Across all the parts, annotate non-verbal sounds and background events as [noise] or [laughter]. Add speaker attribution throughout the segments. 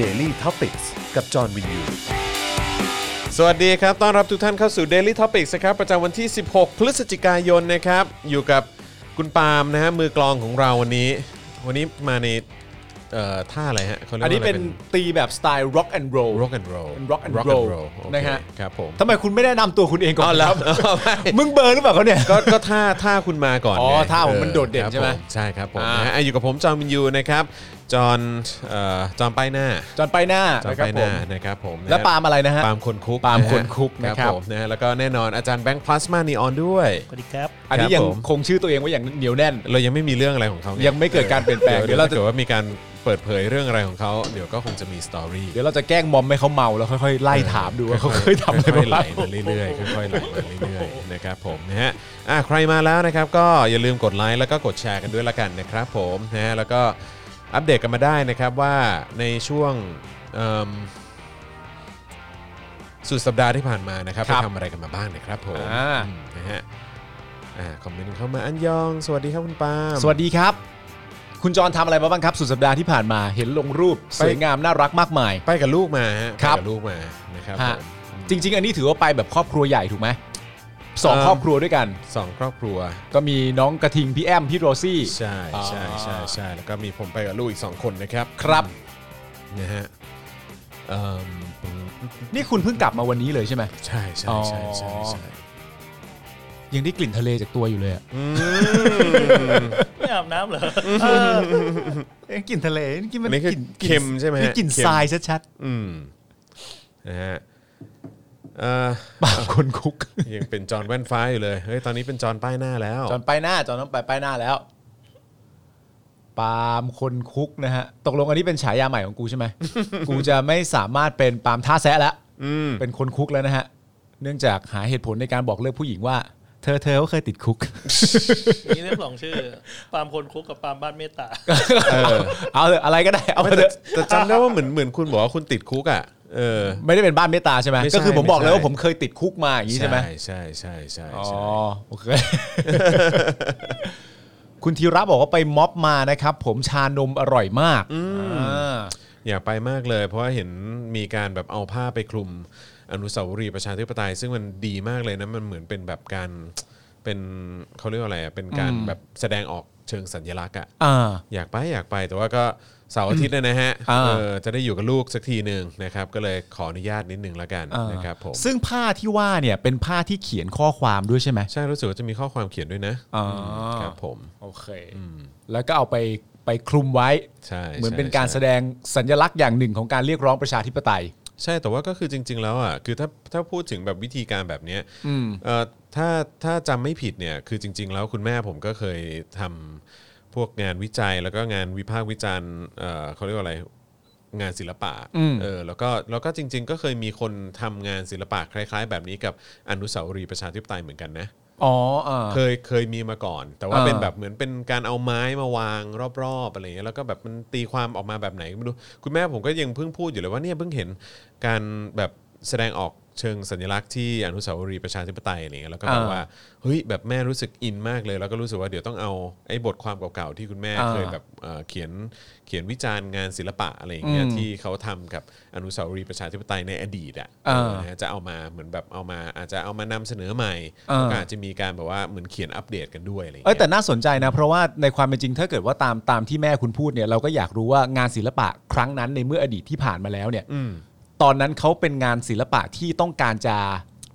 Speaker 1: Daily t o p i c กกับจอห์นวินยู
Speaker 2: สวัสดีครับ ต้อนรับทุกท่านเข้าสู่ Daily Topics นะครับ ประจำวันที่ 16 พฤศจิกายนนะครับ อยู่กับคุณปาล์มนะฮะ มือกลองของเราวันนี้ วันนี้มาในเอ่อท่าอะไรฮะขารียก
Speaker 3: อั
Speaker 2: ว่าน
Speaker 3: นี้
Speaker 2: อะไร
Speaker 3: เป็นตีแบบสไตล์ rock and roll
Speaker 2: rock and roll
Speaker 3: เป็น rock and
Speaker 2: rock
Speaker 3: roll
Speaker 2: โอเค
Speaker 3: นะฮะ
Speaker 2: ครับผม
Speaker 3: ทำไมคุณไม่แนะนำตัวคุณเองก่
Speaker 2: อ๋
Speaker 3: อ
Speaker 2: อน แล้ว
Speaker 3: มึงเบอร์หรือเปล่าเขาเนี่ย
Speaker 2: ก็ก็ท่าท่าคุณมาก่อน
Speaker 3: อ๋อ
Speaker 2: ไง
Speaker 3: ท่าผมมัน
Speaker 2: ออ
Speaker 3: โดดเด่น
Speaker 2: ครับ
Speaker 3: ใช่ไหม
Speaker 2: ผใช่ครับผม
Speaker 3: อ่าน
Speaker 2: นะฮะอ่ะอยู่กับผมจอห์นวินยูนะครับ จอห์นเอ่อจอห์นป้ายหน้า
Speaker 3: จอห์นไปหน้า
Speaker 2: จอห์น
Speaker 3: นะครับ
Speaker 2: ป้ายห
Speaker 3: ผ
Speaker 2: น้าม นะครับผมนะฮะ
Speaker 3: แล้วปาล์มอะไรนะฮะ
Speaker 2: ปาล์มคนคุก
Speaker 3: ปาล์ม
Speaker 2: ะฮะ
Speaker 3: คนคุกนะครับ
Speaker 2: ผมนะฮะแล้วก็แน่นอนอาจารย์แบงค์พลาสมานีออนด้วย
Speaker 4: สวัสดีครับ
Speaker 3: อันนี้ยั
Speaker 2: ค
Speaker 3: ง
Speaker 2: รับผม
Speaker 3: คงชื่อตัวเองไว้อย่างเหนียวแน่น
Speaker 2: เรายังไม่มีเรื่องอะไรของเขา
Speaker 3: ยั
Speaker 2: ยัง
Speaker 3: ไม่เกิดการเปลี่ยนแปลง
Speaker 2: เดี๋ยว
Speaker 3: เดี๋ยวเรา
Speaker 2: ถ้า
Speaker 3: จะ
Speaker 2: เกิดว่ามีการเปิดเผยเรื่องอะไรของเขาเดี๋ยวก็คงจะมีสตอรี่
Speaker 3: เดี๋ยวเราจะแกล้งมอมให้เขาเมาแล้วค่อยๆไล่ถามดูว่าเขาเคยทำอะไร
Speaker 2: ค่อยๆไหล
Speaker 3: บ้าง
Speaker 2: มาเรื่อยๆค่อยๆไหลมาเรื่อยๆนะครับผมนะฮะอ่ะใครมาแล้วนะครับ ก็อย่าลืมกดไลค์แล้วก็กดแชร์กันด้วยละกันนะครับผมนะฮะแล้วก็อัปเดตกันมาได้นะครับว่าในช่วงเอิ่มสุดสัปดาห์ที่ผ่านมานะครับไปทำอะไรกันมาบ้างนะครับผม
Speaker 3: อ่า
Speaker 2: อืมนะฮะอ่าคอมเมนต์เข้ามาอันยอง สวัสดีครับคุณปาล์ม
Speaker 3: สวัสดีครับ คุณจอห์นทำอะไรมาบ้างครับ สุดสัปดาห์ที่ผ่านมาเห็นลงรูปสวยงามน่ารักมากมาย
Speaker 2: ไปกับลูกมาฮะ
Speaker 3: ครับ
Speaker 2: ไปกัลูกมานะครับ
Speaker 3: ฮะ
Speaker 2: ผม
Speaker 3: จริง ๆ อันนี้ถือว่าไปแบบครอบครัวใหญ่ถูกไหมสองครอบครัวด้วยกัน
Speaker 2: สองครอบครัว
Speaker 3: ก็มีน้องกระทิงพี่แอมพี่โรซี่
Speaker 2: ใช่ใช่ใช่ใช่แล้วก็มีผมไปกับลูกอีก 2 คนนะครับ
Speaker 3: ครับ
Speaker 2: นะฮะเอิ่ม
Speaker 3: นี่คุณเพิ่งกลับมาวันนี้เลยใช่ไหม
Speaker 2: ใช่ใช่ใช่ใช่ใช่
Speaker 3: ยังได้กลิ่นทะเลจากตัวอยู่เลยอะ
Speaker 4: ไม่อาบน้ำเหรอ
Speaker 3: เอ้ยกลิ่นทะเลกลิ่นมัน
Speaker 2: อันนี้คือก
Speaker 3: ลิ่น
Speaker 2: เค็มใช่ไหมฮะ
Speaker 3: นี่กลิ่น
Speaker 2: เค็ม
Speaker 3: ทรายชัด
Speaker 2: อืมนะฮะเออ
Speaker 3: ๆปากคนคุก
Speaker 2: ยังเป็นจอห์นแว่นฟ้าอยู่เลยเฮ้ยตอนนี้เป็นจอห์นป้ายหน้าแล้ว
Speaker 3: จอนไปหน้าจอนต้องไปไปหน้าแล้ว ปาล์มคนคุกนะฮะ ตกลงอันนี้เป็นฉายาใหม่ของกูใช่ไหม
Speaker 2: [laughs]
Speaker 3: กูจะไม่สามารถเป็นปาล์มท่าแซะแล้ว
Speaker 2: อืม
Speaker 3: เป็นคนคุกแล้วนะฮะ เนื่องจากหาเหตุผลในการบอกเลิกผู้หญิงว่า เธอเธอเขาเคยติดคุก
Speaker 4: มีเรื่องสองชื่อ ปาล์มคนคุกกับปาล์มบ้านเมตตา
Speaker 2: เออ
Speaker 3: เอาเถอะอะไรก็ได้เอา
Speaker 2: ไม่
Speaker 3: เถ
Speaker 2: แต่
Speaker 3: อะ
Speaker 2: แต่จำได้ว่าเหมือนเหมือนคุณบอกว่าคุณติดคุกอ่ะเออ
Speaker 3: ไม่ได้เป็นบ้านเมตตาใช่ไหม
Speaker 2: ไม่ใช่
Speaker 3: ก็คือผมบอกเลย
Speaker 2: ไม่ใช่
Speaker 3: ว่าผมเคยติดคุกมาอย่างนี้ใช่ไหม
Speaker 2: ใช่ใช่ใช่
Speaker 3: อ๋อ
Speaker 2: ใช่
Speaker 3: โอเค [laughs] คุณธีระบอกว่าไปม็อบมานะครับ ผมชานมอร่อยมากอ่า
Speaker 2: อยากไปมากเลย เพราะว่าเห็นมีการแบบเอาผ้าไปคลุมอนุสาวรีย์ประชาธิปไตย ซึ่งมันดีมากเลยนะ มันเหมือนเป็นแบบการเป็นเขาเรียกว่าอะไรอะเป็นการแบบแสดงออกเชิงสัญลักษณ์อ่ะ
Speaker 3: อ่า
Speaker 2: อยากไปอยากไปแต่ว่าก็เสาร์อาทิตย์นะนะฮะ
Speaker 3: อ่า
Speaker 2: เออจะได้อยู่กับลูกสักทีหนึ่งนะครับ ก็เลยขออนุญาตนิดนึงแล้วกัน
Speaker 3: อ่า
Speaker 2: นะครับผม
Speaker 3: ซึ่งผ้าที่ว่าเนี่ยเป็นผ้าที่เขียนข้อความด้วยใช่ไหม
Speaker 2: ใช่รู้สึกว่าจะมีข้อความเขียนด้วยนะ
Speaker 3: อ๋ออื
Speaker 2: มครับผม
Speaker 3: โอเคแล้วก็เอาไปไปคลุมไว้
Speaker 2: ใช่ใช่
Speaker 3: เหมือนเป็นการ
Speaker 2: ใช่
Speaker 3: แสดงสัญลักษณ์อย่างหนึ่งของการเรียกร้องประชาธิปไตย
Speaker 2: ใช่แต่ว่าก็คือจริง ๆ แล้วอ่ะคือถ้าถ้าพูดถึงแบบวิธีการแบบเนี้ยเอ่อถ้าถ้าจำไม่ผิดเนี่ยคือจริง ๆ แล้วคุณแม่ผมก็เคยทำพวกงานวิจัยแล้วก็งานวิพากษ์วิจารณ์เอ่อเขาเรียกว่าอะไรงานศิลปะเออแล้วก็แล้วก็จริง ๆ ก็เคยมีคนทำงานศิลปะคล้าย ๆ แบบนี้กับอนุสาวรีย์ประชาธิปไตยเหมือนกันนะ
Speaker 3: อ๋ออ่า
Speaker 2: เคยเคยมีมาก่อน แต่ว่า
Speaker 3: อ่า
Speaker 2: เป็นแบบเหมือนเป็นการเอาไม้มาวางรอบๆอะไรอย่างเงี้ยแล้วก็แบบมันตีความออกมาแบบไหนก็ไม่รู้คุณแม่ผมก็ยังเพิ่งพูดอยู่เลยว่าเนี่ยเพิ่งเห็นการแบบแสดงออกเชิงสัญลักษณ์ที่อนุสาวรีย์ประชาธิปไตยอะไรเงี้ยแล้วก็แบบ
Speaker 3: อ่า
Speaker 2: ว่าเฮ้ยแบบแม่รู้สึกอินมากเลย แล้วก็รู้สึกว่าเดี๋ยวต้องเอาไอ้บทความเก่าๆที่คุณแม่
Speaker 3: อ่า
Speaker 2: เคยแบบเอ่อเขียนเขียนวิจารณ์งานศิลปะอะไรอย่างเงี้ยที่เขาทำกับอนุสาวรีย์ประชาธิปไตยในอดีตอ่ะ
Speaker 3: อ่า
Speaker 2: เออนะฮะจะเอามาเหมือนแบบเอามาอาจจะเอามานำเสนอใหม่
Speaker 3: อ่า
Speaker 2: แล้วก็อาจ จะมีการแบบว่าเหมือนเขียนอัปเดตกันด้วยอะไรอย่าง
Speaker 3: เอ้ย
Speaker 2: เงี้ย
Speaker 3: แต่น่าสนใจนะ เพราะว่าในความเป็นจริงถ้าเกิดว่าตามตามที่แม่คุณพูดเนี่ยเราก็อยากรู้ว่างานศิลปะครั้งนั้นในเมื่ออดีตที่ผ่านมาแล้วเนี่ย
Speaker 2: อืม
Speaker 3: ตอนนั้นเขาเป็นงานศิลปะที่ต้องการจะ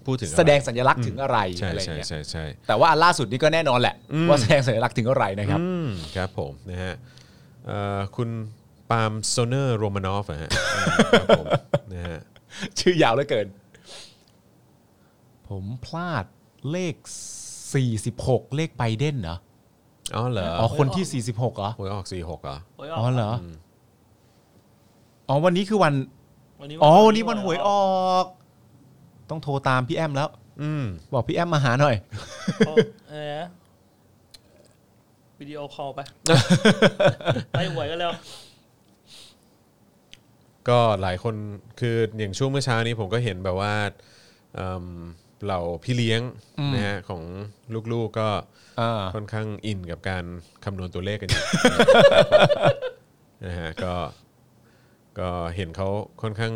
Speaker 2: พูดถึงอะไร
Speaker 3: แสดงสัญลักษณ์ถึงอะไร
Speaker 2: ใช่
Speaker 3: อะไร
Speaker 2: ใช่
Speaker 3: เงี้ย
Speaker 2: ใช่ใช่
Speaker 3: แต่ว่าอันล่าสุดนี้ก็แน่นอนแหละ ว่าแสดงสัญลักษณ์ถึงอะไรนะครับ
Speaker 2: อืมครับผมนะฮะเอ่อคุณปาล์มโซเนอร์โรมานอฟอะฮะอืมครับผมนะฮะ
Speaker 3: ชื่อยาวเหลือเกิน ผมพลาดเลข 46 เลขไบเดนเหรอ
Speaker 2: อ๋อเหรอ
Speaker 3: อ๋อคนที่ 46เหรอ
Speaker 2: หวยออกสี่หกเหรอ
Speaker 4: โอ้ยอ
Speaker 3: อ๋
Speaker 4: อ
Speaker 3: อก เหรออ๋อวันนี้คือวัน
Speaker 4: วันนี้
Speaker 3: อ๋อวันนี้วันหวยออก ต้องโทรตามพี่แอมแล้ว
Speaker 2: อืม
Speaker 3: บอกพี่แอมมาหาหน่อย
Speaker 4: เพราะอะไรนะวิดีโอคอล [laughs] ไป ไปหวยกันแล้ว
Speaker 2: ก็หลายคนคืออย่างช่วงเมื่อเช้านี้ผมก็เห็นแบบว่าเอิ่มเหล่าพี่เลี้ยงนะฮะของลูกๆก็
Speaker 3: อ่า
Speaker 2: ค่อนข้างอินกับ
Speaker 3: [laughs]
Speaker 2: การคำนวณตัวเลขกันอยู่ นะฮะก็ ก็เห็นเขาค่อนข้าง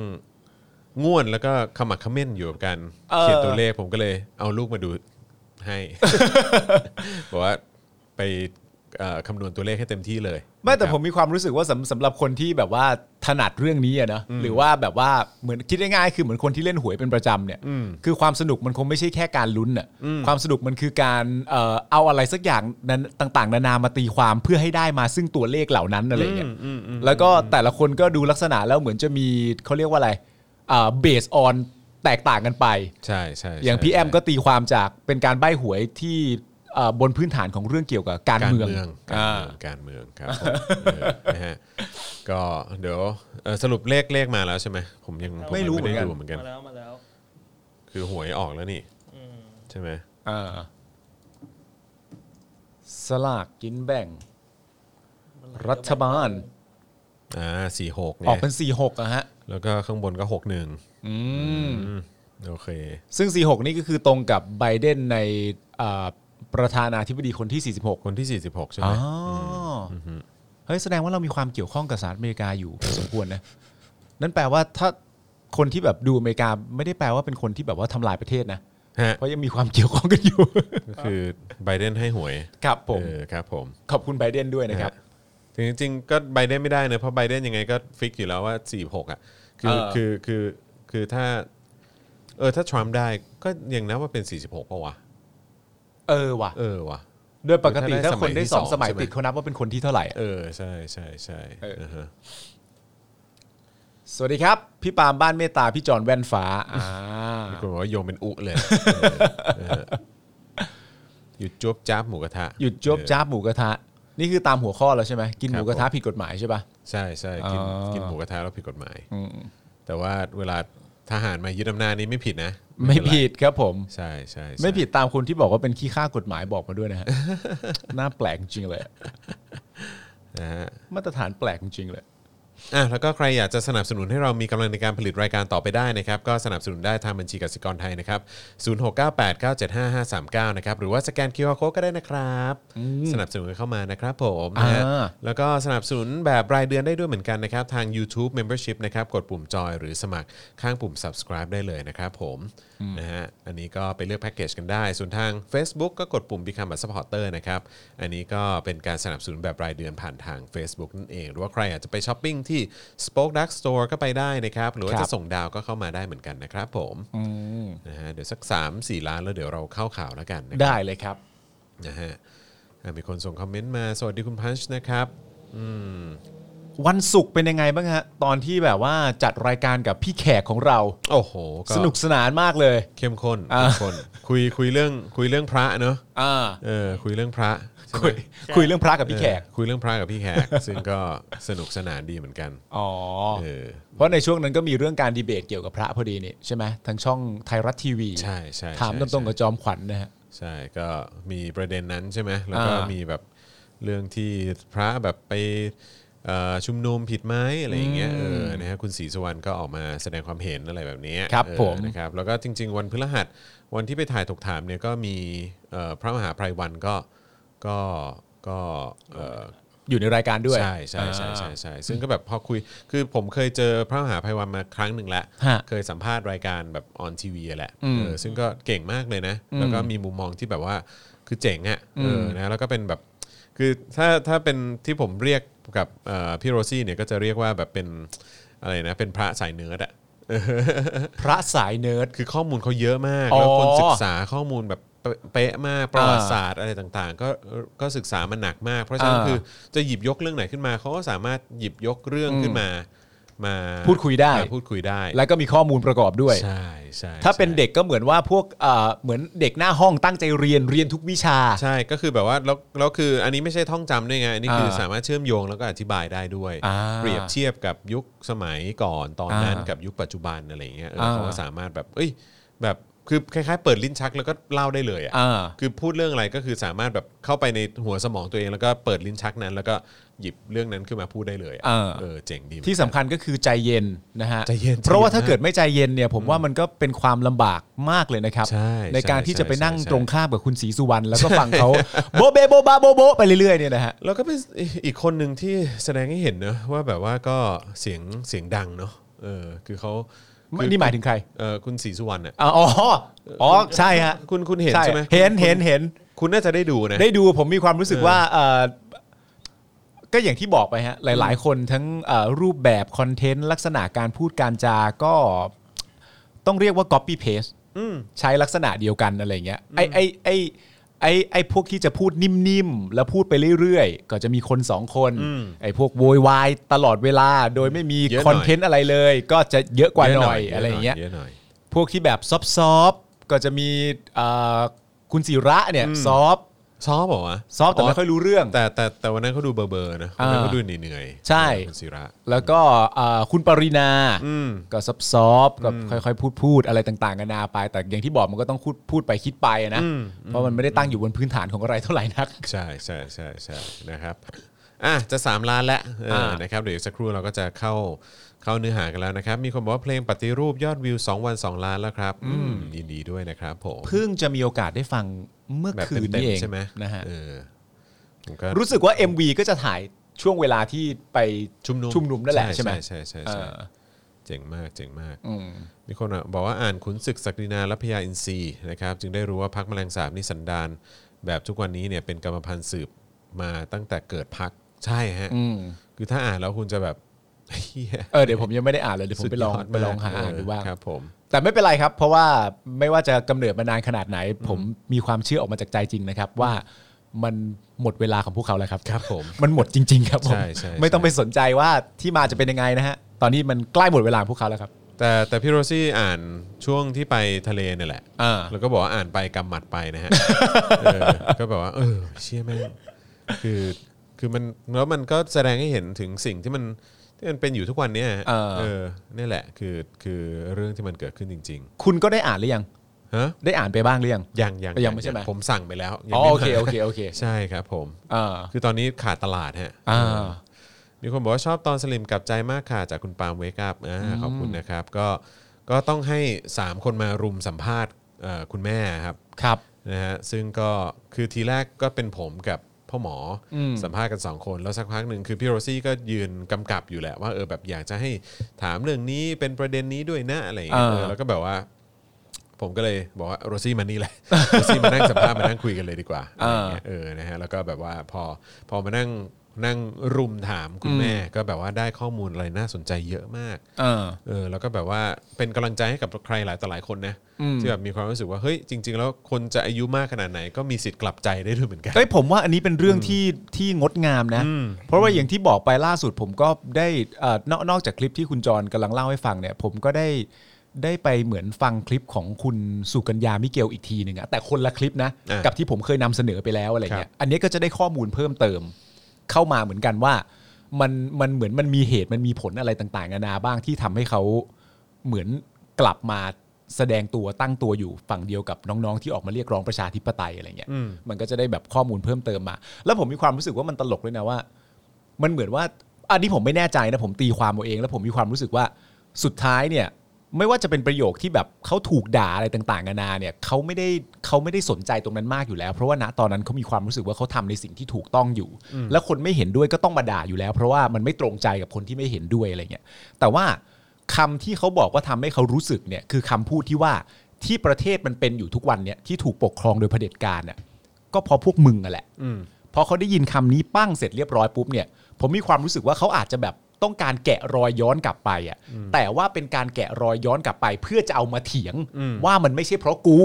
Speaker 2: ง่วนแล้วก็ขมักเขม้นอยู่กับการ
Speaker 3: เออ
Speaker 2: เขียนตัวเลขผมก็เลยเอาลูกมาดูให้
Speaker 3: [laughs]
Speaker 2: บอกว่าไปเอ่อคำนวณตัวเลขให้เต็มที่เลย
Speaker 3: ไม่แต่
Speaker 2: นะครับ
Speaker 3: ผมมีความรู้สึกว่าสำสำหรับคนที่แบบว่าถนัดเรื่องนี้อะนะหรือว่าแบบว่าเหมือนคิดง่ายๆคือเหมือนคนที่เล่นหวยเป็นประจำเนี่ยคือความสนุกมันคงไม่ใช่แค่การลุ้นอ่ะความสนุกมันคือการเอ่อเอาอะไรสักอย่างนั้นต่างๆ นานามาตีความเพื่อให้ได้มาซึ่งตัวเลขเหล่านั้นอะไรเงี้ยแล้วก็แต่ละคนก็ดูลักษณะแล้วเหมือนจะมีเขาเรียกว่าอะไรเบสออนแตกต่างกันไป
Speaker 2: ใช่ใช่ใช่
Speaker 3: อย่างพี่แอม
Speaker 2: ใช่
Speaker 3: ก็ตีความจากเป็นการใบ้หวยที่เอ่อบนพื้นฐานของเรื่องเกี่ยวกับการ
Speaker 2: การ
Speaker 3: เมื
Speaker 2: เมื
Speaker 3: อ
Speaker 2: อง งการ
Speaker 3: อ่า
Speaker 2: เมืองการเมืองครับผมเออ [laughs] นะฮะก็เดี๋ยวเอ่อสรุปเลขเลขมาแล้วใช่ไหมผมยังผยังไม่ได้ดูเหมือนกัน
Speaker 4: มาแล้วมาแล้ว
Speaker 2: คือหวยออกแล้วนี่
Speaker 4: อืม
Speaker 2: ใช่ไหม
Speaker 3: อ่าสลากกินแบ่ง รัฐบาล
Speaker 2: อ่าสี่หก
Speaker 3: ออกเป็น 46อะฮะ
Speaker 2: แล้วก็ข้างบนก็หกหนึ่ง
Speaker 3: อืม
Speaker 2: โอเค
Speaker 3: ซึ่ง 46 นี่ก็คือตรงกับไบเดนในอ่าประธานาธิบดีคนที่ 46
Speaker 2: คนที่ 46 ใช่ไห
Speaker 3: อ๋
Speaker 2: ม
Speaker 3: ออเฮ้ย แสดงว่าเรามีความเกี่ยวข้องกับสหรัฐอเมริกาอยู่ พอสมควรนะ นั่นแปลว่าถ้าคนที่แบบดูอเมริกาไม่ได้แปลว่าเป็นคนที่แบบว่าทำลายประเทศนะ
Speaker 2: ฮะ
Speaker 3: เพราะยังมีความเกี่ยวข้องกันอยู่
Speaker 2: ก็คือไบเดนให้หวย
Speaker 3: ครับผม
Speaker 2: เออครับผม
Speaker 3: ขอบคุณไบเดนด้วยนะครับ
Speaker 2: ฮถึงจริงๆก็ไบเดนไม่ได้เนอะเพราะไบเดนยังไงก็ฟิกอยู่แล้วว่า 46 อ่ะ คือ
Speaker 3: เออ
Speaker 2: คือคือคือถ้า เออถ้าทรัมป์ได้ก็ยังนับว่าเป็น 46ป่าวะ
Speaker 3: เออว่ะ
Speaker 2: เออว่ะ
Speaker 3: โดยปกติถ้าคนได้ส
Speaker 2: ถ้า
Speaker 3: อง
Speaker 2: ได้สอง
Speaker 3: สมัย
Speaker 2: ใช่ไหม
Speaker 3: ติดเขานับว่าเป็นคนที่เท่าไหร่อะ
Speaker 2: เออ ใช่ใช่ใช่นะฮะ
Speaker 3: สวัสดีครับ พี่ปาล์มบ้านเมตตา พี่จอนแว่นฟ้าอ่า
Speaker 2: คุณบอกว่าโยมเป็นอุเลยเออนะฮะหยุดจ๊บจ้าบหมูกระทะ
Speaker 3: หยุดจบจ้าบหมูกระทะ นี่คือตามหัวข้อแล้วใช่ไหมกินหมูกระทะผิดกฎหมายใช่ปะ
Speaker 2: ใช่ใช่กิน
Speaker 3: อ๋อ
Speaker 2: กินหมูกระทะแล้วผิดกฎหมาย แต่ว่าเวลาทหารมายึดอำนาจนี่ไม่ผิดนะ
Speaker 3: ไม่
Speaker 2: เป็นร
Speaker 3: ผิดครับผม
Speaker 2: ใช่ใช่ใช่
Speaker 3: ไม่ผิดตามคนที่บอกว่าเป็นขี้ข้ากฎหมายบอกมาด้วยนะฮ [laughs] ะ น่าแปลกจริงเลย
Speaker 2: นะฮะ
Speaker 3: มาตรฐานแปลกจริงเลย
Speaker 2: อ่ะแล้วก็ใครอยากจะสนับสนุนให้เรามีกำลังในการผลิตรายการต่อไปได้นะครับ ก็สนับสนุนได้ทางบัญชีกสิกรไทยนะครับ 0698975539 นะครับ หรือว่าสแกน QR Code ก็ได้นะครับ สนับสนุนเข้ามานะครับผมนะฮะ
Speaker 3: อ่า
Speaker 2: แล้วก็สนับสนุนแบบรายเดือนได้ด้วยเหมือนกันนะครับ ทาง YouTube Membership นะครับ กดปุ่มจอยหรือสมัครข้างปุ่ม subscribe ได้เลยนะครับผมนะฮะอันนี้ก็ไปเลือกแพ็กเกจกันได้ ส่วนทาง Facebook ก็กดปุ่ม Become a supporter นะครับ อันนี้ก็เป็นการสนับสนุนแบบรายเดือนผ่านทาง Facebook นั่นเอง หรือว่าใครอยากจะไปช้อปปิ้งที่ Spoke Dark Store ก็ไปได้นะครับ หรือว่า
Speaker 3: ครับ
Speaker 2: จะส่งดาวก็เข้ามาได้เหมือนกันนะครับผมนะฮะเดี๋ยวสัก 3-4 ล้านแล้วเดี๋ยวเราเข้าข่าวแล้วกันนะครับ
Speaker 3: ได้เลยครับ
Speaker 2: นะฮะอ่ะมีคนส่งคอมเมนต์มา สวัสดีคุณพันช์นะครับ
Speaker 3: วันศุกร์เป็นยังไงบ้างฮะตอนที่แบบว่าจัดรายการกับพี่แขกของเรา
Speaker 2: โอ้โห
Speaker 3: สนุกสนานมากเลย
Speaker 2: เข้มข้นเข้มข้นคุยคุยเรื่องคุยเรื่องพระเนอะ
Speaker 3: อ่า
Speaker 2: เออคุยเรื่องพระใช่ไหม
Speaker 3: คุยคุยเรื่องพระกับพี่แขก
Speaker 2: เออคุยเรื่องพระกับพี่แขก [laughs] ซึ่งก็สนุกสนานดีเหมือนกัน
Speaker 3: อ๋อ
Speaker 2: เออ
Speaker 3: เพราะในช่วงนั้นก็มีเรื่องการดีเบตเกี่ยวกับพระพอดีนี่ใช่ไหมทางช่องไทยรัฐทีวี
Speaker 2: ใช่ใช่ใช่
Speaker 3: ถามตรงๆกับจอมขวัญนะฮะ
Speaker 2: ใช่ก็มีประเด็นนั้นใช่ไหมแล้วก็
Speaker 3: อ่ามี
Speaker 2: มีแบบเรื่องที่พระแบบไปเอ่อชุมนุมผิดไหมอะไรอย่างเงี้ยเออนะฮะคุณศรีสุวรรณก็ออกมาแสดงความเห็นอะไรแบบเนี้ย
Speaker 3: ครับ
Speaker 2: เออ
Speaker 3: ผม
Speaker 2: นะ นะครับแล้วก็จริง ๆ วันพฤหัสวันที่ไปถ่ายถกถามเนี่ยก็มีเอ่อพระมหาไพรวันก็ก็ก็เอ่อ
Speaker 3: อยู่ในรายการด้วย
Speaker 2: ใช่ใช่ใช่ใช่
Speaker 3: อ่า
Speaker 2: ใช่ซึ่งก็แบบพอคุยคือผมเคยเจอพระมหาไพรวันมาครั้งหนึ่งแล้ว
Speaker 3: ฮะ
Speaker 2: เคยสัมภาษณ์รายการแบบออนทีวีแหละเออซึ่งก็เก่งมากเลยนะ แล้วก็มีมุมมองที่แบบว่าคือเจ๋งอะ่ะเออนะแล้วก็เป็นแบบคือถ้าถ้าเป็นที่ผมเรียกกับเอ่อพี่โรซี่เนี่ยก็จะเรียกว่าแบบเป็นอะไรนะเป็นพระสายเนื้ออะ
Speaker 3: พระสายเนิร์ด
Speaker 2: คือข้อมูลเขาเยอะมาก
Speaker 3: อ๋อ
Speaker 2: แล้วคนศึกษาข้อมูลแบบเป๊ะเป๊ะมากประวัติศาสตร์อะไรต่างๆ ก็ก็ศึกษามันหนักมาก เพราะฉะนั้น
Speaker 3: อ่า
Speaker 2: คือจะหยิบยกเรื่องไหนขึ้นมาเขาก็สามารถหยิบยกเรื่องขึ้นมา มา
Speaker 3: พูดคุยได้
Speaker 2: มาพูดคุยได้
Speaker 3: แล้วก็มีข้อมูลประกอบด้วย
Speaker 2: ใช่ใช่
Speaker 3: ถ้าเป็น
Speaker 2: ใช่
Speaker 3: เด็กก็เหมือนว่าพวกเอ่อเหมือนเด็กหน้าห้องตั้งใจเรียนเรียนทุกวิชา
Speaker 2: ใช่ก็คือแบบว่าแล้วแล้วคืออันนี้ไม่ใช่ท่องจำด้วยไงอันนี้คืออา สามารถเชื่อมโยงแล้วก็อธิบายได้ด้วย
Speaker 3: อ่า
Speaker 2: เปรียบเทียบกับยุคสมัยก่อนตอนนั้น
Speaker 3: อ่ากั
Speaker 2: กับยุคปัจจุบันอะไรอย่างเงี้ยเอออา เขาก็สามารถแบบเอ้ยแบบคือคล้ายๆ เปิดลิ้นชักแล้วก็เล่าได้เลยอ่ะ
Speaker 3: อ่า
Speaker 2: คือพูดเรื่องอะไรก็คือสามารถแบบเข้าไปในหัวสมองตัวเองแล้วก็เปิดลิ้นชักนั้น แล้วก็ หยิบเรื่องนั้นขึ้นมาพูดได้เลยะ
Speaker 3: เออ
Speaker 2: เออเจ๋งดีเหมือนกัน
Speaker 3: ที่สำคัญก็คือใจเย็นนะฮะ
Speaker 2: ใจเย็น
Speaker 3: เพราะว่าถ้า
Speaker 2: ใจเย็น
Speaker 3: เกิดไม่ใจเย็นเนี่ย ผมว่ามันก็เป็นความลำบากมากเลยนะครับ
Speaker 2: ใช่
Speaker 3: การ
Speaker 2: ใช่
Speaker 3: ที่จะไปนั่ง
Speaker 2: ใช่ใช่
Speaker 3: ตรงข้ามกับคุณศรีสุวรรณแล้วก็ฟังเขาโบะเบะโบะบาโบะโบะไปเรื่อยๆเนี่ยนะฮะ
Speaker 2: แล้วก็เป็นอีกคนหนึ่งที่แสดงให้เห็นเนอะว่าแบบว่าก็เสียงเสียงดังเนอะเออคือเขา
Speaker 3: ไม่
Speaker 2: คือ
Speaker 3: นี่หมายถึงใคร
Speaker 2: เออคุณศรีสุวรรณอ่ะ
Speaker 3: อ๋ออ๋อใช่ฮะ
Speaker 2: คุณคุณเห็นใช่ไหม
Speaker 3: เห็นเห็นเห็น
Speaker 2: คุณน่าจะได้ดูนะ
Speaker 3: ได้ดูผมมีความรู้สึกว่าเอ่อก็อย่างที่บอกไปฮะหลาย ๆ คนทั้งเอ่อรูปแบบคอนเทนต์ ลักษณะการพูดการจาก็ต้องเรียกว่า copy paste ใช้ลักษณะเดียวกันอะไรเงี้ยไอ้ไอ้ไอ้ไอ้ไอ้พวกที่จะพูดนิ่ม ๆ แล้วพูดไปเรื่อย ๆ ก็จะมีคนสองคนไอ้พวกโวยวายตลอดเวลา โดยไม่มี
Speaker 2: เยอะหน่อย
Speaker 3: คอนเทนต์อะไรเลย ก็จะเยอะกว่าหน่อยอะไรอย่างเงี้ย
Speaker 2: เยอะหน่อย
Speaker 3: พวกที่แบบซอฟต์ๆก็จะมีเอ่อคุณศิระเนี่ย
Speaker 2: อืม
Speaker 3: ซอฟต์
Speaker 2: ซอฟต์เหรอวะ
Speaker 3: ซอฟต์แต่ไม่ค่อยรู้เรื่อง
Speaker 2: แต่แต่แต่วันนั้นเขาดูเบอร์เบอร์ๆนะวันนั้นเขาดูเหนื่อยๆ
Speaker 3: ใช่
Speaker 2: คุณศิระ
Speaker 3: แล้วก็เอ่อคุณปรินา
Speaker 2: อืม
Speaker 3: ก็ซับซอบก็ค่อยๆ พูดพูดอะไรต่างๆกันานาไป แต่อย่างที่บอกมันก็ต้องพูดพูดไปคิดไปนะ
Speaker 2: อืม
Speaker 3: เพราะมันไม่ได้ตั้งอยู่บนพื้นฐานของอะไรเท่าไหร่นัก
Speaker 2: ใช่ใช่ใช่ใช่นะครับอ่ะจะ 3 ล้านแล้วเอออา นะครับเดี๋ยวอีกสักครู่เราก็จะเข้าเข้าเนื้อหากันแล้วนะครับ มีคนบอกว่าเพลงปฏิรูปยอดวิว 2 วัน 2 ล้านแล้วครับอืมยินดีด้วยนะครับผม
Speaker 3: เพิ่งจะมีโอกาสได้ฟังเมื่อ
Speaker 2: แบบ
Speaker 3: คืน
Speaker 2: เต็ม
Speaker 3: นี้เอง
Speaker 2: ๆใช่ไหม
Speaker 3: นะฮะ
Speaker 2: เออผมก็
Speaker 3: รู้สึกว่า MV ก็จะถ่ายช่วงเวลาที่ไป
Speaker 2: ชุมนุม
Speaker 3: ชุมนุมนั่นแหละใช่ไหม
Speaker 2: ใช่ใช่
Speaker 3: เอ่
Speaker 2: ใช่
Speaker 3: อ
Speaker 2: เจ๋งมากเจ๋งมาก
Speaker 3: อืม
Speaker 2: มีคนบอกว่าอ่านขุนศึกศักดินาและพญาอินทรีย์นะครับจึงได้รู้ว่าพักแมลงสาบนี่สันดานแบบทุกวันนี้เนี่ยเป็นกรรมพันธุ์สืบมาตั้งแต่เกิดพักใช่ฮะ
Speaker 3: อืม
Speaker 2: คือถ้าอ่านแล้วคุณจะแบบ [laughs] เหี้ย
Speaker 3: เออเดี๋ยวผมยังไม่ได้อ่านเลยเดี๋ยวผม
Speaker 2: สุด
Speaker 3: ไป
Speaker 2: ย
Speaker 3: ลอง
Speaker 2: ดมก
Speaker 3: ไปลองหาอ่านดูบ้าง
Speaker 2: ครับผม
Speaker 3: แต่ไม่เป็นไรครับ เพราะว่าไม่ว่าจะกำเนิดมานานขนาดไหน ผมมีความเชื่อออกมาจากใจจริงนะครับ ว่ามันหมดเวลาของพวกเขาแล้วครับ
Speaker 2: ครับผม
Speaker 3: มันหมดจริง ๆ ครับผม
Speaker 2: ใช่ใช่ใช่
Speaker 3: ไม่ต้องไปสนใจว่าที่มาจะเป็นยังไงนะฮะตอนนี้มันใกล้หมดเวลาของพวกเขาแล้วครับ
Speaker 2: แต่แต่พี่โรซี่อ่านช่วงที่ไปทะเลเนี่ยแหละ
Speaker 3: อ่า
Speaker 2: แล้วก็บอกว่าอ่านไปกำหมัดไป
Speaker 3: [laughs]
Speaker 2: นะฮะ เออก็แบบว่า เออ เชี่ยแม่งคือคือมันแล้วมันก็แสดงให้เห็นถึงสิ่งที่มันที่มันเป็นอยู่ทุกวันเนี่ย
Speaker 3: เออ
Speaker 2: เออเนี่ยแหละคือคือเรื่องที่มันเกิดขึ้นจริง
Speaker 3: คุณก็ได้อ่านหรือยัง
Speaker 2: ๆฮะ
Speaker 3: ได้อ่านไปบ้างหรือยัง
Speaker 2: ยังยัง
Speaker 3: ยังไม่ใช่ไหม
Speaker 2: ผมสั่งไปแล้วยัง
Speaker 3: อ๋อ
Speaker 2: ไม่
Speaker 3: โอเค
Speaker 2: มา
Speaker 3: โอเคโอเค
Speaker 2: ใช่ครับผม
Speaker 3: อ่า
Speaker 2: คือตอนนี้ขาดตลาดฮะ
Speaker 3: อ่า
Speaker 2: มีคนบอกว่าชอบตอนสลิมกลับใจมากค่ะ จากคุณปาล์มเวกับขอบคุณนะครับ ก็ก็ต้องให้ 3 คนมารุมสัมภาษณ์เอ่อคุณแม่ครับ
Speaker 3: ครับ
Speaker 2: นะฮะซึ่งก็คือทีแรกก็เป็นผมกับพ่อหมออสัมภาษณ์กัน 2 คน แล้วสักพักหนึ่งคือพี่โรซี่ก็ยืนกำกับอยู่แหละว่าเออแบบอยากจะให้ถามเรื่องนี้เป็นประเด็นนี้ด้วยนะอะไรอย่างเงี้ย
Speaker 3: อ่า
Speaker 2: เออแล้วก็แบบว่า ผมก็เลยบอกว่าโรซี่มานี่แหละ โรซี่มานั่งสัมภาษณ์มานั่งคุยกันเลยดีกว่าอะไรอย่างเงี้ยเออนะฮะแล้วก็แบบว่าพอพอมานั่งนั่งรุมถามคุณแม่ ก็แบบว่าได้ข้อมูลอะไรน่าสนใจเยอะมาก
Speaker 3: อ่า
Speaker 2: เออแล้วก็แบบว่าเป็นกำลังใจให้กับใครหลายต่อหลายคนนะที่แบบมีความรู้สึกว่าเฮ้ยจริง ๆ แล้วคนจะอายุมากขนาดไหนก็มีสิทธิ์กลับใจได้ด้วยเหมือนกัน
Speaker 3: เอ้ยผมว่าอันนี้เป็นเรื่องที่ที่งดงามนะ เพราะว่าอย่างที่บอกไปล่าสุดผมก็ได้เอ่อนอกนอกจากคลิปที่คุณจรกำลังเล่าให้ฟังเนี่ย ผมก็ได้ได้ไปเหมือนฟังคลิปของคุณสุกัญญามิเกลอีกทีหนึ่งอะแต่คนละคลิปนะ
Speaker 2: อ่ากั
Speaker 3: กับที่ผมเคยนำเสนอไปแล้วอะไรเงี้
Speaker 2: ค
Speaker 3: ย
Speaker 2: รับ
Speaker 3: อันนี้ก็จะได้ข้อมูลเพิ่มเติม เข้ามาเหมือนกันว่า มันมันเหมือนมันมีเหตุมันมีผลอะไรต่างๆนานาบ้างที่ทำให้เขาเหมือนกลับมาแสดงตัวตั้งตัวอยู่ฝั่งเดียวกับน้องๆที่ออกมาเรียกร้องประชาธิปไตยอะไรเงี้ยมันก็จะได้แบบข้อมูลเพิ่มเติมมา แล้วผมมีความรู้สึกว่ามันตลกด้วยนะว่า มันเหมือนว่าอันนี้ผมไม่แน่ใจนะผมตีความเอาเอง แล้วผมมีความรู้สึกว่าสุดท้ายเนี่ย ไม่ว่าจะเป็นประโยคที่แบบเขาถูกด่าอะไรต่างๆนานาเนี่ยเขาไม่ได้เขาไม่ได้สนใจตรงนั้นมากอยู่แล้ว เพราะว่าณตอนนั้นเขามีความรู้สึกว่าเขาทำในสิ่งที่ถูกต้องอยู่ แล้วคนไม่เห็นด้วยก็ต้องมาด่าอยู่แล้ว เพราะว่ามันไม่ตรงใจกับคนที่ไม่เห็นด้วยอะไรเงี้ยแต่ว่าคำที่เขาบอกว่าทำให้เขารู้สึกเนี่ยคือคำพูดที่ว่าที่ประเทศมันเป็นอยู่ทุกวันเนี่ยที่ถูกปกครองโดยเผด็จการเนี่ยก็เพราะพวกมึงอ่ะแหละ พอเขาได้ยินคำนี้ปั้งเสร็จเรียบร้อยปุ๊บเนี่ยผมมีความรู้สึกว่าเขาอาจจะแบบต้องการแกะรอยย้อนกลับไปอ่ะแต่ว่าเป็นการแกะรอยย้อนกลับไป เพื่อจะเอามาเถียงว่ามันไม่ใช่เพราะกู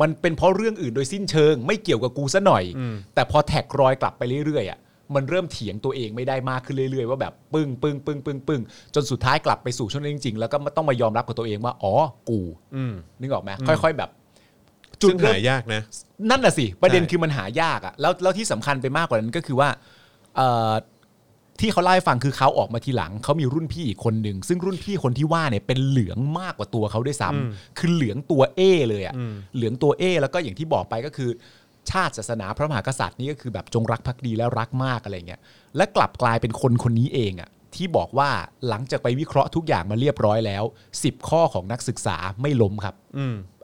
Speaker 3: มันเป็นเพราะเรื่องอื่นโดยสิ้นเชิง ไม่เกี่ยวกับกูซะหน่อย แต่พอแท็กรอยกลับไปเรื่อยๆอ่ะมันเริ่มเถียงตัวเองไม่ได้มากขึ้นเรื่อยๆ ว่าแบบปึ้งปึ้งปึ้งปึ้งปึ้งจนสุดท้ายกลับไปสู่ช่วงนั้นจริงๆ แล้วก็ต้องมายอมรับกับตัวเองว่าอ๋อกูนึกออกไหมค่อย ๆ แบบ
Speaker 2: ซึ่งหายากนะ
Speaker 3: นั่นน่ะสิ ประเด็น
Speaker 2: ใช่
Speaker 3: คือมันหายากอะแล้วแล้วที่สำคัญไปมากกว่านั้นก็คือว่าเอ่อที่เขาเล่าให้ฟังคือเขาออกมาทีหลังเขามีรุ่นพี่อีกคนหนึ่งซึ่งรุ่นพี่คนที่ว่าเนี่ยเป็นเหลืองมากกว่าตัวเขาด้วยซ้ำคือเหลืองตัวเอเลยอะเหลืองตัวเอแล้วก็อย่างที่บอกไปก็คือ ชาติศาสนาพระมหากษัตริย์นี่ก็คือแบบจงรักภักดีแล้วรักมากอะไรเงี้ยและกลับกลายเป็นคนคนนี้เองอะที่บอกว่าหลังจากไปวิเคราะห์ทุกอย่างมาเรียบร้อยแล้ว 10 ข้อของนักศึกษาไม่ล้มครับ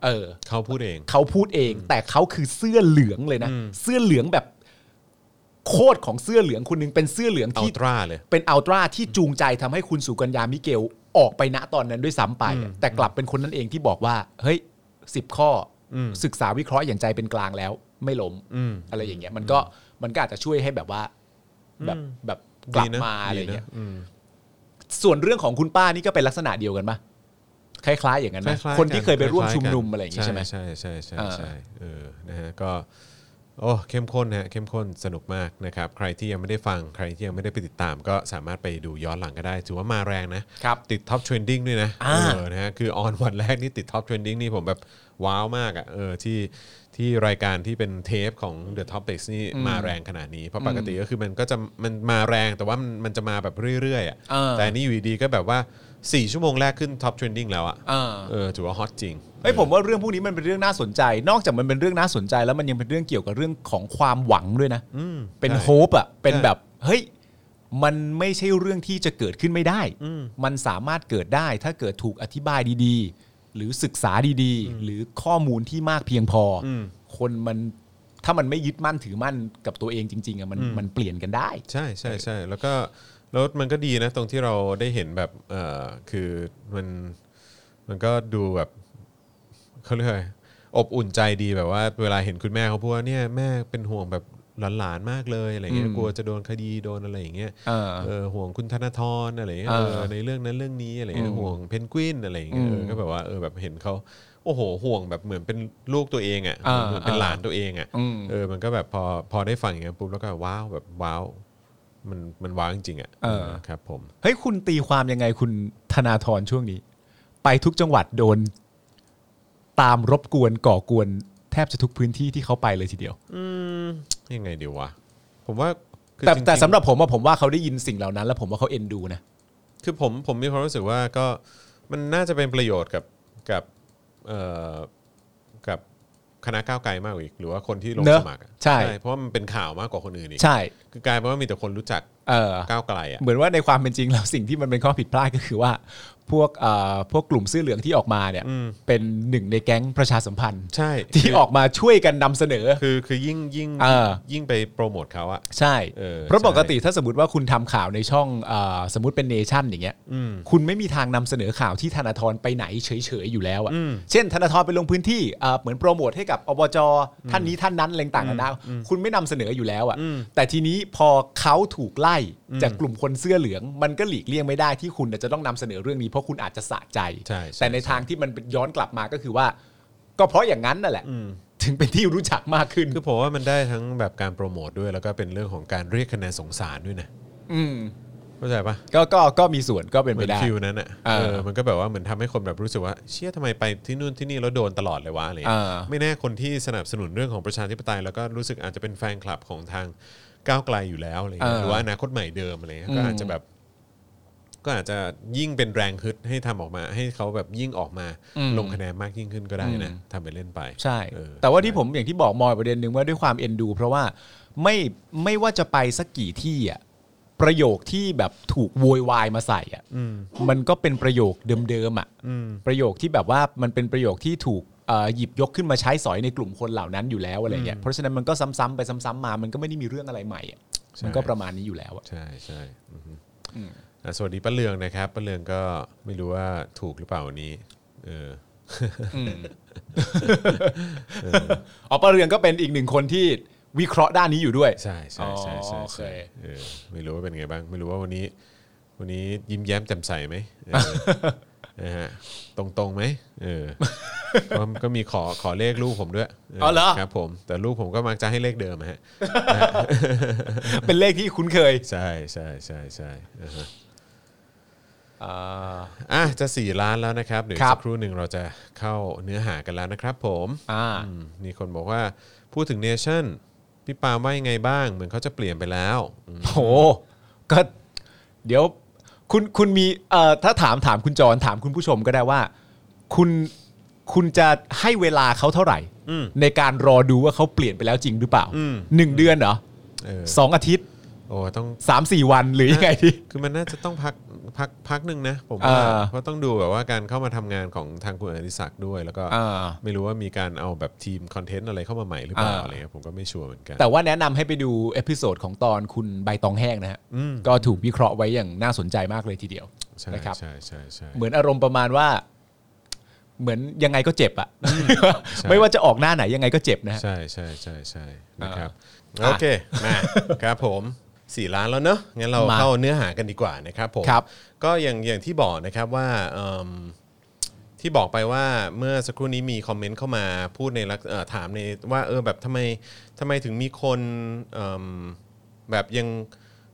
Speaker 3: เออ
Speaker 2: เขาพูดเอง
Speaker 3: เขาพูดเองแต่เขาคือเสื้อเหลืองเลยนะ เสื้อเหลืองแบบโคตรของเสื้อเหลืองคนหนึงเป็นเสื้อเหลือง
Speaker 2: อัล
Speaker 3: ที่
Speaker 2: ตร้าเลย
Speaker 3: เป็นอัลตร้าที่จูงใจทำให้คุณสุกัญญามิเกลออกไปณตอนนั้นด้วยซ้ำไปอะแต่กลับเป็นคนนั้นเองที่บอกว่า เฮ้ยสิบข้ออศึกษาวิเคราะห์อย่างใจเป็นกลางแล้ว ไม่ล้ม
Speaker 2: อืม
Speaker 3: อะไรอย่างเงี้ย มันก็มันก็อาจจะช่วยให้แบบว่า แบบแบบกลับมาอะไรเงี้ยส่วนเรื่องของคุณป้านี่ก็เป็นลักษณะเดียวกันปะคล้ายๆ อย่างนั้นไหม
Speaker 2: ล้ายๆ
Speaker 3: คนที่เคยไปร่วมชุมนุม
Speaker 2: กั
Speaker 3: อะไรอย่างงี้ใช่ไหม
Speaker 2: ใช่ใช่ใช่
Speaker 3: เออ
Speaker 2: ใช่เออนะฮะก็โอ้เข้มข้นนะฮะเข้มข้นสนุกมากนะครับ ใครที่ยังไม่ได้ฟังใครที่ยังไม่ได้ไปติดตาม ก็สามารถไปดูย้อนหลังก็ได้ ถือว่ามาแรงนะ
Speaker 3: ครับ
Speaker 2: ติดท็อปเทรนดิ้งด้วยนะ
Speaker 3: อ่า
Speaker 2: เออนะฮะคือออนวันแรกนี่ติดท็อปเทรนดิ้งนี่ผมแบบว้าวมากอ่ะเออที่ที่รายการที่เป็นเทปของ The Topics นี่มาแรงขนาดนี้ เพราะปกติก็คือมันก็จะมันมาแรงแต่ว่ามันมันจะมาแบบเรื่อยๆอ่ะ
Speaker 3: เออ
Speaker 2: แต่อันนี่อยู่ดีๆก็แบบว่า 4 ชั่วโมงแรกขึ้นท็อปเทรนดิ้งแล้วอ่ะ
Speaker 3: เออ
Speaker 2: เออถือว่าฮอตจริง
Speaker 3: เฮ้ยผมว่าเรื่องพวกนี้มันเป็นเรื่องน่าสนใจ นอกจากมันเป็นเรื่องน่าสนใจแล้วมันยังเป็นเรื่องเกี่ยวกับเรื่องของความหวังด้วยนะเป็น
Speaker 2: ใช่
Speaker 3: โฮปอ่ะเป็น
Speaker 2: ใช่
Speaker 3: แบบเฮ้ยมันไม่ใช่เรื่องที่จะเกิดขึ้นไม่ได้ มันสามารถเกิดได้ถ้าเกิดถูกอธิบายดีๆ หรือศึกษาดีๆ หรือข้อมูลที่มากเพียงพออคนมันถ้ามันไม่ยึดมั่นถือมั่นกับตัวเองจริงๆอ่ะมันมันเปลี่ยนกันได้
Speaker 2: ใช่ใช่ใช่แล้วก็แล้วมันก็ดีนะ ตรงที่เราได้เห็นแบบเออคือมันมันก็ดูแบบเขาเรียกอะไรอบอุ่นใจดีแบบว่า เวลาเห็นคุณแม่เขาพูดว่าเนี่ยแม่เป็นห่วงแบบหลานๆมากเลยอะไรเงี้ย
Speaker 3: อืม
Speaker 2: กลัวจะโดนคดีโดนอะไรอย่างเงี้ย
Speaker 3: เออ
Speaker 2: เออห่วงคุณธนาธรอะไรเงี้ย
Speaker 3: เออ
Speaker 2: เออในเรื่องนั้นเรื่องนี้อะไรเงี้ย
Speaker 3: อืม
Speaker 2: ห่วงเพนกวินอะไรเงี้ยเออ
Speaker 3: อืม
Speaker 2: ก็แบบว่าเออแบบเห็นเขาโอ้โหห่วงแบบเหมือนเป็นลูกตัวเองอ่ะ
Speaker 3: อ่า
Speaker 2: เหมือนเป็น
Speaker 3: อ่า
Speaker 2: หลานตัวเองอ่ะ
Speaker 3: อืม
Speaker 2: เออ มันก็แบบพอพอได้ฟังอย่างเงี้ยปุ๊บแล้วก็ว้าวแบบว้าว มันมันว้าวจริงๆอ่ะ
Speaker 3: เออ
Speaker 2: ครับผม
Speaker 3: เฮ้ยคุณตีความยังไงคุณธนาธรช่วงนี้ ไปทุกจังหวัดโดน ตามรบกวนก่อกวนแทบจะทุกพื้นที่ที่เขาไปเลยทีเดียว
Speaker 2: อืม ยังไงดีวะ ผมว่าคือ
Speaker 3: แต่
Speaker 2: จงๆ
Speaker 3: แต่สำหรับผมอะผมว่าเขาได้ยินสิ่งเหล่านั้น แล้วผมว่าเขาเอ็นดูนะ
Speaker 2: คือผมผมมีความรู้สึกว่าก็มันน่าจะเป็นประโยชน์กับกับเอ่อกับคณะก้าวไกลมากกว่าอีก หรือว่าคนที่ลง
Speaker 3: เนอะ
Speaker 2: สมัครอะ
Speaker 3: ใช่
Speaker 2: เพราะว่ามันเป็นข่าวมากกว่าคนอื่นอีก
Speaker 3: ใช่
Speaker 2: คือกลายเป็นว่ามีแต่คนรู้จัก
Speaker 3: เออ
Speaker 2: ก้าวไกลอ่ะ
Speaker 3: เหมือนว่าในความเป็นจริงแล้วสิ่ [laughs] งที่มันเป็นข้อผิดพลาดก็คือว่า พวกเอ่อพวกกลุ่มเสื้อเหลืองที่ออกมาเนี่ย
Speaker 2: อืม
Speaker 3: เป็นหนึ่งในแก๊งประชาสัมพันธ์
Speaker 2: ใช่
Speaker 3: ที่ออกมาช่วยกันนำเสนอ
Speaker 2: คือคือยิ่งยิ่ง
Speaker 3: เออ
Speaker 2: ยิ่งไปโปรโมทเขาอ่ะ
Speaker 3: ใช่
Speaker 2: เออ
Speaker 3: เพราะ
Speaker 2: ใช่
Speaker 3: ปกติถ้าสมมติว่าคุณทำข่าวในช่องเออสมมติเป็นเนชั่นอย่างเงี้ย
Speaker 2: อืม
Speaker 3: คุณไม่มีทางนำเสนอข่าวที่ธนาธรไปไหนเฉยๆอยู่แล้ว
Speaker 2: อืม
Speaker 3: อะ่ะ เช่นธนาธรไปลงพื้นที่เอ่อเหมือนโปรโมทให้กับอบจท่านนี้ท่านนั้นอะไรต่างๆนานาคุณไม่นำเสนออยู่แล้ว
Speaker 2: อืม
Speaker 3: อะ่ะ แต่ทีนี้พอเขาถูกไล่จากกลุ่มคนเสื้อเหลือง มันก็หลีกเลี่ยงไม่ได้ที่คุณจะต้องนำเสนอเรื่องนี้เพราะคุณอาจจะสะใจ
Speaker 2: ใช่ใช่
Speaker 3: แต่ในทางที่มันย้อนกลับมาก็คือว่า ก็เพราะอย่างนั้นนั่นแหละ
Speaker 2: อืม
Speaker 3: ถึงเป็นที่รู้จักมากขึ้น
Speaker 2: คือผมว่ามันได้ทั้งแบบการโปรโมทด้วย แล้วก็เป็นเรื่องของการเรียกคะแนนสงสารด้วยนะ
Speaker 3: อืม
Speaker 2: เข้าใจปะ
Speaker 3: ก็ก็ก็มีส่วนก็เป็น
Speaker 2: เห
Speaker 3: ไป
Speaker 2: มือน
Speaker 3: ได้
Speaker 2: ฟิวนั้นอ่ะ
Speaker 3: เออ
Speaker 2: เออมันก็แบบว่าเหมือนทำให้คนแบบรู้สึกว่าเชี่ยทำไมไปที่นู่นที่นี่แล้วโดนตลอดเลยวะอะไรเงี้ย
Speaker 3: เออ
Speaker 2: ไม่แน่คนที่สนับสนุนเรื่องของประชาธิปไตย แล้วก็รู้สึกอาจจะเป็นแฟนคลับของทางก้าวไกลอยู่แล้วอะไรเงี้ย
Speaker 3: เออ
Speaker 2: หรือว่าอนาคตใหม่เดิมอะไรเงี้ย
Speaker 3: อืม
Speaker 2: ก็อาจจะแบบก็อาจจะยิ่งเป็นแรงฮึดให้ทำออกมา ให้เขาแบบยิ่งออกมาลงคะแนนมากยิ่งขึ้นก็ได้นะทำไปเล่นไป
Speaker 3: ใช่
Speaker 2: เออ
Speaker 3: แต่ว่าที่ผมอย่างที่บอกมอยประเด็นหนึ่งว่าด้วยความเอ็นดู เพราะว่าไม่ไม่ว่าจะไปสักกี่ที่อ่ะประโยคที่แบบถูกโวยวายมาใส่อ่ะมันก็เป็นประโยคเดิมๆอ่ะประโยคที่แบบว่ามันเป็นประโยคที่ถูกเอ่อหยิบยกขึ้นมาใช้สอยในกลุ่มคนเหล่านั้นอยู่แล้วอะไรเงี้ยเพราะฉะนั้นมันก็ซ้ำๆไปซ้ำๆมา มันก็ไม่ได้มีเรื่องอะไรใหม่อ่ะ
Speaker 2: ใช่
Speaker 3: มันก็ประมาณนี้อยู่แล้วอ่ะ
Speaker 2: ใช่ใช่อือฮึอ่ะสวัสดีป้าเลืองนะครับป้าเลืองก็ไม่รู้ว่าถูกหรือเปล่าวันนี้เออ
Speaker 3: อ๋อปะเรืองก็เป็นอีกหนึ่งคนที่วิเคราะห์ด้านนี้อยู่ด้วย
Speaker 2: ใช่ใช่ใช่ใช่
Speaker 3: อ๋อโอเค
Speaker 2: ใช่เออไม่รู้ว่าเป็นไงบ้าง ไม่รู้ว่าวันนี้ วันนี้ยิ้มแย้มแจ่มใสไหมเออ
Speaker 3: [laughs]
Speaker 2: นะฮะตรงตรงๆไหมเออเพราะก็มีขอขอเลขลูกผมด้วย
Speaker 3: อ๋อเหรอ
Speaker 2: ครับผมแต่ลูกผมก็มักจะให้เลขเดิมอะฮะ
Speaker 3: เป็นเลขที่คุ้นเคย
Speaker 2: ใช่ใช่ใช่ใช่อ่าฮะ
Speaker 3: อ่า
Speaker 2: อ่ะจะ 4 ล้านแล้วนะครับเดี๋ยวอีก
Speaker 3: ครั
Speaker 2: สั
Speaker 3: บ
Speaker 2: กครู่หนึ่งเราจะเข้าเนื้อหากันแล้วนะครับผม
Speaker 3: อ่า
Speaker 2: อืมมีคนบอกว่าพูดถึงเนชั่นพี่ปาล์มว่ายังไงบ้าง เหมือนเขาจะเปลี่ยนไปแล้วอืม
Speaker 3: โหก็เดี๋ยวคุณคุณมีเอ่อถ้าถามถามคุณจรถามคุณผู้ชมก็ได้ว่า คุณคุณจะให้เวลาเขาเท่าไหร่
Speaker 2: อืม
Speaker 3: ในการรอดูว่าเขาเปลี่ยนไปแล้วจริงหรือเปล่า
Speaker 2: อืม
Speaker 3: หนึ่งเดือนเหรอ
Speaker 2: เออ
Speaker 3: สองอาทิตย์
Speaker 2: โอ้ต้อง
Speaker 3: สามสี่วันหรือยังไงดี
Speaker 2: คือมันน่าจะต้องพักพักพักหนึ่งนะผมว่า
Speaker 3: อ่า
Speaker 2: เพราะต้องดูแบบว่าการเข้ามาทำงานของทางคุณอดิศักดิ์ด้วย แล้วก็
Speaker 3: อ่า
Speaker 2: ไม่รู้ว่ามีการเอาแบบทีมคอนเทนต์อะไรเข้ามาใหม่หรือเปล่า
Speaker 3: อ่า
Speaker 2: อะไรเงี้ยผมก็ไม่ชัวร์เหมือนกัน
Speaker 3: แต่ว่าแนะนำให้ไปดูเอพิโซดของตอนคุณใบตองแห้งนะฮะ
Speaker 2: อืม
Speaker 3: ก็ถูกวิเคราะห์ไว้อย่างน่าสนใจมากเลยทีเดียว
Speaker 2: ใช่
Speaker 3: นะครับ
Speaker 2: ใช่ใช่ใช่
Speaker 3: เหมือนอารมณ์ประมาณว่า เหมือนยังไงก็เจ็บอะ [laughs] ไม่ว่าจะออกหน้าไหนยังไงก็เจ็บนะฮะ
Speaker 2: ใช่ใช่ใช่ใช่นะครับ
Speaker 3: อ่ะ
Speaker 2: โอเคมาครับผมสี่ล้านแล้วเนอะงั้นเรา
Speaker 3: มา
Speaker 2: เข้าเนื้อหากันดีกว่านะครับผม
Speaker 3: ครับ
Speaker 2: ก็อย่างอย่างที่บอกนะครับว่าเอิ่มที่บอกไปว่าเมื่อสักครู่นี้มีคอมเมนต์เข้ามาพูดในลักษเอ่อถามในว่าเออแบบทำไมทำไมถึงมีคนเอิ่มแบบยัง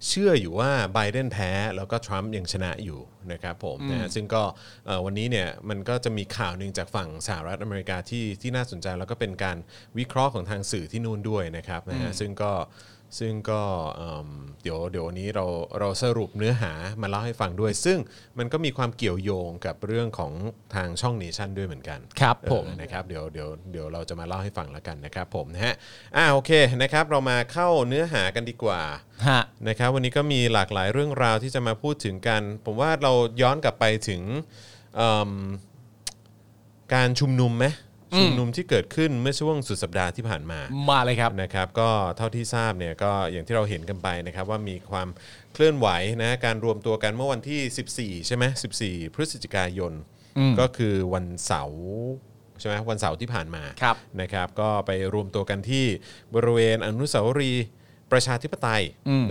Speaker 2: เชื่ออยู่ว่าไบเดนแพ้แล้วก็ทรัมป์ยังชนะอยู่นะครับผมนะฮะซึ่งก็เอ่อวันนี้เนี่ยมันก็จะมีข่าวหนึ่งจากฝั่งสหรัฐอเมริกาที่ที่น่าสนใจแล้วก็เป็นการวิเคราะห์ของทางสื่อที่นู่นด้วยนะครับนะฮะซึ่งก็ ซึ่งก็เอิ่มเดี๋ยวเดี๋ยววันนี้เราเราสรุปเนื้อหามาเล่าให้ฟังด้วย ซึ่งมันก็มีความเกี่ยวโยงกับเรื่องของทางช่องเนชั่นด้วยเหมือนกัน
Speaker 3: ครับผม
Speaker 2: เออนะครับเดี๋ยวเดี๋ยวเดี๋ยวเราจะมาเล่าให้ฟังแล้วกันนะครับผมนะฮะอ่าโอเคนะครับเรามาเข้าเนื้อหากันดีกว่า
Speaker 3: ฮะ
Speaker 2: นะครับวันนี้ก็มีหลากหลายเรื่องราวที่จะมาพูดถึงกัน ผมว่าเราย้อนกลับไปถึงเอิ่มการชุมนุมไหมชุมนุมที่เกิดขึ้นเมื่อช่วงสุดสัปดาห์ที่ผ่านมา
Speaker 3: มาเลยครับ
Speaker 2: นะครับก็เท่าที่ทราบเนี่ยก็อย่างที่เราเห็นกันไปนะครับว่ามีความเคลื่อนไหวนะการรวมตัวกันเมื่อวันที่ 14 ใช่ไหม14 พฤศจิกายน ก็คือวันเสาร์ใช่ไหมวันเสาร์ที่ผ่านมา
Speaker 3: ครับ
Speaker 2: นะครับก็ไปรวมตัวกันที่บริเวณอนุสาวรีย์ประชาธิปไตย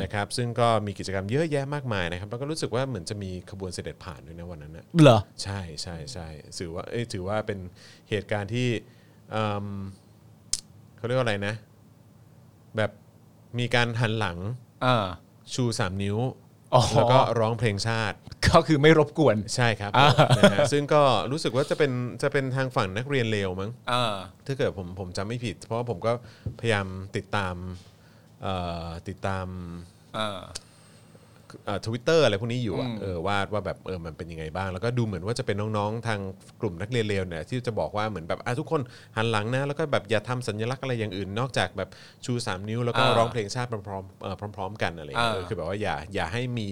Speaker 2: นะครับซึ่งก็มีกิจกรรมเยอะแยะมากมายนะครับแล้วก็รู้สึกว่าเหมือนจะมีขบวนเสด็จผ่านด้วยนะวันนั้นนะ
Speaker 3: เหรอ
Speaker 2: ใช่ใช่ใช่ถือว่าเอ้ยถือว่าเป็นเหตุการณ์ที่เอิ่มเขาเรียกว่าอะไรนะ แบบมีการหันหลัง
Speaker 3: อ่า
Speaker 2: ชูสามนิ้ว
Speaker 3: อ๋อ
Speaker 2: แล้วก็ร้องเพลงชาติ
Speaker 3: ก็คือไม่รบกวน
Speaker 2: ใช่ครับ
Speaker 3: อ่า
Speaker 2: นะฮะซึ่งก็รู้สึกว่าจะเป็นจะเป็นทางฝั่งนักเรียนเลวมั้ง
Speaker 3: อ่า
Speaker 2: ถ้าเกิดผมผมจำไม่ผิด เพราะว่าผมก็พยายามติดตามเอ่อติดตาม
Speaker 3: อ่า
Speaker 2: ทวิตเตอร์อะไรพวกนี้อยู่อะ
Speaker 3: อืม
Speaker 2: เออว่าว่าแบบเออมันเป็นยังไงบ้าง แล้วก็ดูเหมือนว่าจะเป็นน้องๆทางกลุ่มนักเรียนเลวเนี่ยที่จะบอกว่าเหมือนแบบอ่ะทุกคนหันหลังนะ แล้วก็แบบอย่าทำสัญลักษณ์อะไรอย่างอื่น นอกจากแบบชู 3 นิ้วแล้วก็
Speaker 3: อ่า
Speaker 2: ร้องเพลงชาติพร้อมๆเอ่อพร้อม ๆ กันอะไรอย่างเงี้ย
Speaker 3: อ่า
Speaker 2: เออคือแบบว่าอย่าอย่าให้มี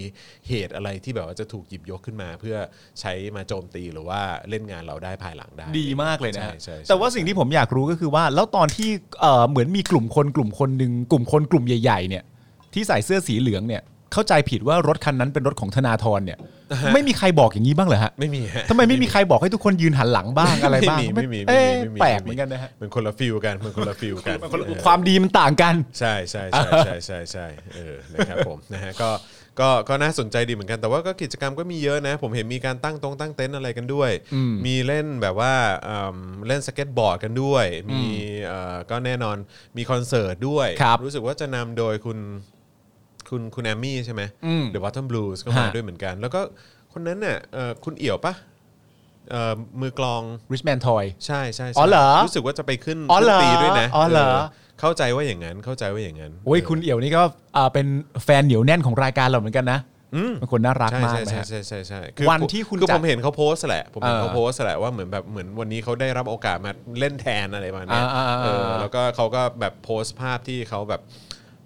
Speaker 2: เหตุอะไรที่แบบว่าจะถูกหยิบยกขึ้นมา เพื่อใช้มาโจมตีหรือว่าเล่นงานเราได้ภายหลังได้
Speaker 3: ดีมากเลยนะฮะ
Speaker 2: ใช่ใช่ใช่
Speaker 3: แต่ว่าสิ่งที่ผมอยากรู้ก็คือว่า แล้วตอนที่เอ่อเหมือนมีกลุ่มคนกลุ่มคนหนึ่งกลุ่มคนกลุ่มใหญ่ๆเนี่ย ที่ใส่เสื้อสีเหลืองเนี่ย เข้าใจผิดว่ารถคันนั้นเป็นรถของธนาธร
Speaker 2: [laughs]
Speaker 3: เนี่ย ไม่มีใครบอกอย่างนี้บ้างเหรอฮะ
Speaker 2: ไม่มีฮะ
Speaker 3: ทำไมไม่มีใครบอกให้ทุกคนยืนหันหลังบ้างอะไรบ้าง
Speaker 2: ไม่มีไม่
Speaker 3: เอ๊ะ
Speaker 2: มีไม่มี
Speaker 3: แปลกเหมือนกันนะฮะ
Speaker 2: มันคนละฟิลกันมันคนละฟิลกัน
Speaker 3: ความดีมันต่างกัน
Speaker 2: ใช่ใช่ใช่ใช่ใช่ใช่เออนะครับผม นะฮะก็ก็ก็น่าสนใจดีเหมือนกันแต่ว่าก็กิจกรรมก็มีเยอะนะ ผมเห็นมีการตั้งตรงตั้งเต็นท์อะไรกันด้วย มีเล่นแบบว่าเอิ่มเล่นสเก็ตบอร์ดกันด้วย มีเอ่อก็แน่นอนมีคอนเสิร์ตด้วย
Speaker 3: ครับ
Speaker 2: รู้สึกว่าจะนำโดยคุณคุณคุณแอมมี่ใช่ไหม
Speaker 3: อืม
Speaker 2: The Bottom Blues ก็มา
Speaker 3: ฮะ
Speaker 2: ด้วยเหมือนกัน แล้วก็คนนั้นเนี่ยเอ่อคุณเอี่ยวปะเอ่อมือกลอง
Speaker 3: ริชแมนทอย
Speaker 2: ใช่ใช่ใช่
Speaker 3: อ๋อเหรอ
Speaker 2: รู้สึกว่าจะไปขึ้น
Speaker 3: อ๋อเหรอ
Speaker 2: ขึ้นตีด้วยนะ
Speaker 3: อ๋อเหรอ
Speaker 2: เข้าใจว่าอย่างนั้นเข้าใจว่าอย่างนั้น
Speaker 3: โอ้ย
Speaker 2: เ
Speaker 3: คุณเอี่ยวนี่ก็อ่าเป็นแฟนเหนียวแน่นของรายการเราเหมือนกันนะเป็นคนน่ารัก
Speaker 2: ใช่
Speaker 3: มาก
Speaker 2: ใช่
Speaker 3: นะ
Speaker 2: ใช่
Speaker 3: ฮะ
Speaker 2: ใช่ใช่ใช่
Speaker 3: วันที่คุณ
Speaker 2: คือ
Speaker 3: จัด
Speaker 2: ผมเห็นเขาโพสต์แหละผมเห็น
Speaker 3: เออ
Speaker 2: เขาโพสต์แหละว่าเหมือนแบบเหมือนวันนี้เขาได้รับโอกาสมาเล่นแทนอะไรประมาณเนี้ย
Speaker 3: อ่าอ่าอ่า
Speaker 2: เออแล้วก็เขาก็แบบโพสต์ภาพที่เขาแบบ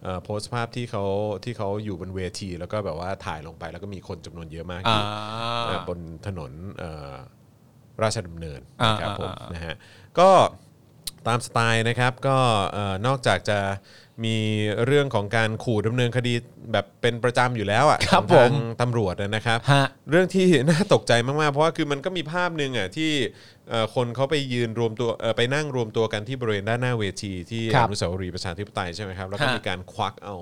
Speaker 2: เอ่อโพสต์ภาพที่เขาที่เขาอยู่บนเวที แล้วก็แบบว่าถ่ายลงไปแล้วก็มีคนจำนวนเยอะมากอยู่
Speaker 3: อ่า
Speaker 2: เอ่อบนถนนเอ่อราชดำเนินนะครับ
Speaker 3: อ่า
Speaker 2: ผม
Speaker 3: อ่าอ่าน
Speaker 2: นะฮะก็ตามสไตล์นะครับก็เอ่อนอกจากจะมีเรื่องของการขู่ดำเนินคดีแบบเป็นประจำอยู่แล้วอ่ะ
Speaker 3: ครับ
Speaker 2: ของทาง
Speaker 3: ผม
Speaker 2: ตำรวจนะครับ
Speaker 3: ฮะ
Speaker 2: เรื่อง [laughs] ที่น่าตกใจมากๆ เพราะว่าคือมันก็มีภาพหนึ่งอ่ะที่เอ่อคนเขาไปยืนรวมตัวเอ่อไปนั่งรวมตัวกันที่บริเวณด้านหน้าเวทีที่
Speaker 3: ครั
Speaker 2: อบ นุสาวรีย์ประชาธิปไตยใช่ไหมครับ แล้วก็
Speaker 3: ฮะ
Speaker 2: มีการควักเอา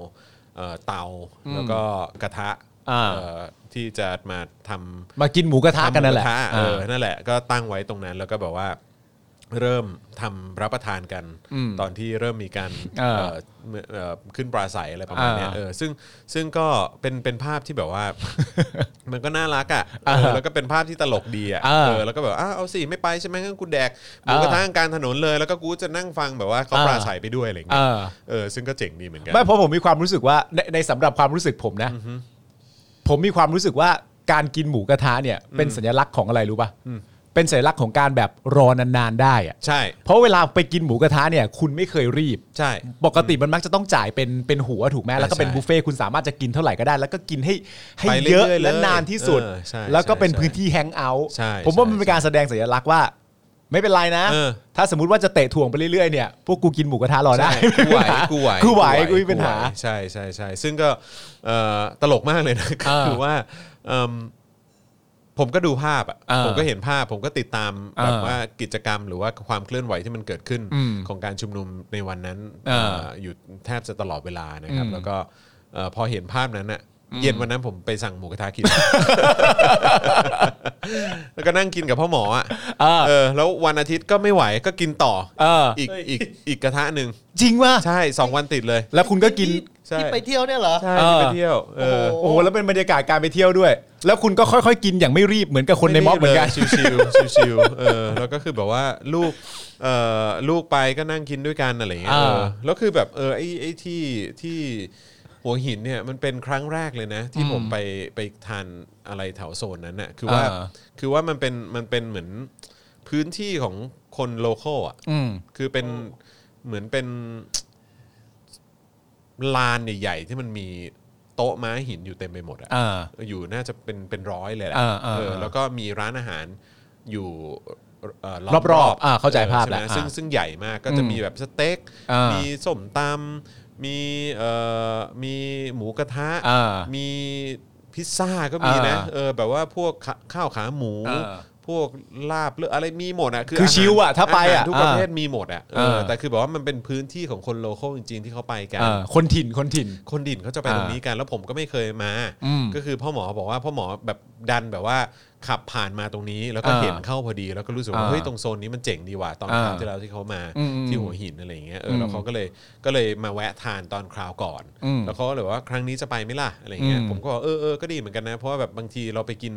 Speaker 2: เอ่อเตาแล้วก็กระทะ
Speaker 3: อ่า
Speaker 2: เอ่อที่จะมาทำ
Speaker 3: มากินหมูกระทะกันนั่นแหละ
Speaker 2: ทำมูกรทเออ
Speaker 3: อ่า
Speaker 2: นั่นแหละก็ตั้งไว้ตรงนั้นแล้วก็แบบว่าเริ่มทำรับประทานกัน ตอนที่เริ่มมีการ
Speaker 3: เออ
Speaker 2: เอ่อเมื่อเอ่อขึ้นปราศัยอะไรประมาณเนี้ย
Speaker 3: อ่า
Speaker 2: เออซึ่งซึ่งก็เป็นเป็นภาพที่แบบ
Speaker 3: [laughs]
Speaker 2: ว่า มันก็น่ารักอ่ะเออ
Speaker 3: เออ
Speaker 2: แล้วก็เป็นภาพที่ตลกดีอ่ะ
Speaker 3: เออ
Speaker 2: เออแล้วก็แบบอ้าวเอาสิไม่ไปใช่ไหมงั้นกูแดกหมูกระทะกลางถนนเลย แล้วก็กูจะนั่งฟังแบบว่าเขา
Speaker 3: เออ
Speaker 2: ปราศัยไปด้วยอะไรอย่าง
Speaker 3: เอ
Speaker 2: เงี้ย
Speaker 3: อ
Speaker 2: เออซึ่งก็เจ๋งดีเหมือนกัน
Speaker 3: ไม่เพราะผมมีความรู้สึกว่าในในสำหรับความรู้สึกผมนะ ผมมีความรู้สึกว่าการกินหมูกระทะเนี่ยเป็นสัญลักษณ์ของอะไรรู้ป่ะ เป็นสัญลักษณ์ของการแบบรอนานๆได้อะ
Speaker 2: ใช่
Speaker 3: เพราะเวลาไปกินหมูกระทะเนี่ย คุณไม่เคยรีบ
Speaker 2: ใช่
Speaker 3: ปกติมันมักจะต้องจ่ายเป็นเป็นหัวถูกไหมแล้วก็เป็น
Speaker 2: ใช่
Speaker 3: บุฟเฟ่ต์คุณสามารถจะกินเท่าไหร่ก็ได้ แล้วก็กินให้ให้
Speaker 2: ไปเรื่อยๆ
Speaker 3: เยอะ
Speaker 2: เลย
Speaker 3: และนานที่สุด
Speaker 2: เออใช่
Speaker 3: แล้วก็เป็น
Speaker 2: ใช่
Speaker 3: พื้นที่แฮงเอาท์
Speaker 2: ใช่
Speaker 3: ผมว่ามันเป็นการแสดงสัญลักษณ์ว่า ไม่เป็นไรนะ
Speaker 2: เออ
Speaker 3: ถ้าสมมติว่าจะเตะถ่วงไปเรื่อยๆเนี่ยพวกกูกินหมูกระทะรอได้
Speaker 2: ใช่กูไหวกูไหว
Speaker 3: กูไหวกูไม่มีปัญหา
Speaker 2: กูไหวใช่ใช่ใช่ซึ่งก็เอ่อตลกมากเลยนะ
Speaker 3: เออ
Speaker 2: คือว่าเอิ่มผมก็ดูภาพอะ
Speaker 3: เออ
Speaker 2: ผมก็เห็นภาพ ผมก็ติดตาม
Speaker 3: เออ
Speaker 2: แบบว่ากิจกรรมหรือว่าความเคลื่อนไหวที่มันเกิดขึ้น
Speaker 3: อืม
Speaker 2: ของการชุมนุมในวันนั้น
Speaker 3: เออ
Speaker 2: เอ่ออยู่แทบจะตลอดเวลานะครับ
Speaker 3: อืม
Speaker 2: แล้วก็เอ่อพอเห็นภาพนั้นอะเย็นวันนั้นผมไปสั่งหมูกระ
Speaker 3: [laughs]
Speaker 2: ทะกิน แล้วก็นั่งกินกับพ่อหมออะ
Speaker 3: เออ
Speaker 2: เออ แล้ววันอาทิตย์ก็ไม่ไหวก็กินต่อ
Speaker 3: เออ
Speaker 2: อีกอีกอีกกระทะหนึ่ง
Speaker 3: จริงว่า
Speaker 2: ใช่สองวันติดเลย
Speaker 3: แล้วคุณก็กิน
Speaker 2: ใช่
Speaker 4: ที่ไปเที่ยวเนี่ยเหรอ
Speaker 2: ใช่
Speaker 3: เออ
Speaker 2: ไปเที่ยวเออ
Speaker 4: โอ้โห
Speaker 3: โอ้โหแล้วเป็นบรรยากาศการไปเที่ยวด้วย แล้วคุณก็ค่อยๆกินอย่างไม่รีบเหมือนกับคนในม็อบเหมือนกัน
Speaker 2: ไรีบลยชิวๆชิวๆเออแล้วก็คือแบบว่าลูกเอ่อลูกไปก็นั่งกินด้วยกันอะไรอย่างเงี้ย
Speaker 3: อ่า
Speaker 2: เออแล้วคือแบบเออไอ้ไอ้ที่ที่หัวหินเนี่ยมันเป็นครั้งแรกเลยนะ ที่
Speaker 3: อืม
Speaker 2: ผมไปไปทานอะไรแถวโซนนั้นน่ะคือว่า
Speaker 3: อ่า
Speaker 2: คือว่ามันเป็นมันเป็นเหมือนพื้นที่ของคนโลโก้อ่ะ
Speaker 3: อืม
Speaker 2: คือเป็นเหมือนเป็นลานใหญ่ๆที่มันมีโต๊ะม้าหินอยู่เต็มไปหมดอะ
Speaker 3: อ่า
Speaker 2: อยู่น่าจะเป็นเป็นร้อยเลยแหละ
Speaker 3: อ่าอ่า
Speaker 2: เออแล้วก็มีร้านอาหารอยู่เอ่ม
Speaker 3: รอบๆอ่าเข้าใจภาพ
Speaker 2: ช่ไหม
Speaker 3: แล้วอ่า
Speaker 2: ซึ่งซึ่งใหญ่มากก็จะ
Speaker 3: อืม
Speaker 2: มีแบบสเต็ก
Speaker 3: อ่ามี
Speaker 2: มีส้มตำมีเอ่อมีหมูกระทะ
Speaker 3: อ่า
Speaker 2: มี
Speaker 3: มี
Speaker 2: พิซซ่าก็มีนะ
Speaker 3: อ่า
Speaker 2: เออแบบว่าพวกข้าข้าวขาหมู
Speaker 3: อ่า
Speaker 2: พวกลาบเลือดอะไรมีหมดอะคือ
Speaker 3: คือ
Speaker 2: อาหาร
Speaker 3: ชิลอะถ้าไปอะ
Speaker 2: หรทุกประ
Speaker 3: อ่า
Speaker 2: เภท มีหมดอ่ะเออ
Speaker 3: เออ
Speaker 2: แต่คือแบบว่ามันเป็นพื้นที่ของคนโลโก้จริงๆที่เขาไปกัน
Speaker 3: เออคนถิ่นคนถิ่น
Speaker 2: คนดินเขาจะไป
Speaker 3: อ่า
Speaker 2: ตรงนี้กันแล้วผมก็ไม่เคยมา
Speaker 3: อืม
Speaker 2: ก็คือพ่อหมอบอกว่าพ่อหมอแบบดันแบบว่าขับผ่านมาตรงนี้ แล้วก็
Speaker 3: อ่า
Speaker 2: เห็นเข้าพอดีแล้วก็รู้สึกว่า
Speaker 3: อ่า
Speaker 2: เฮ้ยตรงโซนนี้มันเจ๋งดีว่ะตอน
Speaker 3: อ่า
Speaker 2: คราวที่แล้วที่เขามา
Speaker 3: อืมอืม
Speaker 2: ที่หัวหินอะไรอย่างเงี้ยเออ
Speaker 3: ม
Speaker 2: แล้วเขาก็เลยก็เลยมาแวะทานตอนคราวก่อน
Speaker 3: อืม
Speaker 2: แล้วเขาก็เลยบอกว่าครั้งนี้จะไปไหมล่ะอะไรเงี้ย
Speaker 3: อืม
Speaker 2: ผมก็บอกเออเออก็ดีเหมือนกันนะเพราะว่าแบบบางทีเราไปกิน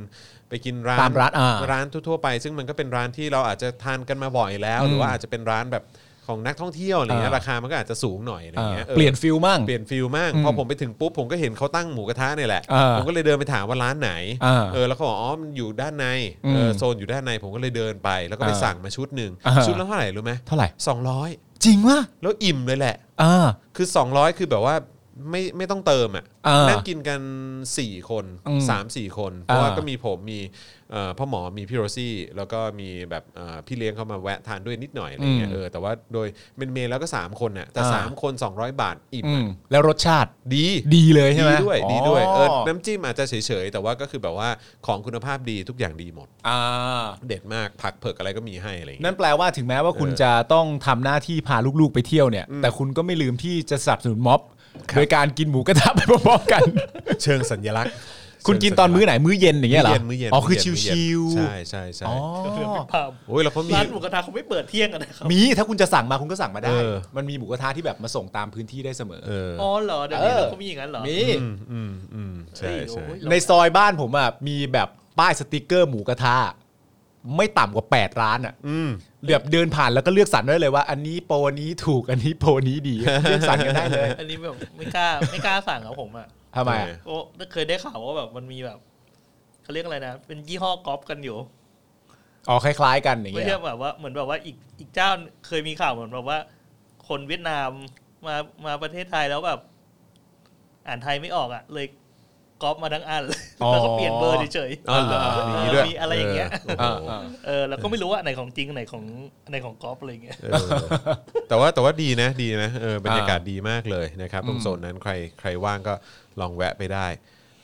Speaker 2: ไปกินร้าน
Speaker 3: ตามร้านอ่า
Speaker 2: ร้านทั่วๆไป ซึ่งมันก็เป็นร้านที่เราอาจจะทานกันมาบ่อยแล้ว หรือว่าอาจจะเป็นร้านแบบของนักท่องเที่ยวอะไรเงี้ย
Speaker 3: อ่า
Speaker 2: ราคามันก็อาจจะสูงหน่อยอะไรเงี้ยอ
Speaker 3: เออ
Speaker 2: อ
Speaker 3: เปลี่ยนฟิลมั่ง
Speaker 2: เปลี่ยนฟิลมาก
Speaker 3: อืม
Speaker 2: พอผมไปถึงปุ๊บผมก็เห็นเขาตั้งหมูกระทะเนี่ยแหละ
Speaker 3: อ่า
Speaker 2: ผมก็เลยเดินไปถามว่าร้านไหน
Speaker 3: อ่า
Speaker 2: เออแล้วเขาบอกอ๋อมันอยู่ด้านใน
Speaker 3: อืม
Speaker 2: เออโซนอยู่ด้านในผมก็เลยเดินไปแล้วก็ไป
Speaker 3: อ่า
Speaker 2: สั่งมาชุดหนึ่ง
Speaker 3: อ่า
Speaker 2: ชุดละเท่าไหร่รู้ไหม
Speaker 3: เท่าไหร่
Speaker 2: สองร้อย
Speaker 3: จริงวะ
Speaker 2: แล้วอิ่มเลยแหละ
Speaker 3: อ่า
Speaker 2: คือ 200 คือแบบว่าไม่ไม่ต้องเติมอ่ะ
Speaker 3: อ่านั่
Speaker 2: นั่งกินกัน 4 คน
Speaker 3: อืม
Speaker 2: 3 4 คน เพราะ
Speaker 3: อ่า
Speaker 2: ว่าก็มีผมมีเอ่อพ่อหมอมีพี่โรซี่ แล้วก็มีแบบเอ่อพี่เลี้ยงเข้ามาแวะทานด้วยนิดหน่อยอะไรเงี้ย
Speaker 3: อืม
Speaker 2: เออแต่ว่าโดยเมนเมนแล้วก็ 3 คนน่ะแต่
Speaker 3: อ่า
Speaker 2: 3 คน 200 บาทอิ่ม
Speaker 3: อื
Speaker 2: อะ
Speaker 3: มแล้วรสชาติ
Speaker 2: ดี
Speaker 3: ดีเลยใช่ไหม
Speaker 2: ดีด้วยดีด้วยเออ
Speaker 3: อ
Speaker 2: น้ำจิ้มอาจจะเฉยๆ แต่ว่าก็คือแบบว่าของคุณภาพดีทุกอย่างดีหมด
Speaker 3: อ่า
Speaker 2: เด็ดมากผักเผือกอะไรก็มีให้อะไรอย่าง
Speaker 3: นั่
Speaker 2: เงี้ย
Speaker 3: นแปลว่าถึงแม้ว่าคุณ
Speaker 2: เออ
Speaker 3: จะต้องทำหน้าที่พาลูกๆไปเที่ยวเนี่ย แต่คุณก็ไม่ลืมที่จะสนับสนุนม็อบ โดยการกินหมูกระทะไปพร้อมๆกัน
Speaker 2: เชิงสัญลักษณ์
Speaker 3: คุณกินตอนมื้อไหนมื้อเย็นอย่างเงี้ยเหรอ
Speaker 2: มื้อเย็น
Speaker 3: อ๋อคือ
Speaker 2: มื้เย็น
Speaker 3: ชิว
Speaker 2: ใช่ใช่
Speaker 3: ๆ
Speaker 2: ใช่
Speaker 3: อ๋อ
Speaker 4: เรือพิพาม
Speaker 2: โอ้ยแล้วเขามี
Speaker 4: ร้านหมูกระทะเขาไม่เปิดเที่ยงกันนะครับ
Speaker 3: มีถ้าคุณจะสั่งมาคุณก็สั่งมาได้
Speaker 2: เออ
Speaker 3: มันมีหมูกระทะที่แบบมาส่งตามพื้นที่ได้เสมอ
Speaker 2: เออ
Speaker 4: อ๋อเหรอเดี๋ยวนี้
Speaker 3: เออ
Speaker 4: เราก็มีอย่างนั้นเหรอ
Speaker 3: มี
Speaker 2: อืมอืมอืมใช่ใช่
Speaker 4: เฮ้ยโอ้ย
Speaker 3: ในซอยบ้านผมอ่ะมีแบบป้ายสติกเกอร์หมูกระทะไม่ต่ำกว่า 8 ร้านอ่ะ
Speaker 2: อืม
Speaker 3: แบบเดินผ่านแล้วก็เลือกสรรได้เลยว่า อันนี้โปรนี้ถูกอันนี้โปรนี้ดี
Speaker 2: [laughs]
Speaker 3: เลือกสรรกันได้เลย
Speaker 4: อันนี้แบบไม่กล้า [laughs] ไม่กล้าสั่งครับผมอ่ะ
Speaker 3: ทำไมอะ
Speaker 4: โอ้เคยได้ข่าวว่าแบบมันมีแบบเขาเรียกอะไรนะ เป็นยี่ห้อกอล์ฟกันอยู่
Speaker 3: อ๋อคล้ายๆกันอย่าง
Speaker 4: ไม่
Speaker 3: เงี้ย
Speaker 4: ใช่แบบว่าเหมือนแบบว่าอีกอีกเจ้าเคยมีข่าวเหมือนแบบว่า คนเวียดนามมามาประเทศไทยแล้วแบบ อ่านไทยไม่ออกอ่ะ เลยก๊อปมาทั้งอัน [laughs] เลย
Speaker 3: อ๋อ
Speaker 4: แล้วก็เปลี่ยนเบอร์เฉยๆ
Speaker 2: อ๋อเหรอมีอย่างงี้ด้วย
Speaker 4: มีอะไรอย่างเงี้ย
Speaker 2: โอ้โห
Speaker 3: อ่า
Speaker 4: เออแล้วก็ไม่รู้ว่าอันไหนของจริงอันไหนของอันไหนของก๊อปอะไรอย่างเงี้ย
Speaker 2: เออแต่ว่าแต่ว่าดีนะดีนะเออบรรยากาศดีมากเลยนะครับตรงโซนนั้นใครใครว่างก็ลองแวะไปได้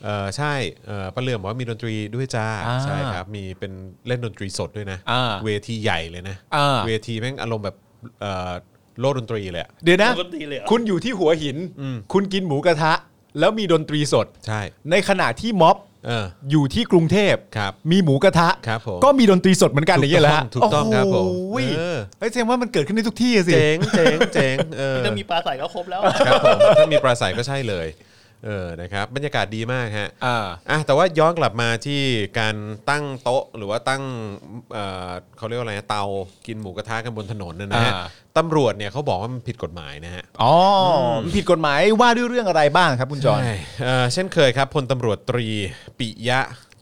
Speaker 2: เออใช่เออป้าเหลื่อมบอกว่ามีดนตรีด้วยจ้า
Speaker 3: อ่า
Speaker 2: ใช่ครับมีเป็นเล่นดนตรีสดด้วยนะ
Speaker 3: อ่า
Speaker 2: เวทีใหญ่เลยนะ
Speaker 3: อ่า
Speaker 2: เวทีแม่งอารมณ์แบบเออโลกดนตรีเลยอะ
Speaker 3: เดี๋ยวนะ
Speaker 4: ปกติเลยเหรอ
Speaker 3: คุณอยู่ที่หัวหิน คุณกินหมูกระทะ แล้วมีดนตรีสด
Speaker 2: ใช่
Speaker 3: ในขณะที่ม็อบ
Speaker 2: เออ
Speaker 3: อยู่ที่กรุงเทพ
Speaker 2: ครับ
Speaker 3: มีหมูกระทะ
Speaker 2: ครับผม
Speaker 3: ก็มีดนตรีสดเหมือนกันอย่างเงี้ยแหละ
Speaker 2: ถูกต้องครับผมเออ
Speaker 3: ไอ้ยแสดงว่ามันเกิดขึ้นได้ทุกที่อะสิ
Speaker 2: เจ๋งเจ๋งเจ๋งเออ
Speaker 4: จะมีปลาใสก็ครบแล้วอะ
Speaker 2: ครับผมถ้ามีปราศัยก็ใช่เลย เออนะครับบรรยากาศดีมากฮะ
Speaker 3: อ่า
Speaker 2: อ่ะแต่ว่าย้อนกลับมาที่การตั้งโต๊ะหรือว่าตั้งเอ่อเขาเรียกว่าอะไรนะเตากินหมูกระทะกันบนถนนเนยนะฮะ
Speaker 3: อ่า
Speaker 2: ตำรวจเนี่ยเขาบอกว่ามันผิดกฎหมายนะฮะ
Speaker 3: อ๋อมันผิดกฎหมายว่าด้วยเรื่องอะไรบ้างครับคุณจอน
Speaker 2: ใช่เอ่อเช่นเคยครับพลตำรวจตรีปิยะ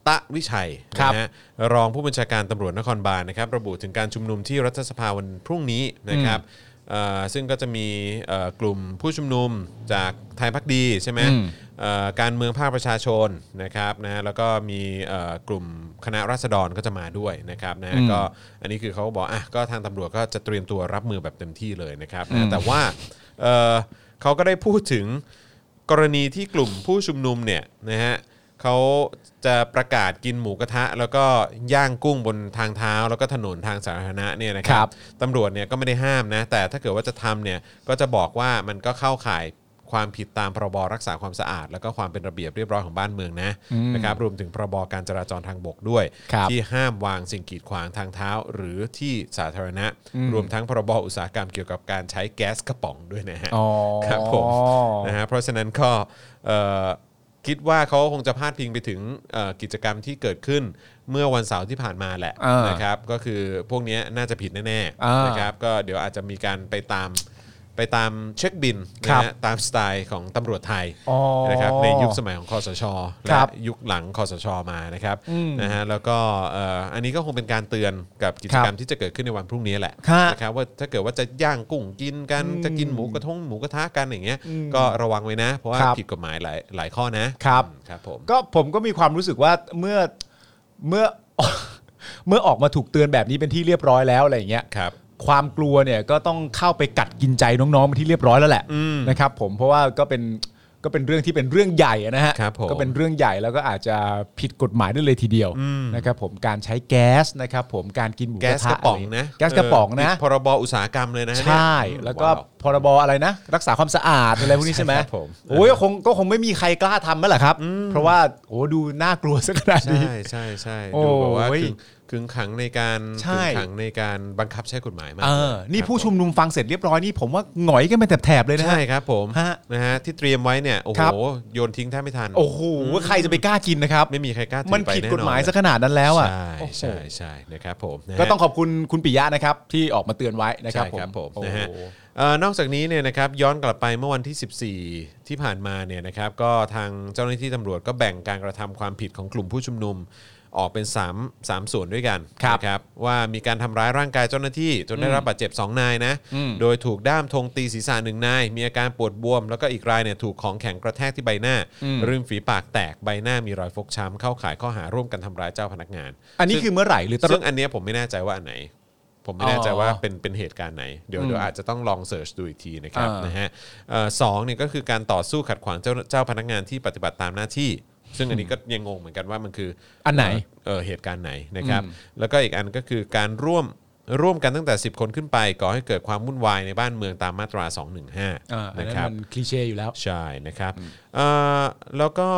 Speaker 2: ตะวิชัย
Speaker 3: ครับ
Speaker 2: นะฮะรองผู้บัญชาการตำรวจนครบาลนะครับ ระบุถึงการชุมนุมที่รัฐสภาวันพรุ่งนี้นะครับเอ่อซึ่งก็จะมีเอ่อกลุ่มผู้ชุมนุมจากไทยพักดีใช่ไหม
Speaker 3: อืม
Speaker 2: เอ่อการเมืองภาคประชาชนนะครับนะฮะแล้วก็มีเอ่อกลุ่มคณะราษฎรก็จะมาด้วยนะครับนะฮะก็อันนี้คือเขาบอกอ่ะก็ทางตำรวจก็จะเตรียมตัวรับมือแบบเต็มที่เลยนะครับนะแต่ว่าเอ่อเขาก็ได้พูดถึง กรณีที่กลุ่มผู้ชุมนุมเนี่ยนะฮะเขาจะประกาศกินหมูกระทะ แล้วก็ย่างกุ้งบนทางเท้า แล้วก็ถนนทางสาธารณะเนี่ยนะค
Speaker 3: ครั
Speaker 2: รับบ ตำรวจเนี่ยก็ไม่ได้ห้ามนะแต่ถ้าเกิดว่าจะทำเนี่ยก็จะบอกว่ามันก็เข้าข่ายความผิดตามพรบรักษาความสะอาด แล้วก็ความเป็นระเบียบเรียบร้อยของบ้านเมืองนะนะครับรวมถึงพรบการจราจรทางบกด้วย
Speaker 3: ครับ
Speaker 2: ที่ห้ามวางสิ่งกีดขวางทางเท้า หรือที่สาธารณะ รวมทั้งพรบอุตสาหกรรมเกี่ยวกับการใช้แก๊สกระป๋องด้วยนะฮะ
Speaker 3: อ๋อ
Speaker 2: ครับผมนะฮะเพราะฉะนั้นก็เอ่อคิดว่าเขาคงจะพาดพิงไปถึงเอ่อกิจกรรมที่เกิดขึ้นเมื่อวันเสาร์ที่ผ่านมาแหละ
Speaker 3: อ่าน
Speaker 2: นะครับก็คือพวกเนี้ยน่าจะผิดแน่
Speaker 3: อ่า
Speaker 2: ๆ
Speaker 3: น
Speaker 2: นะครับก็เดี๋ยวอาจจะมีการไปตามไปตามเช็คบิน
Speaker 3: ค
Speaker 2: นะ
Speaker 3: รับ
Speaker 2: ฮะตามสไตล์ของตำรวจไทย
Speaker 3: อ๋อ
Speaker 2: นะครับในยุคสมัยของคอสชและ
Speaker 3: ครับ
Speaker 2: ยุคหลังคอสชมานะครับ
Speaker 3: อืม
Speaker 2: นะฮะแล้วก็เอ่ออันนี้ก็คงเป็นการเตือนกับกิจกรรมที่จะเกิดขึ้นในวันพรุ่งนี้แหละ
Speaker 3: ครับ
Speaker 2: นะครับว่าถ้าเกิดว่าจะย่างกุ้งกินกันจะกินหมูกระทงหมูกระทะกันอย่างเงี้ยก็ระวังไว้นะ เพราะว่า
Speaker 3: ครับ
Speaker 2: ผิดกฎหมายหลายหลายข้อนะครับ อืมครับผม
Speaker 3: ก็ผมก็มีความรู้สึกว่าเมื่อเมื่อ [laughs] เมื่อออกมาถูกเตือนแบบนี้เป็นที่เรียบร้อยแล้วอะไรอย่างเงี้ย
Speaker 2: ครับ
Speaker 3: ความกลัวเนี่ยก็ต้องเข้าไปกัดกินใจน้องๆไปนที่เรียบร้อยแล้วแหละ
Speaker 2: อืม
Speaker 3: นะครับผมเพราะว่าก็เป็นก็เป็นเรื่องที่เป็นเรื่องใหญ่นะฮะ
Speaker 2: ครับผม
Speaker 3: ก็เป็นเรื่องใหญ่แล้วก็อาจจะผิดกฎหมายได้เลยทีเดียวนะครับผมการใช้แก๊สนะครับผมการกินหมู
Speaker 2: แก๊
Speaker 3: ร
Speaker 2: สกระป๋อง
Speaker 3: ไ
Speaker 2: นะ
Speaker 3: แก๊สกระป๋องนะ
Speaker 2: ผิดพรบอุตสาหกรรมเลยนะฮะ
Speaker 3: ใช่
Speaker 2: เนี่ย
Speaker 3: แล้วก็
Speaker 2: ว้า
Speaker 3: พรบอะไรนะ รักษาความสะอาดอะไรพวกนี้ใช่ไหม
Speaker 2: ใช่ครับผม
Speaker 3: โอ้ยก็คงก็คงไม่มีใครกล้าทำแล้วแหละครับ เพราะว่าโอ้ดูน่ากลัวซะขนาด
Speaker 2: ใช่
Speaker 3: นี้
Speaker 2: ใช่ใช่
Speaker 3: โอ้ย
Speaker 2: ดูแบบว่าขึงขึงขังในการ
Speaker 3: ใช่
Speaker 2: ขึงขังในการบังคับใช้กฎหมายมาก
Speaker 3: เออ
Speaker 2: เลย
Speaker 3: นี่
Speaker 2: ครับ
Speaker 3: ผู้
Speaker 2: ผม
Speaker 3: ชุมนุมฟังเสร็จเรียบร้อยนี่ผมว่าหงอยกันเป็นแถบๆเลยนะฮะ
Speaker 2: ใช่ครับผม
Speaker 3: ฮะ
Speaker 2: นะฮะที่เตรียมไว้เนี่ยโอ้โห
Speaker 3: ครับ
Speaker 2: โยนทิ้งแทบไม่ทัน
Speaker 3: โอ้โหใครจะไปกล้ากินนะครับ
Speaker 2: ไม่มีใครกล้าถือ
Speaker 3: มัน
Speaker 2: ไป
Speaker 3: ผิด
Speaker 2: แน่นอน
Speaker 3: กฎหมายซะขนาดนั้นแล้วอ่ะ
Speaker 2: ใช่
Speaker 3: โอ้โห
Speaker 2: ใช่ใช่นะครับผมนะฮะ
Speaker 3: ก็ต้องขอบคุณคุณปิยะนะครับ ที่ออกมาเตือนไว้นะครับ
Speaker 2: ใช่ครับผม
Speaker 3: โอ้
Speaker 2: นะ
Speaker 3: โห
Speaker 2: ฮะเอ่อนอกจากนี้เนี่ยนะครับย้อนกลับไปเมื่อวันที่ 14 ที่ผ่านมาเนี่ยนะครับก็ทางเจ้าหน้าที่ตำรวจก็แบ่งการกระทำความผิดของกลุ่มผู้ชุมนุมออกเป็น3 3ส่วนด้วยกัน
Speaker 3: ครับ
Speaker 2: นะครับว่ามีการทำร้ายร่างกายเจ้าหน้าที่ จนได้รับบาดเจ็บ 2 นายนะโดยถูกด้ามธงตีศีรษะหนึ่งนาย มีอาการปวดบวม แล้วก็อีกรายเนี่ยถูกของแข็งกระแทกที่ใบหน้าริมฝีปากแตกใบหน้ามีรอยฟกช้ำเข้าข่ายข้อหาร่วมกันทำร้ายเจ้าพนักงาน
Speaker 3: อันนี้คือเมื่อไหร่หรือตล
Speaker 2: ซึ่
Speaker 3: อด
Speaker 2: งอันเนี้ยผมไม่แน่ใจว่าอันไหน ผมไม่
Speaker 3: อ๋อ
Speaker 2: แน่ใจว่าเป็นเป็นเหตุการณ์ไหน เดี๋ยวเดี๋ยวอาจจะต้องลองเสิร์ชดูอีกทีนะครับ
Speaker 3: อ่าน
Speaker 2: นะฮะเอ่อสองเนี่ยก็คือการต่อสู้ขัดขวางเจ้าเจ้าพนักงานที่ปฏิบัติตามหน้าที่ ซึ่งอันนี้ก็ยังงงเหมือนกันว่ามันคืออั
Speaker 3: นไหน
Speaker 2: เออเหตุการณ์ไหนนะครับ แล้วก็อีกอันก็คือการร่วมร่วมกันตั้งแต่ 10 คนขึ้นไปก่อให้เกิดความวุ่นวายในบ้านเมืองตามมาตรา215
Speaker 3: อ่าอัน
Speaker 2: นะ
Speaker 3: นั้น
Speaker 2: ครับ
Speaker 3: มันคลีเช่อยู่แล้ว
Speaker 2: ใช่นะครับเอ่อแล้วก็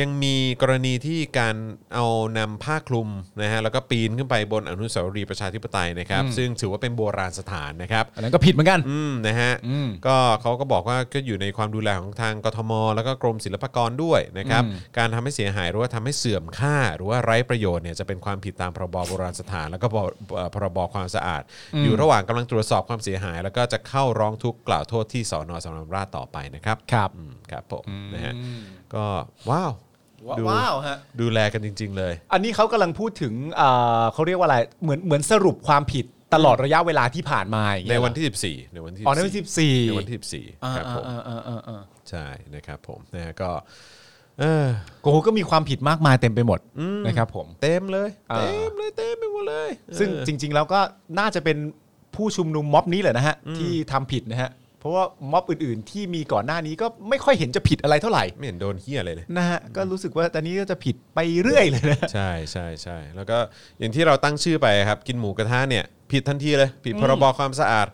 Speaker 2: ยังมีกรณีที่การเอานำผ้าคลุมนะฮะแล้วก็ปีนขึ้นไปบนอนุสาวรีย์ประชาธิปไตยนะครับ ซึ่งถือว่าเป็นโบราณสถานนะครับ
Speaker 3: อันนั้นก็ผิดเหมือนกัน
Speaker 2: อืมนะฮะ
Speaker 3: อืม
Speaker 2: ก็เขาก็บอกว่าก็อยู่ในความดูแลของทางกทม แล้วก็กรมศิลปากรด้วยนะครับ การทำให้เสียหายหรือว่าทำให้เสื่อมค่า หรือว่าไร้ประโยชน์เนี่ยจะเป็นความผิดตามพรบโบราณสถาน แล้วก็พเอ่อพรบความสะอาด อยู่ระหว่างกำลังตรวจสอบความเสียหาย แล้วก็จะเข้าร้องทุกข์กล่าวโทษที่สอนอสำนักราชต่อไปนะครับ
Speaker 3: ครับ
Speaker 2: อืมครับผมนะฮะก็ว้าวดู
Speaker 3: ว้าวฮะ
Speaker 2: ดูแลกันจริง ๆ เลย
Speaker 3: อันนี้เขากำลังพูดถึงเอ่อเขาเรียกว่าอะไรเหมือนเหมือนสรุปความผิดตลอดระยะเวลาที่ผ่านมาอย่าง
Speaker 2: ใน
Speaker 3: เงี้ย
Speaker 2: วันที่ 14 ในวันที่
Speaker 3: อ๋อในวันที่สิบสี่
Speaker 2: ในวันที่14ครับผม
Speaker 3: อ่าอ่าอ่าอ่า
Speaker 2: ใช่นะครับผมนะฮะก็เออ
Speaker 3: โอ้โหก็มีความผิดมากมายเต็มไปหมดนะครับผม
Speaker 2: เต็มเลย
Speaker 3: อ่า
Speaker 2: เต็มเลยเต็มไปหมดเลย
Speaker 3: ซึ่ง
Speaker 2: เออ
Speaker 3: จริง ๆ แล้วก็น่าจะเป็นผู้ชุมนุมม็อบนี้แหละนะฮะ ที่ทำผิดนะฮะ เพราะว่าม็อบอื่นๆ ที่มีก่อนหน้านี้ก็ไม่ค่อยเห็นจะผิดอะไรเท่าไหร่
Speaker 2: ไม่เห็นโดนเฮียอะไรเลย
Speaker 3: นะฮะก็รู้สึกว่าตอนนี้ก็จะผิดไปเรื่อยเลยนะ
Speaker 2: ใช่ใช่ใช่แล้วก็อย่างที่เราตั้งชื่อไปครับ กินหมูกระทะเนี่ยผิดทันทีเลย ผิดพรบความสะอาด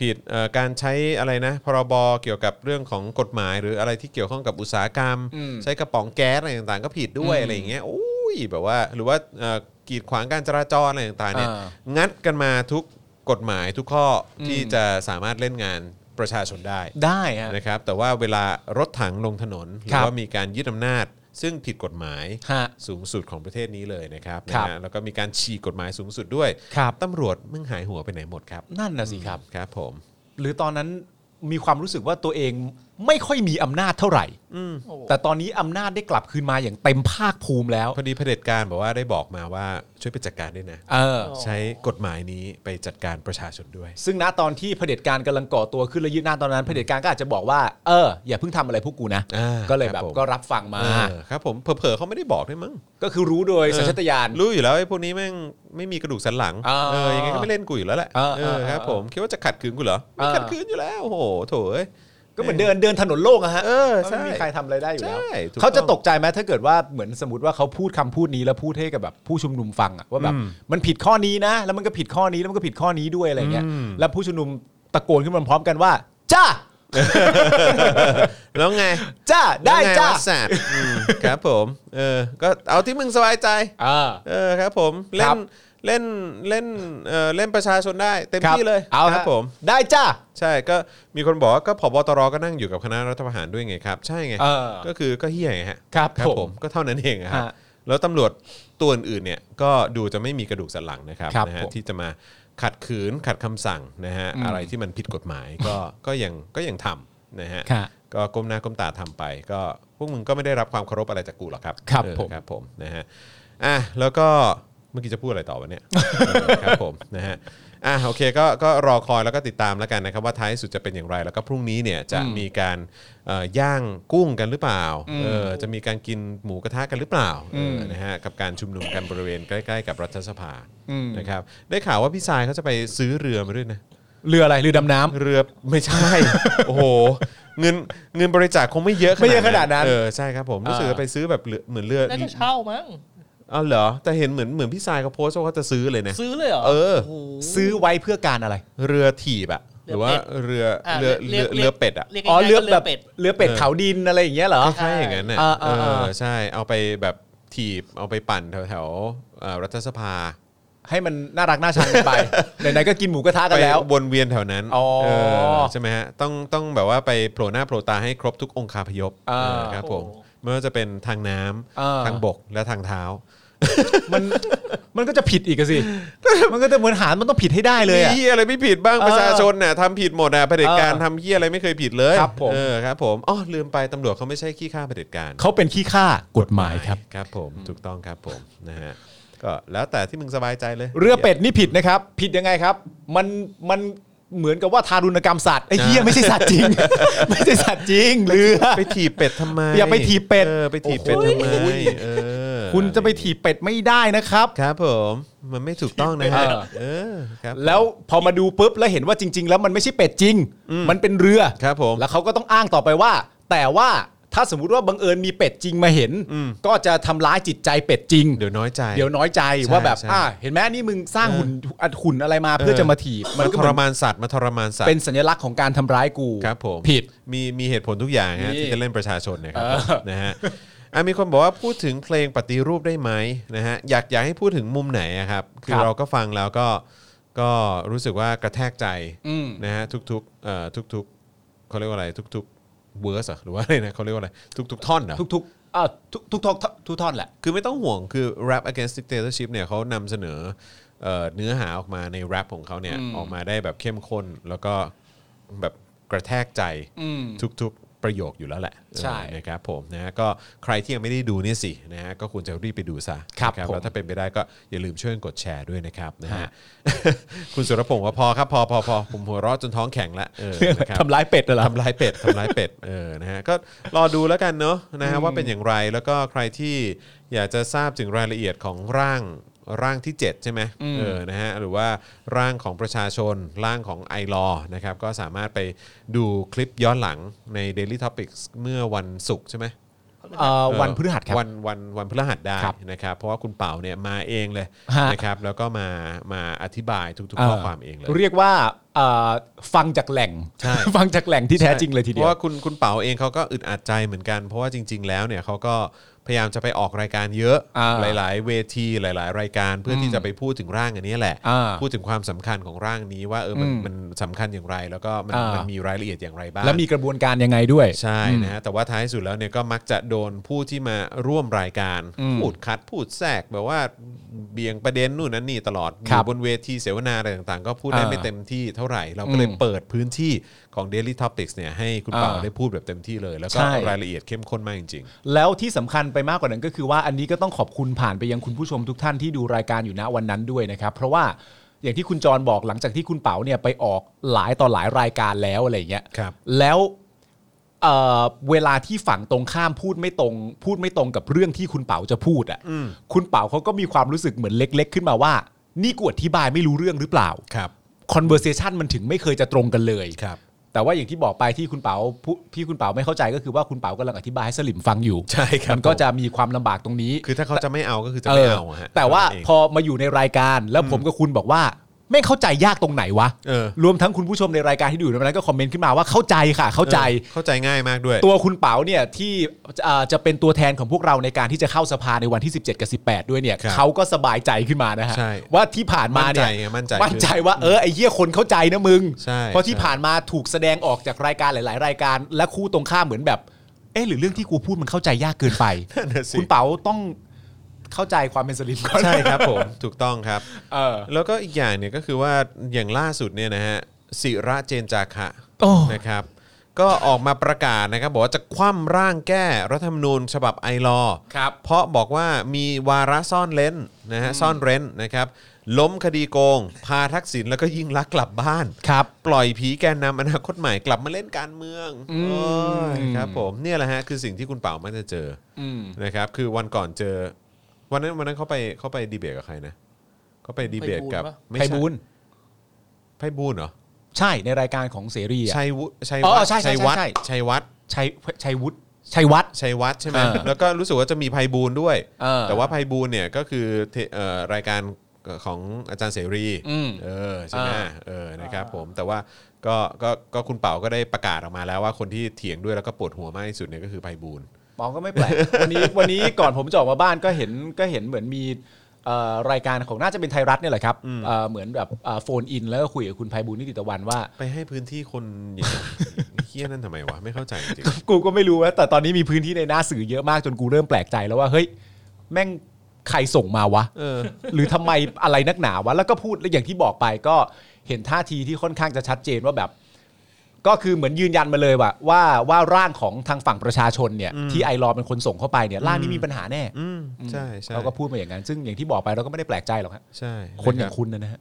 Speaker 2: ผิดเอ่อการใช้อะไรนะ พรบเกี่ยวกับเรื่องของกฎหมาย หรืออะไรที่เกี่ยวข้องกับอุตสาหกรรม ใช้กระป๋องแก๊สอะไรต่างๆ ก็ผิดด้วยอะไรอย่างเงี้ยโอ้ยแบบว่าหรือว่าเอ่อกีดขวางการจราจรอะไรต่างๆเนี่ย
Speaker 3: อ่า
Speaker 2: งัดกันมาทุกกฎหมายทุกข้ออที่จะสามารถเล่นงานประชาชนได้
Speaker 3: ได้ฮะ
Speaker 2: นะครับแต่ว่าเวลารถถังลงถนนหรื
Speaker 3: ครั
Speaker 2: อบ ว่ามีการยึดอำนาจ ซึ่งผิดกฎหมาย
Speaker 3: ฮะ
Speaker 2: สูงสุดของประเทศนี้เลยนะครับ
Speaker 3: ครับ
Speaker 2: นะฮะแล้วก็มีการฉีกกฎหมายสูงสุดด้วย
Speaker 3: ครับ
Speaker 2: ตำรวจมึงหายหัวไปไหนหมดครับ
Speaker 3: นั่นนะสิครับ
Speaker 2: ครับผม
Speaker 3: หรือตอนนั้นมีความรู้สึกว่าตัวเอง ไม่ค่อยมีอำนาจเท่าไหร่
Speaker 4: โอ้โห
Speaker 3: แต่ตอนนี้อำนาจได้กลับคืนมาอย่างเต็มภาคภูมิแล้ว
Speaker 2: พอดีเผด็จการบอกว่าได้บอกมาว่าช่วยไปจัดการด้วยนะ
Speaker 3: เออ
Speaker 2: ใช้กฎหมายนี้ไปจัดการประชาชนด้วย
Speaker 3: ซึ่งณตอนที่เผด็จการกำลังก่อตัวขึ้นและยึดหน้าจตอนนั้นเผด็จการก็อาจจะบอกว่า เออ อย่าเพิ่งทำอะไรพวกกูนะ
Speaker 2: อ่า
Speaker 3: ก็เลย
Speaker 2: ครั
Speaker 3: แบบ บ
Speaker 2: ผม
Speaker 3: ก็รับฟังมา
Speaker 2: เออครับผมเผลอๆเขาไม่ได้บอกด้วยมั้ง
Speaker 3: ก็คือรู้โดยสัญชาตญาณ
Speaker 2: รู้อยู่แล้วไอ้พวกนี้แม่งไม่มีกระดูกสันหลัง
Speaker 3: อ่า
Speaker 2: เออยังไงก็ไม่เล่นกูอยู่แล้วแหละ
Speaker 3: อ่า
Speaker 2: เออครับ
Speaker 3: อ่า
Speaker 2: ผมคิดว่าจะขัดขืนกูเหรอไม่
Speaker 3: อ่า
Speaker 2: ขัดขืนอยู่แล้วโอ้โหโถเอ้ย
Speaker 3: ก็เหมือนเดินเดินถนนโลกอะฮะ
Speaker 2: เออใช่
Speaker 3: ไม่มีใครทำอะไรได้อยู่แล้ว
Speaker 2: ใช่ถูกต้อง
Speaker 3: เขาจะตกใจไหมถ้าเกิดว่าเหมือนสมมติว่าเขาพูดคำพูดนี้แล้วพูดให้กับแบบผู้ชุมนุมฟังอะว่าแบบ
Speaker 2: อืม
Speaker 3: มันผิดข้อนี้นะ แล้วมันก็ผิดข้อนี้แล้วมันก็ผิดข้อนี้ด้วยอะไรเงี้ย
Speaker 2: อืม
Speaker 3: แล้วผู้ชุมนุมตะโกนขึ้นมาพร้อมกันว่า จ้า
Speaker 2: แล้วไง
Speaker 3: จ้าได้
Speaker 2: แล้วง
Speaker 3: จ้า
Speaker 2: วัสัตว์อืมครับผมเออก็เอาที่มึงสบายใจ
Speaker 3: อ่า
Speaker 2: เออครับผมเล่
Speaker 3: ครั
Speaker 2: น
Speaker 3: บ
Speaker 2: เล่นเล่นเออเล่นประชาชนได้เต็ม
Speaker 3: ครับ
Speaker 2: ที่เลย
Speaker 3: เอา
Speaker 2: ครับ
Speaker 3: ฮะ
Speaker 2: ผม
Speaker 3: ได้จ้า
Speaker 2: ใช่ก็มีคนบอกว่าก็ผบตรก็นั่งอยู่กับคณะรัฐประหารด้วยไงครับ ใช่ไง
Speaker 3: เออ
Speaker 2: ก็คือก็เฮี้ยไงฮะ
Speaker 3: ครับผม
Speaker 2: ก็เท่านั้นเองครับ
Speaker 3: ฮะ
Speaker 2: แล้วตำรวจตัวอื่นๆเนี่ยก็ดูจะไม่มีกระดูกสันหลังนะครับ
Speaker 3: ครับ
Speaker 2: นะฮะ
Speaker 3: ผม
Speaker 2: ที่จะมาขัดขืนขัดคำสั่งนะฮะ
Speaker 3: อืม
Speaker 2: อะไรที่มันผิดกฎหมายก็ก็ยังก็ยังทำนะฮะ
Speaker 3: ครับ
Speaker 2: ก็ก้มหน้าก้มตาทำไป ก็พวกมึงก็ไม่ได้รับความเคารพอะไรจากกูหรอกครับ
Speaker 3: ครับ
Speaker 2: เออ
Speaker 3: ผม
Speaker 2: ครับผมนะฮะอ่ะแล้วก็เมื่อกี้จะพูดอะไรต่อวะเนี่ย เออครับผมนะฮะอ่ะโอเคก็ก็รอคอยแล้วก็ติดตามแล้วกันนะครับ ว่าท้ายสุดจะเป็นอย่างไร แล้วก็พรุ่งนี้เนี่ยจะมีการเอ่อย่างกุ้งกันหรือเปล่าเออจะมีการกินหมูกระทะกันหรือเปล่าเออนะฮะกับการชุมนุมกันบริเวณใกล้ๆ กับรัฐสภานะครับได้ข่าวว่าพี่ชายเขาจะไปซื้อเรือมาด้วยนะ
Speaker 3: เรืออะไรเรือดำน้ำ
Speaker 2: เรือไม่ใช่
Speaker 3: [laughs]
Speaker 2: โอ้โห เงินเงินบริจาคคงไม่เยอะ
Speaker 3: ไม่เยอะขนาดนั้น
Speaker 2: เออใช่ครับผมรู้สึกว่าไปซื้อแบบเรือเหมือนเรือ
Speaker 4: น่าจะเช่ามั้ง
Speaker 2: เอาเหรอแต่เห็นเหมือนเหมือนพี่ชายเขาโพสต์ว่าเขาจะซื้อเลยนะ
Speaker 4: ซื้อเลยเหรอ
Speaker 2: เออ
Speaker 4: โโห
Speaker 3: ซื้อไว้เพื่อการอะไร
Speaker 2: เรือถีบอะหรือว่าเรือ
Speaker 4: เรื
Speaker 2: เรือ
Speaker 4: อ
Speaker 2: เรือ
Speaker 4: เรียก
Speaker 2: เรือเป็ดอะ
Speaker 4: เรียก
Speaker 3: อ๋อ
Speaker 4: ง่ายๆ
Speaker 3: เรือ
Speaker 4: ว่า
Speaker 3: แบบ
Speaker 4: เป็ด
Speaker 3: เรือเป็ดเขาดินอะไรอย่างเงี้ยเหรอ
Speaker 2: คล้ายๆอย่างนั้นน่ะ
Speaker 3: อ่าอ่า
Speaker 2: เอ
Speaker 3: อ่า
Speaker 2: อใช่เอาไปแบบถีบเอาไปปั่นแถวๆเอ่อรัฐสภา
Speaker 3: ให้มันน่ารักน่าชังกันไป ไหนๆก็กินหมูกระทะกั
Speaker 2: ไป
Speaker 3: นแล้ว
Speaker 2: วนเวียนแถวนั้น
Speaker 3: อ๋อ
Speaker 2: เออใช่ไหมฮะต้องต้องแบบว่าไปโผล่หน้าโผล่ตาให้ครบทุกองคาพยพ
Speaker 3: อ่า
Speaker 2: เออครับผม
Speaker 4: โอ้
Speaker 2: ไม่ว่าจะเป็นทางน้
Speaker 3: อ่า
Speaker 2: ำทางบกและทางเท้า
Speaker 3: มัน [laughs] มันก็จะผิดอีกอะสิ มันก็จะเหมือนหารมันต้องผิดให้ได้เลยอะ
Speaker 2: มีหี้อะไรไม่ผิดบ้าง
Speaker 3: เออ
Speaker 2: ประชาชนน่ะทำผิดหมดน่ะเผด็จการ
Speaker 3: เออ
Speaker 2: ทำเฮี้ยอะไรไม่เคยผิดเลย
Speaker 3: ครับผม
Speaker 2: เออครับผมอ๋อลืมไปตำรวจเขาไม่ใช่ขี้ข้าเผด็จการ
Speaker 3: เขาเป็นขี้ข้ากฎหมายครับ
Speaker 2: ครับผมถูกต้องครับผมนะฮะก็แล้วแต่ที่มึงสบายใจเลย
Speaker 3: เรือเป็ดนี่ผิดนะครับ ผิดยังไงครับ มันมันเหมือนกับว่าทารุณกรรมสัตว์ไอ้เหี้ยไม่ใช่สัตว์ [laughs] จริง ไม่ใช่สัตว์จริงเรือ
Speaker 2: ไปถีบเป็ดทำไม
Speaker 3: อย่าไปถีบเป็ด
Speaker 2: ออไปถีบเป็ด
Speaker 3: โอ้
Speaker 2: ทำ
Speaker 3: โห
Speaker 2: ไมเออ
Speaker 3: คุณจะไปถีบเป็ดไม่ได้นะครับ
Speaker 2: ครับผมมันไม่ถูกต้องนะฮะ
Speaker 3: เออ
Speaker 2: เออครับ
Speaker 3: แล้วพอมาดูปุ๊บแล้วเห็นว่าจริง ๆ แล้วมันไม่ใช่เป็ดจริง มันเป็นเรือ
Speaker 2: ครับผม
Speaker 3: แล้วเขาก็ต้องอ้างต่อไปว่า แต่ว่าถ้าสมมุติว่าบังเอิญมีเป็ดจริงมาเห็น
Speaker 2: อืม
Speaker 3: ก็จะทำร้ายจิตใจเป็ดจริง
Speaker 2: เดี๋ยวน้อยใจ
Speaker 3: เดี๋ยวน้อยใจว่าแบบ
Speaker 2: ใช่
Speaker 3: อ่าเห็นไหมนี่มึงสร้างหุ่นอัดหุ่นอะไรมาเพื่อ
Speaker 2: เออ
Speaker 3: จะมาถีบ
Speaker 2: มัน
Speaker 3: ก็
Speaker 2: ท
Speaker 3: เห
Speaker 2: ร
Speaker 3: มือน
Speaker 2: มานสัตว์มาทรมานสัต
Speaker 3: เป็น
Speaker 2: ว์
Speaker 3: สัญลักษณ์ของการทำร้ายกู
Speaker 2: ครับผม
Speaker 3: ผิด
Speaker 2: มีมีเหตุผลทุกอย่างฮะ
Speaker 3: นี่
Speaker 2: ที่จะเล่นประชาชนนะครับ
Speaker 3: เออ
Speaker 2: ผมนะฮะอ่ะมีคนบอกว่าพูดถึงเพลงปฏิรูปได้ไหมนะฮะอยากอยากให้พูดถึงมุมไหนอะครับคือเราก็ฟังแล้วก็ก็รู้สึกว่ากระแทกใจ
Speaker 3: อืม
Speaker 2: นะฮะทุกๆเอ่อทุกๆเขาเรียกว่าอะไรทุกๆเวอร์สหรือว่าอะไรนะเขาเรียกว่าอะไรทุกๆท่อนเหรอ
Speaker 3: ทุกๆอ่าทุกทุกทอนทุกท่อนแหละ
Speaker 2: คือไม่ต้องห่วงคือ rap against dictatorship เนี่ยเขานำเสนอเอ่อเนื้อหาออกมาใน rap ของเขาเนี่ยออกมาได้แบบเข้มข้น แล้วก็แบบกระแทกใจทุกๆประโยคอยู่แล้วแหละ
Speaker 3: ใช่
Speaker 2: เออนะครับผมนะฮะก็ใครที่ยังไม่ได้ดูเนี่ยสินะฮะก็ควรจะรีบไปดูซะ
Speaker 3: ครับ
Speaker 2: นะ
Speaker 3: ผม
Speaker 2: แล้วถ้าเป็นไปได้ก็อย่าลืมช่วยกดแชร์ด้วยนะครับนะฮะ คุณสุรพงศ์ว่าพอครับพอพอพอผมหัวเราะจนท้องแข็งละเออนะครับ
Speaker 3: ทำร้ายเป็ดเหรอ
Speaker 2: ทำลายเป็ด ทำลายเป็ดเออนะฮะก็รอดูแล้วกันเนาะนะฮะว่าเป็นอย่างไรแล้วก็ใครที่อยากจะทราบถึงรายละเอียดของร่างร่างที่ 7 ใช่ไหมเออนะฮะหรือว่าร่างของประชาชนร่างของไอรอนะครับก็สามารถไปดูคลิปย้อนหลังใน Daily Topics เมื่อวันศุกร์ใช่ไหม
Speaker 3: เอ่อ
Speaker 2: เอ่อ
Speaker 3: วันพฤหัสครับ
Speaker 2: วันวันวันพฤหัสได้
Speaker 3: ครับ
Speaker 2: นะครับเพราะว่าคุณเป่าเนี่ยมาเองเลย
Speaker 3: ฮะ
Speaker 2: นะครับแล้วก็มามาอธิบายทุกๆข้อความเองเลย
Speaker 3: เรียกว่าเอ่อฟังจากแหล่ง
Speaker 2: ใช่
Speaker 3: ฟังจากแหล่งที่แท้จริงเลยทีเดี
Speaker 2: เพ
Speaker 3: ยว
Speaker 2: ราะว่าคุณคุณเป๋าเองเขาก็อึดอัดใจเหมือนกัน เพราะว่าจริง ๆ แล้วเนี่ยเขาก็พยายามจะไปออกรายการเยอะ
Speaker 3: อ่า
Speaker 2: หลาย ๆ เวทีหลาย ๆ รายการเพื่อที่จะไปพูดถึงร่างอันนี้แหละ
Speaker 3: อ่า
Speaker 2: พูดถึงความสำคัญของร่างนี้ว่าเออมันมันสำคัญอย่างไร แล้วก็มัน
Speaker 3: อ่ามั
Speaker 2: มันมีรายละเอียดอย่างไรบ้าง
Speaker 3: แล้วมีกระบวนการยังไงด้วย
Speaker 2: ใช่นะฮะแต่ว่าท้ายสุดแล้วเนี่ยก็มักจะโดนผู้ที่มาร่วมรายการ พูดคัดพูดแทรกแบบว่าเบี่ยงประเด็นนู่นนั่นนี่ตลอด
Speaker 3: ครั
Speaker 2: อ
Speaker 3: บ
Speaker 2: ยู่บนเวทีเสวนาอะไรต่างๆ ก็พูดได้
Speaker 3: อ่า
Speaker 2: ไม่เต็มที่เท่าไหร่ เราก็เลย
Speaker 3: อืม
Speaker 2: เปิดพื้นที่ ของ Daily Topics เนี่ยให้คุณ
Speaker 3: อ่า
Speaker 2: เปาได้พูดแบบเต็มที่เลย แล้วก็
Speaker 3: ใช่
Speaker 2: รายละเอียดเข้มข้นมากจริง
Speaker 3: แล้วที่สำคัญไปมากกว่านั้นก็คือว่าอันนี้ก็ต้องขอบคุณผ่านไปยังคุณผู้ชมทุกท่านที่ดูรายการอยู่ณวันนั้นด้วยนะครับ เพราะว่าอย่างที่คุณจรบอกหลังจากที่คุณเป๋าเนี่ยไปออกหลายต่อหลายรายการแล้วอะไรอย่างเงี้ย
Speaker 2: ครับ
Speaker 3: แล้วเอ่อเวลาที่ฝั่งตรงข้ามพูดไม่ตรง พูดไม่ตรงกับเรื่องที่คุณเป๋าจะพูดอะ่ะ
Speaker 2: อืม
Speaker 3: คุณเป๋าเขาก็มีความรู้สึกเหมือนเล็ก ๆ ขึ้นมาว่า นี่กูอธิบายไม่รู้เรื่องหรือเปล่า
Speaker 2: ๆ ครับ
Speaker 3: conversation มันถึงไม่เคยจะตรงกันเลย
Speaker 2: ครับ
Speaker 3: แต่ว่าอย่างที่บอกไปที่คุณเปาพูพี่คุณเปาไม่เข้าใจก็คือว่าคุณเปากำลังอธิบายให้สลิมฟังอยู่
Speaker 2: ใช่ครับ
Speaker 3: มันก็จะมีความลำบากตรงนี้
Speaker 2: คือถ้าเขาจะไม่เอาก็คือจะไม่เอาอะฮะ
Speaker 3: แต่ว่า
Speaker 2: เท่นั้นเง
Speaker 3: พอมาอยู่ในรายการแล้วผมกับคุณบอกว่า ไม่เข้าใจยากตรงไหนวะ
Speaker 2: เออ
Speaker 3: รวมทั้งคุณผู้ชมในรายการที่อยู่ในนั้นก็คอมเมนต์ขึ้นมาว่าเข้าใจค่ะ เข้าใจ
Speaker 2: ออเข้าใจง่ายมากด้วย
Speaker 3: ตัวคุณเปาเนี่ยที่เอ่อจะเป็นตัวแทนของพวกเราในการที่จะเข้าสภาในวันที่ 17 กับ 18 ด้วยเนี่ย
Speaker 2: ครับ
Speaker 3: เขาก็สบายใจขึ้นมานะฮะ
Speaker 2: ใช่
Speaker 3: ว่าที่ผ่านมาเนี่ย
Speaker 2: มั่นใจไงมั่นใจ
Speaker 3: มั่นใจว่าเออไอ้เหี้ยคนเข้าใจนะมึง
Speaker 2: ใช่
Speaker 3: เพราะที่
Speaker 2: ใช่
Speaker 3: ผ่านมาถูกแสดงออกจากรายการหลาย ๆ รายการ และคู่ตรงข้ามเหมือนแบบ เออหรือเรื่องที่กูพูดมันเข้าใจยากเกินไป
Speaker 2: นั่นน่ะสิ
Speaker 3: คุณเปาต้องเข้าใจความเป็นสลิมก่อน
Speaker 2: ใช่ครับผม ถูกต้องครับ
Speaker 3: เออ
Speaker 2: แล้วก็อีกอย่างเนี่ยก็คือว่าอย่างล่าสุดเนี่ยนะฮะศิระเจนจาคะ
Speaker 3: โอ้
Speaker 2: นะครับ ก็ออกมาประกาศนะครับ บอกว่าจะคว่ำร่างแก้รัฐธรรมนูญฉบับไอรอว์
Speaker 3: ครับ
Speaker 2: เพราะบอกว่ามีวาระซ่อนเล้นนะฮะซ่อนเร้นนะครับ ล้มคดีโกง พาทักษิณแล้วก็ยิ่งลักษณ์กลับบ้าน
Speaker 3: ครับ
Speaker 2: ปล่อยผีแกนนำอนาคตใหม่กลับมาเล่นการเมือง
Speaker 3: อืม
Speaker 2: โอ้ยครับผมเนี่ยแหละฮะคือสิ่งที่คุณเป่ามักจะเจอ
Speaker 3: อืม
Speaker 2: นะครับ คือวันก่อนเจอ วันนั้นวันนั้นเขาไปเขาไปดีเบตกับใครนะเขาไปดีเบตกับ
Speaker 4: ไพบูลปะ
Speaker 2: ไม่
Speaker 3: ไพ
Speaker 2: ใช่
Speaker 3: บูลย์
Speaker 2: ไพบูลย์เหรอ
Speaker 3: ใช่ในรายการของเสรีอะ
Speaker 2: ชัยวุฒชัย
Speaker 3: อ๋
Speaker 2: วัฒ
Speaker 3: อใช่ใช่
Speaker 2: ชัยวัฒ
Speaker 3: ใช่ใช่
Speaker 2: ชัยวัฒน์
Speaker 3: ชัยชัยวุฒิชัยวัฒน์
Speaker 2: ชัยวัฒน์ใช่ไหม
Speaker 3: เออ
Speaker 2: แล้วก็รู้สึกว่าจะมีไพบูลย์ด้วย
Speaker 3: เออ
Speaker 2: แต่ว่าไพบูลย์เนี่ยก็คือเทเอ่อรายการของอาจารย์เสรี
Speaker 3: อืม
Speaker 2: เออใช่ไหมเออนะครับผมแต่ว่าก็ก็ก็คุณเป่าก็ได้ประกาศออกมาแล้วว่าคนที่เถียงด้วยแล้วก็ปวดหัวมากที่สุดเนี่ยก็คือไพ
Speaker 3: [laughs]
Speaker 2: บูลย์
Speaker 3: มองก็ไม่แปลก วันนี้ [laughs] วันนี้ก่อนผมจะออกมาบ้านก็เห็นก็เห็นเหมือนมีเอ่อรายการของน่าจะเป็นไทยรัฐเนี่ยแหละครับเอ่อเหมือนแบบโฟนอินแล้วก็คุยกับคุณภัยบูลย์นิติตะวันว่า
Speaker 2: ไปให้พื้นที่คนอย่าง เฮี้ยนั่นทำไมวะ ไม่เข้าใจจริง
Speaker 3: กูก็ไม่รู้ว่าแต่ตอนนี้มีพื้นที่ในหน้าสื่อเยอะมากจนกูเริ่มแปลกใจแล้วว่าเฮ้ยแม่งใครส่งมาวะ
Speaker 2: เออ
Speaker 3: หรือทำไมอะไรนักหนาวะ แล้วก็พูดแล้วอย่างที่บอกไปก็เห็นท่าทีที่ค่อนข้างจะชัดเจนว่าแบบ ก็คือเหมือนยืนยันมาเลยว่าว่าว่าร่างของทางฝั่งประชาชนเนี่ยที่ไอรอว์เป็นคนส่งเข้าไปเนี่ยร่างนี้มีปัญหาแน่
Speaker 2: อืมใช่ใช่
Speaker 3: เราก็พูดมาอย่างนั้น ซึ่งอย่างที่บอกไปเราก็ไม่ได้แปลกใจหรอกฮะ
Speaker 2: ใช่
Speaker 3: คนอย่าง
Speaker 2: ะรับ
Speaker 3: คุณนะนะฮะ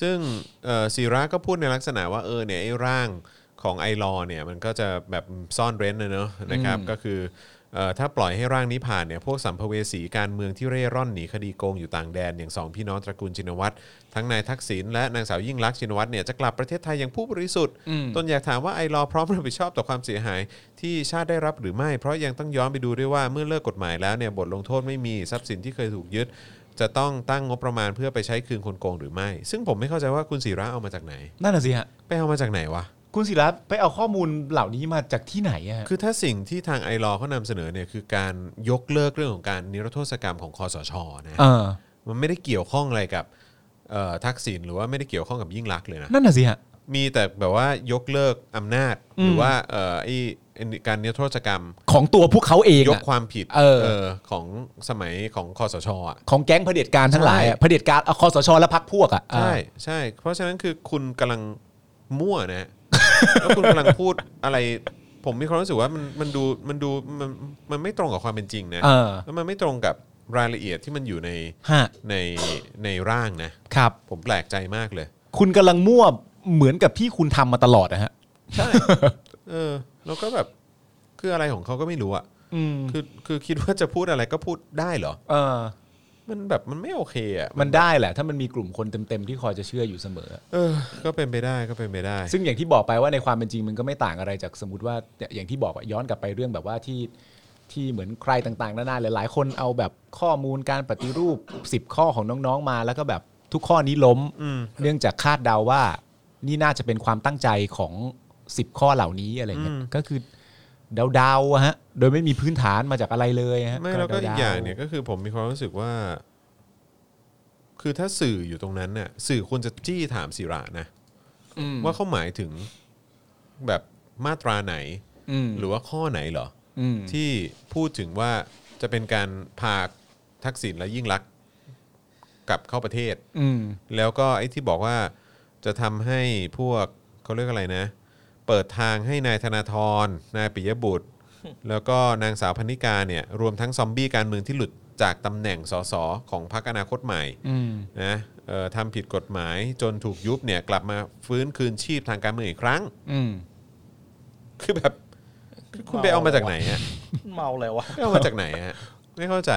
Speaker 2: ซึ่งเอ่อศิระก็พูดในลักษณะว่าเออเนี่ยไอ้ร่างของไอรอว์เนี่ยมันก็จะแบบซ่อนเร้นนะเนอะนะครับ ก็คือเอ่อถ้าปล่อยให้ร่างนี้ผ่านเนี่ยพวกสัมภเวสีการเมืองที่เร่ร่อนหนีคดีโกงอยู่ต่างแดนอย่างสองพี่น้องตระกูลชินวัตรทั้งนายทักษิณและนางสาวยิ่งรักษณ์ชินวัตรเนี่ยจะกลับประเทศไทยอย่างผู้บริสุทธิ์
Speaker 3: อืม
Speaker 2: ตนอยากถามว่าไอรอว์พร้อมรับผิดชอบต่อความเสียหายที่ชาติได้รับหรือไม่ เพราะยังต้องย้อนไปดูด้วยว่าเมื่อเลิกกฎหมายแล้วเนี่ยบทลงโทษไม่มีทรัพย์สินที่เคยถูกยึด จะต้องตั้งงบประมาณเพื่อไปใช้คืนคนโกงหรือไม่ ซึ่งผมไม่เข้าใจว่าคุณศิระเอามาจากไหน
Speaker 3: นั่นน่ะสิฮะ
Speaker 2: ไปเอามาจากไหนวะ
Speaker 3: คุณศิระไปเอาข้อมูลเหล่านี้มาจากที่ไหนอะฮะ
Speaker 2: คือถ้าสิ่งที่ทางไอรอว์เขานำเสนอเนี่ยคือการยกเลิกเรื่องของการนิรโทษกรรมของคอสชนะ
Speaker 3: เออ
Speaker 2: มันไม่ได้เกี่ยวข้องอะไรกับเอ่อทักษิณหรือว่าไม่ได้เกี่ยวข้องกับยิ่งรักษณ์เลยนะ
Speaker 3: นั่นน่ะสิฮะ
Speaker 2: มีแต่แบบว่ายกเลิกอำนาจหรือว่าเอ่อไอ้ไอ้การนิรโทษกรรม
Speaker 3: ของตัวพวกเขาเอง
Speaker 2: ยก
Speaker 3: อะ
Speaker 2: ความผิด
Speaker 3: เออ
Speaker 2: ของสมัยของคอสชอ่ะ
Speaker 3: ของแก๊งเผด็จการทั้งหลายอะ
Speaker 2: ใช่
Speaker 3: เผด็จการเอาคอสชและพรรคพวกอะ
Speaker 2: ใช่ใช่ เพราะฉะนั้นคือคุณกำลังมั่วนะ [laughs] ฮะ แล้วคุณกำลังพูดอะไร ผมมีความรู้สึกว่ามันมันดูมันดูมันมันไม่ตรงกับความเป็นจริงนะ
Speaker 3: เออ
Speaker 2: แล้วมันไม่ตรงกับรายละเอียดที่มันอยู่ใน
Speaker 3: ฮะ
Speaker 2: ในในร่างนะ
Speaker 3: ครับ
Speaker 2: ผมแปลกใจมากเลย
Speaker 3: คุณกำลังมั่วเหมือนกับที่คุณทำมาตลอดนะฮะ
Speaker 2: ใช่ เออ แล้วก็แบบคืออะไรของเขาก็ไม่รู้อ่ะ
Speaker 3: อืม
Speaker 2: คือคือคิดว่าจะพูดอะไรก็พูดได้เหรอ
Speaker 3: เออ
Speaker 2: มันแบบมันไม่โอเคอ่ะ
Speaker 3: มันได้แหละ ถ้ามันมีกลุ่มคนเต็มๆที่คอยจะเชื่ออยู่เสมอ
Speaker 2: เออ ก็เป็นไปได้ก็เป็นไปได้
Speaker 3: ซึ่งอย่างที่บอกไปว่าในความเป็นจริงมันก็ไม่ต่างอะไรจากสมมติว่าเนี่ยอย่างที่บอกอะย้อนกลับไปเรื่องแบบว่าที่ที่เหมือนใครต่างๆนานาหลายๆ คนเอาแบบข้อมูลการปฏิรูป 10 ข้อของน้องๆมา แล้วก็แบบทุกข้อนี้ล้ม
Speaker 2: อืม
Speaker 3: เนื่องจากคาดเดาว่า นี่น่าจะเป็นความตั้งใจของ 10 ข้อเหล่านี้อะไรเงี้ย
Speaker 2: อืม
Speaker 3: ก็คือเดาๆอะฮะ โดยไม่มีพื้นฐานมาจากอะไรเลยฮะ
Speaker 2: ไม่แล้วก็อีก
Speaker 3: ดๆ
Speaker 2: อย่างเนี่ยก็คือผมมีความรู้สึกว่า คือถ้าสื่ออยู่ตรงนั้นเนี่ยสื่อควรจะจี้ถามศิระนะ
Speaker 3: อืม
Speaker 2: ว่าเขาหมายถึงแบบมาตราไหน
Speaker 3: อืม
Speaker 2: หรือว่าข้อไหนเหรอ
Speaker 3: อืม
Speaker 2: ที่พูดถึงว่าจะเป็นการพาทักษิณและยิ่งรักษณ์กลับเข้าประเทศ
Speaker 3: อืม
Speaker 2: แล้วก็ไอ้ที่บอกว่าจะทำให้พวกเขาเรียกอะไรนะ เปิดทางให้นายธนาธรนายปิยบุตร แล้วก็นางสาวพนิกาเนี่ยรวมทั้งซอมบี้การเมืองที่หลุดจากตำแหน่งสสของพรรคอนาคตใหม่
Speaker 3: อืม
Speaker 2: นะเอ่อทำผิดกฎหมายจนถูกยุบเนี่ยกลับมาฟื้นคืนชีพทางการเมืองอีกครั้ง [laughs]
Speaker 3: อืม
Speaker 2: คือแบบคือคุณไปเอามาจากไหนฮะ
Speaker 4: เมาแล้ววะ
Speaker 2: ไปเอามาจากไหนฮะไม่เข้าใจ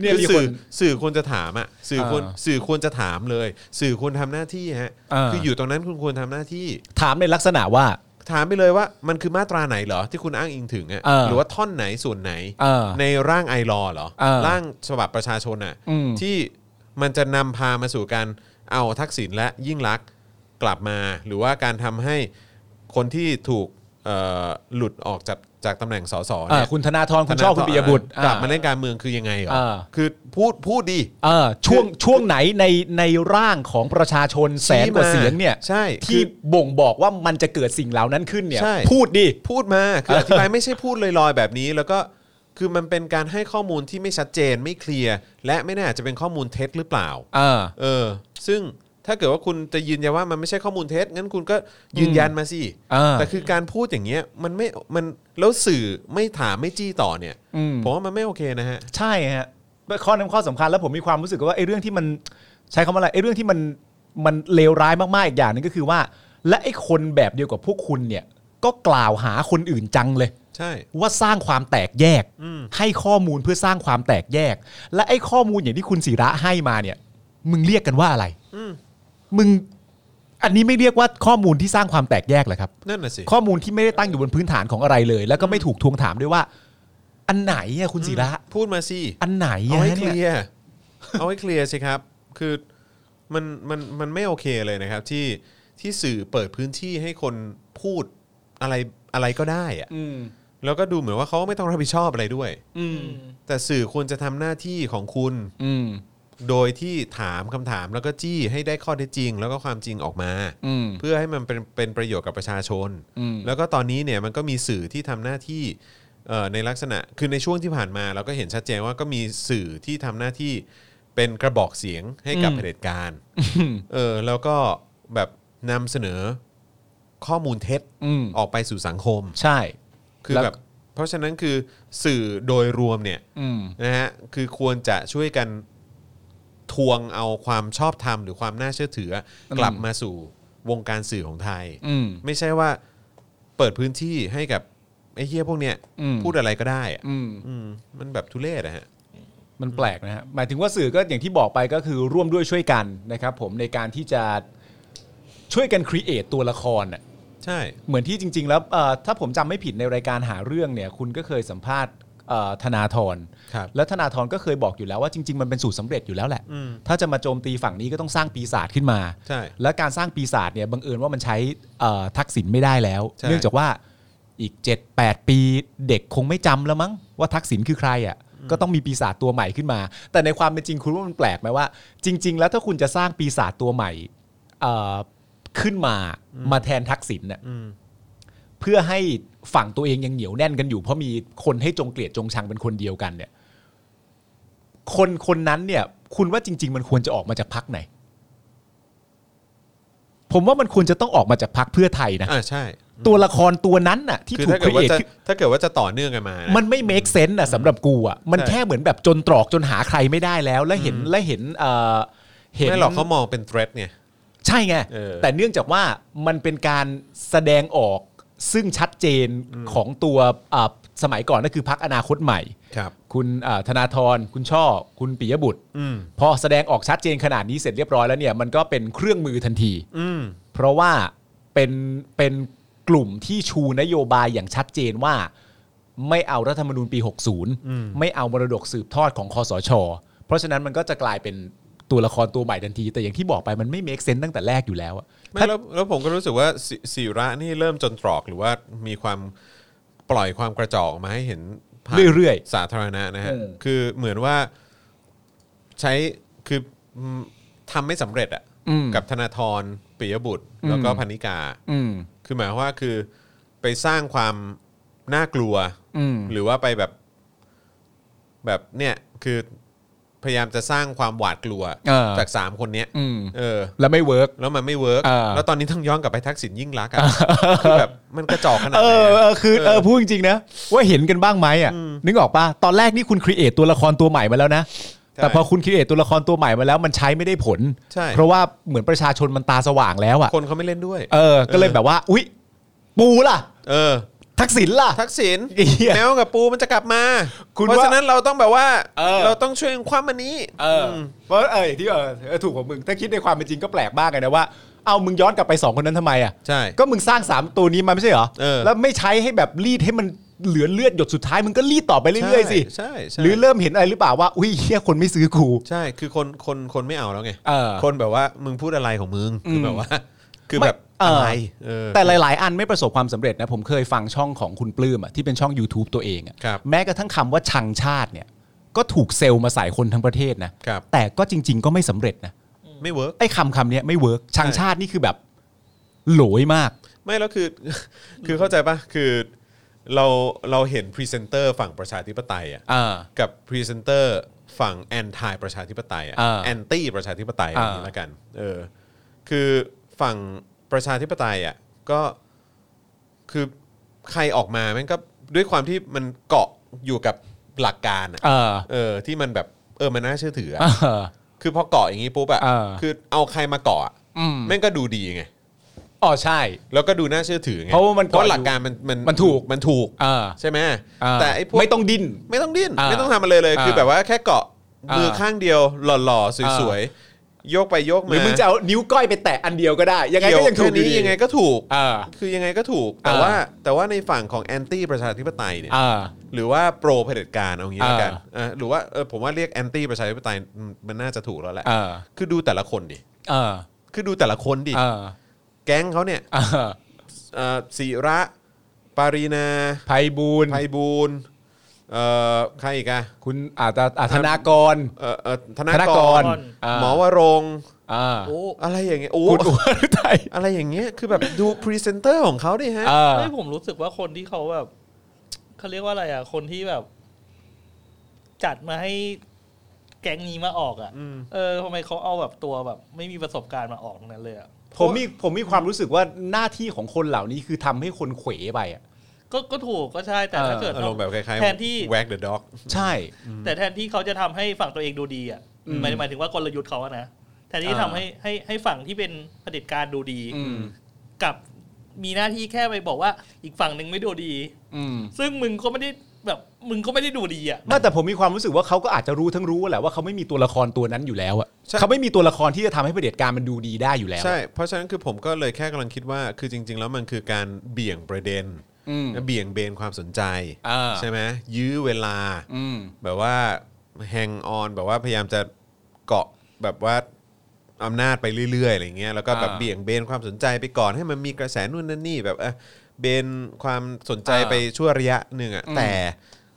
Speaker 3: เนี่ย
Speaker 2: คือ
Speaker 3: มีคน
Speaker 2: สื่อสื่อควรจะถามอ่ะสื่อควร
Speaker 3: อ่า
Speaker 2: สื่อควรจะถามเลย สื่อควรทำหน้าที่ฮะ
Speaker 3: อ่า
Speaker 2: คืออยู่ตรงนั้นคุณควรทำหน้าที่
Speaker 3: ถามในลักษณะว่า
Speaker 2: ถามไปเลยว่ามันคือมาตราไหนเหรอที่คุณอ้างอิงถึงอ่ะ
Speaker 3: อ่า
Speaker 2: หรือว่าท่อนไหนส่วนไหน
Speaker 3: อ่า
Speaker 2: ในร่างไอรอว์เหรอ
Speaker 3: อ่า
Speaker 2: ร่างฉบับประชาชนอ่ะ
Speaker 3: อืม
Speaker 2: ที่มันจะนำพามาสู่การเอาทักษิณและยิ่งลักษณ์กลับมา หรือว่าการทำให้คนที่ถูกเอ่อหลุดออกจากจากตำแหน่งสส
Speaker 3: เอ่อ
Speaker 2: เนี่ย
Speaker 3: คุณธนาธรคุณช่อคุณปิยบุตร
Speaker 2: กลับมา
Speaker 3: อ่
Speaker 2: เล่นการเมืองคือยังไงเหรอ
Speaker 3: อ่า
Speaker 2: คือพูดพูดดี
Speaker 3: เออช่วงช่วงไหนในในร่างของประชาชนแสนกว่าเสียงเนี่ย
Speaker 2: ใช่คือ
Speaker 3: ที่บ่งบอกว่ามันจะเกิดสิ่งเหล่านั้นขึ้นเนี่ย
Speaker 2: ใช่
Speaker 3: พูดดิ
Speaker 2: พูดมาคืออธิบายไม่ใช่พูดลอยๆแบบนี้ แล้วก็คือมันเป็นการให้ข้อมูลที่ไม่ชัดเจนไม่เคลียร์ และไม่แน่อาจจะเป็นข้อมูลเท็จหรือเปล่า
Speaker 3: เออ
Speaker 2: เออ ซึ่งถ้าเกิดว่าคุณจะยืนยันว่ามันไม่ใช่ข้อมูลเท็จงั้นคุณก็ยืนยันมาสิ
Speaker 3: อ่า
Speaker 2: แต่คือการพูดอย่างเงี้ยมันไม่มันแล้วสื่อไม่ถามไม่จี้ต่อเนี่ย
Speaker 3: อืม
Speaker 2: ผมว่ามันไม่โอเคนะฮะ
Speaker 3: ใช่ฮะข้อนั้นข้อสำคัญแล้วผมมีความรู้สึกว่าไอ้เรื่องที่มันใช้คำว่าอะไรไอ้เรื่องที่มันมันเลวร้ายมากๆอีกอย่างหนึงก็คือว่า และไอ้คนแบบเดียวกับพวกคุณเนี่ย ก็กล่าวหาคนอื่นจังเลย
Speaker 2: ใช่
Speaker 3: ว่าสร้างความแตกแยก ให้ข้อมูลเพื่อสร้างความแตกแยก และไอ้ข้อมูลอย่างที่คุณศิระให้มาเนี่ย มึงเรียกกันว่าอะไรมึง อันนี้ไม่เรียกว่าข้อมูลที่สร้างความแตกแยกเหรอครับ
Speaker 2: นั่นน่ะสิ
Speaker 3: ข้อมูลที่ไม่ได้ตั้งอยู่บนพื้นฐานของอะไรเลย แล้วก็ไม่ถูกทวงถามด้วยว่า อันไหนอะคุณศิระ
Speaker 2: พูดมาสิ
Speaker 3: อันไหน
Speaker 2: เอา
Speaker 3: อะ
Speaker 2: ให้เค
Speaker 3: เนี่
Speaker 2: ลี
Speaker 3: ย
Speaker 2: ยร์เอาให้เคลียร์สิครับ คือมันมันมันไม่โอเคเลยนะครับ ที่ที่สื่อเปิดพื้นที่ให้คนพูดอะไรอะไรก็ได้อะ
Speaker 3: อืม
Speaker 2: แล้วก็ดูเหมือนว่าเขาไม่ต้องรับผิดชอบอะไรด้วย
Speaker 3: อืม
Speaker 2: แต่สื่อควรจะทำหน้าที่ของคุณ
Speaker 3: อืม
Speaker 2: โดยที่ถามคำถามแล้วก็จี้ให้ได้ข้อเท็จจริง แล้วก็ความจริงออกมา
Speaker 3: อืม
Speaker 2: เพื่อให้มันเป็นเป็นประโยชน์กับประชาชน
Speaker 3: อืม
Speaker 2: แล้วก็ตอนนี้เนี่ยมันก็มีสื่อที่ทำหน้าที่เอ่อในลักษณะคือในช่วงที่ผ่านมา เราก็เห็นชัดเจนว่าก็มีสื่อที่ทำหน้าที่เป็นกระบอกเสียงให้กับ
Speaker 3: อืม
Speaker 2: เผด็จการเออแล้วก็แบบนำเสนอข้อมูลเท็จ
Speaker 3: อืม
Speaker 2: ออกไปสู่สังคม
Speaker 3: ใช่
Speaker 2: คือ
Speaker 3: แล้ว
Speaker 2: แบบเพราะฉะนั้นคือสื่อโดยรวมเนี่ย
Speaker 3: อืม
Speaker 2: นะฮะคือควรจะช่วยกันทวงเอาความชอบธรรมหรือความน่าเชื่อถืออะ
Speaker 3: อืม
Speaker 2: กลับมาสู่วงการสื่อของไทย
Speaker 3: อืม
Speaker 2: ไม่ใช่ว่าเปิดพื้นที่ให้กับไอ้เฮียพวกเนี้ย
Speaker 3: อืม
Speaker 2: พูดอะไรก็ได้อะ
Speaker 3: อืม
Speaker 2: อืมมันแบบทุเรศอะฮะ
Speaker 3: มันแปลกนะฮะ หมายถึงว่าสื่อก็อย่างที่บอกไปก็คือร่วมด้วยช่วยกันนะครับผมในการที่จะช่วยกันครีเอทตัวละครน่ะ
Speaker 2: ใช่
Speaker 3: เหมือนที่จริง ๆ แล้วเอ่อถ้าผมจำไม่ผิดในรายการหาเรื่องเนี่ย คุณก็เคยสัมภาษณ์เอ่อธนาธร
Speaker 2: ครับ
Speaker 3: แล้วธนาธรก็เคยบอกอยู่แล้วว่าจริง ๆ มันเป็นสูตรสำเร็จอยู่แล้วแหละ
Speaker 2: อืม
Speaker 3: ถ้าจะมาโจมตีฝั่งนี้ก็ต้องสร้างปีศาจขึ้นมา
Speaker 2: ใช่
Speaker 3: และการสร้างปีศาจเนี่ยบังเอิญว่ามันใช้เอ่อทักษิณไม่ได้แล้ว
Speaker 2: ใช่
Speaker 3: เนื่องจากว่าอีก 7-8 ปีเด็กคงไม่จำแล้วมั้งว่าทักษิณคือใครอ่ะก็ต้องมีปีศาจตัวใหม่ขึ้นมา แต่ในความเป็นจริงคุณว่ามันแปลกไหมว่า จริง ๆ แล้วถ้าคุณจะสร้างปีศาจตัวใหม่เอ่อขึ้นมามาแทนทักษิณน่ะ
Speaker 2: อืม
Speaker 3: เพื่อให้ฝั่งตัวเองยังเหนียวแน่นกันอยู่ เพราะมีคนให้จงเกลียดจงชังเป็นคนเดียวกันเนี่ย คนคนนั้นเนี่ย คุณว่าจริง ๆ มันควรจะออกมาจากพักไหน ผมว่ามันควรจะต้องออกมาจากพักเพื่อไทยนะ
Speaker 2: อ่าใช่
Speaker 3: ตัวละครตัวนั้นน่ะ ที่
Speaker 2: คือถ้า
Speaker 3: ถูกค
Speaker 2: เกิด
Speaker 3: รี
Speaker 2: ว่า
Speaker 3: เอท
Speaker 2: จะถ้าเกิดว่าจะต่อเนื่องกันมานะ
Speaker 3: มันไม่ make sense น่ะสำหรับกูอ่ะมัน
Speaker 2: ใช่
Speaker 3: แค่เหมือนแบบจนตรอกจนหาใครไม่ได้แล้ว และเห็นและเห็นเอ่อเห็น
Speaker 2: ไม่หรอกเขามองเป็น threat เนี่ย
Speaker 3: ใช่ไง
Speaker 2: เออ
Speaker 3: แต่เนื่องจากว่ามันเป็นการแสดงออกซึ่งชัดเจนของตัวอ่าสมัยก่อนก็คือพักอนาคตใหม่
Speaker 2: ครับ
Speaker 3: คุณอ่าธนาธรคุณช่อ คุณปิยบุตร
Speaker 2: อืม
Speaker 3: พอแสดงออกชัดเจนขนาดนี้เสร็จเรียบร้อยแล้วเนี่ยมันก็เป็นเครื่องมือทันที
Speaker 2: อืม
Speaker 3: เพราะว่าเป็นเป็นกลุ่มที่ชูนโยบายอย่างชัดเจนว่าไม่เอารัฐธรรมนูญปี 60 ไม่เอามรดกสืบทอดของคอสช เพราะฉะนั้นมันก็จะกลายเป็นตัวละครตัวใหม่ทันที แต่อย่างที่บอกไปมันไม่ make sense ตั้งแต่แรกอยู่แล้วอะ
Speaker 2: ไม่
Speaker 3: ถ้า
Speaker 2: แล้วแล้วผมก็รู้สึกว่าสิศิระนี่เริ่มจนตรอกหรือว่ามีความปล่อยความกระจอกออกมาให้เห็นผ่าน
Speaker 3: เรื่อย
Speaker 2: สาธารณะนะฮะ
Speaker 3: เออ
Speaker 2: คือเหมือนว่าใช้คืออืมทำไม่สำเร็จอะ
Speaker 3: ๆ อืม
Speaker 2: กับธนาธรปิยบุตร
Speaker 3: อืม
Speaker 2: แล้วก็พนิกา
Speaker 3: อืม
Speaker 2: คือหมายความว่าคือไปสร้างความน่ากลัว
Speaker 3: อืม
Speaker 2: หรือว่าไปแบบแบบเนี่ยคือ พยายามจะสร้างความหวาดกลัว
Speaker 3: เออ
Speaker 2: จากสามคนเนี้ย
Speaker 3: อืม
Speaker 2: เออ
Speaker 3: แล้วไม่เวิร์ก
Speaker 2: แล้วมันไม่เวิร์ก
Speaker 3: เออ
Speaker 2: แล้วตอนนี้ต้องย้อนกลับไปทักษิณยิ่งรักษ
Speaker 3: [laughs]
Speaker 2: ณ์อะคือแบบมันกระจอกขนาด
Speaker 3: เอ
Speaker 2: ไหน
Speaker 3: อเอ
Speaker 2: อะ
Speaker 3: อคือ
Speaker 2: เออ
Speaker 3: เออพูดจริงๆนะว่าเห็นกันบ้างไหมอ่ะนึกออกปะตอนแรกนี่คุณครีเอทตัวละครตัวใหม่มาแล้วนะ
Speaker 2: ใช่
Speaker 3: แต่พอคุณครีเอทตัวละครตัวใหม่มาแล้วมันใช้ไม่ได้ผล
Speaker 2: ใช่
Speaker 3: เพราะว่าเหมือนประชาชนมันตาสว่างแล้วอ่ะ
Speaker 2: คนเขาไม่เล่นด้วย
Speaker 3: เออ ก็เลย
Speaker 2: เออ
Speaker 3: แบบว่า อุ๊ย ปูล่ะ
Speaker 2: เออ
Speaker 3: ทักษิณล่ะ
Speaker 2: ทักษิณ
Speaker 3: ไอ้เหี้ย
Speaker 2: แมวกับปูมันจะกลับมา
Speaker 3: คุณ
Speaker 2: เพราะ
Speaker 3: ว่า
Speaker 2: ฉะนั้นเราต้องแบบว่า
Speaker 3: เออ
Speaker 2: ต้องช่วยกันคว้ามันนี้
Speaker 3: เอออเพราะเอออย่างที่เออเออถูกของมึง ถ้าคิดในความเป็นจริงก็แปลกมากเลยนะว่าเอามึงย้อนกลับไปสองคนนั้นทำไมอ่ะ
Speaker 2: ใช่
Speaker 3: ก็มึงสร้างสามตัวนี้มาไม่ใช่เหรอ
Speaker 2: เออ
Speaker 3: แล้วไม่ใช้ให้แบบรีดให้มันเหลือเลือดหยดสุดท้ายมึงก็รีดต่อไปเรื่อยๆสิ
Speaker 2: ใช่ใช่
Speaker 3: หรือเริ่มเห็นอะไรหรือเปล่าว่า อุ้ยเฮียคนไม่ซื้อกู
Speaker 2: ใช่คือคนคนคนไม่เอาแล้วไง
Speaker 3: เออ
Speaker 2: คนแบบว่ามึงพูดอะไรของมึงคือแบบว่า คือแบบ
Speaker 3: ไม่เออ
Speaker 2: อะ
Speaker 3: อ
Speaker 2: ไรเออ
Speaker 3: แต่หลาย ๆ อันไม่ประสบความสำเร็จนะ ผมเคยฟังช่องของคุณปลื้มอะที่เป็นช่อง YouTube ตัวเองอะ
Speaker 2: ครับ
Speaker 3: แม้กระทั่งคำว่าชังชาติเนี่ย ก็ถูกเซลล์มาใส่คนทั้งประเทศนะ
Speaker 2: ครับ
Speaker 3: แต่ก็จริง ๆ ก็ไม่สำเร็จนะ
Speaker 2: ไม่เวิร์ก
Speaker 3: ไอ้คำคำเนี้ยไม่เวิร์กชัง
Speaker 2: ใช่
Speaker 3: ชาตินี่คือแบบโหลยมาก
Speaker 2: ไม่แล้วคือ [laughs] คือเข้าใจปะคือเราเราเห็นพรีเซนเตอร์ฝั่งประชาธิปไตยอ่ะ
Speaker 3: อ่า
Speaker 2: กับพรีเซนเตอร์ฝั่งแอนตี้ประชาธิปไตยอ่ะ
Speaker 3: เออ
Speaker 2: แอนตี้ประชาธิปไตย
Speaker 3: เอ
Speaker 2: อะ
Speaker 3: อ
Speaker 2: ไรละกันเออคือฝั่งประชาธิปไตยอ่ะก็คือใครออกมาแม่งก็ด้วยความที่มันเกาะอยู่กับหลักการอ่ะ
Speaker 3: เออ
Speaker 2: เออที่มันแบบเออมันน่าเชื่อถืออ่ะ
Speaker 3: เออ
Speaker 2: คือพอเกาะอย่างนี้ปุ๊บอ่ะ
Speaker 3: เออ
Speaker 2: คือเอาใครมาเกาะอะ
Speaker 3: อืม
Speaker 2: แม่งก็ดูดีไง
Speaker 3: อ๋อใช่
Speaker 2: แล้วก็ดูน่าเชื่อถือไง
Speaker 3: เพราะว่ามัน
Speaker 2: เพราะ
Speaker 3: เกาะอยู่
Speaker 2: หลักการมันมัน
Speaker 3: มันถูก
Speaker 2: มันถูก
Speaker 3: เออ
Speaker 2: ใช่ไหม
Speaker 3: เออ
Speaker 2: แต่ไอ้พวก
Speaker 3: ไม่ต้องดิ้น
Speaker 2: ไม่ต้องดิ้น
Speaker 3: อ่า
Speaker 2: ไม่ต้องทำอะไรเลย
Speaker 3: อ่า
Speaker 2: คือแบบว่าแค่เกาะ
Speaker 3: อ่า
Speaker 2: มื
Speaker 3: มื
Speaker 2: อข้างเดียวหล่อ
Speaker 3: อ่า
Speaker 2: ๆ สวยๆ โยกไปโยก
Speaker 3: ห
Speaker 2: มา
Speaker 3: รือมึงจะเอานิ้วก้อยไปแตะอันเดียวก็ได้ ยังไงก็ยังถูก
Speaker 2: เว
Speaker 3: อยู่
Speaker 2: แค่
Speaker 3: ดี
Speaker 2: นี้ยังไงก็ถูก
Speaker 3: เออ
Speaker 2: คือยังไงก็ถูก แต่
Speaker 3: อ่า
Speaker 2: ว่าแต่ว่าในฝั่งของแอนตี้ประชาธิปไตยเนี่ย
Speaker 3: เออ
Speaker 2: หรือว่าโปรเผด็จการเอางี้
Speaker 3: อ่า
Speaker 2: แล้วกันอ่ะหรือว่าเออผมว่าเรียกแอนตี้ประชาธิปไตยมันน่าจะถูกแล้วแหละ
Speaker 3: เออ
Speaker 2: คือดูแต่ละคนดิ
Speaker 3: เออ
Speaker 2: คือดูแต่ละคนดิ
Speaker 3: เออ
Speaker 2: แก๊งเขาเนี่ย
Speaker 3: เออ
Speaker 2: เอ่อศิระปารีนา
Speaker 3: ไพบูลย์
Speaker 2: ไพบูลย์เอ่อใครอีกอะ
Speaker 3: คุณอาจจะอาธนากร
Speaker 2: เอ่อเอ่อธ
Speaker 3: ธ
Speaker 2: นาน
Speaker 3: าก ก
Speaker 2: ร
Speaker 3: ร
Speaker 2: หมอวรงค์
Speaker 3: อ่า
Speaker 4: โอ้
Speaker 2: อะไรอย่างเงี้ยโอ้
Speaker 3: คุณ [laughs] อุรุไทย
Speaker 2: อะไรอย่างเงี้ยคือแบบดูพรีเซนเตอร์ของเขาดิฮะ
Speaker 3: เออ
Speaker 4: ไม่ผมรู้สึกว่าคนที่เขาแบบเขาเรียกว่าอะไรอ่ะ คนที่แบบ จัดมาให้แก๊งนี้มาออกอ่ะ
Speaker 2: อืม
Speaker 4: เออทำไมเขาเอาแบบตัวแบบ ไม่มีประสบการณ์มาออกทั้งนั้นเลยอ่ะ
Speaker 3: ผมมีผมมีความรู้สึกว่าหน้าที่ของคนเหล่านี้คือทำให้คนเขวไปอ่ะ
Speaker 4: ก็ก็ถูกก็ใช่แต่ถ้า
Speaker 3: เออ
Speaker 4: เกิด
Speaker 2: อารมณ์แบบคล้าย
Speaker 4: แทนที่
Speaker 2: แว็กเดอะด็อก
Speaker 3: ใช่
Speaker 4: แต่แทนที่เขาจะทำให้ฝั่งตัวเองดูดีอ่ะ
Speaker 3: อืม
Speaker 4: หมายหมายถึงว่ากลยุทธ์เขาอะนะแทนที่
Speaker 3: อ่า
Speaker 4: ทำให้ให้ให้ฝั่งที่เป็นเผด็จการดูดี
Speaker 3: อืม
Speaker 4: กลับมีหน้าที่แค่ไปบอกว่า อีกฝั่งหนึ่งไม่ดูดี
Speaker 3: อืม
Speaker 4: ซึ่งมึงก็ไม่ได้แบบมึงก็ไม่ได้ดูดีอ่ะ
Speaker 3: ไม่แต่ผมมีความรู้สึกว่าเขาก็อาจจะรู้ทั้งรู้แหละว่าเขาไม่มีตัวละครตัวนั้นอยู่แล้วอ่ะเขาไม่มีตัวละครที่จะทำให้เผด็จการมันดูดีได้อยู่แล้ว
Speaker 2: ใช่ เพราะฉะนั้นคือผมก็เลยแค่กำลังคิดว่า คือจริง ๆ แล้วมันคือการเบี่ยงประเด็น
Speaker 3: อืม
Speaker 2: เบี่ยงเบนความสนใจ
Speaker 3: อ่า
Speaker 2: ใช่ไหมยื้อเวลา
Speaker 3: อืม
Speaker 2: แบบว่าแฮงออนแบบว่าพยายามจะเกาะแบบว่าอำนาจไปเรื่อยๆอะไรเงี้ยแล้วก็แบบ
Speaker 3: อ่า
Speaker 2: เบี่ยงเบนความสนใจไปก่อนให้มันมีกระแสนู่นนั่นนี่แบบเออเบนความสนใจ
Speaker 3: อ่า
Speaker 2: ไปชั่วระยะหนึ่งอะ
Speaker 3: อืม
Speaker 2: แต่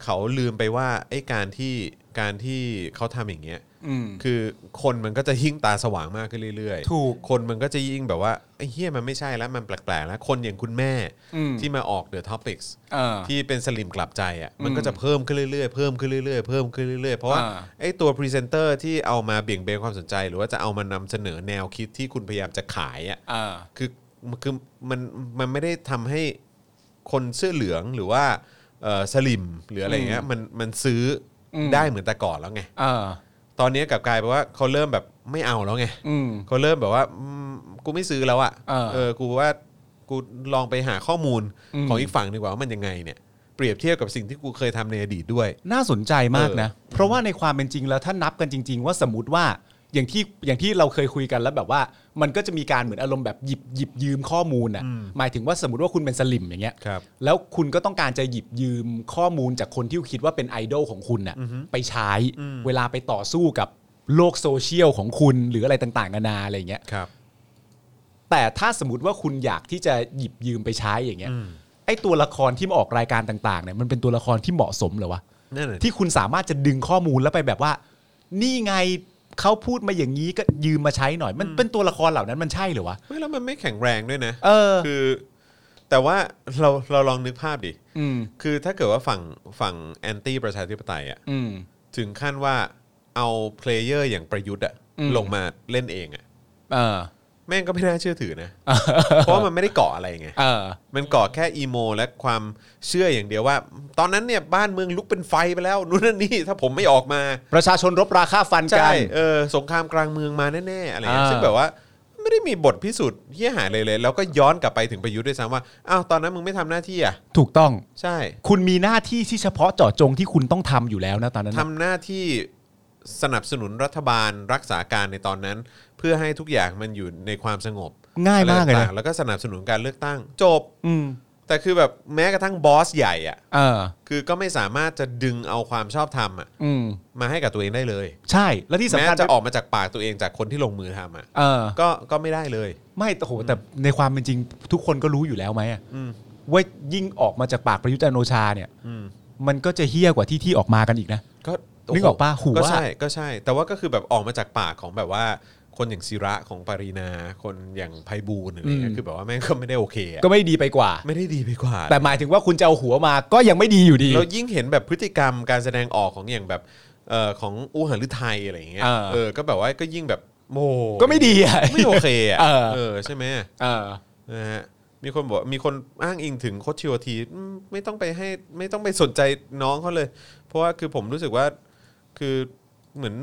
Speaker 2: เขาลืมไปว่าไอ้การที่การที่เขาทำอย่างเงี้ย
Speaker 3: อืม
Speaker 2: คือคนมันก็จะยิ่งตาสว่างมากขึ้นเรื่อยๆ
Speaker 3: ถูก
Speaker 2: คนมันก็จะยิ่งแบบว่าไอ้เฮียมันไม่ใช่แล้วมันแปลกๆแล้วคนอย่างคุณแม่
Speaker 3: อืม
Speaker 2: ที่มาออก The Topics
Speaker 3: เออ
Speaker 2: ที่เป็นสลิมกลับใจอ่ะมัน
Speaker 3: อืม
Speaker 2: ก็จะเพิ่มขึ้นเรื่อยๆเพิ่มขึ้นเรื่อยๆเพิ่มขึ้นเรื่อยๆเพราะว่า
Speaker 3: อ่า
Speaker 2: ไอ้ตัวพรีเซนเตอร์ที่เอามาเบี่ยงเบนความสนใจ หรือว่าจะเอามานำเสนอแนวคิดที่คุณพยายามจะขายอ่ะ
Speaker 3: ่า
Speaker 2: คือคือมันมันไม่ได้ทำให้คนเสื้อเหลืองหรือว่าเอ่อสลิมหรืออะไรเงี้ยมันมันซื้ออ
Speaker 3: ม
Speaker 2: ได้เหมือนแต่ก่อนแล้วไง
Speaker 3: อ่า
Speaker 2: ตอนนี้กลับกลายเป็นว่าเขาเริ่มแบบไม่เอาแล้วไง
Speaker 3: อืม
Speaker 2: เขาเริ่มแบบว่าอืมกูไม่ซื้อแล้วอ่ะ
Speaker 3: อ่า
Speaker 2: เออกูว่ากูลองไปหาข้อมูล
Speaker 3: อืม
Speaker 2: ของอีกฝั่งดีกว่าว่ามันยังไงเนี่ย เปรียบเทียบกับสิ่งที่กูเคยทำในอดีตด้วย
Speaker 3: น่าสนใจมากนะ เพราะว่าในความเป็นจริงแล้วถ้านับกันจริง ๆ ว่าสมมติว่าอย่างที่อย่างที่เราเคยคุยกันแล้วแบบว่า มันก็จะมีการเหมือนอารมณ์แบบหยิบหยิบยืมข้อมูลอ่ะหมายถึงว่าสมมติว่าคุณเป็นสลิมอย่างเงี้ย
Speaker 2: ครับ
Speaker 3: แล้วคุณก็ต้องการจะหยิบยืมข้อมูลจากคนที่คิดว่าเป็นไอดอลของคุณน่ะไปใช้เวลาไปต่อสู้กับโลกโซเชียลของคุณหรืออะไรต่างๆนานาอะไรอย่างเงี้ย
Speaker 2: ครับ
Speaker 3: แต่ถ้าสมมติว่าคุณอยากที่จะหยิบยืมไปใช้อย่างเงี้ยไอตัวละครที่มาออกรายการต่างๆเนี่ยมันเป็นตัวละครที่เหมาะสมเหรอวะ
Speaker 2: นั่นแหละที่
Speaker 3: ที่คุณสามารถจะดึงข้อมูลแล้วไปแบบว่า นี่ไงเขาพูดมาอย่างนี้ก็ยืมมาใช้หน่อย มันเป็นตัวละครเหล่านั้นมันใช่เหรือวะ
Speaker 2: ไม่แล้วมันไม่แข็งแรงด้วยนะ
Speaker 3: เออ
Speaker 2: คือ แต่ว่าเราเราลองนึกภาพดิ
Speaker 3: อืม
Speaker 2: คือถ้าเกิดว่าฝั่งฝั่งแอนตี้ประชาธิปไตยอะ
Speaker 3: อืม
Speaker 2: ถึงขั้นว่า เอาเพลเยอร์อย่างประยุทธ์อะ
Speaker 3: อืม
Speaker 2: ลงมาเล่นเองอะ
Speaker 3: เออ
Speaker 2: แม่งก็ไม่น่าเชื่อถือนะ เพราะว่ามันไม่ได้เกาะอะไรไง
Speaker 3: เออ
Speaker 2: มันก่อแค่อีโม และความเชื่ออย่างเดียวว่า ตอนนั้นเนี่ยบ้านเมืองลุกเป็นไฟไปแล้วนู่นนั่นนี่ถ้าผมไม่ออกมา
Speaker 3: ประชาชนรบราค่าฟัน
Speaker 2: ใช่
Speaker 3: กัน
Speaker 2: เออสงครามกลางเมืองมาแน่ๆอะไรเงี้ย
Speaker 3: อ่า
Speaker 2: ซึ่งแบบว่าไม่ได้มีบทพิสูจน์ที่หายเลยเลย แล้วก็ย้อนกลับไปถึงประยุทธ์ด้วยซ้ำว่าอ้าวตอนนั้นมึงไม่ทำหน้าที่อ่ะ
Speaker 3: ถูกต้อง
Speaker 2: ใช่
Speaker 3: คุณมีหน้าที่ที่เฉพาะเจาะจงที่คุณต้องทำอยู่แล้วนะตอนนั้น
Speaker 2: ทำหน้าที่สนับสนุนรัฐบาลรักษาการในตอนนั้น เพื่อให้ทุกอย่างมันอยู่ในความสงบ
Speaker 3: ง่ายมากเลย
Speaker 2: อะไร
Speaker 3: นะ
Speaker 2: ต่งๆแล้วก็สนับสนุนการเลือกตั้ง จบ
Speaker 3: อืม
Speaker 2: แต่คือแบบแม้กระทั่งบอสใหญ่อ่ะ
Speaker 3: เออ
Speaker 2: คือก็ไม่สามารถจะดึงเอาความชอบธรรมอ่ะ
Speaker 3: อืม
Speaker 2: มาให้กับตัวเองได้เลย
Speaker 3: ใช่และที่
Speaker 2: แม้
Speaker 3: สำคัญ
Speaker 2: จะออกมาจากปากตัวเองจากคนที่ลงมือทำอ่ะ
Speaker 3: เออ
Speaker 2: ก็ก็ไม่ได้เลย
Speaker 3: ไม่แต่โหแต่ในความเป็นจริง ทุกคนก็รู้อยู่แล้วไหมอะ
Speaker 2: อืม
Speaker 3: ว่ายิ่งออกมาจากปากประยุทธ์จันทร์โอชาเนี่ย
Speaker 2: อืม
Speaker 3: มันก็จะเฮี้ยกว่าที่ที่ออกมากันอีกนะ
Speaker 2: ก็
Speaker 3: นึกออกปะหัว
Speaker 2: ก็ใช่ก็ใช่ แต่ว่าก็คือแบบออกมาจากปากของแบบว่า คนอย่างศิระของปรินา คนอย่างไพบูลย์อะไรเงี้ย
Speaker 3: อืม
Speaker 2: คือแบบว่าแม่งก็ไม่ได้โอเคอะ
Speaker 3: ก็ไม่ดีไปกว่า
Speaker 2: ไม่ได้ดีไปกว่า
Speaker 3: แต่หมายถึงว่าคุณจะเอาหัวมาก็ยังไม่ดีอยู่ดี
Speaker 2: เรายิ่งเห็นแบบพฤติกรรมการแสดงออกของอย่างแบบเอ่อของอูหันฤทัยอะไรเงี้ย
Speaker 3: เออ
Speaker 2: เออก็แบบว่าก็ยิ่งแบบโม
Speaker 3: ก็ไม่ดีอะ
Speaker 2: ไม่โอเคอะ
Speaker 3: เออ
Speaker 2: เออใช่ไหม
Speaker 3: เออ
Speaker 2: นะฮะมีคนบอกมีคนอ้างอิงถึงโคชชิโอทีอืมไม่ต้องไปให้ไม่ต้องไปสนใจน้องเขาเลย เพราะว่าคือผมรู้สึกว่าคือเหมือน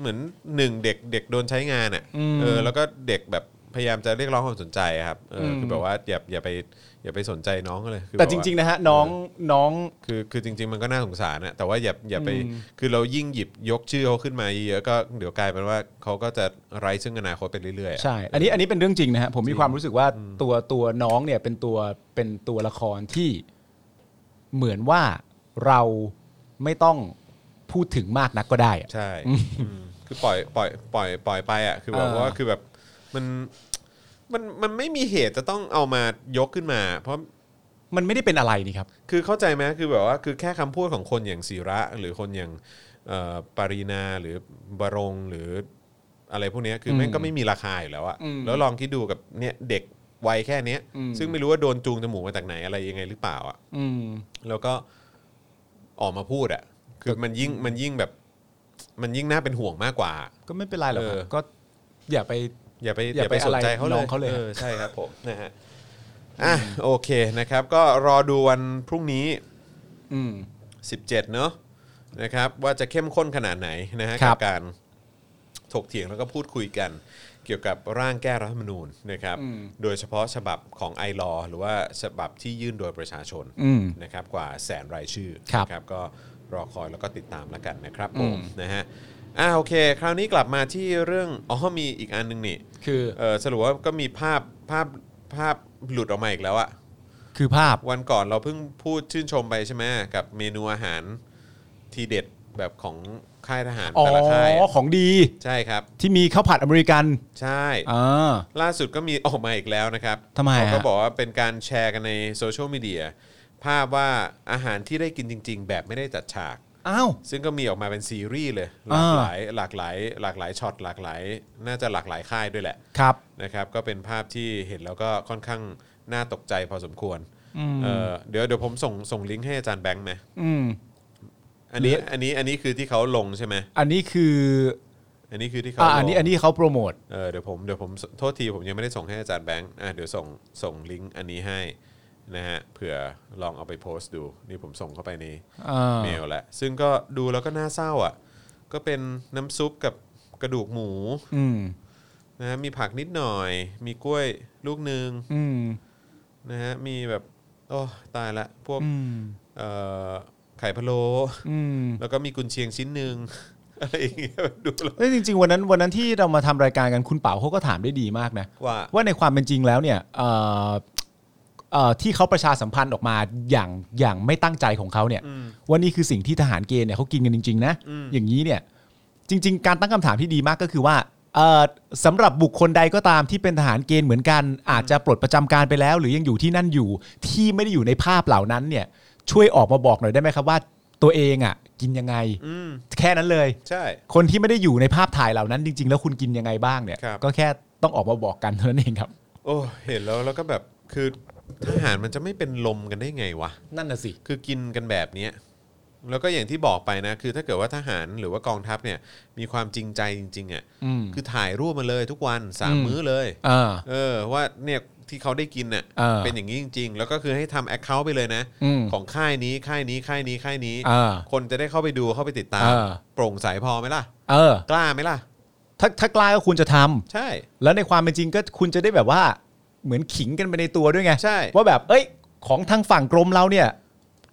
Speaker 2: เหมือนหนึ่งเด็กเด็กโดนใช้งานอ่ะ
Speaker 3: อืม
Speaker 2: เออแล้วก็เด็กแบบพยายามจะเรียกร้องความสนใจอะครับเอออ
Speaker 3: ม
Speaker 2: คือแบบว่าอย่าอย่าไปอย่าไปสนใจน้องเขาเลยคือ
Speaker 3: แต่
Speaker 2: บบ
Speaker 3: จ
Speaker 2: ว่า
Speaker 3: ริง ๆ นะฮะน้องน้อง
Speaker 2: คือคือจริง ๆ มันก็น่าสงสารนะแต่ว่าอย่าอย่าไป
Speaker 3: อืม
Speaker 2: คือเรายิ่งหยิบยกชื่อเขาขึ้นมาเยอะๆก็เดี๋ยวกลายเป็นว่าเขาก็จะไร้ซึ่งอนาคตไปเรื่อยๆอะ
Speaker 3: ใช่ อันนี้อันนี้เป็นเรื่องจริงนะฮะ ผมมีความรู้สึกว่าตัวตัวน้องเนี่ยเป็นตัวเป็นตัวละครที่เหมือนว่าเราไม่ต้องพูดถึงมากนักก็ได้อะ
Speaker 2: ใช่อืมคือปล่อยปล่อยปล่อยปล่อยไปอ่ะ คือแบบ
Speaker 3: เออ
Speaker 2: ว่าคือแบบมันมันมันไม่มีเหตุจะต้องเอามายกขึ้นมา เพราะ
Speaker 3: มันไม่ได้เป็นอะไรนี่ครับ
Speaker 2: คือเข้าใจไหมคือแบบว่าคือแค่คำพูดของคนอย่างศิระ หรือคนอย่างเอ่อปรีนาหรือบรงค์หรืออะไรพวกเนี้ยคือ
Speaker 3: อืม
Speaker 2: แม่งก็ไม่มีราคาอยู่แล้วอะ
Speaker 3: อืม
Speaker 2: แล้วลองคิดดูกับเนี่ยเด็กวัยแค่เนี้ย
Speaker 3: อืม
Speaker 2: ซึ่งไม่รู้ว่าโดนจูงจมูกมาจากไหนอะไรยังไงหรือเปล่าอะ
Speaker 3: อืม
Speaker 2: แล้วก็ออกมาพูดอะคือมันยิ่งมันยิ่งแบบ มันยิ่งน่าเป็นห่วงมากกว่า
Speaker 3: ก็ไม่เป็นไรหรอกครับ
Speaker 2: เออ
Speaker 3: ก็อย่าไป
Speaker 2: อย่าไปอ
Speaker 3: อย่า
Speaker 2: ย่าไป
Speaker 3: ไป
Speaker 2: สนใจ
Speaker 3: อะไร
Speaker 2: เขาเล
Speaker 3: น้อย งเขาเลย
Speaker 2: ออใช่ครับ
Speaker 3: [laughs]
Speaker 2: ผมนะฮะอ่ะโอเคนะครับ ก็รอดูวันพรุ่งนี้
Speaker 3: อืม
Speaker 2: 17 เนอะนะครับ ว่าจะเข้มข้นขนาดไหนนะฮะ
Speaker 3: ครั
Speaker 2: กับ การถกเถียงแล้วก็พูดคุยกัน เกี่ยวกับร่างแก้รัฐธรรมนูญนะครับ โดยเฉพาะฉบับของไอรอหรือว่าฉบับที่ยื่นโดยประชาชน
Speaker 3: อืม
Speaker 2: นะครับกว่าแสนรายชื่อ
Speaker 3: ครับ
Speaker 2: นะก็รอคอยแล้วก็ติดตามแล้วกันนะครับผมนะฮะอ่าโอเค คราวนี้กลับมาที่เรื่องอ๋อมีอีกอันหนึงนี่
Speaker 3: คือ
Speaker 2: เออสรุปว่าก็มีภาพภาพภาพหลุดออกมาอีกแล้วอะ
Speaker 3: คือภาพ
Speaker 2: วันก่อนเราเพิ่งพูดชื่นชมไปใช่ไหมกับเมนูอาหารทีเด็ดแบบของค่ายทหาร
Speaker 3: อ๋อ
Speaker 2: แต่ละค่ายอะ
Speaker 3: ของดี
Speaker 2: ใช่ครับ
Speaker 3: ที่มีข้าวผัดอเมริกัน
Speaker 2: ใช่
Speaker 3: อ่า
Speaker 2: ล่าสุดก็มีออกมาอีกแล้วนะครับ
Speaker 3: ทำไมฮะ
Speaker 2: เขาก็บอกว่าเป็นการแชร์กันในโซเชียลมีเดียภาพว่าอาหารที่ได้กินจริง ๆ แบบไม่ได้จัดฉาก
Speaker 3: อ้าว
Speaker 2: ซึ่งก็มีออกมาเป็นซีรีส์เลยหลาก
Speaker 3: อ่า
Speaker 2: หลายหลากหลายหลากหลายช็อตหลากหลาย น่าจะหลากหลายค่ายด้วยแหละ
Speaker 3: ครับ
Speaker 2: นะครับ ก็เป็นภาพที่เห็นแล้วก็ค่อนข้างน่าตกใจพอสมควรเอ่อเดี๋ยวเดี๋ยวผมส่งส่งลิงก์ให้อาจารย์แบงค์ไหม
Speaker 3: อืม
Speaker 2: อันนี้
Speaker 3: หรืออั
Speaker 2: อันนี้อันนี้คือที่เขาลงใช่ไหม
Speaker 3: อันนี้คือ
Speaker 2: อันนี้คือที่เขา
Speaker 3: อ่า
Speaker 2: ลง
Speaker 3: อันนี้อันนี้เขาโปรโมท
Speaker 2: เออเดี๋ยวผมเดี๋ยวผมโทษทีผมยังไม่ได้ส่งให้อาจารย์แบงค์อ่ะเดี๋ยวส่งส่งลิงก์อันนี้ให้นะฮะเผื่อลองเอาไปโพสต์ดูนี่ผมส่งเข้าไปใน
Speaker 3: อ่า
Speaker 2: เมลแหละซึ่งก็ดูแล้วก็น่าเศร้าอ่ะ ก็เป็นน้ำซุปกับกระดูกหมู
Speaker 3: อืม
Speaker 2: นะฮะมีผักนิดหน่อย มีกล้วยลูกหนึ่ง
Speaker 3: อืม
Speaker 2: นะฮะมีแบบโอ้ตายละพวก
Speaker 3: อืม
Speaker 2: เอ่อไข่พะโล้
Speaker 3: อืม
Speaker 2: แล้วก็มีกุนเชียงชิ้นหนึ่ง [laughs] อะไรอย่างเงี้ยดูแล้ว
Speaker 3: เอ้ยจริง ๆ วันนั้นวันนั้นที่เรามาทำรายการกันคุณเป๋าเขาก็ถามได้ดีมากนะ
Speaker 2: ว่า
Speaker 3: ว่าในความเป็นจริงแล้วเนี่ยเอ่อเอ่อที่เขาประชาสัมพันธ์ออกมาอย่างอย่างไม่ตั้งใจของเขาเนี่ยว่านี่คือสิ่งที่ทหารเกณฑ์เนี่ยเขากินกันจริงๆนะ
Speaker 2: อืม
Speaker 3: อย่างนี้เนี่ยจริง ๆ การตั้งคำถามที่ดีมากก็คือว่าเอ่อสำหรับบุคคลใดก็ตามที่เป็นทหารเกณฑ์เหมือนกัน อาจจะปลดประจำการไปแล้ว หรือยังอยู่ที่นั่นอยู่ที่ไม่ได้อยู่ในภาพเหล่านั้นเนี่ยช่วยออกมาบอกหน่อยได้ไหมครับว่า ตัวเองอ่ะกินยังไง
Speaker 2: อืม
Speaker 3: แค่นั้นเลย
Speaker 2: ใช่
Speaker 3: คนที่ไม่ได้อยู่ในภาพถ่ายเหล่านั้นจริง ๆ แล้วคุณกินยังไงบ้างเนี่ย
Speaker 2: ครับ
Speaker 3: ก็แค่ต้องออกมาบอกกันเท่านั้นเองครับ
Speaker 2: โอ้เห็นแล้วแล้วก็แบบคือทหารมันจะไม่เป็นลมกันได้ไงวะ
Speaker 3: นั่นน่ะสิ
Speaker 2: คือกินกันแบบเนี้ย แล้วก็อย่างที่บอกไปนะคือถ้าเกิดว่าทหารหรือว่ากองทัพเนี่ยมีความจริงใจจริงๆอ่ะ
Speaker 3: อืม
Speaker 2: คือถ่ายรูปมาเลยทุกวันสาม
Speaker 3: อืม
Speaker 2: มื้อเลย
Speaker 3: อ่า
Speaker 2: เออว่าเนี่ยที่เขาได้กินเนี่ย
Speaker 3: เออ
Speaker 2: เป็นอย่างนี้จริง ๆ แล้วก็คือให้ทำแอคเคาท์ไปเลยนะ
Speaker 3: อืม
Speaker 2: ของค่ายนี้ค่ายนี้ค่ายนี้ค่ายนี้
Speaker 3: เออ
Speaker 2: คนจะได้เข้าไปดูเข้าไปติดตาม
Speaker 3: เออ
Speaker 2: โปร่งใสพอไหมล่ะ
Speaker 3: เออ
Speaker 2: กล้าไหมล่ะ
Speaker 3: ถ้าถ้ากล้าก็คุณจะทำ
Speaker 2: ใช่
Speaker 3: แล้วในความเป็นจริงก็คุณจะได้แบบว่าเหมือนขิงกันไปในตัวด้วยไง
Speaker 2: ใช่
Speaker 3: ว่าแบบเอ้ย ของทางฝั่งกรมเราเนี่ย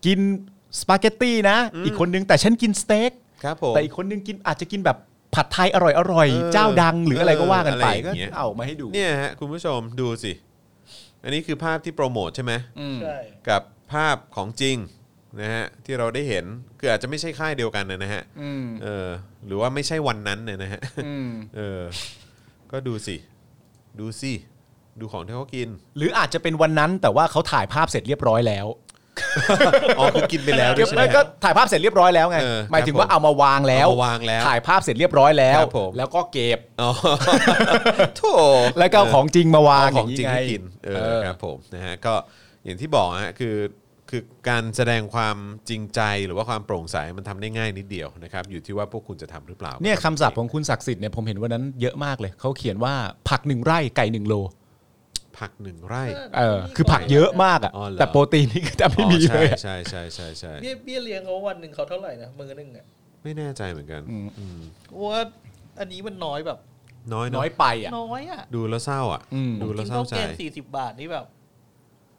Speaker 3: กินสปาเกตตี้นะ อีกคนนึงแต่ฉันกินสเต็ก
Speaker 2: ครับผม
Speaker 3: แต่อีกคนนึงกินอาจจะกินแบบผัดไทยอร่อยอร่อยๆ
Speaker 2: เออ
Speaker 3: เจ้าดังหรืออะไรก็ว่ากันไป
Speaker 2: เอออะไรอ
Speaker 3: ก็
Speaker 2: ย่างเงี้ย
Speaker 3: เอามาให้ดู
Speaker 2: เนี่ยฮะคุณผู้ชมดูสิ อันนี้คือภาพที่โปรโมทใช่ไหม
Speaker 3: อืม
Speaker 4: ใช่
Speaker 2: กับภาพของจริงนะฮะที่เราได้เห็นคืออาจจะไม่ใช่ค่ายเดียวกันนะฮะ
Speaker 3: อืม
Speaker 2: เออหรือว่าไม่ใช่วันนั้นเนี่ยนะฮะ
Speaker 3: อืม
Speaker 2: เออก็ดูสิ ดูสิดูของที่เขากิน
Speaker 3: หรืออาจจะเป็นวันนั้นแต่ว่าเขาถ่ายภาพเสร็จเรียบร้อยแล้ว
Speaker 2: อ๋อคือกินไปแล้วด้ว
Speaker 3: เรี
Speaker 2: ย
Speaker 3: ยบ
Speaker 2: ใช่ไห
Speaker 3: ร้
Speaker 2: ม
Speaker 3: อยก็ถ่ายภาพเสร็จเรียบร้อยแล้วไง
Speaker 2: เออ
Speaker 3: หมายถึง
Speaker 2: ครับ
Speaker 3: ว่าเอามาวางแล้ว
Speaker 2: เอามาวางแล้ว
Speaker 3: ถ่ายภาพเสร็จเรียบร้อยแล้ว
Speaker 2: ครับผม
Speaker 3: แล้วก็เก็บ
Speaker 2: อ๋อ [laughs] โถ
Speaker 3: แล้วก็เอาของจริงมาวาง
Speaker 2: เอาของจริง
Speaker 3: ย่า
Speaker 2: ให้กินเออ
Speaker 3: เออ
Speaker 2: ครับผมนะฮะก็อย่างที่บอกฮะคือคือการแสดงความจริงใจหรือว่าความโปร่งใสมันทำได้ง่ายนิดเดียวนะครับ อยู่ที่ว่าพวกคุณจะทำหรือเปล่า
Speaker 3: เนี่ยคำศัพท์ของคุณศักดิ์สิทธิ์เนี่ยผมเห็นวันนั้นเยอะมากเลยเขาเขียนว่าผักหนึ่งไร่ไก่หนึ่งโล
Speaker 2: ผักหนึ่งไร่
Speaker 3: เออคือผักเยอะมากอ่ะ
Speaker 2: อ๋อเหรอ
Speaker 3: แต่โปรตีนนี่ก็จะไม่มี
Speaker 2: อ๋อ
Speaker 3: เลยอะ
Speaker 2: ใช่ใช่ใช่ใช่ใช่
Speaker 4: เบี้ยเบี้ยเลี้ยงเขาวันหนึ่งเขาเท่าไหร่นะมือหนึ่งอ่ะ
Speaker 2: ไม่แน่ใจเหมือนกันอืม
Speaker 4: ว่าอันนี้มันน้อยแบบ
Speaker 2: น้อยเน
Speaker 3: น้
Speaker 2: อะ
Speaker 3: อยไปอ่ะ
Speaker 4: น้อยอ่ะ
Speaker 2: ดูแล้วเศร้าอ่ะ
Speaker 3: อืม
Speaker 2: ดู
Speaker 4: กิ
Speaker 2: แล้ว
Speaker 4: น
Speaker 2: เศร้า
Speaker 4: ข้า
Speaker 2: ว ใจ
Speaker 4: แกงสี่สิบบาทนี่แบบ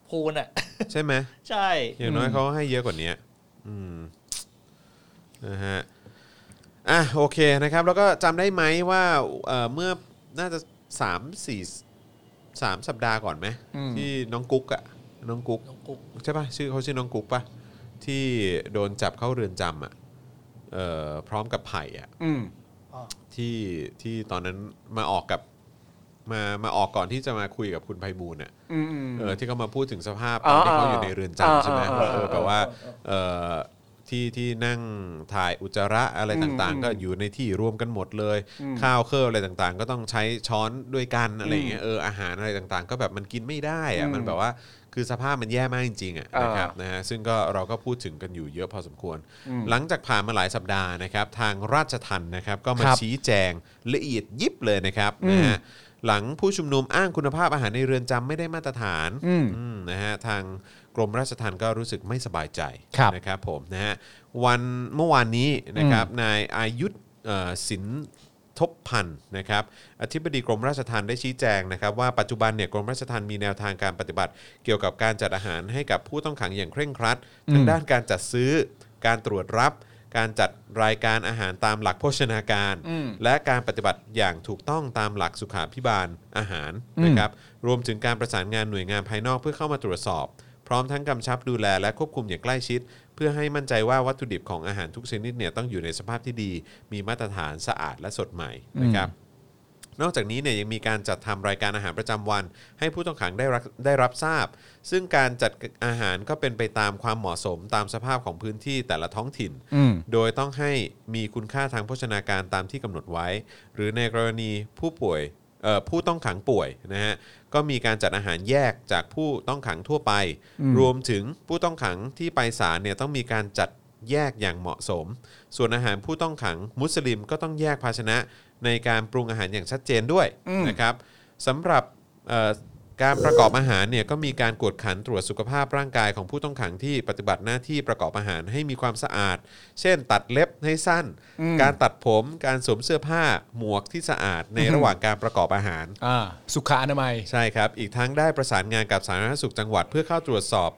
Speaker 4: โพนอ่ะ
Speaker 2: ใช่ไหม
Speaker 4: ใช่
Speaker 2: อย่างน้อยเขาให้เยอะกว่านี้อืมนะฮะ อ่ะโอเคนะครับ แล้วก็จำได้ไหมว่าเอ่อเมื่อน่าจะสามสี่สามสัปดาห์ก่อนไหม
Speaker 3: อืม
Speaker 2: ที่น้องกุ๊กอะน้องกุ๊ก
Speaker 4: น้องกุ๊ก
Speaker 2: ใช่ปะชื่อเขาชื่อน้องกุ๊กปะที่โดนจับเข้าเรือนจำอะเอ่อพร้อมกับไผ่อะ
Speaker 3: อืม
Speaker 4: อ๋อ
Speaker 2: ที่ที่ตอนนั้นมาออกกับมามาออกก่อนที่จะมาคุยกับคุณไพบูลย์อะ
Speaker 3: อืมอืม
Speaker 2: เออที่เขามาพูดถึงสภาพตอนที่เขาอยู่ในเรือนจำใช่ไหม
Speaker 3: อ่าอ่าอ่า
Speaker 2: เออแบบว่าเออที่ที่นั่งถ่ายอุจจาระอะไรต่างๆ ก็อยู่ในที่รวมกันหมดเลย ข้าวเครื่องอะไรต่างๆ ก็ต้องใช้ช้อนด้วยกันอะไรอย่างเงี้ยเอออาหารอะไรต่างๆ ก็แบบมันกินไม่ได้อะมันแบบว่าคือสภาพมันแย่มากจริงๆอะ
Speaker 3: อ่าน
Speaker 2: นะครับนะฮะซึ่งก็เราก็พูดถึงกันอยู่เยอะพอสมควร หลังจากผ่านมาหลายสัปดาห์นะครับ ทางราชทันนะครับ ก็มา
Speaker 3: ครับ
Speaker 2: ชี้แจงละเอียดยิบเลยนะครับนะฮะหลังผู้ชุมนุมอ้างคุณภาพอาหารในเรือนจำไม่ได้มาตรฐาน
Speaker 3: อืม
Speaker 2: อืมนะฮะทางกรมราชทัณฑ์ก็รู้สึกไม่สบายใจ
Speaker 3: ครับ
Speaker 2: นะครับผมนะฮะวันเมื่อวานนี้นะครับนายอายุธเอ่อสินทบพันธ์นะครับอธิบดีกรมราชทัณฑ์ได้ชี้แจงนะครับว่าปัจจุบันเนี่ยกรมราชทัณฑ์มีแนวทางการปฏิบัติ เกี่ยวกับการจัดอาหารให้กับผู้ต้องขังอย่างเคร่งครัด
Speaker 3: อืม
Speaker 2: ทั้งด้านการจัดซื้อ การตรวจรับ การจัดรายการอาหารตามหลักโภชนาการ และการปฏิบัติอย่างถูกต้องตามหลักสุขาพิบาลอาหารนะครับ รวมถึงการประสานงานหน่วยงานภายนอกเพื่อเข้ามาตรวจสอบ พร้อมทั้งกำชับดูแลและควบคุมอย่างใกล้ชิด เพื่อให้มั่นใจว่าวัตถุดิบของอาหารทุกชนิดเนี่ยต้องอยู่ในสภาพที่ดี มีมาตรฐานสะอาดและสดใหม่นะครับ นอกจากนี้เนี่ยยังมีการจัดทำรายการอาหารประจำวัน ให้ผู้ต้องขังได้รับได้รับทราบ ซึ่งการจัดอาหารก็เป็นไปตามความเหมาะสมตามสภาพของพื้นที่แต่ละท้องถิ่น
Speaker 3: อืม
Speaker 2: โดยต้องให้มีคุณค่าทางโภชนาการตามที่กำหนดไว้ หรือในกรณีผู้ป่วยเอ่อผู้ต้องขังป่วยนะฮะก็มีการจัดอาหารแยกจากผู้ต้องขังทั่วไป รวมถึงผู้ต้องขังที่ไปศาลเนี่ยต้องมีการจัดแยกอย่างเหมาะสม ส่วนอาหารผู้ต้องขังมุสลิมก็ต้องแยกภาชนะในการปรุงอาหารอย่างชัดเจนด้วย
Speaker 3: อืม
Speaker 2: นะครับสำหรับเอ่อการประกอบอาหารเนี่ยก็มีการกวดขันตรวจสุขภาพร่างกายของผู้ต้องขังที่ปฏิบัติหน้าที่ประกอบอาหารให้มีความสะอาด เช่น ตัดเล็บให้สั้น การตัดผมการสวมเสื้อผ้าหมวกที่สะอาดในระหว่างการประกอบอาหาร
Speaker 3: อ่า สุขอนามัย
Speaker 2: ใช่ครับ อีกทั้งได้ประสานงานกับสาธารณสุขจังหวัดเพื่อเข้าตรวจสอบ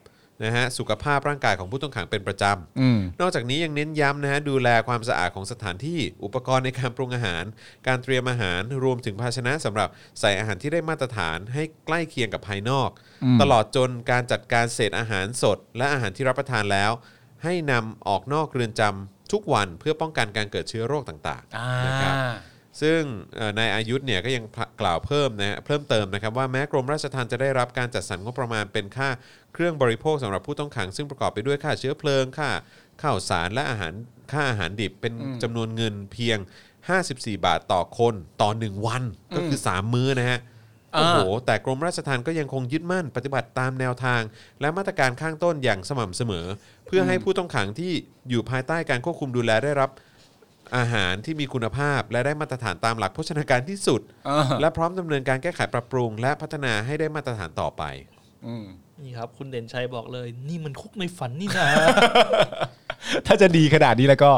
Speaker 2: นะฮะสุขภาพร่างกายของผู้ต้องขังเป็นประจ
Speaker 3: อืม
Speaker 2: ำ นอกจากนี้ยังเน้นย้ำนะฮะดูแลความสะอาดของสถานที่ อุปกรณ์ในการปรุงอาหาร การเตรียมอาหาร รวมถึงภาชนะสำหรับใส่อาหารที่ได้มาตรฐานให้ใกล้เคียงกับภายนอก ตลอดจนการจัดการเศษอาหารสด และอาหารที่รับประทานแล้ว ให้นำออกนอกเรือนจำทุกวันเพื่อป้องกันการเกิดเชื้อโรคต่าง
Speaker 3: อ่า
Speaker 2: ๆนะครับ ซึ่งเอ่อนายอายุธเนี่ยก็ยังกล่าวเพิ่มนะเพิ่มเติมนะครับว่าแม้กรมราชทัณฑ์จะได้รับการจัดสรรงบประมาณเป็นค่าเครื่องบริโภคสำหรับผู้ต้องขัง ซึ่งประกอบไปด้วยค่าเชื้อเพลิงค่าข้าวสารและอาหารค่าอาหารดิบเป็นจำนวนเงินเพียง 54 บาทต่อคนต่อ 1 วันก็คือ 3 มื้อนะฮะ
Speaker 3: อ่า
Speaker 2: โอ้โห แต่กรมราชทัณฑ์ก็ยังคงยึดมั่นปฏิบัติตามแนวทาง และมาตรการข้างต้นอย่างสม่ำเสมอ เพื่อให้ผู้ต้องขังที่อยู่ภายใต้การควบคุมดูแลได้รับอาหารที่มีคุณภาพ และได้มาตรฐานตามหลักโภชนาการที่สุด
Speaker 3: อ่า
Speaker 2: และพร้อมดำเนินการแก้ไขปรับปรุง และพัฒนาให้ได้มาตรฐานต่อไป
Speaker 3: อืม
Speaker 4: นี่ครับ คุณเด่นชัยบอกเลย นี่มันคุกในฝันนี่ [laughs] นะ
Speaker 3: ถ้าจะดีขนาดนี้แล้วก็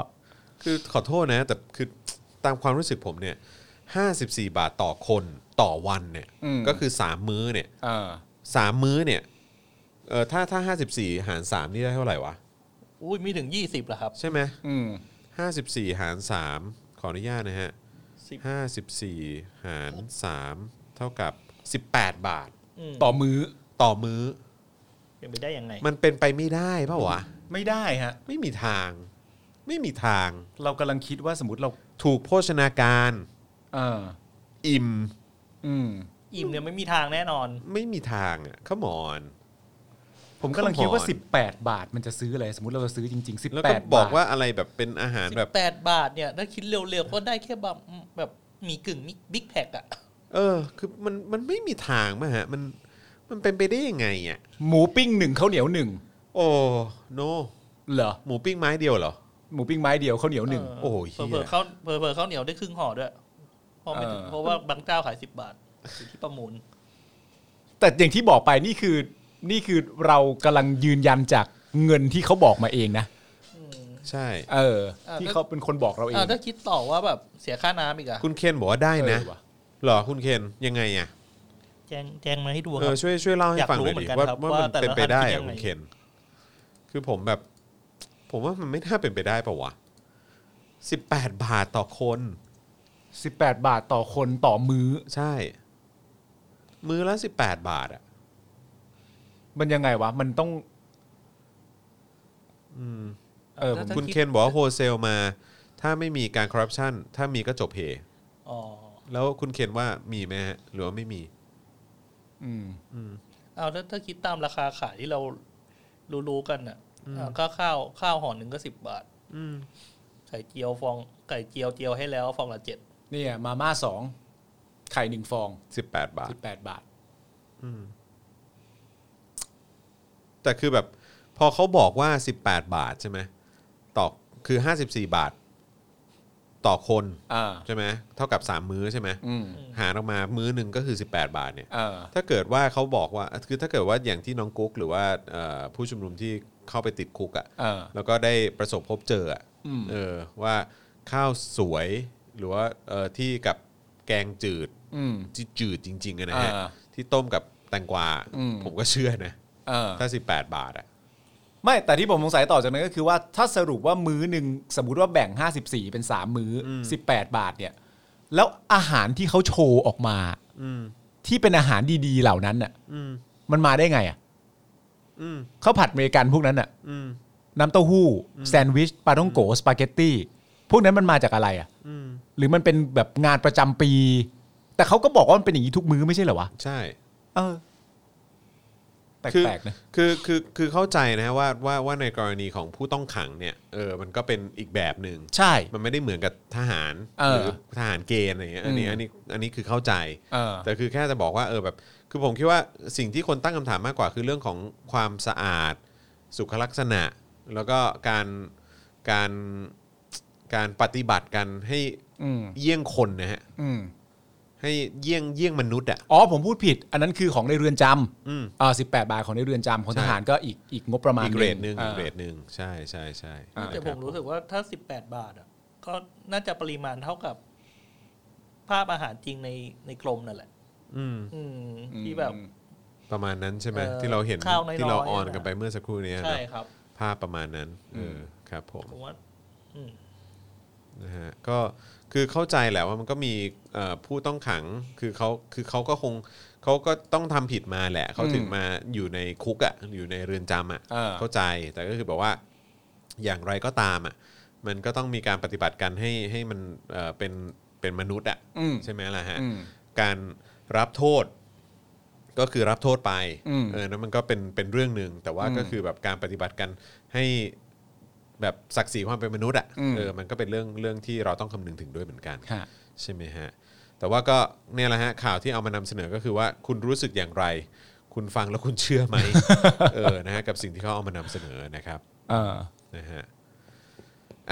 Speaker 2: คือขอโทษนะ แต่คือตามความรู้สึกผมเนี่ย54 บาทต่อคนต่อวันเนี่ย
Speaker 3: อืม
Speaker 2: ก็คือ 3 มื้อเนี่ย
Speaker 3: อ่า
Speaker 2: สามมื้อเนี่ยเออถ้าถ้า 54 หาร 3 นี่ได้เท่าไหร่วะ
Speaker 4: อุ้ยมีถึงยี่สิบเหรอครับ
Speaker 2: ใช่ไหม
Speaker 3: อืม
Speaker 2: 54 หาร 3 ขออนุญาตนะฮะ
Speaker 4: สิบ
Speaker 2: 54 หาร 3 เท่ากับ 18 บาท
Speaker 4: ม
Speaker 3: ต่อมือ
Speaker 2: ต่อมื้อ
Speaker 4: เป็นไปได้ยังไง
Speaker 2: มันเป็นไปไม่ได้เปล่าวะ
Speaker 3: ไม่ได้ฮะ
Speaker 2: ไม่มีทาง ไม่มีทาง
Speaker 3: เรากำลังคิดว่าสมมติเรา
Speaker 2: ถูกโภชนาการ
Speaker 3: อ่า
Speaker 2: อิ่ม
Speaker 3: อืม
Speaker 4: อิ่มเนี่ยไม่มีทางแน่นอน
Speaker 2: ไม่มีทางอ่ะขมอน
Speaker 3: ผมกำลังคิดว่า
Speaker 2: Come on
Speaker 3: 18 บาทมันจะซื้ออะไร สมมติเราจะซื้อจริง ๆ 18
Speaker 2: แล้ว
Speaker 3: บา
Speaker 2: ก็
Speaker 3: ท
Speaker 2: บอกว่าอะไรแบบเป็นอาหารแบบ
Speaker 4: 18 บาทเนี่ย ถ้าคิดเร็วๆ ก็ได้แค่แบบแบบหมีกึ่งบิ๊กแพ็คอะ
Speaker 2: เออ คือมันมันไม่มีทางมาฮะ มันมันเป็นไปได้ยังไงอ่ะ
Speaker 3: หมูปิ้งหนึ่งข้าวเหนียวหนึ่ง
Speaker 2: โอ้โน
Speaker 3: เหรอ
Speaker 2: หมูปิ้งไม้เดียวเหรอ
Speaker 3: หมูปิ้งไม้เดียวข้าวเหนียวหนึ่ง
Speaker 4: เ
Speaker 2: โอ้ยเหี้ย
Speaker 4: เผลอๆข้าวเผลอๆข้าวเหนียวได้ครึ่งห่อด้วยเพราะไม่ถึง
Speaker 3: เออ
Speaker 4: เพราะว่าบางเจ้าขาย 10 บาทอยู่ที่ประมูล
Speaker 3: แต่อย่างที่บอกไปนี่คือนี่คือเรากำลังยืนยันจากเงินที่เขาบอกมาเองนะ
Speaker 2: ใช่
Speaker 3: เออ
Speaker 4: อ่า
Speaker 3: ที่เขาเป็นคนบอกเราเอง
Speaker 4: อ่าถ้าคิดต่อว่าแบบเสียค่าน้ำอีกอะ
Speaker 2: คุณเคนบอกว่าได้
Speaker 3: เออ
Speaker 2: นะ
Speaker 3: ว่ะ
Speaker 2: เหรอคุณเคนยังไงอ่ะ
Speaker 4: แจ้งแจ้งมาให้ดู
Speaker 2: เอ
Speaker 4: ค
Speaker 2: อ
Speaker 4: รับ
Speaker 2: ช่วยช่วยเล่าให้
Speaker 4: อยาก
Speaker 2: ฟังหน่อย
Speaker 4: รู้เหมื
Speaker 2: ดิ
Speaker 4: อนกัน
Speaker 2: ว่า
Speaker 4: ครับ
Speaker 2: ว่า
Speaker 4: ว่า
Speaker 2: มัน
Speaker 4: แต่ละ
Speaker 2: เป็นไปได้อะ
Speaker 4: ท่านคิดยังไง
Speaker 2: คุณเคนคือผมแบบ ผมว่ามันไม่น่าเป็นไปได้ปะวะสิบแปดบาทต่อคน
Speaker 3: 18 บาทต่อคนต่อมื้อ
Speaker 2: ใช่ มือละสิบแปดบาทอ่ะ
Speaker 3: มันยังไงวะ มันต้อง เออ
Speaker 4: ถ้า
Speaker 2: คุณ
Speaker 4: ถ้า
Speaker 2: เคนบอกว่าโฮเซลมา ถ้าไม่มีการคอร์รัปชันถ้ามีก็จบเพ
Speaker 4: อ๋อ
Speaker 2: แล้วคุณเคนว่ามีไหมฮะหรือว่าไม่มี
Speaker 3: อืม
Speaker 4: เอาถ้าถ้าคิดตามราคาขายที่เรารู้ๆกันอะอ่ะก็ข้าวข้าวห่อหนึ่งก็สิบบาท
Speaker 2: อืม
Speaker 4: ไข่เจียวฟองไข่เจียวเจียวให้แล้วฟองละเจ็ด
Speaker 3: เนี่ย มาม่าสองไข่หนึ่งฟอง
Speaker 2: สิบแปดบาท
Speaker 3: 18 บาท
Speaker 2: แต่คือแบบพอเขาบอกว่า 18 บาทใช่ไหมต่อคือ 54 บาท ต่อคน
Speaker 3: อ่า
Speaker 2: ใช่ไหมเท่ากับ 3 มื้อใช่ไหม
Speaker 3: อืม
Speaker 2: หารออกมามื้อหนึ่งก็คือ 18 บาทเนี่ย
Speaker 3: เออ
Speaker 2: ถ้าเกิดว่าเขาบอกว่าคือถ้าเกิดว่าอย่างที่น้องกุ๊ก หรือว่าเอ่อผู้ชุมนุมที่เข้าไปติดคุกอ่ะ
Speaker 3: เออ
Speaker 2: แล้วก็ได้ประสบพบเจออะ
Speaker 3: อืม
Speaker 2: เออว่าข้าวสวยหรือว่าเออที่กับแกงจืด
Speaker 3: อืม
Speaker 2: ที่จืดจริงๆอะนะฮะ
Speaker 3: อ่า
Speaker 2: ที่ต้มกับแตงกวา
Speaker 3: อืม
Speaker 2: ผมก็เชื่อนะ
Speaker 3: เออ
Speaker 2: ถ้า 18 บาทอ่ะ
Speaker 3: ไม่แต่ที่ผมสงสัยต่อจากนั้นก็คือว่าถ้าสรุปว่ามื้อหนึ่งสมมติว่าแบ่ง 54 เป็น 3 มื้ออ18 บาทเนี่ย แล้วอาหารที่เขาโชว์ออกมา
Speaker 2: อืม
Speaker 3: ที่เป็นอาหารดีๆเหล่านั้นน่ะ
Speaker 2: อืม
Speaker 3: มันมาได้ไงอ่ะ
Speaker 2: อืม
Speaker 3: ข้าวผัดอเมริกันพวกนั้นน่ะ
Speaker 2: อืม
Speaker 3: น้ำเต้าหู้แซนด์วิชปลาท่องโกสปาเกตตี้พวกนั้นมันมาจากอะไรอ่ะ
Speaker 2: อืม
Speaker 3: หรือมันเป็นแบบงานประจำปี แต่เขาก็บอกว่ามันเป็นอย่างนี้ทุกมื้อไม่ใช่เหรอวะ
Speaker 2: ใช่
Speaker 3: เออแป
Speaker 2: คือ
Speaker 3: ลกๆนะ
Speaker 2: คือคือคือเข้าใจนะว่าว่าว่าในกรณีของผู้ต้องขังเนี่ยเออมันก็เป็นอีกแบบหนึ่ง
Speaker 3: ใช่
Speaker 2: มันไม่ได้เหมือนกับทหาร
Speaker 3: เออ
Speaker 2: หรือทหารเกณฑ์อะไรเงี้ยอันนี้
Speaker 3: อืม
Speaker 2: อันนี้อันนี้คือเข้าใจ
Speaker 3: เออ
Speaker 2: แต่คือแค่จะบอกว่าเออแบบ คือผมคิดว่าสิ่งที่คนตั้งคำถามมากกว่าคือเรื่องของความสะอาด สุขลักษณะ แล้วก็การการการปฏิบัติกันให้
Speaker 3: อืม
Speaker 2: เยี่ยงคนนะฮะ
Speaker 3: อืม
Speaker 2: ให้เยี่ยงเยี่ยงมนุษย์อ่ะ
Speaker 3: อ๋อผมพูดผิด อันนั้นคือของในเรือนจ
Speaker 2: อืม
Speaker 3: ำอ่าสิบแปดบาทของในเรือนจำของ
Speaker 2: ใช่
Speaker 3: ทหารก็อีกอีกงบประมาณ
Speaker 2: อีกเรทหนึ่ง
Speaker 3: อ่า
Speaker 2: อีกเรทหนึ่งใช่ใช่ใช่
Speaker 3: อ่า
Speaker 4: แต่ผมรู้สึกว่าถ้า 18 บาทอ่ะก็น่าจะปริมาณเท่ากับ ภาพอาหารจริงในในกลมนั่นแหละ
Speaker 2: อืม
Speaker 4: อืมที่แบบ
Speaker 2: ประมาณนั้นใช่ไหม
Speaker 4: เอ่อ
Speaker 2: ที่เราเห็น
Speaker 4: ข้าวน้อยๆ
Speaker 2: ที่เราออน
Speaker 4: น่ะ
Speaker 2: กันไปเมื่อสักครู่เนี้ย
Speaker 4: ใช่
Speaker 2: นะครับ ภาพประมาณนั้นเออครับผม
Speaker 4: ผมว่าอืม
Speaker 2: นะฮะก็คือเข้าใจแหละว่ามันก็มีเอ่อผู้ต้องขังคือเขาคือเขาก็คงเขาก็ต้องทำผิดมาแหละเขาถึงมาอยู่ในคุกอะ่ะอยู่ในเรือนจำอ่ะ
Speaker 3: อ่า
Speaker 2: เข้าใจแต่ก็คือแบบว่าอย่างไรก็ตามอะ่ะมันก็ต้องมีการปฏิบัติกันให้ให้มันเอ่อเป็นเป็นมนุษย์อะ
Speaker 3: อืม
Speaker 2: ่ะใช่ไหมล่ะฮะ
Speaker 3: อืม
Speaker 2: การรับโทษก็คือรับโทษไป
Speaker 3: อืม
Speaker 2: เออนั่นมันก็เป็นเป็นเรื่องหนึ่งแต่ว่าก็คือแบบการปฏิบัติกันให้ แบบศักดิ์ศรีความเป็นมนุษย์อ่ะ
Speaker 3: อืม
Speaker 2: เออมันก็เป็นเรื่องเรื่องที่เราต้องคำนึงถึงด้วยเหมือนกัน
Speaker 3: ฮะ
Speaker 2: ใช่ไหมฮะ แต่ว่าก็เนี่ยแหละฮะข่าวที่เอามานำเสนอก็คือว่าคุณรู้สึกอย่างไร คุณฟังแล้วคุณเชื่อ [laughs] ไหม เออนะฮะกับสิ่งที่เขาเอามานำเสนอนะครับ
Speaker 3: เออ
Speaker 2: นะฮะ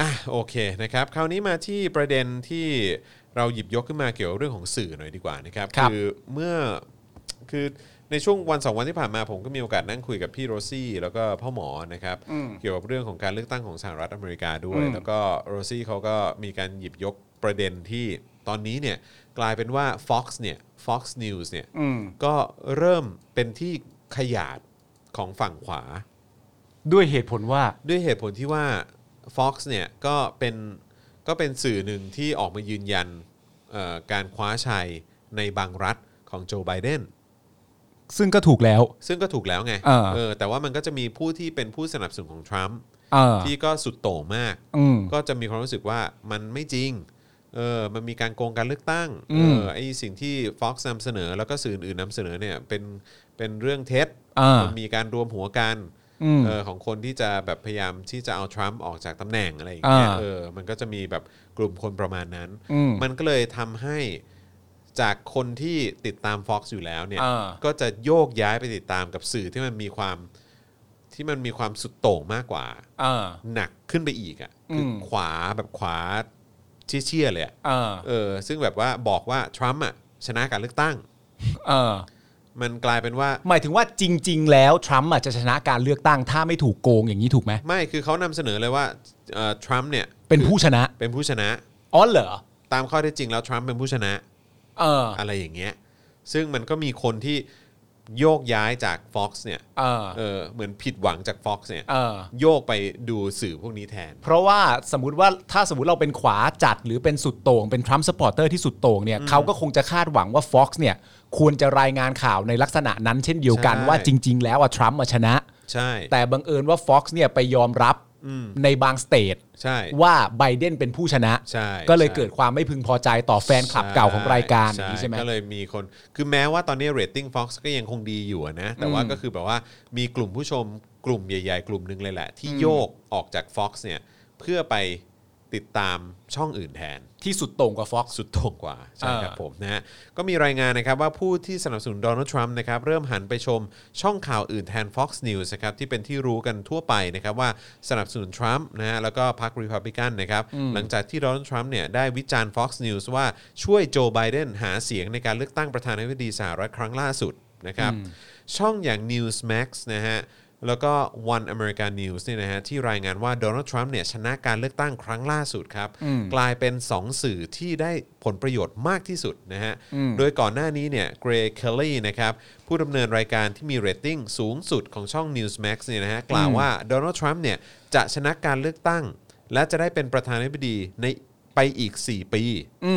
Speaker 2: อ่ะโอเคนะครับ คราวนี้มาที่ประเด็นที่เราหยิบยกขึ้นมาเกี่ยวกับเรื่องของสื่อหน่อยดีกว่านะครับ
Speaker 3: ครับ
Speaker 2: อเมื่อคือในช่วงวันสองวันที่ผ่านมาผมก็มีโอกาสนั่งคุยกับพี่โรซี่แล้วก็พ่อหมอนะครับ เกี่ยวกับเรื่องของการเลือกตั้งของสหรัฐอเมริกาด้วย แล้วก็โรซี่เขาก็มีการหยิบยกประเด็นที่ตอนนี้เนี่ยกลายเป็นว่า Fox เนี่ย Fox News เนี่ยก็เริ่มเป็นที่ขยาดของฝั่งขวา
Speaker 3: ด้วยเหตุผลว่า
Speaker 2: ด้วยเหตุผลที่ว่า Fox เนี่ยก็เป็นก็เป็นสื่อหนึ่งที่ออกมายืนยันเอ่อการคว้าชัยในบางรัฐของโจไบเดน
Speaker 3: ซึ่งก็ถูกแล้ว
Speaker 2: ซึ่งก็ถูกแล้วไง
Speaker 3: อ่า
Speaker 2: เออแต่ว่ามันก็จะมีผู้ที่เป็นผู้สนับสนุนของทรัมป์
Speaker 3: เออ
Speaker 2: ที่ก็สุดโต่งมาก
Speaker 3: อืม
Speaker 2: ก็จะมีความรู้สึกว่ามันไม่จริง เออ มันมีการโกงการเลือกตั้ง
Speaker 3: อื
Speaker 2: เอ
Speaker 3: ม
Speaker 2: อ ไอสิ่งที่ Fox นำเสนอแล้วก็สื่ออื่นนำเสนอเนี่ยเป็นเป็นเรื่องเท็จ
Speaker 3: อ่า
Speaker 2: มันมีการรวมหัวกัน
Speaker 3: อืม
Speaker 2: เออของคนที่จะแบบพยายามที่จะเอาทรัมป์ออกจากตำแหน่งอะไรอย่างเงี้ย
Speaker 3: อ่า
Speaker 2: เออมันก็จะมีแบบกลุ่มคนประมาณนั้น
Speaker 3: อืม
Speaker 2: มันก็เลยทำให้จากคนที่ติดตาม Fox อยู่แล้วเนี่ย
Speaker 3: อ่า
Speaker 2: ก็จะโยกย้ายไปติดตามกับสื่อที่มันมีความที่มันมีความสุดโต่งมากกว่า
Speaker 3: เออ
Speaker 2: หนักขึ้นไปอีกอะ่ะคืออ
Speaker 3: ม
Speaker 2: ขวาแบบขวาเชี่ยๆเลยอะ
Speaker 3: เออ
Speaker 2: เออซึ่งแบบว่าบอกว่าทรัมป์อ่ะชนะการเลือกตั้ง
Speaker 3: เออ
Speaker 2: มันกลายเป็นว่า
Speaker 3: หมายถึงว่าจริง ๆ แล้วทรัมป์อาจจะชนะการเลือกตั้งถ้าไม่ถูกโกงอย่างนี้ถูกไหม
Speaker 2: ไม่คือเขานำเสนอเลยว่าเอ่อทรัมป์เนี่ย
Speaker 3: เป็นผู้ชนะ
Speaker 2: เป็นผู้ชนะ
Speaker 3: อ๋อเหรอ
Speaker 2: ตามข้อเท็จจริงแล้วทรัมป์เป็นผู้ชนะ
Speaker 3: เออ
Speaker 2: อะไรอย่างเงี้ยซึ่งมันก็มีคนที่โยกย้ายจาก Fox เนี่ย
Speaker 3: เออ
Speaker 2: เออเหมือนผิดหวังจาก Fox เนี่ย
Speaker 3: เออ
Speaker 2: โยกไปดูสื่อพวกนี้แทน
Speaker 3: เพราะว่าสมมติว่าถ้าสมมติเราเป็นขวาจัดหรือเป็นสุดโต่งเป็นทรัมป์สปอร์เตอร์ที่สุดโต่งเนี่ยเขาก็คงจะคาดหวังว่า Fox เนี่ยควรจะรายงานข่าวในลักษณะนั้นเช่นเดียวกัน
Speaker 2: ใช่
Speaker 3: ว่าจริง ๆ แล้วอ่ะทรัมป์อ่ะชนะ
Speaker 2: ใช่
Speaker 3: แต่บังเอิญว่า Fox เนี่ยไปยอมรับในบางสเตท
Speaker 2: ใช่
Speaker 3: ว่าไบเดนเป็นผู้ชนะ
Speaker 2: ใช่
Speaker 3: ก็เลย
Speaker 2: ใช่
Speaker 3: เกิดความไม่พึงพอใจต่อแฟนคลับเก่าของรายการอย่างนี้ใช่ไหม
Speaker 2: ก็เลยมีคนคือแม้ว่าตอนนี้เรตติ้ง Fox ก็ยังคงดีอยู่อะนะ แต่ว่าก็คือแบบว่ามีกลุ่มผู้ชมกลุ่มใหญ่ ๆ กลุ่มหนึ่งเลยแหละ ที่โยกออกจาก Fox เนี่ยเพื่อไปติดตามช่องอื่นแทน
Speaker 3: ที่สุดโต่งกว่า Fox
Speaker 2: สุดโต่งกว่า ใช่ครับ
Speaker 3: เออ
Speaker 2: ผมนะฮะก็มีรายงานนะครับว่าผู้ที่สนับสนุนโดนัลด์ทรัมป์นะครับเริ่มหันไปชมช่องข่าวอื่นแทน Fox News นะครับที่เป็นที่รู้กันทั่วไปนะครับว่าสนับสนุนทรัมป์นะฮะแล้วก็พรรครีพับลิกันนะครับหลังจากที่โดนัลด์ทรัมป์เนี่ยได้วิจารณ์ Fox News ว่าช่วยโจไบเดนหาเสียงในการเลือกตั้งประธานาธิบดีสหรัฐครั้งล่าสุดนะครับช่องอย่าง Newsmax นะฮะแล้วก็ One American News เนี่ยนะฮะที่รายงานว่าโดนัลด์ทรัมป์เนี่ยชนะการเลือกตั้งครั้งล่าสุดครับกลายเป็น 2 สื่อที่ได้ผลประโยชน์มากที่สุดนะฮะโดยก่อนหน้านี้เนี่ยเกรย์เคลลี่นะครับผู้ดำเนินรายการที่มีเรตติ้งสูงสุดของช่อง Newsmax เนี่ยนะฮะกล่าวว่าโดนัลด์ทรัมป์เนี่ยจะชนะการเลือกตั้ง และจะได้เป็นประธานาธิบดีในไปอีก 4 ปี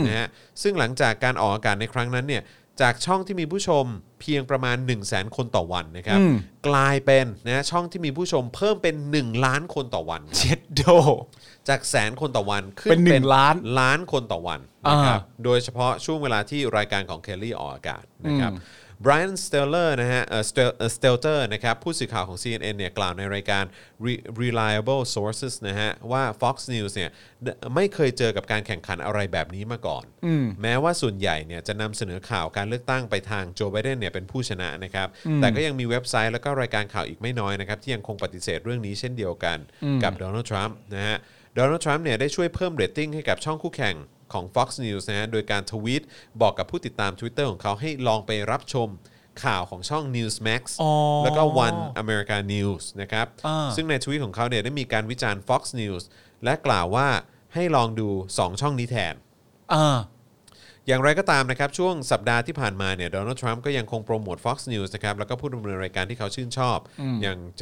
Speaker 2: นะฮะซึ่งหลังจากการออกอากาศในครั้งนั้นเนี่ยจากช่องที่มีผู้ชมเพียงประมาณ 1 0 0 0 0แคนต่อวันนะครับกลายเป็นนะช่องที่มีผู้ชมเพิ่มเป็น 1 ล้านคนต่อวันครับ
Speaker 3: เจ็ดโด
Speaker 2: จากแสนคนต่อวันขึ้
Speaker 3: เป็นหนึ่ง
Speaker 2: 1
Speaker 3: ล้าน
Speaker 2: ล้านคนต่อวันนะครับ
Speaker 3: อ่
Speaker 2: โดยเฉพาะช่วงเวลาที่รายการของเคลลี่ออกอากาศนะครับ Brian Stelter นะฮะเอ่อ Stel- เอ่อ Stelter นะครับ ผู้สื่อข่าวของ CNN เนี่ยกล่าวในรายการ Re- Reliable Sources นะฮะว่า Fox News เนี่ยไม่เคยเจอกับการแข่งขันอะไรแบบนี้มาก่อน แม้ว่าส่วนใหญ่เนี่ยจะนำเสนอข่าวการเลือกตั้งไปทางโจไบเดนเนี่ยเป็นผู้ชนะนะครับ แต่ก็ยังมีเว็บไซต์แล้วก็รายการข่าวอีกไม่น้อยนะครับ ที่ยังคงปฏิเสธเรื่องนี้เช่นเดียวกันกับโดนัลด์ทรัมป์นะฮะ โดนัลด์ทรัมป์เนี่ยได้ช่วยเพิ่มเรตติ้งให้กับช่องคู่แข่งของ Fox News นะฮะ โดยการทวีตบอกกับผู้ติดตาม Twitter ของเขาให้ลองไปรับชมข่าวของช่อง Newsmax
Speaker 3: อ๋อ
Speaker 2: แล้วก็ One America News นะครับ
Speaker 3: อ่า
Speaker 2: ซึ่งในทวีตของเขาเนี่ยได้มีการวิจารณ์ Fox News และกล่าวว่าให้ลองดู 2 ช่องนี้แทน
Speaker 3: อ่า
Speaker 2: อย่างไรก็ตามนะครับ ช่วงสัปดาห์ที่ผ่านมาเนี่ยโดนัลด์ทรัมป์ก็ยังคงโปรโมท Fox News นะครับแล้วก็ผู้ดำเนินรายการที่เขาชื่นชอบ อย่างเ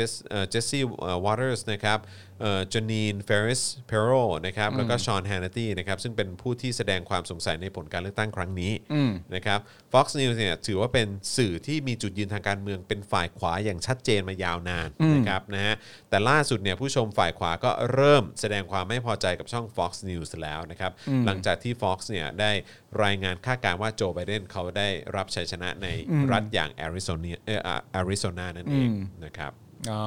Speaker 2: จสซี่วอเตอร์สนะครับจอนีนเฟริสเพโรนะครับแล้วก็ชอนแฮนนตี้นะครับซึ่งเป็นผู้ที่แสดงความสงสัยในผลการเลือกตั้งครั้งนี้นะครับ Fox News เนี่ยถือว่าเป็นสื่อที่มีจุดยืนทางการเมืองเป็นฝ่ายขวาอย่างชัดเจนมายาวนานนะครับนะฮะแต่ล่าสุดเนี่ยผู้ชมฝ่ายขวาก็เริ่มแสดงความไม่พอใจกับช่อง Fox News แล้วนะครับหลังจากที่ Fox เนี่ยได้รายงานคาดการณ์ว่าโจไบเดนเขาได้รับชัยชนะในรัฐอย่างแอริโซเนียเออแอริโซนานั่นเองนะครับ
Speaker 3: อ๋อ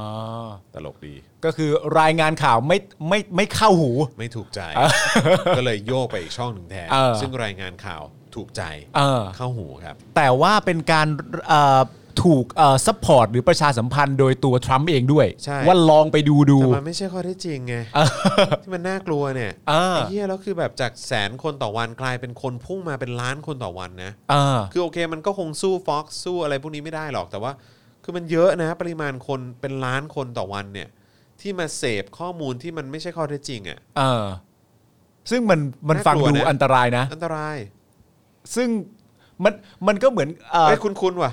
Speaker 2: ตลกดี
Speaker 3: ก็คือรายงานข่าวไม่ไม่ไม่เข้าหู
Speaker 2: ไม่ถูกใจ ก็เลยโยกไปอีกช่องหนึ่งแทน
Speaker 3: เออ
Speaker 2: ซึ่งรายงานข่าว ถูกใจ
Speaker 3: เออ
Speaker 2: เข้าหูครับ
Speaker 3: แต่ว่าเป็นการเอ่อถูกซัพพอร์ตหรือประชาสัมพันธ์โดยตัวทรัมป์เองด้วย
Speaker 2: ใช่
Speaker 3: ว่าลองไปดูดู
Speaker 2: แต่มันไม่ใช่ข้อเท็จจริงไงที่มันน่ากลัวเนี่ย
Speaker 3: เออ
Speaker 2: ไอ้เหี้ยแล้วคือแบบจากแสนคนต่อวันกลายเป็นคนพุ่งมาเป็นล้านคนต่อวันนะ
Speaker 3: เออ
Speaker 2: คือโอเคมันก็คงสู้ Fox สู้อะไรพวกนี้ไม่ได้หรอกแต่ว่า คือมันเยอะนะ ปริมาณคนเป็นล้านคนต่อวันเนี่ย ที่มาเสพข้อมูลที่มันไม่ใช่ข้อเท็จจริงอะ
Speaker 3: เออ ซึ่งมันมันฟังดู
Speaker 2: น่ากลัวนะ
Speaker 3: อันตรายนะ
Speaker 2: อันตราย
Speaker 3: ซึ่งมันมันก็เหมือนเอ่อ
Speaker 2: เอ้ยคุณคุณว่ะ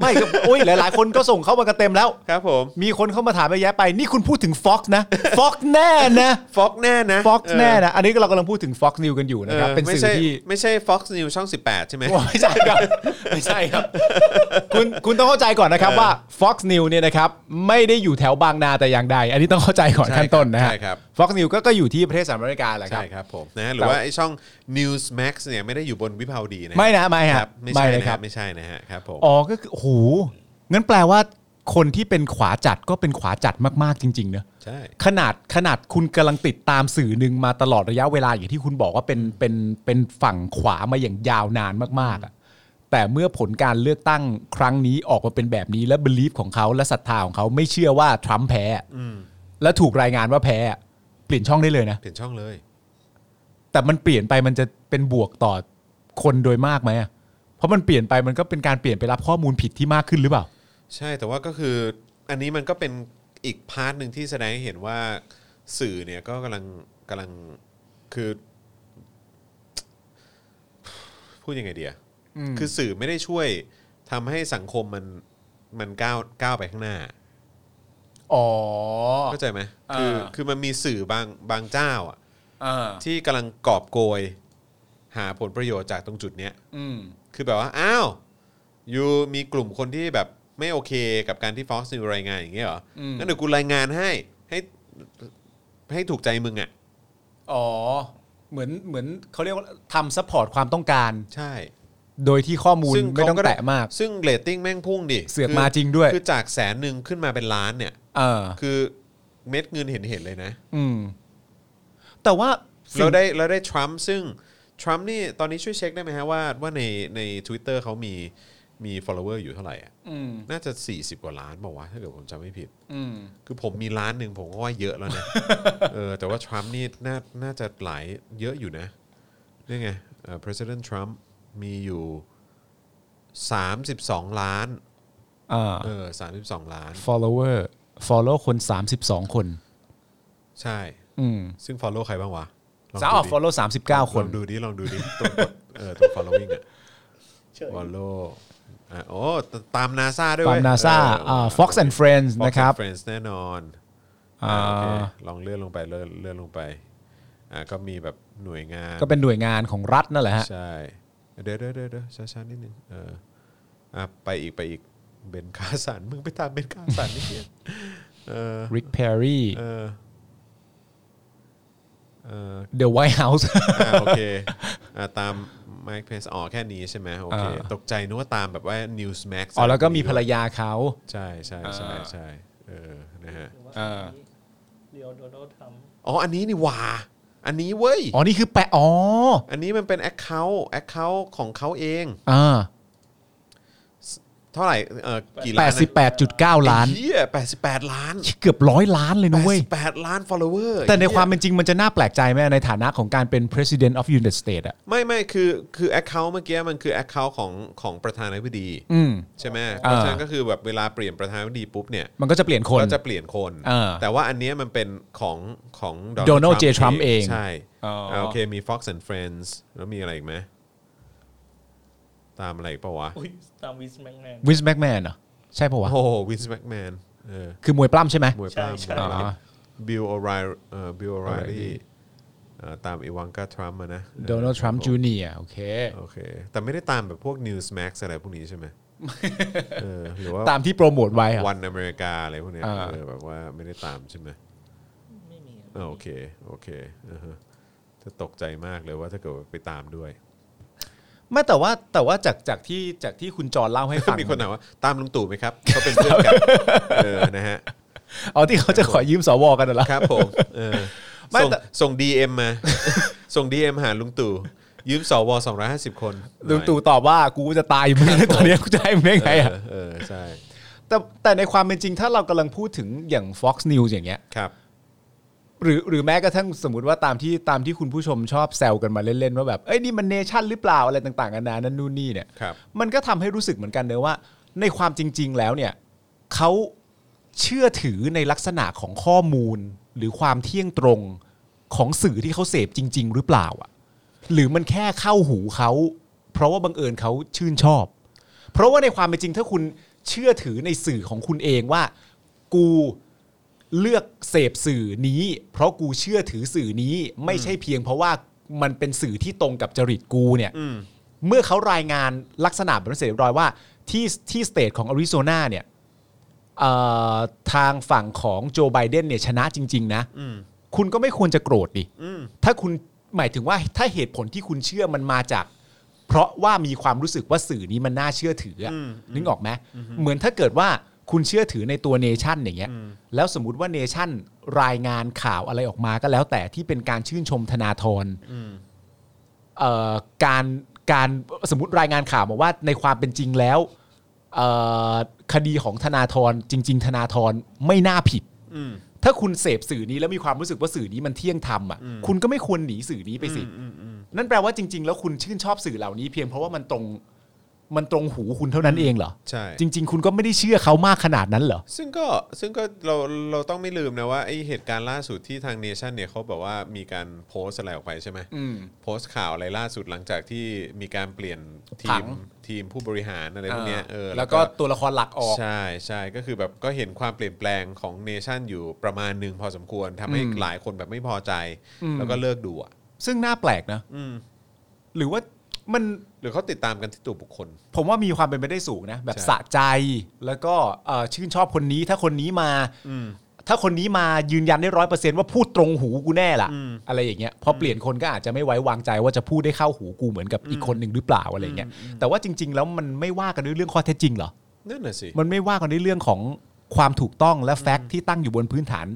Speaker 3: ไม่ก็โอ้ยหลาย ๆ คนก็ส่งเข้ามากันเต็มแล้ว
Speaker 2: ครับผม
Speaker 3: มีคนเข้ามาถามไปแยะไป นี่คุณพูดถึง Fox นะ Fox แน่นะ
Speaker 2: Fox แน่นะ
Speaker 3: Fox
Speaker 2: เออ
Speaker 3: แน่นะ อันนี้เรากำลังพูดถึง Fox News กันอยู่นะครับ
Speaker 2: ออ
Speaker 3: เป็น
Speaker 2: ไม่
Speaker 3: สื่อ
Speaker 2: ใช่
Speaker 3: ที่
Speaker 2: ไม่ใช่ Fox News ช่อง 18 ใช่ไหม
Speaker 3: ไม่ใช่ครับ ไม่ใช่ครับ คุณคุณต้องเข้าใจก่อนนะครับ
Speaker 2: เออ
Speaker 3: ว่า Fox News เนี่ยนะครับไม่ได้อยู่แถวบางนาแต่อย่างใด อันนี้ต้องเข้าใจก่อน
Speaker 2: ใช่ครับ
Speaker 3: ขั้นต้นนะฮะ
Speaker 2: ใช่ครับ
Speaker 3: Fox News ก็ก็อยู่ที่ประเทศสหรัฐอเมริกาแหละครั
Speaker 2: ใช่
Speaker 3: บ
Speaker 2: ครับผมนะหรือว่าไอช่อง Newsmax เนี่ยไม่ได้อยู่บนวิภาวดีนะ
Speaker 3: ไม่นะไม่ฮะ
Speaker 2: ครับไม่ใช่
Speaker 3: ไม่เลย
Speaker 2: นะค
Speaker 3: ครั
Speaker 2: รับบ ไม่ใช่นะฮะครับผม
Speaker 3: อ๋อก็คือโอ้โหงั้นแปลว่าคนที่เป็นขวาจัดก็เป็นขวาจัดมากๆจริงๆเนอะ
Speaker 2: ใช่
Speaker 3: ขนาดขนาดคุณกำลังติดตามสื่อหนึ่งมาตลอดระยะเวลาอย่างที่คุณบอกว่าเป็นเป็นเป็นฝั่งขวามาอย่างยาวนานมากๆอะแต่เมื่อผลการเลือกตั้งครั้งนี้ออกมาเป็นแบบนี้และบลีฟของเขาและศรัทธาของเขาไม่เชื่อว่าทรัมป์แพ้อะและถูกรายงานว่าแพ้อะเปลี่ยนช่องได้เลยนะ
Speaker 2: เปลี่ยนช่องเลย
Speaker 3: แต่มันเปลี่ยนไปมันจะเป็นบวกต่อคนโดยมากไหมอะเพราะมันเปลี่ยนไปมันก็เป็นการเปลี่ยนไปรับข้อมูลผิดที่มากขึ้นหรือเปล่า
Speaker 2: ใช่แต่ว่าก็คืออันนี้มันก็เป็นอีกพาร์ทหนึ่งที่แสดงให้เห็นว่าสื่อเนี่ยก็กำลังกำลังคือ พูดยังไงเดียคือสื่อไม่ได้ช่วยทำให้สังคมมันมันก้าวก้าวไปข้างหน้า
Speaker 3: อ๋อ
Speaker 2: เข้าใจไหมคือ
Speaker 3: อ่า
Speaker 2: คือมันมีสื่อบางบางเจ้าอ่ะ
Speaker 3: เออ
Speaker 2: ที่กำลังกอบโกย หาผลประโยชน์จากตรงจุดเนี้ย
Speaker 3: อืม
Speaker 2: คือแบบว่าอ้าวยูมีกลุ่มคนที่แบบไม่โอเคกับการที่ Fox News รายงานอย่างเงี้ยเหรอ
Speaker 3: อืม
Speaker 2: งั้นเดี๋ยวกูรายงานให้ให้ให้ถูกใจมึงอ่ะ
Speaker 3: อ๋อ เหมือนเหมือนเขาเรียกว่าทำซัพพอร์ตความต้องการ
Speaker 2: ใช่
Speaker 3: โดยที่ข้อมูลไม่ต้อง
Speaker 2: เขด้
Speaker 3: แตะมาก
Speaker 2: ซึ่งเรตติ้งแม่งพุ่งดิ
Speaker 3: เสือก
Speaker 2: คื
Speaker 3: มาจริงด้วย
Speaker 2: คือจากแสนหนึ่งขึ้นมาเป็นล้านเนี่ย
Speaker 3: เออ
Speaker 2: คือเม็ดเงินเห็นเห็นๆเลยนะ
Speaker 3: อืม แต่ว่าสิ่
Speaker 2: เรา
Speaker 3: ง
Speaker 2: ได้เราได้ทรัมป์ซึ่งทรัมป์นี่ตอนนี้ช่วยเช็คได้ไหมฮะว่าว่าในใน Twitter เขามีมี follower อยู่เท่าไหร่อะ
Speaker 3: อืม
Speaker 2: น่าจะ 40 กว่าล้านบอกว่าวะถ้าเกิดผมจำไม่ผิด
Speaker 3: อืม
Speaker 2: คือผมมีล้านหนึ่งผมก็ว่าเยอะแล้ว
Speaker 3: [laughs]
Speaker 2: นะ เออแต่ว่าทรัมป์นี่น่าน่าจะหลายเยอะอยู่นะนี่ไงเอ่อ president Trump มีอยู่ 32 ล้าน
Speaker 3: อ่า
Speaker 2: เออ32 ล้าน
Speaker 3: follower follow คน 32 คน
Speaker 2: ใช่
Speaker 3: อืม
Speaker 2: ซึ่ง follow ใครบ้างวะลอง
Speaker 3: สาวออ
Speaker 2: ดูดิ
Speaker 3: follow 39 ค
Speaker 2: ล
Speaker 3: น
Speaker 2: องดูดิลองดูดิตรงกดเออตรง following อะ
Speaker 4: เฉย
Speaker 2: follow อ่ะโอ้ตตามนาซาด้วย
Speaker 3: ตาม NASA อ่า Fox and Friends นะครับ
Speaker 2: f r i e n d s แน่นอน
Speaker 3: อ่า
Speaker 2: โอเคลองเลื่อนลงไปเลื่อนเลื่อนลงไปอ่าก็มีแบบหน่วยงาน
Speaker 3: ก็เป็นหน่วยงานของรัฐนั่นแหละฮะ
Speaker 2: ใช่ เดี๋ยวเดี๋ยวเดี๋ยวเดี๋ยวช้าๆนิดนึงเอออ่ะไปอีกไปอีกเบนคาสันมึงไปตามเบนคาสันนี่เดียวเออ
Speaker 3: Rick Perry
Speaker 2: เออเออ
Speaker 3: The White House [laughs]
Speaker 2: อ่ะโอเคอ่ะตามไมค์เพนส์อ๋อแค่นี้ใช่ไหมโอเค
Speaker 3: อ่า
Speaker 2: ตกใจนึกว่าตามแบบว่า Newsmax
Speaker 3: อ๋อแล้วก็มีภรรยาเขา
Speaker 2: ใช่ใช่ใช่
Speaker 3: อ่า
Speaker 2: ใช่เออนะฮะ
Speaker 3: อ่า
Speaker 4: เรียวโดนัลด์ทรัมป์
Speaker 2: อ๋ออันนี้นี่หว่า อันนี้เว้ย
Speaker 3: อ๋อ นี่คือแปะ อ๋อ
Speaker 2: อันนี้มันเป็น Account Account ของเขาเอง
Speaker 3: อ่า
Speaker 2: เท่าไหร่เออกี่ล้านนะ
Speaker 3: 88.9 ล้าน
Speaker 2: ไอ้เฮียแปดสิบแปดล้าน
Speaker 3: เกือบร้อยล้านเลยนะเว้ย
Speaker 2: 88 ล้าน follower
Speaker 3: แต่ในความเป็นจริงมันจะน่าแปลกใจไหมในฐานะของการเป็น president of United States อ่ะ
Speaker 2: ไม่ไม่คือคือ account เมื่อกี้มันคือ account ของของประธานาธิบดี
Speaker 3: อืม
Speaker 2: ใช่ไหมเพราะฉะนั้นก็คือแบบเวลาเปลี่ยนประธานาธิบดีปุ๊บเนี่ย
Speaker 3: มันก็จะเปลี่ยนคน
Speaker 2: ก็จะเปลี่ยนคน
Speaker 3: เออ
Speaker 2: แต่ว่าอันเนี้ยมันเป็นของของ
Speaker 3: Donald J. Trump เอง
Speaker 2: ใช่
Speaker 3: อ๋ออ่
Speaker 2: าโอเคมี Fox and Friends แล้วมีอะไรอีกไหมตามอะไรอีกปะวะ
Speaker 4: อุ้ยตามวิสแมกแมน
Speaker 3: วิสแม็กแมนเหรอ ใช่ปะวะ
Speaker 2: โอ้วินส์แมกแมนเออ
Speaker 3: คือมวยปล้ำใช่ไหม
Speaker 2: มวยปล้
Speaker 4: ใช่
Speaker 3: ใช่
Speaker 2: ำบิลโอไรเอ่อบิลโอไรลี่อตามอีวังกาทรัมป์นะ
Speaker 3: โดนัลด์ทรัมป์
Speaker 2: เออ
Speaker 3: จูเนียโอเค
Speaker 2: โอเค แต่ไม่ได้ตามแบบพวก Newsmax อะไรพวกนี้ใช่
Speaker 3: [laughs]
Speaker 2: ไหม เออ หรือว่า
Speaker 3: ตามที่โปรโมทไว้เหร
Speaker 2: วั
Speaker 3: อ่ะ
Speaker 2: นอเมริกาอะไรพวกเนี้ย
Speaker 3: อ่า
Speaker 2: เออแบบว่าไม่ได้ตามใช่ไหม
Speaker 4: ไม่มีครับ
Speaker 2: อ่าโอเค โอเคอ่าฮะจะตกใจมากเลยว่าถ้าเกิดว่าไปตามด้วย
Speaker 3: ไม่แต่ว่าแต่ว่าจากจากที่จากที่คุณจรเล่าให้ฟัง
Speaker 2: มีคนถามว่าตามลุงตู่ไหมครับ เขาเป็นเพื่อน
Speaker 3: [laughs]
Speaker 2: กัน เออ นะฮะ
Speaker 3: อ๋อที่เขาจะขอยืมสวกันเหรอ
Speaker 2: ครับผมเออ
Speaker 3: ไม่
Speaker 2: ส่ง
Speaker 3: แต่
Speaker 2: [laughs] ส่ง DM มา ส่ง DM หาลุงตู่ ยืมสวสองร้อยห้าสิบคน
Speaker 3: ลุงตู่ตอบว่ากูจะตายมึง
Speaker 2: [laughs]
Speaker 3: ตอนเนี้ยกูจะให้มึงได้
Speaker 2: ไง
Speaker 3: ไง
Speaker 2: อ่ะ
Speaker 3: อ่ะ
Speaker 2: เออใช่
Speaker 3: แต่แต่ในความเป็นจริงถ้าเรากำลังพูดถึงอย่าง Fox News อย่างเงี้ย
Speaker 2: ครับ
Speaker 3: หรือหรือแม้กระทั่งสมมติว่าตามที่ตามที่คุณผู้ชมชอบแซวกันมาเล่นๆว่าแบบเอ้ยนี่มันเนชั่นหรือเปล่าอะไรต่างๆกันานานั่นนู่นนี่เนี่ย
Speaker 2: ครับ
Speaker 3: มันก็ทำให้รู้สึกเหมือนกันเลยว่า ในความจริง ๆ แล้วเนี่ยเขาเชื่อถือในลักษณะของข้อมูล หรือความเที่ยงตรงของสื่อที่เขาเสพจริง ๆ หรือเปล่าอ่ะ หรือมันแค่เข้าหูเขา เพราะว่าบังเอิญเขาชื่นชอบ เพราะว่าในความเป็นจริงถ้าคุณเชื่อถือในสื่อของคุณเองว่า กูเลือกเสพสื่อนี้ เพราะกูเชื่อถือสื่อนี้ไม่ใช่เพียงเพราะว่ามันเป็นสื่อที่ตรงกับจริตกูเนี่ย
Speaker 2: อืม
Speaker 3: เมื่อเขารายงานลักษณะแบบนั้นเสร็จเรียบร้อยว่าที่ที่สเตทของอาริโซนาเนี่ยเอ่อทางฝั่งของโจไบเดนเนี่ยชนะจริง ๆ นะ
Speaker 2: อืม
Speaker 3: คุณก็ไม่ควรจะโกรธดิ
Speaker 2: อืม
Speaker 3: ถ้าคุณหมายถึงว่าถ้าเหตุผลที่คุณเชื่อมันมาจาก เพราะว่ามีความรู้สึกว่าสื่อนี้มันน่าเชื่อถืออะ
Speaker 2: อืม
Speaker 3: นึกออกไหมเหมือนถ้าเกิดว่าคุณเชื่อถือในตัวเนชั่นอย่างเงี้ย
Speaker 2: อืม
Speaker 3: แล้วสมมติว่าเนชั่นรายงานข่าวอะไรออกมาก็แล้วแต่ที่เป็นการชื่นชมธนาธร
Speaker 2: อืม
Speaker 3: เอ่อการการสมมติรายงานข่าวบอกว่าในความเป็นจริงแล้วเอ่อคดีของธนาธรจริง ๆ ธนาธรไม่น่าผิด
Speaker 2: อืม
Speaker 3: ถ้าคุณเสพสื่อนี้แล้วมีความรู้สึกว่าสื่อนี้มันเที่ยงธรรมอ่ะคุณก็ไม่ควรหนีสื่อนี้ไปสิ
Speaker 2: อืมอืม
Speaker 3: นั่นแปลว่าจริง ๆ แล้วคุณชื่นชอบสื่อเหล่านี้เพียงเพราะว่ามันตรงมันตรงหูคุณเท่านั้นเองเหรอ
Speaker 2: ใช่
Speaker 3: จริง ๆ คุณก็ไม่ได้เชื่อเขามากขนาดนั้นเหรอ
Speaker 2: ซึ่งก็ซึ่งก็เราเราต้องไม่ลืมนะว่าไอเหตุการณ์ล่าสุดที่ทางเนชั่นเนี่ยเขาบอกว่ามีการโพสต์อะไรออกไปใช่ไหมโพสต์ข่าวอะไรล่าสุดหลังจากที่มีการเปลี่ยนที
Speaker 3: ผั
Speaker 2: ม
Speaker 3: ง
Speaker 2: ทีมผู้บริหารอะไรพวกเนี้ยเออ
Speaker 3: แล้วก็ตัวละครหลักออก
Speaker 2: ใช่ใช่ก็คือแบบก็เห็นความเปลี่ยนแปลงของเนชั่นอยู่ประมาณหนึ่งพอสมควรทำให้
Speaker 3: อืม
Speaker 2: หลายคนแบบไม่พอใจ
Speaker 3: อืม
Speaker 2: แล้วก็เลิกดูอ่ะ
Speaker 3: ซึ่งน่าแปลกนะ
Speaker 2: อืม
Speaker 3: หรือว่ามัน
Speaker 2: หรือเขาติดตามกันที่ตัวบุคคล
Speaker 3: ผมว่ามีความเป็นไปได้สูงนะ แบบ
Speaker 2: ใช่
Speaker 3: สะใจแล้วก็เอ่อชื่นชอบคนนี้ถ้าคนนี้มา
Speaker 2: อืม
Speaker 3: ถ้าคนนี้มายืนยันได้ร้อยเปอร์เซนต์ว่าพูดตรงหูกูแน่ล่ะ
Speaker 2: อืม
Speaker 3: อะไรอย่างเงี้ยพอเปลี่ยนคนก็อาจจะไม่ไว้วางใจว่าจะพูดได้เข้าหูกูเหมือนกับอีกคนหนึ่งหรือเปล่าอะไรเงี้ยแต่ว่าจริง ๆ แล้วมันไม่ว่ากันด้วยเรื่องข้อเท็จจริงเหรอ
Speaker 2: นั่นน่ะสิ
Speaker 3: มันไม่ว่ากันด้วยเรื่องของความถูกต้องและแฟกต์ที่ตั้งอยู่บนพื้นฐาน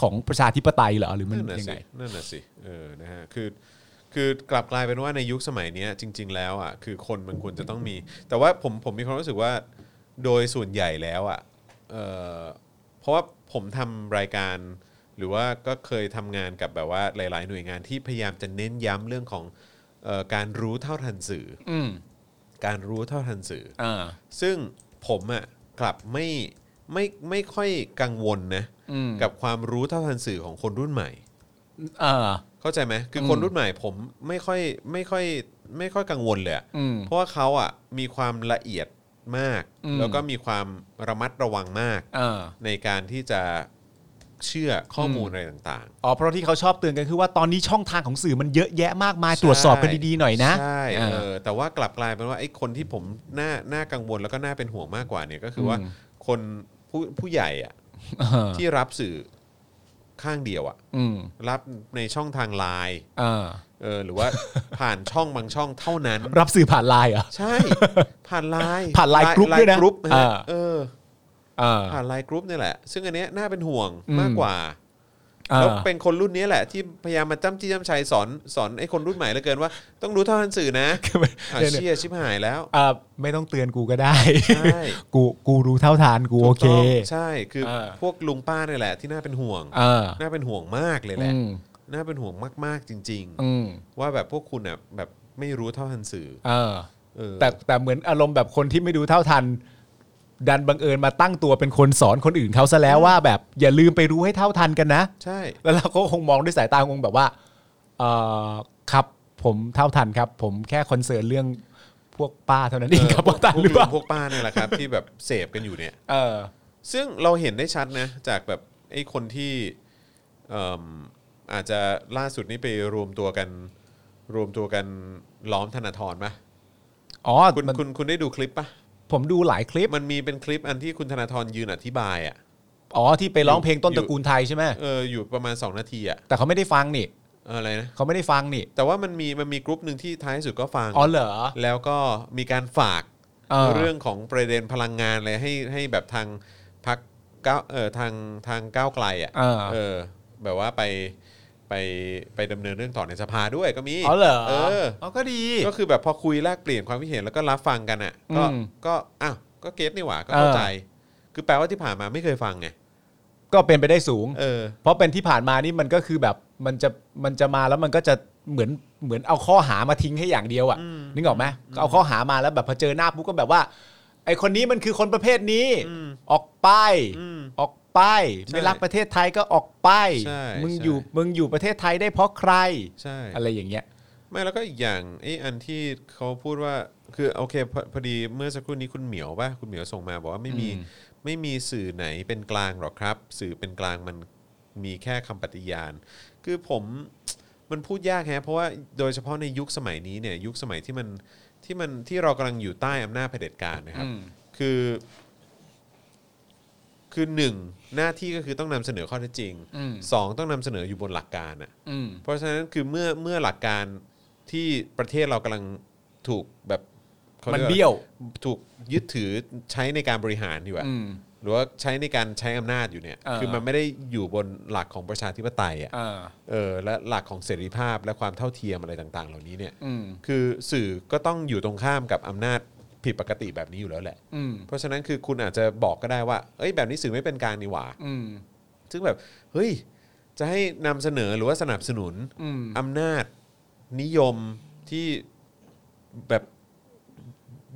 Speaker 3: ของประชาธิปไตยเหรอหรือมัน
Speaker 2: นั่นน่ะ
Speaker 3: ยัง
Speaker 2: สิ
Speaker 3: ไง
Speaker 2: นั่นน่ะสิเออนะฮะคือ คือกลับกลายเป็นว่าในยุคสมัยเนี้ยจริง ๆ แล้วอ่ะคือคนมันควรจะต้องมี แต่ว่าผมผมมีความรู้สึกว่าโดยส่วนใหญ่แล้วอ่ะเอ่อเพราะว่าผมทำรายการ หรือว่าก็เคยทำงานกับแบบว่าหลาย ๆ หน่วยงานที่พยายามจะเน้นย้ำเรื่องของเอ่อการรู้เท่าทันสื่อ
Speaker 3: อืม
Speaker 2: การรู้เท่าทันสื่อ
Speaker 3: อ่า
Speaker 2: ซึ่งผมอ่ะกลับไม่ไม่ไม่ค่อยกังวลนะ
Speaker 3: อืม
Speaker 2: กับความรู้เท่าทันสื่อของคนรุ่นใหม่
Speaker 3: อ่า
Speaker 2: เข้าใจไหมคืออ
Speaker 3: ม
Speaker 2: คนรุ่นใหม่ผมไม่ค่อยไม่ค่อยไม่ค่อยกังวลเลยอะ
Speaker 3: อืม
Speaker 2: เพราะว่าเขาอ่ะมีความละเอียดมาก
Speaker 3: อืม
Speaker 2: แล้วก็มีความระมัดระวังมาก
Speaker 3: อ่า
Speaker 2: ในการที่จะเชื่อข้อมูล
Speaker 3: อืม
Speaker 2: อะไรต่าง
Speaker 3: อ๋อเพราะที่เขาชอบเตือนกันคือว่าตอนนี้ช่องทางของสื่อมันเยอะแยะมากมาย
Speaker 2: ๆ
Speaker 3: ตรวจสอบกัน
Speaker 2: ใช่
Speaker 3: ดีๆหน่อยนะ
Speaker 2: ใช่
Speaker 3: อ่า
Speaker 2: เออแต่ว่ากลับกลายเป็นว่าไอ้คนที่ผมน่าน่ากังวลแล้วก็น่าเป็นห่วงมากกว่าเนี่ยก็คือว่า
Speaker 3: อืม
Speaker 2: คนผู้ผู้ใหญ่อ่ะ
Speaker 3: อ่า
Speaker 2: ที่รับสื่อข้างเดียวอ่ะ
Speaker 3: อืม
Speaker 2: รับในช่องทางไลน์
Speaker 3: อ่า
Speaker 2: เออหรือว่า ผ่านช่องบางช่องเท่านั้น
Speaker 3: รับสื่อผ่านไลน์เหรอ่ะ
Speaker 2: ใช่
Speaker 3: [laughs]
Speaker 2: ผ่านไลน์
Speaker 3: ผ่านไลน์กรุ๊ปด้วยนะ
Speaker 2: ไลน์กรุ๊ปฮ
Speaker 3: อ่า
Speaker 2: เออ
Speaker 3: อ่า
Speaker 2: ผ่านไลน์กรุ๊ปเนี่ยแหละ ซึ่งอันเนี้ยน่าเป็นห่วง
Speaker 3: อืม
Speaker 2: มากกว่า
Speaker 3: อ่า
Speaker 2: แล้วเป็นคนรุ่นเนี้ยแหละ ที่พยายามมาจ้ำจี้จ้ำชัยสอนสอนไอ้คนรุ่นใหม่เหลือเกินว่า ต้องรู้เท่าทันสื่อ
Speaker 3: [laughs]
Speaker 2: นะอ่ะ
Speaker 3: เดี๋ยว
Speaker 2: เชี่ยชิบหายแล้ว
Speaker 3: ๆอ่าไม่ต้องเตือนกูก็ได้
Speaker 2: [laughs] ใช่
Speaker 3: กูกูรู้เท่าทานกูโอ
Speaker 2: ถูก
Speaker 3: เค
Speaker 2: ต้องใช่ คืออา พวกลุงป้าเนี่ยแหละที่น่าเป็นห่วง
Speaker 3: อ่า
Speaker 2: น่าเป็นห่วงมากเลยแหละ
Speaker 3: อืม
Speaker 2: น่าเป็นห่วงมากๆจริง
Speaker 3: อืม
Speaker 2: ๆ ว่าแบบพวกคุณอ่ะแบบไม่รู้เท่าทันสื่อ
Speaker 3: อ่า
Speaker 2: เออ
Speaker 3: แต่แต่เหมือนอารมณ์แบบคนที่ไม่ดูเท่าทัน ดันบังเอิญมาตั้งตัวเป็นคนสอนคนอื่นเขาซะแล้วว่าแบบอย่าลืมไปรู้ให้เท่าทันกันนะ
Speaker 2: ใช่
Speaker 3: แล้วเราก็คงมองด้วยสายตางงแบบว่าเออครับผมเท่าทันครับ ผมแค่คอนเซิร์นเรื่องพวกป้าเท่านั้นเองครับว่าทัน
Speaker 2: พวก
Speaker 3: หรือเป
Speaker 2: ลุ
Speaker 3: ล่าง
Speaker 2: พวกป้าเนี่ยแหละครับ ที่แบบเสพกันอยู่เนี่ย
Speaker 3: เออ
Speaker 2: ซึ่งเราเห็นได้ชัดนะ จากแบบไอ้คนที่เอิ่มอาจจะล่าสุดนี้ไปรวมตัวกัน รวมตัวกันล้อมธนาธรปะ
Speaker 3: อ๋อ
Speaker 2: คุณ
Speaker 3: มัน
Speaker 2: คุณคุณได้ดูคลิปปะ
Speaker 3: ผมดูหลายคลิป
Speaker 2: มันมีเป็นคลิปอันที่คุณธนาธรยืนอธิบายอ่ะ
Speaker 3: อ๋อที่ไปร้องเพลงต้น
Speaker 2: อยู่
Speaker 3: ตระกูลไทยใช่ไหม
Speaker 2: เอออยู่ประมาณ 2 นาทีอ่ะ
Speaker 3: แต่เขาไม่ได้ฟังนี่
Speaker 2: เอออะไรนะ
Speaker 3: เขาไม่ได้ฟังนี่
Speaker 2: แต่ว่ามันมีมันมีกรุ๊ปหนึ่งที่ท้ายสุดก็ฟัง
Speaker 3: อ๋อเหรอ
Speaker 2: แล้วก็มีการฝาก
Speaker 3: เออ
Speaker 2: เรื่องของประเด็นพลังงานเลยให้ให้แบบทางพักก้าวเออทางทางก้าวไกลอ่ะ
Speaker 3: เออ
Speaker 2: เออแบบว่าไปไป ไปไปดำเนินเรื่องต่อในสภาด้วยก็มี
Speaker 3: อ๋อเหรอ
Speaker 2: เออ
Speaker 3: เอาก็ดี
Speaker 2: ก็คือแบบพอคุยแลกเปลี่ยนความคิดเห็นแล้วก็รับฟังกันอ่ะก็
Speaker 3: อืม
Speaker 2: ก็อ้าวก็เก็ตนี่หว่าก็เข้า
Speaker 3: เออ
Speaker 2: ใจ คือแปลว่าที่ผ่านมาไม่เคยฟังไง
Speaker 3: ก็เป็นไปได้สูง
Speaker 2: เออ
Speaker 3: เพราะเป็นที่ผ่านมานี่มันก็คือแบบมันจะมันจะมาแล้วมันก็จะเหมือนเหมือนเอาข้อหามาทิ้งให้อย่างเดียวอะ่ะนึกออกไหมก็เอาข้อหามาแล้วแบบพอเจอหน้าปุ๊บก็แบบว่า ไอคนนี้มันคือคนประเภทนี้ ออกไปออกไป
Speaker 2: ใช่
Speaker 3: ไม่รักประเทศไทยก็ออกไป
Speaker 2: ใช่
Speaker 3: มึง
Speaker 2: ใช่
Speaker 3: อยู่มึงอยู่ประเทศไทยได้เพราะใคร
Speaker 2: ใช่
Speaker 3: อะไรอย่างเงี้ย
Speaker 2: ไม่แล้วก็อีกอย่างไอ้อันที่เขาพูดว่าคือโอเคพอพอดีเมื่อสักครู่นี้คุณเหมียวป่ะคุณเหมียวส่งมาบอกว่าไม่มี
Speaker 3: อืม
Speaker 2: ไม่มีสื่อไหนเป็นกลางหรอกครับ สื่อเป็นกลางมันมีแค่คำปฏิญาณ คือผมมันพูดยากแฮะเพราะว่าโดยเฉพาะในยุคสมัยนี้เนี่ยยุคสมัยที่มันที่มันที่เรากำลังอยู่ใต้อำนาจเผด็จการนะครับ คือ คือหนึ่งหน้าที่ก็คือต้องนำเสนอข้อเท็จจริง
Speaker 3: อืม
Speaker 2: สองต้องนำเสนออยู่บนหลักการอ่ะ
Speaker 3: อืม
Speaker 2: เพราะฉะนั้นคือเมื่อเมื่อหลักการที่ประเทศเรากำลังถูกแบบขา
Speaker 3: มัน
Speaker 2: รีกา
Speaker 3: เบี้ยว
Speaker 2: ถูกยึดถือใช้ในการบริหารอยู่อะ
Speaker 3: อืม
Speaker 2: หรือว่าใช้ในการใช้อำนาจอยู่เนี่ย
Speaker 3: เออ
Speaker 2: คือมันไม่ได้อยู่บนหลักของประชาธิปไตยอะ
Speaker 3: อ่า
Speaker 2: เออและหลักของเสรีภาพและความเท่าเทียมอะไรต่าง ๆ เหล่านี้เนี่ย
Speaker 3: อืม
Speaker 2: คือสื่อก็ต้องอยู่ตรงข้ามกับอำนาจผิดปกติแบบนี้อยู่แล้วแหละ
Speaker 3: อืม
Speaker 2: เพราะฉะนั้นคือคุณอาจจะบอกก็ได้ว่าเอ้ยแบบนี้สื่อไม่เป็นกลางนี่หว่า
Speaker 3: อืม
Speaker 2: ซึ่งแบบเฮ้ยจะให้นำเสนอหรือว่าสนับสนุน
Speaker 3: อืม
Speaker 2: อำนาจนิยมที่แบบ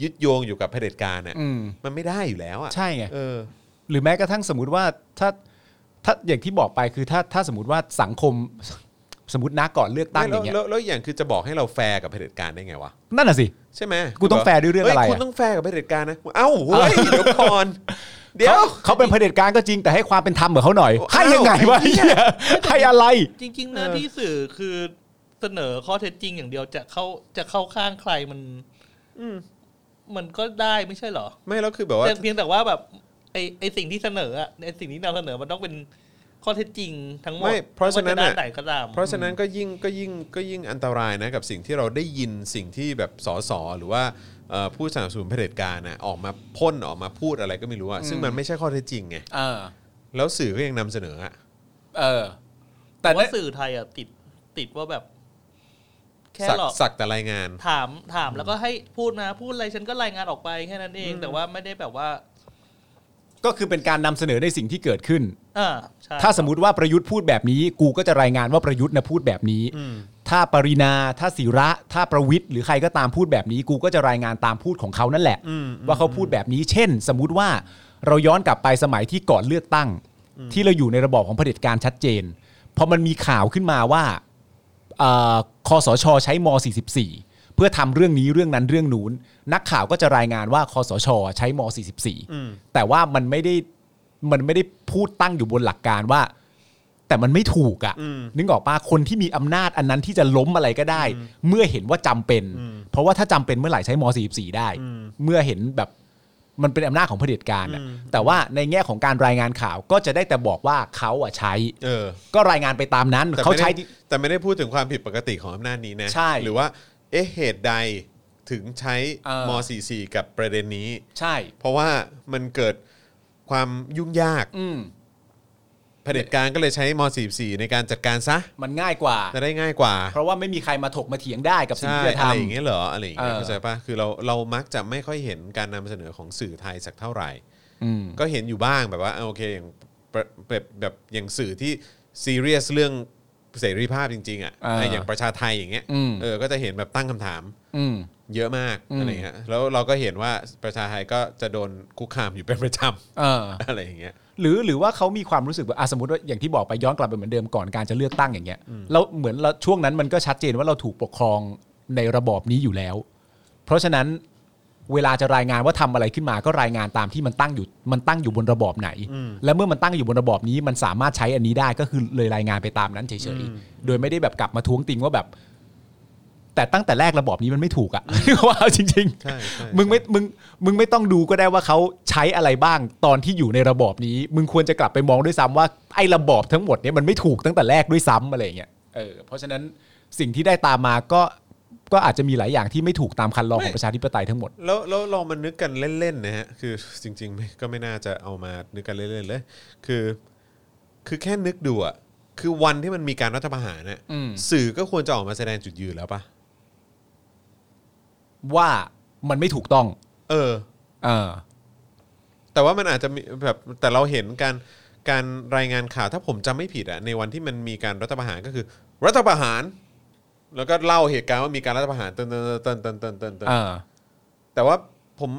Speaker 2: ยึดโยงอยู่กับเผด็จการเนี่ย
Speaker 3: อืม
Speaker 2: มันไม่ได้อยู่แล้วอ่ะ
Speaker 3: ใช่ไง
Speaker 2: เออ
Speaker 3: หรือแม้กระทั่งสมมติว่าถ้าถ้าอย่างที่บอกไปคือถ้าถ้าสมมติว่าสังคม สมมตินะก่อนเลือกตั้งอ
Speaker 2: แล้ว
Speaker 3: ย่างเงี้ย
Speaker 2: แล้วแล้วอย่างคือจะบอกให้เราแฟร์กับเผด็จการได้ไงวะ
Speaker 3: นั่นน่ะสิ
Speaker 2: ใช่ไหม
Speaker 3: กูต้องแฟร์ด้วยเรื่องอะไรอะ
Speaker 2: ฮ้ยคุณต้องแฟร์กับเผด็จการนะเอ้าเฮ้
Speaker 3: [laughs]
Speaker 2: ยเดี๋ยวก่อนเดี๋ยว
Speaker 3: ขาเขาเป็นเผด็จการก็จริงแต่ให้ความเป็นธรรมกับเขาหน่อย
Speaker 2: โอ้
Speaker 3: ให้ยังไง
Speaker 2: อ้าว
Speaker 3: วะ
Speaker 2: ไอ้เหี้ย
Speaker 3: เหี้ยให้อะไร
Speaker 4: จริง ๆ หน้าที่สื่อคือเสนอข้อเท็จจริงอย่างเดียวจะเข้าจะเข้าข้างใครมันมันก็ได้ไม่ใช่เหรอ
Speaker 2: ไม่แล้วคือแบบว่า
Speaker 4: แต่เพียงแต่ว่าแบบไอไอสิ่งที่เสนออะไอสิ่งที่นำเสนอมันต้องเป็นข้อเท็จจริงทั้งหมด
Speaker 2: ไม่เพราะฉะนั้น
Speaker 4: ไม่ว่ด้า
Speaker 2: อ่ะ
Speaker 4: นไหนก็ตาม
Speaker 2: เพราะฉะนั้นก็ยิ่งก็ยิ่งก็ยิ่งอันตรายนะกับสิ่งที่เราได้ยินสิ่งที่แบบสสหรือว่าเอ่อผู้สนับสนุนเผด็จการน่ะออกมาพ่นออกมาพูดอะไรก็ไม่รู้อะซึ่งมันไม่ใช่ข้อเท็จจริงไง
Speaker 3: เออ
Speaker 2: แล้วสื่อก็ยังนำเสนออ่ะ
Speaker 3: เออ
Speaker 4: แต่ว่าสื่อไทยอะติดติดว่าแบบ แค่
Speaker 2: สัก
Speaker 4: หลอก
Speaker 2: สักแต่รายงาน
Speaker 4: ถามถามแล้วก็ให้พูดนะพูดอะไรฉันก็รายงานออกไปแค่นั้นเอง แต่ว่าไม่ได้แบบว่า
Speaker 3: ก็คือเป็นการนำเสนอในสิ่งที่เกิดขึ้น
Speaker 4: อ่าใช่
Speaker 3: ถ้าสมมติว่าประยุทธ์พูดแบบนี้ กูก็จะรายงานว่าประยุทธ์นะพูดแบบนี้ ถ้าปรินาถ้าศิระ ถ้าประวิทย์หรือใครก็ตามพูดแบบนี้ กูก็จะรายงานตามพูดของเขานั่นแหละ ว่าเขาพูดแบบนี้ เช่น สมมุติว่าเราย้อนกลับไปสมัยที่ก่อนเลือกตั้ง ที่เราอยู่ในระบอบของเผด็จการชัดเจนพอมันมีข่าวขึ้นมาว่า เอ่อคอสช ใช้ม 44 เพื่อทำเรื่องนี้เรื่องนั้นเรื่องนู้น นักข่าวก็จะรายงานว่าคอสช ใช้ม 44 แต่ว่ามันไม่ได้มันไม่ได้พูดตั้งอยู่บนหลักการว่า แต่มันไม่ถูกอะ่ะนึกออกปะคนที่มีอำนาจอันนั้นที่จะล้มอะไรก็ได้ เมื่อเห็นว่าจำเป็น เพราะว่าถ้าจำเป็นเมื่อไหร่ใช้ม 44 ได้ เมื่อเห็นแบบมันเป็นอำนาจของเผด็จการอะแต่ว่าในแง่ของการรายงานข่าวก็จะได้แต่บอกว่าเขาอ่ะใช้
Speaker 2: เออ
Speaker 3: ก็รายงานไปตามนั้น
Speaker 2: แต่
Speaker 3: เขา
Speaker 2: ไม่ได้
Speaker 3: ใช้
Speaker 2: แต่ไม่ได้พูดถึงความผิดปกติของอำนาจนี้นะ
Speaker 3: ใช่
Speaker 2: หรือว่า เอ๊ะเหตุใดถึงใช้
Speaker 3: เออ
Speaker 2: ม .44 กับประเด็นนี้
Speaker 3: ใช่
Speaker 2: เพราะว่ามันเกิดความยุ่งยาก
Speaker 3: อืม
Speaker 2: เผด็จการก็เลยใช้ม .44 ในการจัดการซะ
Speaker 3: มันง่ายกว่า
Speaker 2: จะได้ง่ายกว่า
Speaker 3: เพราะว่าไม่มีใครมาถกมาเถียงได้กับสิ่ง
Speaker 2: ใช่
Speaker 3: ที่จะ
Speaker 2: อะไรอย่าง
Speaker 3: ทำ
Speaker 2: เงี้ยเหรออะไรอย่างเงี้ย
Speaker 3: เออ
Speaker 2: เข้าใจปะคือเราเรามักจะไม่ค่อยเห็นการนำเสนอของสื่อไทยสักเท่าไหร่
Speaker 3: อืม
Speaker 2: ก็เห็นอยู่บ้างแบบว่าอ่ะโอเคอย่างประแบบแบบอย่างสื่อที่ซีเรียสเรื่องเสรีภาพจริง ๆอ่ะ
Speaker 3: อ่า
Speaker 2: อ่ะอย่างประชาไทยอย่างเงี้ย
Speaker 3: อืม
Speaker 2: เออก็จะเห็นแบบตั้งคำถาม
Speaker 3: อืม
Speaker 2: เยอะมาก
Speaker 3: อืม
Speaker 2: อะไรเงี้ยแล้วเราก็เห็นว่าประชาไทยก็จะโดนคุกคามอยู่เป็นประจ
Speaker 3: เออ
Speaker 2: ำ อะไรอย่างเงี้ย
Speaker 3: หรือหรือว่าเขามีความรู้สึกว่าอ่ะสมมติว่าอย่างที่บอกไปย้อนกลับไปเหมือนเดิมก่อนการจะเลือกตั้งอย่างเงี้ยเราเหมือนเราช่วงนั้นมันก็ชัดเจนว่าเราถูกปกครองในระบอบนี้อยู่แล้ว เพราะฉะนั้นเวลาจะรายงานว่าทำอะไรขึ้นมาก็รายงานตามที่มันตั้งอยู่มันตั้งอยู่บนระบอบไหน และเมื่อมันตั้งอยู่บนระบอบนี้มันสามารถใช้อันนี้ได้ก็คือเลยรายงานไปตามนั้นเฉยๆโดยไม่ได้แบบกลับมาท้วงติงว่าแบบ แต่ตั้งแต่แรกระบอบนี้มันไม่ถูกอะ [laughs] ว่าเอาจริง
Speaker 2: ใช่ใช่
Speaker 3: ๆมึงไม่มึงมึงไม่ต้องดูก็ได้ว่าเขาใช้อะไรบ้างตอนที่อยู่ในระบอบนี้ มึงควรจะกลับไปมองด้วยซ้ำว่าไอ้ระบอบทั้งหมดเนี่ยมันไม่ถูกตั้งแต่แรกด้วยซ้ำอะไรอย่างเงี้ยเออเพราะฉะนั้นสิ่งที่ได้ตามมาก็ก็อาจจะมีหลายอย่างที่ไม่ถูกตามคันลองของประชาธิปไตยทั้งหมด
Speaker 2: แล้วแล้วลองมานึกกันเล่นๆนะฮะคือจริงๆไม่ก็ไม่น่าจะเอามานึกกันเล่นๆเลย คือ คือแค่นึกดูอ่ะ คือวันที่มันมีการรัฐประหารเนี่ย
Speaker 3: อืม
Speaker 2: สื่อก็ควรจะออกมาแสดงจุดยืนแล้วปะ
Speaker 3: ว่ามันไม่ถูกต้อง
Speaker 2: เออ
Speaker 3: เออ
Speaker 2: แต่ว่ามันอาจจะมีแบบแต่เราเห็นการการรายงานข่าวถ้าผมจำไม่ผิดอะในวันที่มันมีการรัฐประหารก็คือ รัฐประหาร แล้วก็เล่าเหตุการณ์ว่ามีการรัฐประหารเตินเตินเตินเตินเตินเตินเติน
Speaker 3: เออ
Speaker 2: แต่ว่าผม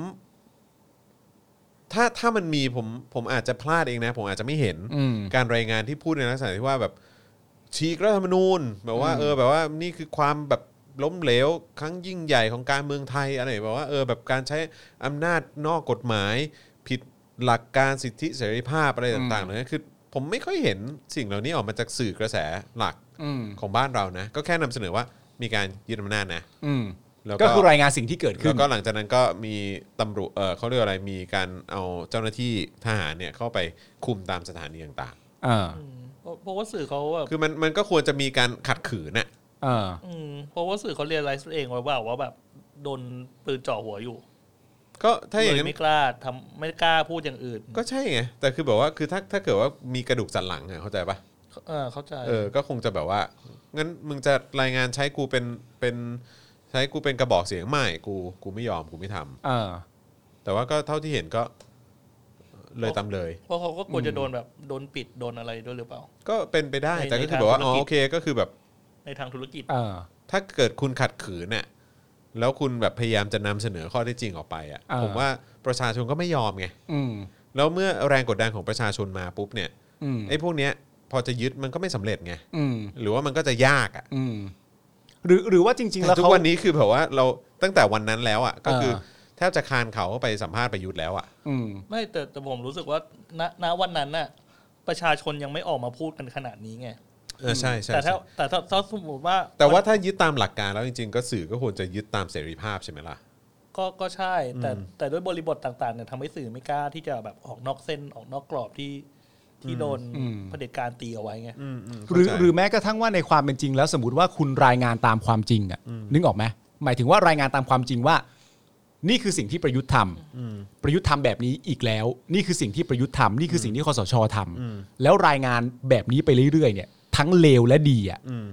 Speaker 2: ถ้าถ้ามันมีผมผมอาจจะพลาดเองนะ ผมอาจจะไม่เห็น
Speaker 3: อืม
Speaker 2: การรายงานที่พูดในลักษณะที่ว่าแบบฉีกรัฐธรรมนูญแบบว่า เออ แบบว่านี่คือความแบบล้มเหลว ครั้งยิ่งใหญ่ของการเมืองไทยอะไรแบบว่าเออแบบการใช้อำนาจนอกกฎหมาย ผิดหลักการสิทธิเสรีภาพอะไรต่างๆเหลยคือ ผมไม่ค่อยเห็นสิ่งเหล่านี้ออกมาจากสื่อกระแสหลัก
Speaker 3: อืม
Speaker 2: ของบ้านเรานะ ก็แค่นำเสนอว่ามีการยึดอำนาจนะ
Speaker 3: อืม
Speaker 2: แล้วก็
Speaker 3: ก็คือรายงานสิ่งที่เกิดขึ้
Speaker 2: แล้
Speaker 3: น
Speaker 2: วก็หลังจากนั้นก็มีตำรวจเออเขาเรียกอะไร มีการเอาเจ้าหน้าที่ทหารเนี่ยเข้าไปคุมตามสถานีต่าง
Speaker 3: เออ
Speaker 4: อืมเพราะเพราะว่าสื่อเขาแบบ
Speaker 2: ๆ คือมันมันก็ควรจะมีการขัดขืนน่ะ
Speaker 3: เออ
Speaker 4: อืมเพราะว่าสื่อเขาเรียนอะไรตัวเองว่าว่าแบบโดนปืนเจ่อหัวอยู่
Speaker 2: ก็ถ้าอย่าง
Speaker 4: เล
Speaker 2: นั้
Speaker 4: ย
Speaker 2: น
Speaker 4: ไม่กล้าทำไม่กล้าพูดอย่างอื่น
Speaker 2: ก็ใช่ไง แต่คือแบบว่า คือถ้าถ้าเกิดว่ามีกระดูกสันหลังอ่ะเข้าใจปะ
Speaker 4: เออเข้าใจ
Speaker 2: เออ ก็คงจะแบบว่า งั้นมึงจะรายงานใช้กูเป็นเป็นใช้กูเป็นกระบอกเสียงไม่กูกูไม่ยอมกูไม่ทำ
Speaker 3: เออ
Speaker 2: แต่ว่าก็เท่าที่เห็นก็เลยตามเลย
Speaker 4: เพราะเขาก็กลัวจะโดนแบบโดนปิดโดนอะไรด้วยหรือเปล่า
Speaker 2: ก็เป็นไปได้
Speaker 4: ใน
Speaker 2: แต่ก็
Speaker 4: ใน
Speaker 2: คือ
Speaker 4: ทาง
Speaker 2: แบบว่า
Speaker 4: ธุร
Speaker 2: อ๋อ
Speaker 4: กิจ
Speaker 2: โอเค ก็คือแบบ
Speaker 4: ในทางธุรกิจ
Speaker 3: เออ
Speaker 2: ถ้าเกิดคุณขัดขืนเนี่ยแล้วคุณแบบพยายามจะนำเสนอข้อเท็จจริงออกไปอ่ะ
Speaker 3: อ่า
Speaker 2: ผมว่าประชาชนก็ไม่ยอมไง
Speaker 3: อืม
Speaker 2: แล้วเมื่อแรงกดดันของประชาชนมาปุ๊บเนี่ย
Speaker 3: อืม
Speaker 2: ไอ้พวกเนี้ยพอจะยึดมันก็ไม่สำเร็จไง
Speaker 3: อืม
Speaker 2: หรือว่ามันก็จะยากอ่ะ
Speaker 3: อืมหรือหรือว่าจริง ๆ แล้ว
Speaker 2: ทุก
Speaker 3: เขา
Speaker 2: วันนี้คือแบบว่าเราตั้งแต่วันนั้นแล้วอ่ะก็คืออา แทบจะคานเขาเข้าไปสัมภาษณ์ประยุทธ์แล้วอ่ะ
Speaker 3: อืม
Speaker 4: ไม่แต่แต่ผมรู้สึกว่าณณวันนั้นน่ะประชาชนยังไม่ออกมาพูดกันขนาดนี้ไง
Speaker 2: เออใช่ใช่
Speaker 4: แต่ถ้า
Speaker 2: ใช่
Speaker 4: แต่ถ้าถ้าสมมติว่า
Speaker 2: แต่ว่าถ้ายึดตามหลักการแล้วจริง ๆ ก็สื่อก็ควรจะยึดตามเสรีภาพใช่ไหมล่ะ
Speaker 4: ก็ก็ใช่ แต่แต่ด้วยบริบทต่างๆเนี่ยทำให้สื่อไม่กล้าที่จะแบบออกนอกเส้นออกนอกกรอบที่ที่โดน
Speaker 3: อืม
Speaker 4: เผด็จการตีเอาไว้ไง
Speaker 2: อืมม
Speaker 3: หรือ
Speaker 2: เข้าใจ
Speaker 3: หรือแม้กระทั่งว่าในความเป็นจริงแล้วสมมติว่าคุณรายงานตามความจริงอะนึกออกไหมหมายถึงว่ารายงานตามความจริงว่า นี่คือสิ่งที่ประยุทธ์ทำประยุทธ์ทำแบบนี้อีกแล้ว นี่คือสิ่งที่ประยุทธ์ทำนี่คือสิ่งที่คอสชทำแล้วรายงานแบบนี้ไปเรื่อยๆเนี่ย ทั้งเลวและดีอะ
Speaker 2: อืม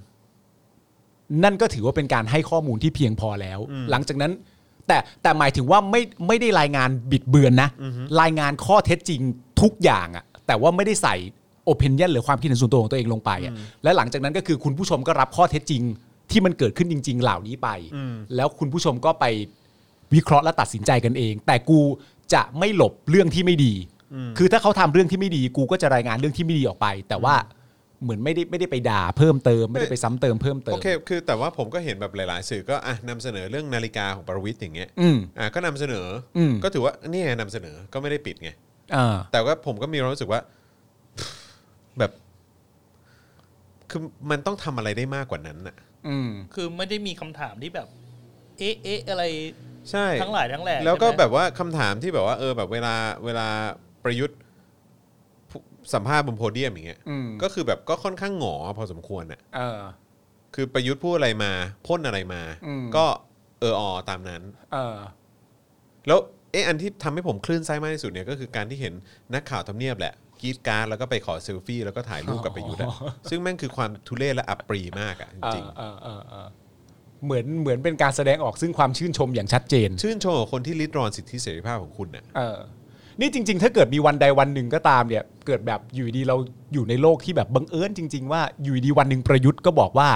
Speaker 3: นั่นก็ถือว่าเป็นการให้ข้อมูลที่เพียงพอแล้ว หลังจากนั้น แต่แต่หมายถึงว่าไม่ไม่ได้รายงานบิดเบือนนะ รายงานข้อเท็จจริงทุกอย่างอะแต่ว่าไม่ได้ใส่โอเพนยันหรือความคิดเห็นส่วนตัวของตัวเองลงไปอะและหลังจากนั้นก็คือคุณผู้ชมก็รับข้อเท็จจริง ที่มันเกิดขึ้นจริง ๆ เหล่านี้ไป
Speaker 2: อืม
Speaker 3: แล้วคุณผู้ชมก็ไปวิเคราะห์และตัดสินใจกันเอง แต่กูจะไม่หลบเรื่องที่ไม่ดี คือถ้าเขาทำเรื่องที่ไม่ดี กูก็จะรายงานเรื่องที่ไม่ดีออกไป แต่ว่าเหมือนไม่ได้ไม่ได้ไปด่าเพิ่มเติมไม่ได้ไปซ้ำเติมเพิ่มเติม
Speaker 2: โอเค คือแต่ว่าผมก็เห็นแบบหลาย ๆ สื่อก็อ่ะนำเสนอเรื่องนาฬิกาของประวิทย์อย่างเงี้ย
Speaker 3: อืม
Speaker 2: อ่ะก็นำเสนออ
Speaker 3: ม
Speaker 2: ก็ถือว่านี่ไงนำเสนอ ก็ไม่ได้ปิดไง
Speaker 3: อ่า
Speaker 2: แต่ว่าผมก็มีความรู้สึกว่า [sighs] แบบ คือมันต้องทำอะไรได้มากกว่านั้นน่ะ
Speaker 3: อืม
Speaker 4: คือไม่ได้มีคำถามที่แบบ เอ๊ะเอ๊ะอะไร
Speaker 2: ใช่
Speaker 4: ทั้งหลายทั้งแหล่
Speaker 2: แล้วก็
Speaker 4: ใช่ไหม
Speaker 2: แบบว่าคำถามที่แบบว่า เออ แบบเวลาเวลาประยุทธ์พูสัมภาษณ์บนโพเดียมอย่างเงี้ย
Speaker 3: อืม
Speaker 2: ก็คือแบบก็ค่อนข้างหงอพอสมควรน่ะ
Speaker 3: เออ
Speaker 2: คือประยุทธ์พูดอะไรมาพ่นอะไรมา
Speaker 3: อืม
Speaker 2: ก็เออออตามนั้น
Speaker 3: เออ
Speaker 2: แล้วเอะอันที่ทำให้ผมคลื่นไส้มากที่สุดเนี่ยก็คือการที่เห็นนักข่าวทำเนียบแหละกรีดการ์ดแล้วก็ไปขอเซลฟี่แล้วก็ถ่ายรูปกับประยุทธ์อะ
Speaker 3: อ๋อ
Speaker 2: ซึ่งแม่งคือความทุเรศและอับปรีมากอะจริง
Speaker 3: เออเออเออเออเหมือนเหมือนเป็นการแสดงออกซึ่งความชื่นชมอย่างชัดเจน
Speaker 2: ๆชื่นชมกับคนที่ริดรอนสิทธิเสรีภาพของคุณน่ะ
Speaker 3: เออ นี่จริง ๆ ถ้าเกิดมีวันใดวันหนึ่งก็ตามเนี่ย เกิดแบบอยู่ดีเราอยู่ในโลกที่แบบบังเอิญจริง ๆ ว่าอยู่ดีวันหนึ่งประยุทธ์ก็บอกว่า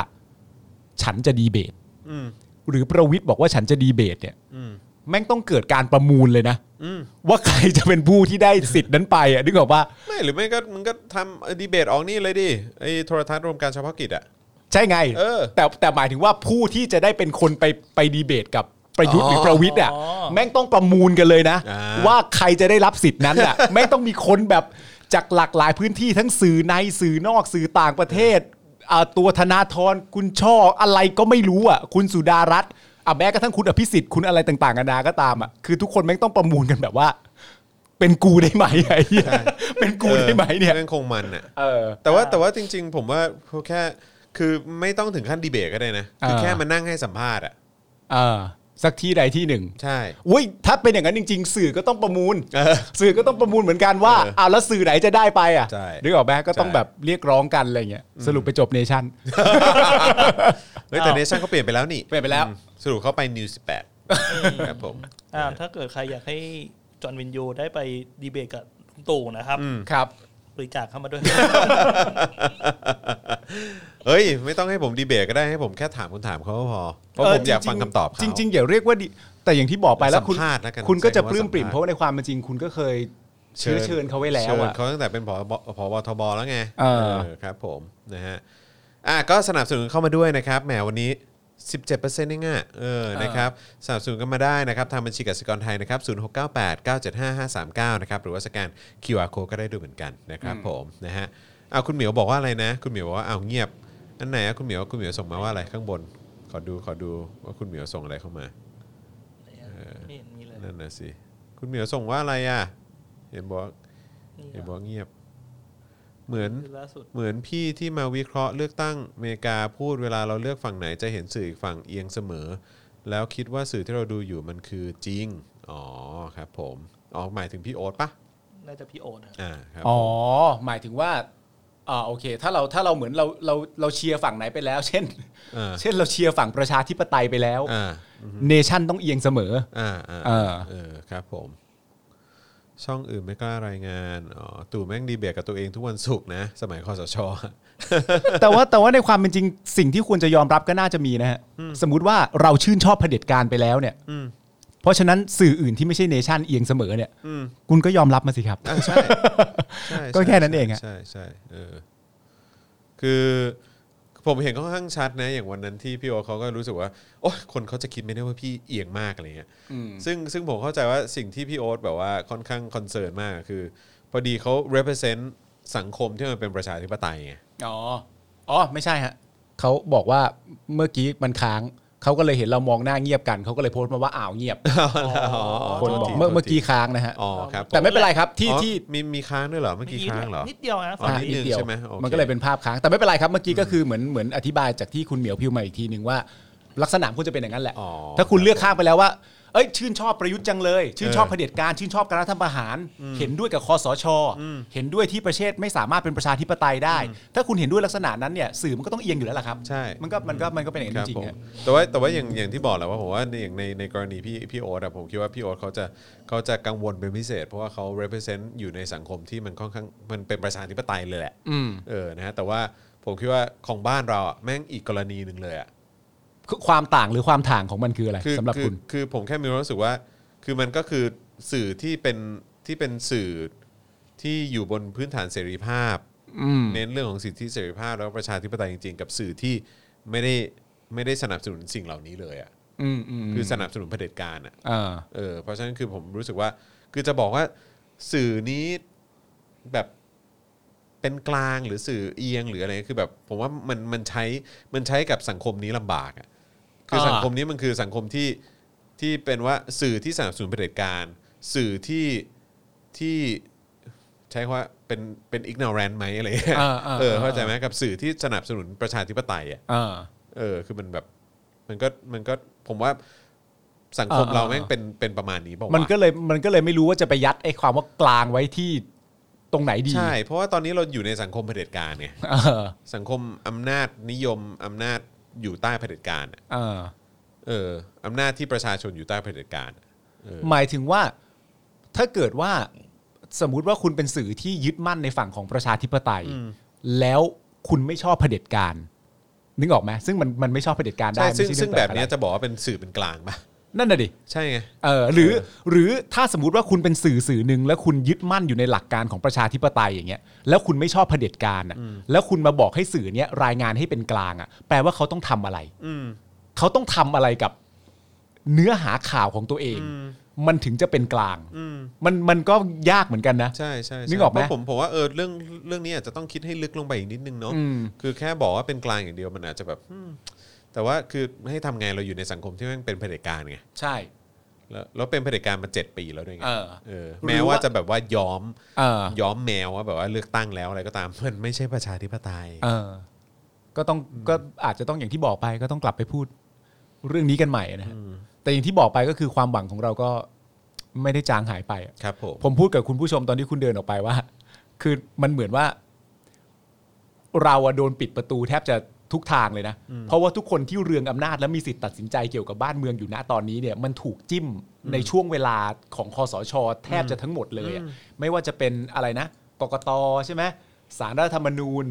Speaker 3: ฉันจะดีเบต
Speaker 2: อืม
Speaker 3: หรือประวิทย์บอกว่าฉันจะดีเบตเนี่ย
Speaker 2: อืม
Speaker 3: แม่งต้องเกิดการประมูลเลยนะ
Speaker 2: อืม
Speaker 3: ว่าใครจะเป็นผู้ที่ได้สิทธิ์นั้นไปอ่ะนึกออกปะ
Speaker 2: ไม่หรือไม่ก็มึงก็ทำดีเบตออกนี่เลยดิไอ้โทรทัศน์รวมการเฉพาะกิจอะ
Speaker 3: ใช่ไง
Speaker 2: เออ
Speaker 3: แต่แต่หมายถึงว่าผู้ที่จะได้เป็นคนไปไปดีเบตกับประยุทธ์หรือประวิทย์อ่ะ แม่งต้องประมูลกันเลยนะ
Speaker 2: อ่า
Speaker 3: ว่าใครจะได้รับสิทธิ์นั้น
Speaker 2: [laughs]
Speaker 3: อ่ะ แม่งต้องมีคนแบบจากหลากหลายพื้นที่ทั้งสื่อในสื่อนอกสื่อต่างประเทศอ่าตัวธนาธรคุณช่ออะไรก็ไม่รู้อ่ะ คุณสุดารัตน์อ่ะแม้กระทั่งคุณอภิสิทธิ์คุณอะไรต่างๆนานาก็ตามอ่ะคือทุกคนแม่งต้องประมูลกันแบบว่า เป็นกูได้ไหมไอ้เหี้ยเป็นกูได้ไหมเนี่ย
Speaker 2: ออแม่งคงมันน่ะ
Speaker 3: เออ
Speaker 2: แต่ว่าแต่ว่าจริง ๆ ผมว่าแค่ คือไม่ต้องถึงขั้นดีเบตก็ได้นะคือแค่มานั่งให้สัมภาษณ์อะ
Speaker 3: เออ สักที่ใดที่หนึ่ง
Speaker 2: ใช่
Speaker 3: อุ้ยถ้าเป็นอย่างนั้นจริง ๆ สื่อก็ต้องประมูล
Speaker 2: เออ
Speaker 3: สื่อก็ต้องประมูลเหมือนกันว่า
Speaker 2: เออ
Speaker 3: เอาแล้วสื่อไหนจะได้ไปอ่ะ
Speaker 2: ใช่
Speaker 3: นึกออกไหมก็ต้อง
Speaker 2: ใช่
Speaker 3: แบบเรียกร้องกันอะไรเงี้ยสรุปไปจบเนชั่น
Speaker 2: [laughs] เฮ้ยแต่
Speaker 4: อ้าว
Speaker 2: เนชั่นเขาเปลี่ยนไปแล้วนี่
Speaker 3: เปลี่ยนไปแล้ว
Speaker 2: อืมสรุปเขาไปนิวสิบแปด
Speaker 3: [laughs]
Speaker 2: ครับผม
Speaker 4: อ่าถ้าเกิดใครอยากให้จอห์นวินยูได้ไปดีเบตกับลุงตู่นะครับ
Speaker 3: ครับ
Speaker 4: บริจาคเข้ามา
Speaker 2: [laughs]
Speaker 4: ด้วย
Speaker 2: เฮ้ย ไม่ต้องให้ผมดีเบตก็ได้ให้ผมแค่ถามคุณถามเขาก็พอ เพราะ
Speaker 3: เอ
Speaker 2: ผม
Speaker 3: อจริ
Speaker 2: อ
Speaker 3: งๆ
Speaker 2: ยากฟังคำตอบเขา
Speaker 3: จริงๆอย่าเรียกว่าดิแต่อย่างที่บอกไปแล้วคุณ
Speaker 2: สัมภาษณ์แล้วกัน
Speaker 3: คุณก็จะ
Speaker 2: ใช้คำว่า
Speaker 3: ปลื้มปริ่ม
Speaker 2: สัมภาษณ์
Speaker 3: เพราะว่าในความเป็นจริงคุณก็เคยเชื้อเชิญเขาไว้แล้ว
Speaker 2: เชิญ
Speaker 3: อะ
Speaker 2: เขาตั้งแต่เป็นผอผอทบแล้วไง
Speaker 3: เออ
Speaker 2: เออครับผมนะฮะอ่ะก็สนับสนุนเข้ามาด้วยนะครับแหมวันนี้ 17%เองอ่ะเออนะครับสนับสนุนกันมาได้นะครับทางบัญชีกสิกรไทยนะครับ0698 975 539นะครับหรือว่าสแกน QR code ก็ได้ด้วยเหมือนกันนะครับผมนะฮะเอาคุณเหมียวบอกว่าอะไรนะ คุณเหมียวบอกว่าเอาวเงียบอันไหนอะคุณเหมียวคุณเหมียวส่งมาว่าอะไรข้างบน ขอดูขอดูว่าคุณเหมียวส่งอะไรเข้ามา
Speaker 4: ไม่เห็นมีเลย
Speaker 2: นั่นน่ะสิ คุณเหมียวส่งว่าอะไรอ่ะเห็นบอกเห็นบอกเงียบ เหมือน
Speaker 4: คือล่าสุด
Speaker 2: เหมือนพี่ที่มาวิเคราะห์เลือกตั้งอเมริกาพูดเวลาเราเลือกฝั่งไหนจะเห็นสื่ออีกฝั่งเอียงเสมอ แล้วคิดว่าสื่อที่เราดูอยู่มันคือจริง อ๋อครับผมอ๋อหมายถึงพี่โอ๊ตปะ
Speaker 4: น่าจะพี่โอ๊ตอะ
Speaker 2: อ่าครับ
Speaker 3: อ๋อ
Speaker 2: ผม
Speaker 3: หมายถึงว่าอ่าโอเค ถ้าเราถ้าเราเหมือนเราเราเราเชียร์ฝั่งไหนไปแล้ว เช่น
Speaker 2: เออ
Speaker 3: เช่นเราเชียร์ฝั่งประชาธิปไตยไปแล้ว
Speaker 2: อ่า
Speaker 3: เนชั่นต้องเอียงเสมอ
Speaker 2: อ่าอ่า
Speaker 3: เออ
Speaker 2: เออครับผม ช่องอื่นไม่กล้ารายงานอ๋อตู่แม่งดีเบตกับตัวเองทุกวันศุกร์นะ สมัยคอสช
Speaker 3: แต่ว่าแต่ว่าในความเป็นจริงสิ่งที่ควรจะยอมรับก็น่าจะมีนะฮะสมมุติว่าเราชื่นชอบเผด็จการไปแล้วเนี่ยเพราะฉะนั้นสื่ออื่นที่ไม่ใช่เนชั่นเอียงเสมอเนี่ยคุณก็ยอมรับมาสิครับ
Speaker 2: อ่ะ
Speaker 3: [laughs]
Speaker 2: ใช่ใช่
Speaker 3: ก็แค่นั้นเองอะ
Speaker 2: ใช่ใช่เออคือผมเห็นค่อนข้างชัดนะ อย่างวันนั้นที่พี่โอเขาก็รู้สึกว่า โอ้คนเขาจะคิดไม่ได้ว่าพี่เอียงมากอะไรเงี้ยซึ่งซึ่งผมเข้าใจว่าสิ่งที่พี่โอ๊ตแบบว่าค่อนข้างคอนเซิร์นมากคือ พอดีเขา represent สังคมที่มันเป็นประชาธิปไตยไง
Speaker 3: อ๋ออ๋อไม่ใช่ฮะเขาบอกว่าเมื่อกี้มันค้างเขาก็เลยเห็นเรามองหน้าเงียบกันเขาก็เลยโพสต์มาว่าอ้าวเงียบ
Speaker 2: อ๋อ
Speaker 3: คน
Speaker 2: โทษ
Speaker 3: บอก
Speaker 2: ที
Speaker 3: เมื่อ
Speaker 2: โทษที
Speaker 3: เมื่อกี้ค้างนะฮะ
Speaker 2: อ๋อครับผม
Speaker 3: แต่ไม่เป็นไรครับที่
Speaker 2: อ๋อ
Speaker 3: ที่
Speaker 2: มีมีค้างด้วยเหรอเมื่อกี้ค้างเหรอ
Speaker 4: นิดเดียวนะ
Speaker 2: อ๋อ
Speaker 4: ฝั่ง
Speaker 2: นิดนึง
Speaker 4: นี้
Speaker 3: เดียว
Speaker 2: ใช่ไหมโอเค
Speaker 3: มันก็เลยเป็นภาพค้างแต่ไม่เป็นไรครับเมื่อกี้ก็คือเหมือนเหมือนอธิบายจากที่คุณเหมียวพิวมาอีกทีหนึ่งว่า ลักษณะคุณจะเป็นอย่างนั้นแหละ
Speaker 2: อ๋อ
Speaker 3: ถ้าคุณเลือกข้างไปแล้วว่าเอ้ยชื่นชอบประยุทธ์จังเลย ชื่นชอบเผด็จการชื่นชอบการรัฐประหาร เห็นด้วยกับคอสช เห็นด้วยที่ประเทศไม่สามารถเป็นประชาธิปไตยได้ ถ้าคุณเห็นด้วยลักษณะนั้นเนี่ยสื่อมันก็ต้องเอียงอยู่แล้วล่ะครับ
Speaker 2: ใช่
Speaker 3: มันก็มันก็มันก็เป็นอย่าง
Speaker 2: ค
Speaker 3: นั้
Speaker 2: รับ
Speaker 3: นจริ
Speaker 2: ผ
Speaker 3: งๆ
Speaker 2: ม
Speaker 3: อะ
Speaker 2: แต่ว่าแต่ว่าอย่างอย่างที่บอกแหละว่าผมว่าในอย่างในในกรณีพี่พี่โอ๊ตอะผมคิดว่าพี่โอ๊ตเขาจะเขาจะกังวลเป็นพิเศษ เพราะว่าเขา represent อยู่ในสังคมที่มันค่อนข้างมันเป็นประชาธิปไตยเลยแหละ
Speaker 3: อืม
Speaker 2: เออนะฮะแต่ว่าผมคิดว่าของบ้านเราอะแม่งอีกกรณีหนึ่งเลยอะ
Speaker 3: คือความต่างหรือความถ่างของมันคืออะไร
Speaker 2: คือ
Speaker 3: สำหรับ
Speaker 2: คื
Speaker 3: คุณ
Speaker 2: คือผมแค่มีความรู้สึกว่า คือมันก็คือสื่อที่เป็นที่เป็นสื่อที่อยู่บนพื้นฐานเสรีภาพ
Speaker 3: อืม
Speaker 2: เน้นเรื่องของสิทธิเสรีภาพแล้วก็ประชาธิปไตยจริงๆ กับสื่อที่ไม่ได้ไม่ได้สนับสนุนสิ่งเหล่านี้เลยอะ
Speaker 3: อืมอืม
Speaker 2: คือสนับสนุนเผด็จการอ่ะ
Speaker 3: เออ
Speaker 2: เออ เพราะฉะนั้นคือผมรู้สึกว่า คือจะบอกว่าสื่อนี้แบบเป็นกลางหรือสื่อเอียงหรืออะไร คือแบบผมว่ามันมันใช้มันใช้กับสังคมนี้ลำบากอ่ะ คือ
Speaker 3: อ่า
Speaker 2: สังคมนี้มันคือสังคมที่ที่เป็นว่าสื่อที่สนับสนุนเผด็จการ สื่อที่ที่ใช้คำว่าเป็นเป็นอิกนอแรนไหมอะไรเงี้ย
Speaker 3: อ่าอ่า
Speaker 2: เออเข้าใจไหมกับสื่อที่สนับสนุนประชาธิปไตยอ่ะ
Speaker 3: เออ
Speaker 2: เออคือมันแบบมันก็มันก็ผมว่าสังคม
Speaker 3: เออ
Speaker 2: เรา
Speaker 3: เออ
Speaker 2: แม่งเป็นเป็นประมาณนี้เปล่าวะ
Speaker 3: มันก็เลยมันก็เลยไม่รู้ว่าจะไปยัดไอ้ความว่ากลางไว้ที่ตรงไหนดี
Speaker 2: ใช่ เพราะว่าตอนนี้เราอยู่ในสังคมเผด็จการไง
Speaker 3: เออ
Speaker 2: สังคมอำนาจนิยมอำนาจอยู่ใต้เผด็จการอะ
Speaker 3: เออ
Speaker 2: เอออำนาจที่ประชาชนอยู่ใต้เผด็จการอะเออ
Speaker 3: หมายถึงว่าถ้าเกิดว่าสมมุติว่าคุณเป็นสื่อที่ยึดมั่นในฝั่งของประชาธิปไตย แล้วคุณไม่ชอบเผด็จการนึกออกไหมซึ่งมันมันไม่ชอบเผด็จการได้
Speaker 2: ใช่ซึ่ง
Speaker 3: ไม่ใช่
Speaker 2: ซึ่
Speaker 3: เรื่อง ง
Speaker 2: แบ
Speaker 3: แบบ บ
Speaker 2: เนี้
Speaker 3: นี้
Speaker 2: ยจะบอกว่าเป็นสื่อเป็นกลางปะ
Speaker 3: นั่นน่ะดิ
Speaker 2: ใช่ไง
Speaker 3: เออหรือหรือถ้าสมมติว่าคุณเป็นสื่อสื่อหนึ่งแล้วคุณยึดมั่นอยู่ในหลักการของประชาธิปไตยอย่างเงี้ยแล้วคุณไม่ชอบเผด็จการน่ะแล้วคุณมาบอกให้สื่อเนี้ยรายงานให้เป็นกลางอ่ะแปลว่าเขาต้องทำอะไร
Speaker 2: อืม
Speaker 3: เขาต้องทำอะไรกับเนื้อหาข่าวของตัวเอง มันถึงจะเป็นกลาง
Speaker 2: อืม
Speaker 3: มันมันก็ยากเหมือนกันนะ
Speaker 2: ใช่ใช่ใช่
Speaker 3: นึกออกไหม
Speaker 2: เพราะผมผมว่าเออเรื่องเรื่องนี้อาจจะต้องคิดให้ลึกลงไปอีกนิดนึงเนาะ
Speaker 3: อืม
Speaker 2: คือแค่บอกว่าเป็นกลางอย่างเดียวมันอาจจะแบบอืมแต่ว่าคือให้ทำไงเราอยู่ในสังคมที่แม่งเป็นเผด็จการไง
Speaker 3: ใช่
Speaker 2: แล้วแล้วเป็นเผด็จการมาเจ็ดปีแล้วด้วยไง
Speaker 3: เออ
Speaker 2: เออ
Speaker 3: หรือว่า
Speaker 2: แม้ว่าจะแบบว่าย้อม
Speaker 3: เออ
Speaker 2: ย้อมแมวว่าแบบว่าเลือกตั้งแล้วอะไรก็ตาม มันไม่ใช่ประชาธิปไตย
Speaker 3: เออ ก็ต้องก็อาจจะต้องอย่างที่บอกไป ก็ต้องกลับไปพูดเรื่องนี้กันใหม่นะฮะ แต่อย่างที่บอกไปก็คือความหวังของเราก็ไม่ได้จางหายไปอะ
Speaker 2: ครับผม
Speaker 3: ผมพูดกับคุณผู้ชมตอนที่คุณเดินออกไปว่า คือมันเหมือนว่า เราอะโดนปิดประตูแทบจะทุกทางเลยนะ เพราะว่าทุกคนที่เรืองอำนาจและมีสิทธิ์ตัดสินใจเกี่ยวกับบ้านเมืองอยู่ณตอนนี้เนี่ยมันถูกจิ้มในช่วงเวลาของคอสช แทบจะทั้งหมดเลยอะไม่ว่าจะเป็นอะไรนะกกตใช่ไหมสารรัฐธรรมนูญ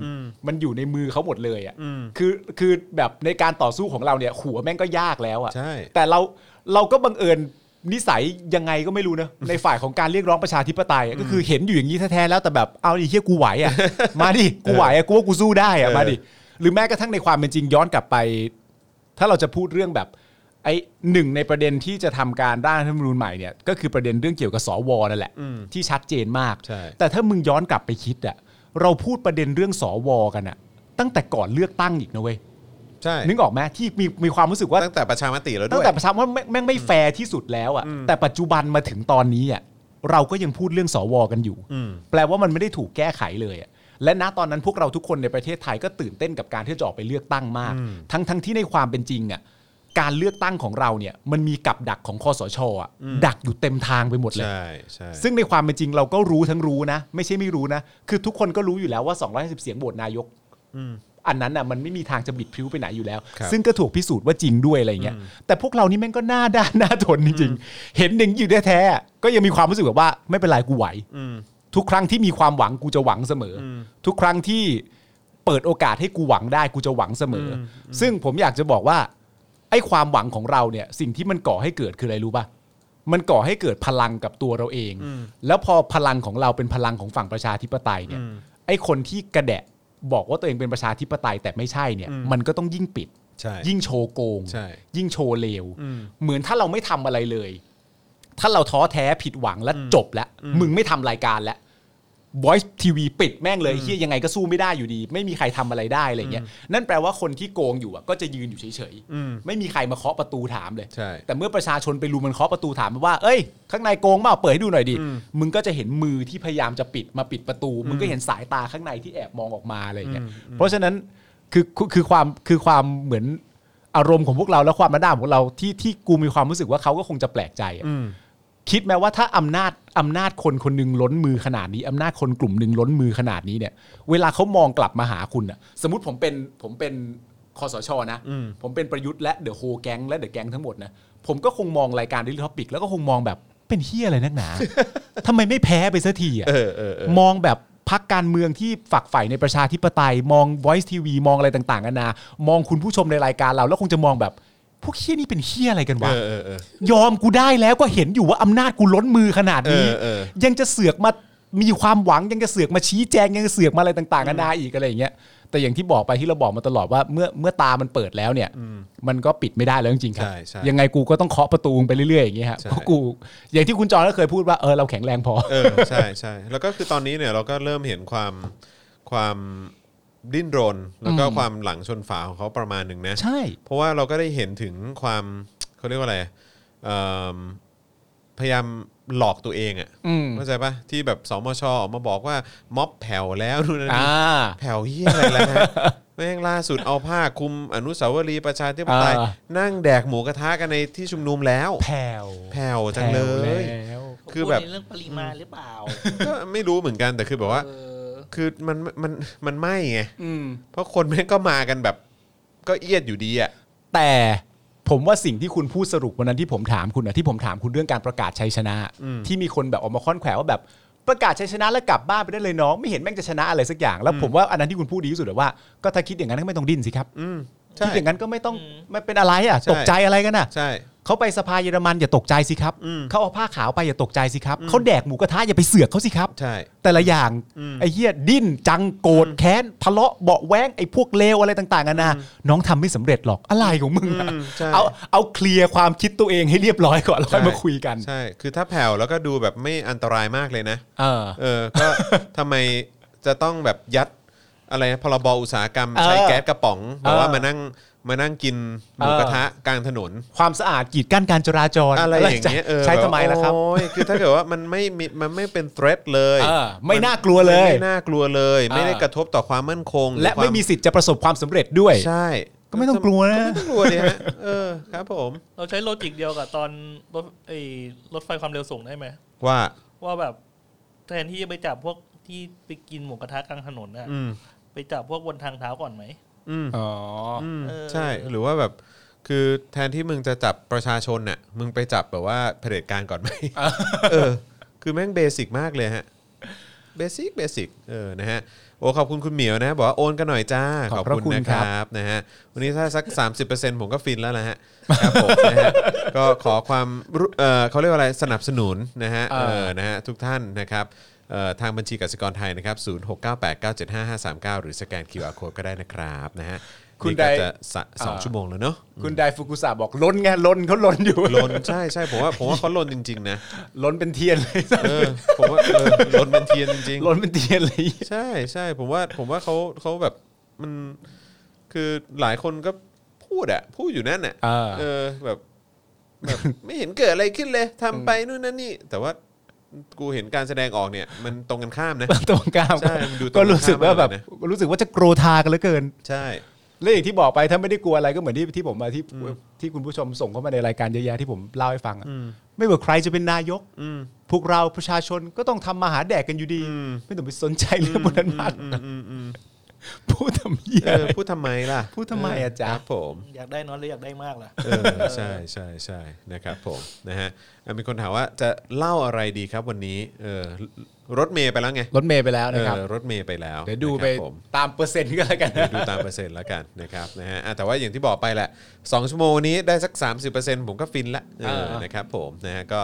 Speaker 3: มันอยู่ในมือเขาหมดเลยอะ่ะคือคือแบบในการต่อสู้ของเราเนี่ย หัวแม่งก็ยากแล้ว
Speaker 2: ใช่
Speaker 3: อะ่ะ แต่เราเราก็บังเอิญนิสัยยังไงก็ไม่รู้นะ ในฝ่ายของการเรียกร้องประชาธิปไตยอะก็คือเห็นอยู่อย่างนี้แท้ๆแล้วแต่แบบเอาดิเฮียกูไหว
Speaker 2: [laughs]
Speaker 3: อ่ะ มาดิกูไหวอ่ะกูว่ากูสู้ได้อ่ะ
Speaker 2: เออ
Speaker 3: มาดิหรือแม้กระทั่งในความเป็นจริงย้อนกลับไป ถ้าเราจะพูดเรื่องแบบไอ้หนึ่งในประเด็นที่จะทำการร่างรัฐธรรมนูญใหม่เนี่ยก็คือประเด็นเรื่องเกี่ยวกับสวนั่นแหละ ที่ชัดเจนมาก
Speaker 2: ใช่
Speaker 3: แต่ถ้ามึงย้อนกลับไปคิดอ่ะเราพูดประเด็นเรื่องสวกันอ่ะ ตั้งแต่ก่อนเลือกตั้งอีกนะเว้ย
Speaker 2: ใช่
Speaker 3: นึกออกไหมที่มีมีความรู้สึกว่า
Speaker 2: ตั้งแต่ประชามติแล้ว
Speaker 3: ตั้
Speaker 2: ด้
Speaker 3: ง
Speaker 2: วย
Speaker 3: แต่ประชาว่าแม่งแม่งไม่แฟร์ที่สุดแล้วอะแต่ปัจจุบันมาถึงตอนนี้อะเราก็ยังพูดเรื่องสวกันอยู่ แปลว่ามันไม่ได้ถูกแก้ไขเลยอะและณตอนนั้นพวกเราทุกคนในประเทศไทยก็ตื่นเต้นกับการที่จะออกไปเลือกตั้งมาก ทั้งทั้งที่ในความเป็นจริงอะการเลือกตั้งของเราเนี่ยมันมีกับดักของคอสชอะดักอยู่เต็มทางไปหมดเลย
Speaker 2: ใช่ใช่
Speaker 3: ซึ่งในความเป็นจริงเราก็รู้ทั้งรู้นะ ไม่ใช่ไม่รู้นะ คือทุกคนก็รู้อยู่แล้วว่า 250 เสียงโหวตนายกอันนั้นน่ะมันไม่มีทางจะบิดพริ้วไปไหนอยู่แล้ว
Speaker 2: ครับ
Speaker 3: ซึ่งก็ถูกพิสูจน์ว่าจริงด้วยอะไรเงี้ยแต่พวกเรานี่แม่งก็หน้าด้านหน้าทนจริงๆเห็นหนึ่างนี้อยู่แท้ๆก็ยังมีความรู้สึกแบบว่าไม่เป็นไรกูไหว
Speaker 2: อืม
Speaker 3: ทุกครั้งที่มีความหวังกูจะหวังเสมออทุกครั้งที่เปิดโอกาสให้กูหวังได้กูจะหวังเสมออซึ่งผมอยากจะบอกว่า ไอ้ความหวังของเราเนี่ย สิ่งที่มันก่อให้เกิดคืออะไรรู้ป่ะมันก่อให้เกิดพลังกับตัวเราเอง แล้วพอพลังของเราเป็นพลังของฝั่งประชาธิปไตยเนี่ยไอ้คนที่กระแดะบอกว่าตัวเองเป็นประชาธิปไตยแต่ไม่ใช่เนี่ย มันก็ต้องยิ่งปิด
Speaker 2: ใช่
Speaker 3: ยิ่งโชว์โกง
Speaker 2: ใช่
Speaker 3: ยิ่งโชว์เลว เหมือนถ้าเราไม่ทำอะไรเลย ถ้าเราท้อแท้ผิดหวังและจบแล้ว มึงไม่ทำรายการแล้ว Voice TV ปิดแม่งเลยเฮียยังไงก็สู้ไม่ได้อยู่ดี ไม่มีใครทำอะไรได้อะไรเงี้ย นั่นแปลว่าคนที่โกงอยู่อะก็จะยืนอยู่เฉย
Speaker 2: อืม
Speaker 3: ๆ ไม่มีใครมาเคาะประตูถามเลย
Speaker 2: ใช่
Speaker 3: แต่เมื่อประชาชนไปรูมันเคาะประตูถามว่า เอ้ย ข้างในโกงเปล่าเปิดให้ดูหน่อยดิ มึงก็จะเห็นมือที่พยายามจะปิดมาปิดประตู มึงก็เห็นสายตาข้างในที่แอบมองออกมาอะไรอย่างเงี้ย เพราะฉะนั้นคือคือคือความคือความเหมือนอารมณ์ของพวกเราและความระดามของเราที่ที่กูมีความรู้สึกว่าเขาก็คงจะแปลกใจอะคิดไหมว่าถ้าอำนาจอำนาจคนคนหนึ่งล้นมือขนาดนี้อำนาจคนกลุ่มหนึ่งล้นมือขนาดนี้เนี่ย เวลาเขามองกลับมาหาคุณอะสมมติผมเป็นผมเป็น คอสชนะ ผมเป็นประยุทธ์และเดอะโฮแก๊งและเดอะแก๊งทั้งหมดนะ ผมก็คงมองรายการดิลิทอปิกแล้วก็คงมองแบบเป็นเฮียอะไรนักหนา [laughs] ทำไมไม่แพ้ไปสักทีอ่ะ
Speaker 2: เออเออเออ
Speaker 3: มองแบบพักการเมืองที่ฝักใฝ่ในประชาธิปไตย มอง Voice TV มองอะไรต่างๆนานามองคุณผู้ชมในรายการเรา แล้วคงจะมองแบบ พวกเฮียนี่เป็นเฮียอะไรกัน
Speaker 2: เอ
Speaker 3: วะ
Speaker 2: อเออเออ
Speaker 3: ยอมกูได้แล้วก็เห็นอยู่ว่าอำนาจกูล้นมือขนาดนี้
Speaker 2: เออเออ
Speaker 3: ยังจะเสือกมามีความหวังยังจะเสือกมาชี้แจงยังจะเสือกมาอะไรต่างๆกันานาอีกอะไรอย่างเงี้ยแต่อย่างที่บอกไปที่เราบอกมาตลอดว่าเมื่อเมื่อตามันเปิดแล้วเนี่ย มันก็ปิดไม่ได้แล้วจริงๆครับ
Speaker 2: ใช่ใช่
Speaker 3: ยังไงกูก็ต้องเคาะประตูไปเรื่อยๆอย่างเงี้ยฮะ
Speaker 2: ใช่
Speaker 3: เพราะกูอย่างที่คุณจอห์นก็เคยพูดว่าเออเราแข็งแรงพอ
Speaker 2: เออใช่ใช่แล้วก็คือตอนนี้เนี่ยเราก็เริ่มเห็นความความดิ้นรน แล้วก็
Speaker 3: อืม
Speaker 2: ความหลังชนฝาของเขาประมาณหนึ่งนะ
Speaker 3: ใช่
Speaker 2: เพราะว่าเราก็ได้เห็นถึงความเขาเรียกว่าอะไรเอิ่มพยายามหลอกตัวเองอะ่ะ
Speaker 3: อืม
Speaker 2: เข้าใจปะที่แบบสมชออกมาบอกว่าม็อบแผ่วแล้วนู่นนั่น
Speaker 3: อ่า
Speaker 2: นี่แผ่วเฮียอะไรแล้วฮะ แม่งล่าสุดเอาผ้าคลุมอนุสาวรีย์ประชาธิปไตย
Speaker 3: อ่า
Speaker 2: นั่งแดกหมูกระทะกันในที่ชุมนุมแล้ว
Speaker 3: แผ่ว
Speaker 2: แผ่วจังเลย
Speaker 3: แผ่วแล้ว
Speaker 4: เขา
Speaker 2: คือ
Speaker 4: พูด
Speaker 2: แบบ
Speaker 4: ในเรื่องปริมาณหรือเปล่า
Speaker 2: ก็ไม่รู้เหมือนกันแต่คือแบบว่า
Speaker 4: เออ
Speaker 2: คือมันมันมันไม่ไง
Speaker 3: อืม
Speaker 2: เพราะคนแม่งก็มากันแบบ ก็เอียดอยู่ดีอ่ะ
Speaker 3: แต่ผมว่าสิ่งที่คุณพูดสรุปวันนั้นที่ผมถามคุณนะที่ผมถามคุณเรื่องการประกาศชัยชนะ ที่มีคนแบบออกมาค้อนแขวว่าแบบประกาศชัยชนะแล้วกลับบ้านไปได้เลยน้อง ไม่เห็นแม่งจะชนะอะไรสักอย่าง แล้วผมว่าอันนั้นที่คุณพูดดีที่สุดเลยว่าก็ถ้าคิดอย่างนั้นก็ไม่ต้องดิ้นสิครับ
Speaker 2: อืมใช่
Speaker 3: คิดอย่างนั้นก็ไม่ต้องไม่เป็นอะไรอ่ะ
Speaker 2: ใช่
Speaker 3: ตกใจอะไรกันอ่ะ
Speaker 2: ใช่
Speaker 3: เขาไปสภาเยอรมันอย่าตกใจสิครับเขาเอาผ้าขาวไปอย่าตกใจสิครับเขาแดกหมูกระทะอย่าไปเสือกเขาสิครับ
Speaker 2: ใช่
Speaker 3: แต่ละอย่างไอ้เหี้ยดิ้นจังโกรธแค้นทะเลาะเบาะแว้งไอ้พวกเลวอะไรต่างๆกันานะน้องทำไม่สำเร็จหรอกอะไรของมึงอะ
Speaker 2: อืมใช่
Speaker 3: เอาเอาเคลียร์ความคิดตัวเองให้เรียบร้อยก่อนแล้วค่อยมาคุยกัน
Speaker 2: ใช่ คือถ้าแผ่วแล้วก็ดูแบบไม่อันตรายมากเลยนะ
Speaker 3: เออ
Speaker 2: เออ
Speaker 3: [laughs]
Speaker 2: ก็ ทำไมจะต้องแบบยัดอะไรนะพรบอุตสาหกรรมใช้
Speaker 3: เออ
Speaker 2: แก๊สกระป๋อง
Speaker 3: เออ
Speaker 2: บอกว่ามานั่งมานั่งกินหมู
Speaker 3: เออ
Speaker 2: กระทะกลางถนน
Speaker 3: ความสะอาดกีดกั้นการจราจร
Speaker 2: อะไรอย่างเงี้ยเออ
Speaker 3: ใช้ทำไมล่ะครับ
Speaker 2: โอ้ยคือถ้าเกิดว่ามันไม่มีมันไม่เป็น threat เลย
Speaker 3: เออไม่
Speaker 2: น
Speaker 3: น่ากลัวเลย
Speaker 2: ไม่น่ากลัวเลย ไม่ได้
Speaker 3: เออ
Speaker 2: กระทบต่อความมั่นคงหรือ
Speaker 3: และ
Speaker 2: ควา
Speaker 3: ไม่มีสิทธิ์จะประสบความสำเร็จด้วย
Speaker 2: ใช่
Speaker 3: ก็ไม่ต้องกลัวนะ
Speaker 2: ก็ไม่ต้องกลัวเนี่ยฮะเออครับผม
Speaker 4: เราใช้โลจิกเดียวกับตอนรถไอ้รถไฟความเร็วสูงได้ไหม
Speaker 2: ว่า
Speaker 4: ว่าแบบแทนที่จะไปจับพวกที่ไปกินหมูกระทะกลางถนนน่ะ
Speaker 2: อืม
Speaker 4: ไปจับพวกบนทางเท้าก่อนไหม
Speaker 2: อืม
Speaker 3: อ๋อ
Speaker 2: อืม
Speaker 4: เออ
Speaker 2: ใช่หรือว่าแบบคือแทนที่มึงจะจับประชาชนน่ะมึงไปจับแบบว่าเผด็จการก่อนไหม เออ คือแม่งเบสิกมากเลยฮะเบสิกเบสิกเออนะฮะโอ้ขอบคุณคุณเหมียวนะ บอกว่าโอนกันหน่อยจ้า
Speaker 3: ขอบพ
Speaker 2: ข
Speaker 3: ระ
Speaker 2: อบ
Speaker 3: คุ
Speaker 2: คุณ
Speaker 3: ณ
Speaker 2: นะค
Speaker 3: ครั
Speaker 2: รั
Speaker 3: บบ
Speaker 2: นะฮะวันนี้ถ้าสัก 30%ผมก็ฟินแล้วนะฮะครับผมนะฮะก็ขอความรุเออเขาเรียกว่าอะไรสนับสนุนนะฮะ
Speaker 3: เอ
Speaker 2: เอ
Speaker 3: อ
Speaker 2: อนะฮะทุกท่านนะครับเอ่อทางบัญชีกสิกรไทยนะครับ0698975539 หรือสแกน QR Code ก็ได้นะครับนะฮะ
Speaker 3: คุณ
Speaker 2: นี่ก็
Speaker 3: ใด
Speaker 2: จะ สะสองชั่วโมงแล้วเนอะ
Speaker 3: คุณไดฟุกุสะบอกล้นไงล้นเขาล้นอยู่
Speaker 2: ลน [laughs] ใช่ใช่ผมว่าผมว่าเขาลนจริง ๆ นะ
Speaker 3: ล้นเป็นเทียนเลย
Speaker 2: เออผมว่าเออลนเป็นเทียนจริง
Speaker 3: ล้นเป็นเทียนเลย
Speaker 2: ๆ ใช่ใช่ผมว่าผมว่าเขาเขาแบบมันคือหลายคนก็พูดอะพูดอยู่นั่นอะ
Speaker 3: อ่า
Speaker 2: เออแบบแบบ ไม่เห็นเกิดอะไรขึ้นเลยทำไปนู่นนั่นนี่ แต่ว่ากูเห็นการแสดงออกเนี่ย มันตรงกันข้าม
Speaker 3: [laughs]
Speaker 2: นะ
Speaker 3: ตรงกลาง
Speaker 2: ใช่มันดูตรง
Speaker 3: ก็รู้สึกว่าแบบ
Speaker 2: ข้ามมาก
Speaker 3: รู้สึกว่าจะโกรธากันเหลือเกิน
Speaker 2: ใช่
Speaker 3: และอย่างที่บอกไปถ้าไม่ได้กลัวอะไรก็เหมือนที่ที่ผมมาที่ที่คุณผู้ชมส่งเข้ามาในรายการเยอะแยะที่ผมเล่าให้ฟังอะไม่ว่าใครจะเป็นนายกพวกเราประชาชนก็ต้องทำมาหาแดกกันอยู่ดี ไม่ต้องไปสนใจเรื่องพวกนั้นมากพูดทำเหี้ย
Speaker 2: เอ
Speaker 3: อะ
Speaker 2: อ
Speaker 3: ไร
Speaker 2: พูดทำไมล่ะ
Speaker 3: พูดทำไมอะจ๊ะ
Speaker 2: ครับผม
Speaker 4: อยากได้น้อยหรืออยากได้มากล่ะ
Speaker 2: เออใช่ใช่ใช่นะครับผมนะฮะอ่ะมีคนถามว่าจะเล่าอะไรดีครับวันนี้เออรถเมย์ไปแล้วไง
Speaker 3: รถเมย์ไปแล้ว
Speaker 2: เอ
Speaker 3: นะครับ
Speaker 2: อรถเมย์ไปแล้ว
Speaker 3: เดี๋ยวดูไป
Speaker 2: นะครับผม
Speaker 3: ตามเปอร์เซ็นต์ก็แล้วกัน
Speaker 2: เดี๋ยวดูตามเปอร์เซ็นต์แล้วกันนะครับนะฮะอ่ะแต่ว่าอย่างที่บอกไปแหละ 2 ชั่วโมงนี้ได้สัก 30%ผมก็ฟินละเออนะครับผมนะฮะก็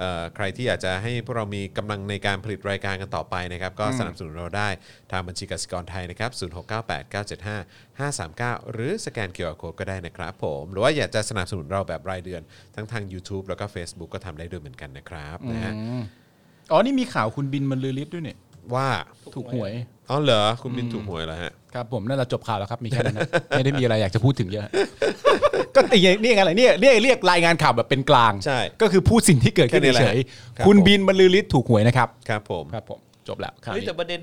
Speaker 2: เอ่อใครที่อยากจะให้พวกเรามีกำลังในการผลิตรายการกันต่อไปนะครับ ก็สนับสนุนเราได้ทางบัญชีกสิกรไทยนะครับ0698975539 หรือสแกน QR Code ก็ได้นะครับผม หรือว่าอยากจะสนับสนุนเราแบบรายเดือน ทั้งทาง YouTube แล้วก็ Facebook ก็ทำได้ด้วยเหมือนกันนะครับนะฮะ
Speaker 3: อ๋อนี่มีข่าวคุณบินบรรลือฤทธิ์ด้วยเนี่ย
Speaker 2: ว่า
Speaker 3: ถูกหวย
Speaker 2: อ๋อเหรอคุณบินถูกหวยเหรอฮะ
Speaker 3: ครับผมนั่นเราจบข่าวแล้วครับมีแค่นั้นนะไม่ได้มีอะไรอยากจะพูดถึงเยอะ ก็ตีนี่ไงอะไรเนี่ยเรียกเรียกรายงานข่าวแบบเป็นกลาง
Speaker 2: ใช่
Speaker 3: ก็คือพูดสิ่งที่เกิดขึ้น
Speaker 2: แค่นี้แหละ
Speaker 3: เฉย
Speaker 2: ครับ
Speaker 3: ๆคุณ
Speaker 2: ผม
Speaker 3: บินบรรลือฤทธิ์ถูกหวยนะครับ
Speaker 2: ครับผม
Speaker 3: ครับผมจบแล้วข่าว
Speaker 4: เฮ้ย
Speaker 3: นี้
Speaker 4: แต่ประเด็น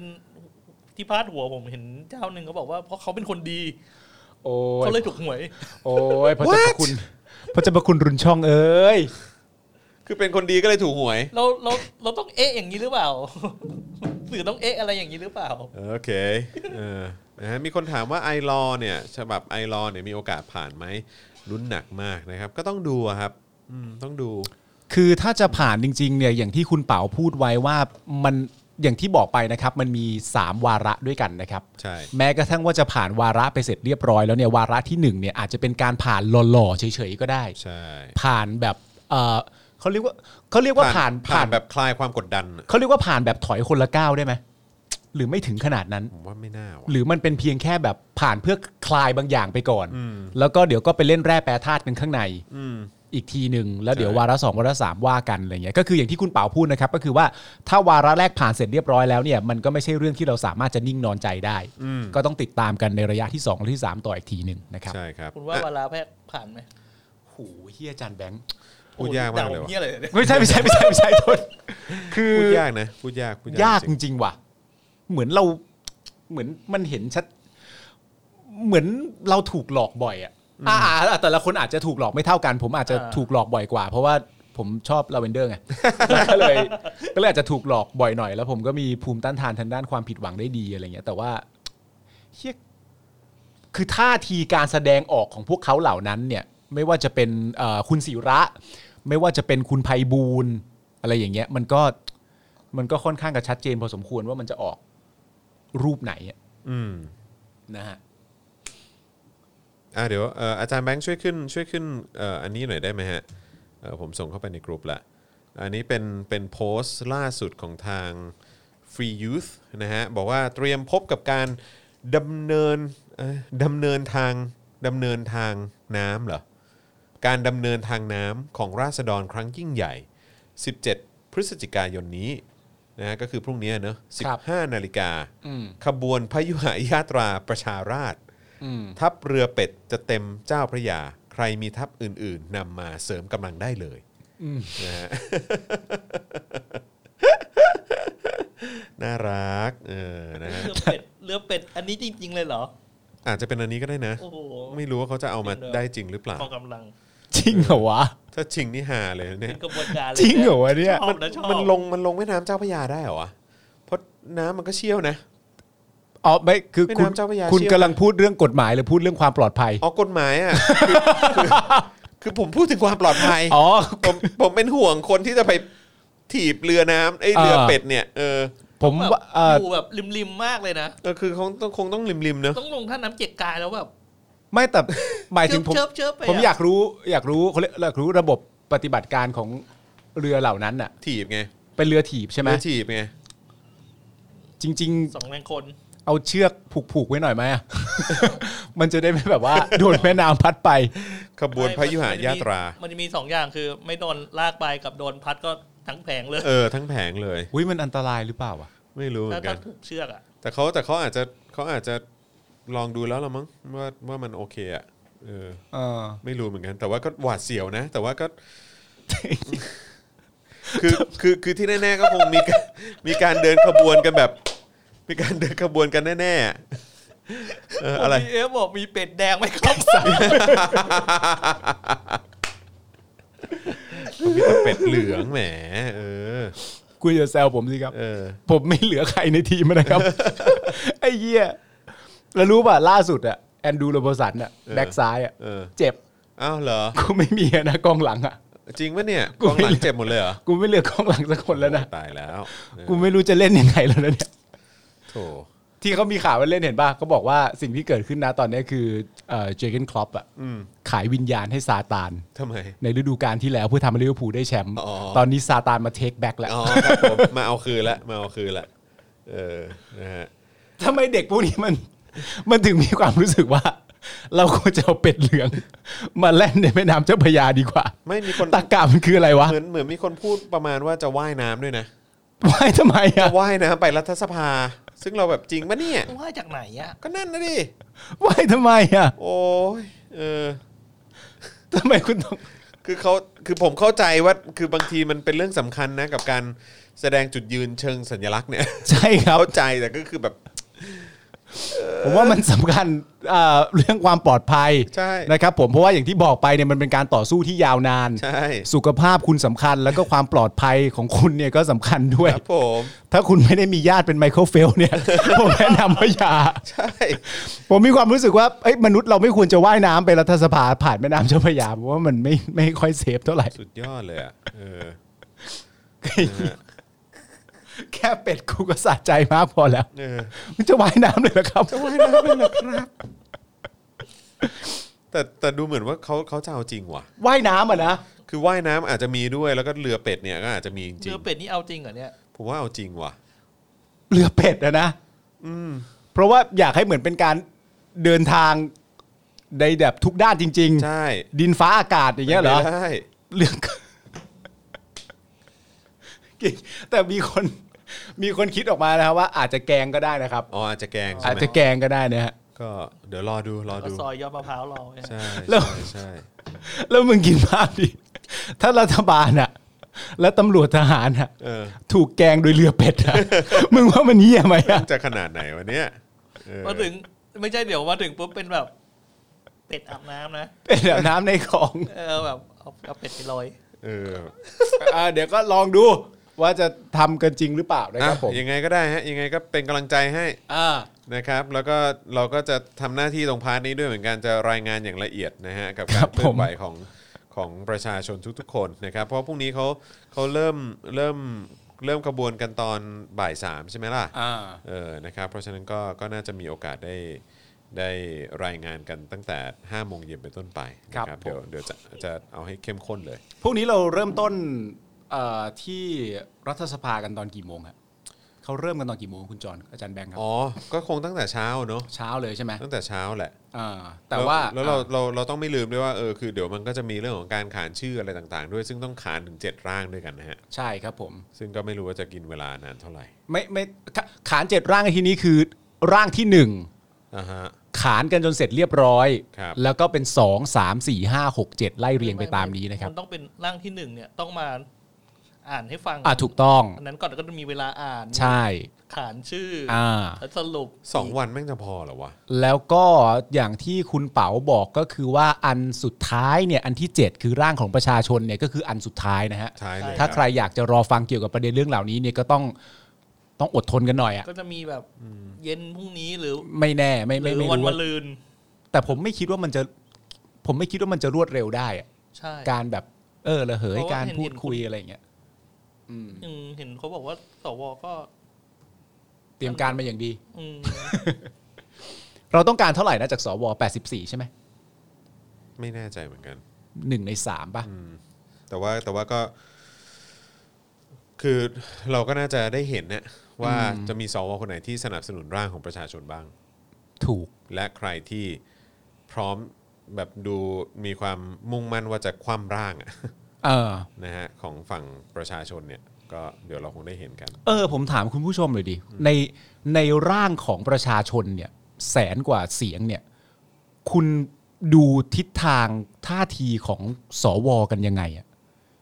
Speaker 4: ที่พาดหัวผมเห็นเจ้าหนึ่งเขาบอกว่าเพราะเขาเป็นคนดี
Speaker 3: โอ้ย
Speaker 4: เขาเลยถูกหวย
Speaker 3: โอ้ยพระเจ้าพระคุณพระเจ้าพระคุณรุนช่องเอ้ย
Speaker 2: คือเป็นคนดีก็เลยถูกหวย
Speaker 4: เราเราเราต้องเอ๊ะอย่างนี้หรือเปล่า สื่อต้องเอ๊ะอะไรอย่างนี้หรือเปล่า
Speaker 2: โอเค [laughs] เออ นะฮะ มีคนถามว่าไอรอเนี่ยฉบับไอรอเนี่ยมีโอกาสผ่านไหมลุ้นหนักมากนะครับ ก็ต้องดูอะครับ อืม ต้องดู
Speaker 3: คือถ้าจะผ่านจริงๆเนี่ยอย่างที่คุณเป๋าพูดไว้ว่ามันอย่างที่บอกไปนะครับ มันมี 3 วาระด้วยกันนะครับ
Speaker 2: ใช่
Speaker 3: แม้กระทั่งว่าจะผ่านวาระไปเสร็จเรียบร้อยแล้วเนี่ยวาระทีหนึ่งเนี่ยอาจจะเป็นการผ่านหล่อๆเฉยๆก็ได้
Speaker 2: ใช่
Speaker 3: ผ่านแบบเออเขาเรียกว่าเขาเรียกว่าผ่าน
Speaker 2: ผ่านแบบคลายความกดดันอะ
Speaker 3: เขาเรียกว่าผ่านแบบถอยคนละก้าวได้ไหมหรือไม่ถึงขนาดนั้น
Speaker 2: ผมว่าไม่น่า
Speaker 3: ห
Speaker 2: ว่ะ
Speaker 3: รือมันเป็นเพียงแค่แบบผ่านเพื่อคลายบางอย่างไปก่อน แล้วก็เดี๋ยวก็ไปเล่นแร่แปรธาตุกันข้างในอีกทีหนึ่งแล้วเดี๋ยววาระสองวาระสามว่ากันอะไรเงี้ยก็คืออย่างที่คุณเป๋าพูดนะครับ ก็คือว่าถ้าวาระแรกผ่านเสร็จเรียบร้อยแล้วเนี่ยมันก็ไม่ใช่เรื่องที่เราสามารถจะนิ่งนอนใจได้ ก็ต้องติดตามกันในระยะที่สองและที่สามต่ออีกทีหนึ่งนะครับ
Speaker 2: ใช่ครับ
Speaker 4: คุณว่า
Speaker 2: อ่ะ
Speaker 4: วาลาแพทย์ผ่านไหม
Speaker 3: โอ้โหเฮียอาจารย์แบงค์
Speaker 2: พูดยากมากเลย
Speaker 4: ด่ผ
Speaker 2: ว่ะ
Speaker 4: เหี้ยอะไรเนี่ย
Speaker 3: ไม่ใช่ไม่ใช่ไม่ใช่ไม่ใช่โทษคือ
Speaker 2: พูดยากนะ พูดยาก พูดยาก
Speaker 3: ยาก
Speaker 2: จ
Speaker 3: จ
Speaker 2: ริง
Speaker 3: ริงๆว่ะ เหมือนเราเหมือนมันเห็นชัด เหมือนเราถูกหลอกบ่อยอะอ่าอ่าแต่ละคนอาจจะถูกหลอกไม่เท่ากัน ผมอาจจะถูกหลอกบ่อยกว่า เพราะว่าผมชอบลาเวนเดอร์ไง [laughs] ก็เลยก็เลยอาจจะถูกหลอกบ่อยหน่อย แล้วผมก็มีภูมิต้านทานทางด้านความผิดหวังได้ดีอะไรเงี้ยแต่ว่าเฮียคือท่าทีการแสดงออกของพวกเขาเหล่านั้น เนี่ย ไม่ว่าจะเป็นเอ่อคุณศิระ ไม่ว่าจะเป็นคุณไพบูลย์อะไรอย่างเงี้ย มันก็ มันก็ค่อนข้างกับชัดเจนพอสมควรว่ามันจะออกรูปไหนอะ
Speaker 2: อืม
Speaker 3: นะฮะ
Speaker 2: อ่ะเดี๋ยวเอ่ออาจารย์แบงค์ช่วยขึ้นช่วยขึ้นเอ่ออันนี้หน่อยได้ไหมฮะเอ่อผมส่งเข้าไปในกลุ่มละอันนี้เป็นเป็นโพสต์ล่าสุดของทาง Free Youth นะฮะบอกว่าเตรียมพบกับการดำเนินเอ่อดำเนินทางดำเนินทางน้ำเหรอ การดำเนินทางน้ำของราษฎรครั้งยิ่งใหญ่ 17 พฤศจิกายนนี้นะฮะก็คือพรุ่งนี้เนอะ
Speaker 3: ครับ
Speaker 2: 15 นาฬิกา
Speaker 3: อืม
Speaker 2: ขบวนพยุหายาตราประชาราษฎร์
Speaker 3: อืม
Speaker 2: ทัพเรือเป็ดจะเต็มเจ้าพระยา ใครมีทัพอื่น ๆนำมาเสริมกำลังได้เลยนะฮะ [laughs] น่ารักเออนะฮะ
Speaker 4: เลือเป็ดเลือเป็ด อันนี้จริง ๆ เลยเหรอ
Speaker 2: อาจจะเป็นอันนี้ก็ได้นะ
Speaker 4: โอ้โห
Speaker 2: ไม่รู้ว่าเขาจะเอามาได้จริงหรือเปล่า
Speaker 4: กองกำลัง
Speaker 3: จริงเหรอวะ
Speaker 2: ถ้าจริงนี่ฮาเลยเนี่
Speaker 4: เป็น
Speaker 2: ย
Speaker 4: กระบวนการลย
Speaker 3: จริงเหรอวะเนี่ย
Speaker 4: ชอบนะชอบ
Speaker 2: มันลงมันลงแม่น้ำเจ้าพระยาได้เหรอวะเพราะน้ำมันก็เชี่ยวนะ
Speaker 3: อ๋อไม่คือคุณ
Speaker 2: แม่น้ำเจ้าพระยา
Speaker 3: คุณ
Speaker 2: เชี่ยว
Speaker 3: กำลังพูดเรื่องกฎหมายหรือพูดเรื่องความปลอดภัย
Speaker 2: อ๋อกฎหมายอ่ะ [laughs] คือคือคือผมพูดถึงความปลอดภัย
Speaker 3: อ๋อ
Speaker 2: ผมผมเป็นห่วงคนที่จะไปถีบเรือน้ำไอ้ย
Speaker 3: เออ
Speaker 2: เรือเป็ดเนี่ยเออ
Speaker 3: ผมว่าเออ
Speaker 4: อยู่แบบริมๆมากเลยนะ
Speaker 2: เออคือคงต้องคงต้องริมๆเนอะ
Speaker 4: ต้องลงท่าน้ำเจ็ดกายแล้วแบบ
Speaker 3: ไม่แต่หมายถึ
Speaker 4: เชิ
Speaker 3: ง
Speaker 4: บ
Speaker 3: ผม
Speaker 4: เชิบเชิบไปะ
Speaker 3: ผมอยากรู้อยากรู้เขาเรียกอยากรู้ระบบปฏิบัติการของเรือเหล่านั้นน่ะ
Speaker 2: ถีบไง
Speaker 3: เป็นเรือถีบใช่ไหม
Speaker 2: เรือถีบไง
Speaker 3: จริง
Speaker 4: สองแรงคน
Speaker 3: ๆ เอาเชือกผูกผูกๆไว้หน่อยไหมอะ [laughs] มันจะได้ไม่แบบว่า โดนแม่น้ำพัดไป
Speaker 2: ขบวนพระยุหยาตรา
Speaker 4: มันจะมีสองอย่างคือ ไม่โดนลากไปกับโดนพัดก็ทั้งแผงเลย
Speaker 2: เออทั้งแผงเลย
Speaker 3: อุ้ยมันอันตรายหรือเปล่าวะ
Speaker 2: ไม่รู้เหมื
Speaker 4: ถ้า
Speaker 2: อนกั
Speaker 4: ถ้าน ผูกเชือกอ่ะ
Speaker 2: แต่เขาแต่เขาอาจจะเขาอาจจะลองดูแล้วละมั้งว่าว่ามันโอเคอ่ะเออ
Speaker 3: เออ
Speaker 2: ไม่รู้เหมือนกัน แต่ว่าก็หวาดเสียวนะ แต่ว่า [laughs] ก็ คือคือคือที่แน่ๆก็คงมีการมีการเดินขบวนกันแบบ มีการเดินขบวนกันแน่ๆอะเอออะไร
Speaker 4: เอฟบอกมีเป็ดแดงไหมครับ
Speaker 2: มีแต่เป็ดเหลืองแหม เออ
Speaker 3: คุณอย่าแซวผมสิครับ
Speaker 2: เออ
Speaker 3: ผมไม่เหลือใครในทีม
Speaker 2: [laughs]
Speaker 3: นะครับ ไอ้เหี้ยแล้วรู้ป่ะล่าสุดอะแอนดรูโรบสันอะ
Speaker 2: เออ
Speaker 3: แบ็กซ้ายอะ
Speaker 2: เออ
Speaker 3: เจ็บ
Speaker 2: อ้าวเหรอ
Speaker 3: กูไม่มีอะนะกองหลังอะ
Speaker 2: จริงปะเนี่ยกองหลังเจ็บหมดเลยเหรอ
Speaker 3: กูไม่เหลือกองหลังสักคนแล้วนะ
Speaker 2: ตายแล้วเออ
Speaker 3: กูไม่รู้จะเล่นยังไงแล้วนะเนี่ย
Speaker 2: โถ
Speaker 3: ที่เขามีข่าวว่าเล่นเห็นป่ะเขาบอกว่าสิ่งที่เกิดขึ้นนะตอนนี้คือเอ่อเจอร์เกนคลอปอะ
Speaker 2: อืม
Speaker 3: ขายวิญญาณให้ซาตาน
Speaker 2: ทำไม
Speaker 3: ในฤดูกาลที่แล้วเพื่อทำให้ลิเวอร์พูลได้แชมป์
Speaker 2: อ๋อ
Speaker 3: ตอนนี้ซาตานมาเทคแบ็กแล้ว
Speaker 2: อ๋อครับผมมาเอาคืนละมาเอาคืนละเออนะฮะ
Speaker 3: ทำไมเด็กพวกนี้มัน มันถึงมีความรู้สึกว่า เราควรจะเอาเป็ดเหลือง มาแล่นในแม่น้ำเจ้าพระยาดีกว่า
Speaker 2: ไม่มีคน
Speaker 3: ตากามันคืออะไรวะ
Speaker 2: เหมือนเหมือนมีคนพูดประมาณว่าจะว่ายน้ำด้วยนะ
Speaker 3: ว่ายทำไม
Speaker 2: จะ
Speaker 3: อะ
Speaker 2: ว่ายน้ำไปรัฐสภา ซึ่งเราแบบจริงปะเนี่ย
Speaker 4: ว่าจากไหนอ่ะ
Speaker 2: ก็นั่นนะดิ
Speaker 3: ว่ายทำไมอะ
Speaker 2: โอ้ยเออ
Speaker 3: ทำไมคุณต้อง
Speaker 2: คือเขาคือผมเข้าใจว่าคือบางทีมันเป็นเรื่องสำคัญนะกับการแสดงจุดยืนเชิงสัญลักษณ์เนี่ย
Speaker 3: ใช่ครับ
Speaker 2: เข้าใจแต่ก็คือแบบ
Speaker 3: ผมว่ามันสำคัญเอ่อเรื่องความปลอดภัย
Speaker 2: ใช่
Speaker 3: นะครับ ผมเพราะว่าอย่างที่บอกไปเนี่ยมันเป็นการต่อสู้ที่ยาวนาน
Speaker 2: ใช่
Speaker 3: สุขภาพคุณสำคัญแล้วก็ความปลอดภัยของคุณเนี่ยก็สำคัญด้วย
Speaker 2: ครับผม
Speaker 3: ถ้าคุณไม่ได้มีญาติเป็นไมเคิลเฟล
Speaker 2: [laughs]
Speaker 3: เนี่ย ผมแนะนำว่าอย่า
Speaker 2: ใช่
Speaker 3: ผมมีความรู้สึกว่าเอ้ยมนุษย์เราไม่ควรจะว่ายน้ำไปรัฐสภาผ่านแม่น้ำเจ้าพระยาเพราะว่ามันไม่ไม่ค่อยเซฟ
Speaker 2: [laughs]
Speaker 3: เท่าไหร่
Speaker 2: สุดยอดเลยอ่ะเออ
Speaker 3: แค่เป็ดกูก็สะใจมากพอแล้ว
Speaker 2: เออ
Speaker 3: มันจะว่ายน้ำเลยเหรอครับ
Speaker 2: จะว่ายน้ำเลยเหรอครับ แต่แต่ดูเหมือนว่าเขาเขาจะเอาจริงว่ะ
Speaker 3: ว่ายน้ำอ่ะนะ
Speaker 2: คือว่ายน้ำอาจจะมีด้วยแล้วก็เรือเป็ดเนี่ยก็อาจจะมีจริ
Speaker 4: เนื้
Speaker 2: ง
Speaker 4: อเป็ดนี่เอาจริงเหรอเนี่ย
Speaker 2: ผมว่าเอาจริงว่ะ
Speaker 3: เรือเป็ดอะนะ
Speaker 2: อืม
Speaker 3: เพราะว่าอยากให้เหมือนเป็นการเดินทางในแบบทุกด้านจริง
Speaker 2: ใช่
Speaker 3: ๆ ดินฟ้าอากาศอย่างเงี้ยเหรอ
Speaker 2: ใช่
Speaker 3: เรื่อง [laughs] กินแต่มีคนมีคนคิดออกมานะครับว่าอาจจะแกงก็ได้นะครับ
Speaker 2: อ๋ออาจจะแกงใช่
Speaker 3: อาจ
Speaker 2: ไหม
Speaker 3: จะแกงก็ได้นะฮะ
Speaker 2: ก็เดี๋ยวรอดูรอ
Speaker 4: ก็
Speaker 2: ดู
Speaker 4: ซอยยอดมะพร้าวรอไว้
Speaker 2: ใช่
Speaker 3: แล้ว
Speaker 2: ใช่ใช่
Speaker 3: แล้วมึงกินภาพดิถ้ารัฐบาลอะและตำรวจทหารอะ
Speaker 2: เออ
Speaker 3: ถูกแกงโดยเรือเป็ดอะ [laughs] มึงว่ามันเหี้ยไหมอะ
Speaker 2: จะขนาดไหนวันเนี้ยเออ
Speaker 4: มาถึงไม่ใช่เดี๋ยวมาถึงปุ๊บเป็นแบบ เป็ดอาบน้ำนะ
Speaker 3: เป็นแบบน้ำในของ
Speaker 4: เออแบบเอาเอาเป็ดไปลอย
Speaker 2: เออ
Speaker 3: อ่าเดี๋ยวก็ลองดูว่าจะทำกันจริงหรือเปล่านะค
Speaker 2: อ่ะ
Speaker 3: รับผม
Speaker 2: ยังไงก็ได้ฮะ ยังไงก็เป็นกำลังใจให้
Speaker 3: อ่า
Speaker 2: นะครับ แล้วก็เราก็จะทำหน้าที่ตรงพาร์ทนี้ด้วยเหมือนกันจะรายงานอย่างละเอียดนะฮะ กับการเคลื่อนไหวของของประชาชนทุกๆ คนนะครับ เพราะพรุ่งนี้เขาเขาเริ่มเริ่มเริ่มขบวนกันตอนบ่ายสามใช่ไหมล่ะ
Speaker 3: อ่า
Speaker 2: เออ นะครับ เพราะฉะนั้นก็ ก็น่าจะมีโอกาสได้ ได้รายงานกันตั้งแต่5โมงเย็นเป็นต้นไปนะครับ
Speaker 3: ผม
Speaker 2: เดี๋ยว เดี๋ยวจะ จะเอาให้เข้มข้นเลย
Speaker 3: พรุ่งนี้เราเริ่มต้นเอ่อที่รัฐสภากันตอนกี่โมงฮะเขาเริ่มกันตอนกี่โมงคุณจอนอาจารย์แบงค์ครับ
Speaker 2: อ๋อ ก็คงตั้งแต่เช้าเนอะ
Speaker 3: เช้าเลยใช่ไหม
Speaker 2: ตั้งแต่เช้าแหละ
Speaker 3: อ่าแต่ว่า
Speaker 2: แล้วแล้วเรา เรา เราต้องไม่ลืมด้วยว่า เออ คือ เดี๋ยวมันก็จะมีเรื่องของการขานชื่ออะไรต่างๆ ด้วย ซึ่งต้องขานถึง 7 ร่างด้วยกันนะฮะ
Speaker 3: ใช่ครับผม
Speaker 2: ซึ่งก็ไม่รู้ว่าจะกินเวลานานเท่าไหร่
Speaker 3: ไม่ไม่ขขานเจ็ดร่างในที่นี้คือร่างที่หนึ่ง
Speaker 2: อ่าฮะ
Speaker 3: ขานกันจนเสร็จเรียบร้อย
Speaker 2: ครับ
Speaker 3: แล้วก็เป็นสองสามสี่ห้าหกเจ็ดไล่เรียงไปตามนี้นะครับ
Speaker 4: มันต้องเป็นร่างที่หนึ่งเนี่ยต้องมา อ่านให้ฟัง
Speaker 3: อ่ะถูกต้อง
Speaker 4: อันนั้นก่อนก็จะมีเวลาอ่าน
Speaker 3: ใช่
Speaker 4: ขานชื่ออา แล้วสรุป
Speaker 2: สองวันแม่งจะพอเหรอวะ
Speaker 3: แล้วก็อย่างที่คุณเป๋าบอกก็คือว่าอันสุดท้ายเนี่ยอันที่ 7 คือร่างของประชาชนเนี่ยก็คืออันสุดท้ายนะฮะ
Speaker 2: ท้ายเลย
Speaker 3: ถ้า
Speaker 2: บ
Speaker 3: ใครอยากจะรอฟังเกี่ยวกับประเด็นเรื่องเหล่านี้เนี่ยก็ต้องต้องอดทนกันหน่อยอะ
Speaker 4: ก็จะมีแบบเย็นพรุ่งนี้หรือ
Speaker 3: ไม่แน่ไม่
Speaker 4: หรื
Speaker 3: ไม่
Speaker 4: อ
Speaker 3: ไม่
Speaker 4: วั
Speaker 3: รู้
Speaker 4: นมะ
Speaker 3: ว่า
Speaker 4: รืน
Speaker 3: แต่ผมไม่คิดว่ามันจะ ผมไม่คิดว่ามันจะรวดเร็วได้อะ
Speaker 4: ใช่
Speaker 3: การแบบเออระเหยการพูดคุยอะไรอย่างเงี้ยอืม
Speaker 4: อืมเห็นเขาบอกว่าสวก็
Speaker 3: เตรียมการมาอย่างดี
Speaker 4: อืม
Speaker 3: เราต้องการเท่าไหร่นะจากสว84 ใช่ไหม
Speaker 2: ไม่แน่ใจเหมือนกัน
Speaker 3: หนึ่งในสามป่ะ
Speaker 2: แต่ว่าแต่ว่าก็ คือเราก็น่าจะได้เห็นเนี่ยว่าจะมีสวคนไหนที่สนับสนุนร่างของประชาชนบ้าง
Speaker 3: ถูก
Speaker 2: และใครที่พร้อมแบบดูมีความมุ่งมั่นว่าจะคว่ำร่างอะ
Speaker 3: เออ
Speaker 2: นะฮะของฝั่งประชาชนเนี่ย ก็เดี๋ยวเราคงได้เห็นกัน
Speaker 3: เออ ผมถามคุณผู้ชมเลยดิ ในในร่างของประชาชนเนี่ย แสนกว่าเสียงเนี่ย คุณดูทิศทางท่าทีของสวกันยังไงอะ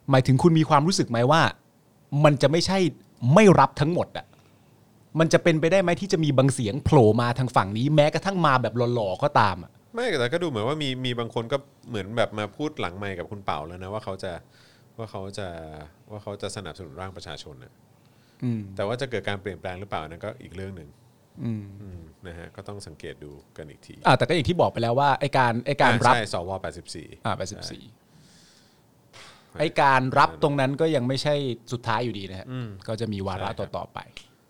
Speaker 3: หมายถึงคุณมีความรู้สึกไหมว่า มันจะไม่ใช่ไม่รับทั้งหมดอะมันจะเป็นไปได้ไหมที่จะมีบางเสียงโผล่มาทางฝั่งนี้แม้กระทั่งมาแบบหล่อๆก็ตามอะ
Speaker 2: ไม่แต่ก็ดูเหมือนว่ามีมีบางคนก็เหมือนแบบมาพูดหลังไมค์กับคุณเป่าแล้วนะว่าเขาจะว่าเขาจะว่าเขาจะสนับสนุนร่างประชาชนนะ
Speaker 3: อืม
Speaker 2: แต่ว่าจะเกิดการเปลี่ยนแปลงหรือเปล่านั้นก็อีกเรื่องหนึ่ง
Speaker 3: อืม
Speaker 2: อืมนะฮะก็ต้องสังเกตดูกันอีกที
Speaker 3: อ่าแต่ก็อย่างที่บอกไปแล้วว่าไอการไอการ
Speaker 2: อ่
Speaker 3: รับ
Speaker 2: ใช่สว84
Speaker 3: อ่าแปดสิบสี่ไอการรับตรงนั้นก็ยังไม่ใช่สุดท้ายอยู่ดีนะฮะ ก็จะมีวาระ
Speaker 2: ใช่ครับ
Speaker 3: ต่อ ๆ ไป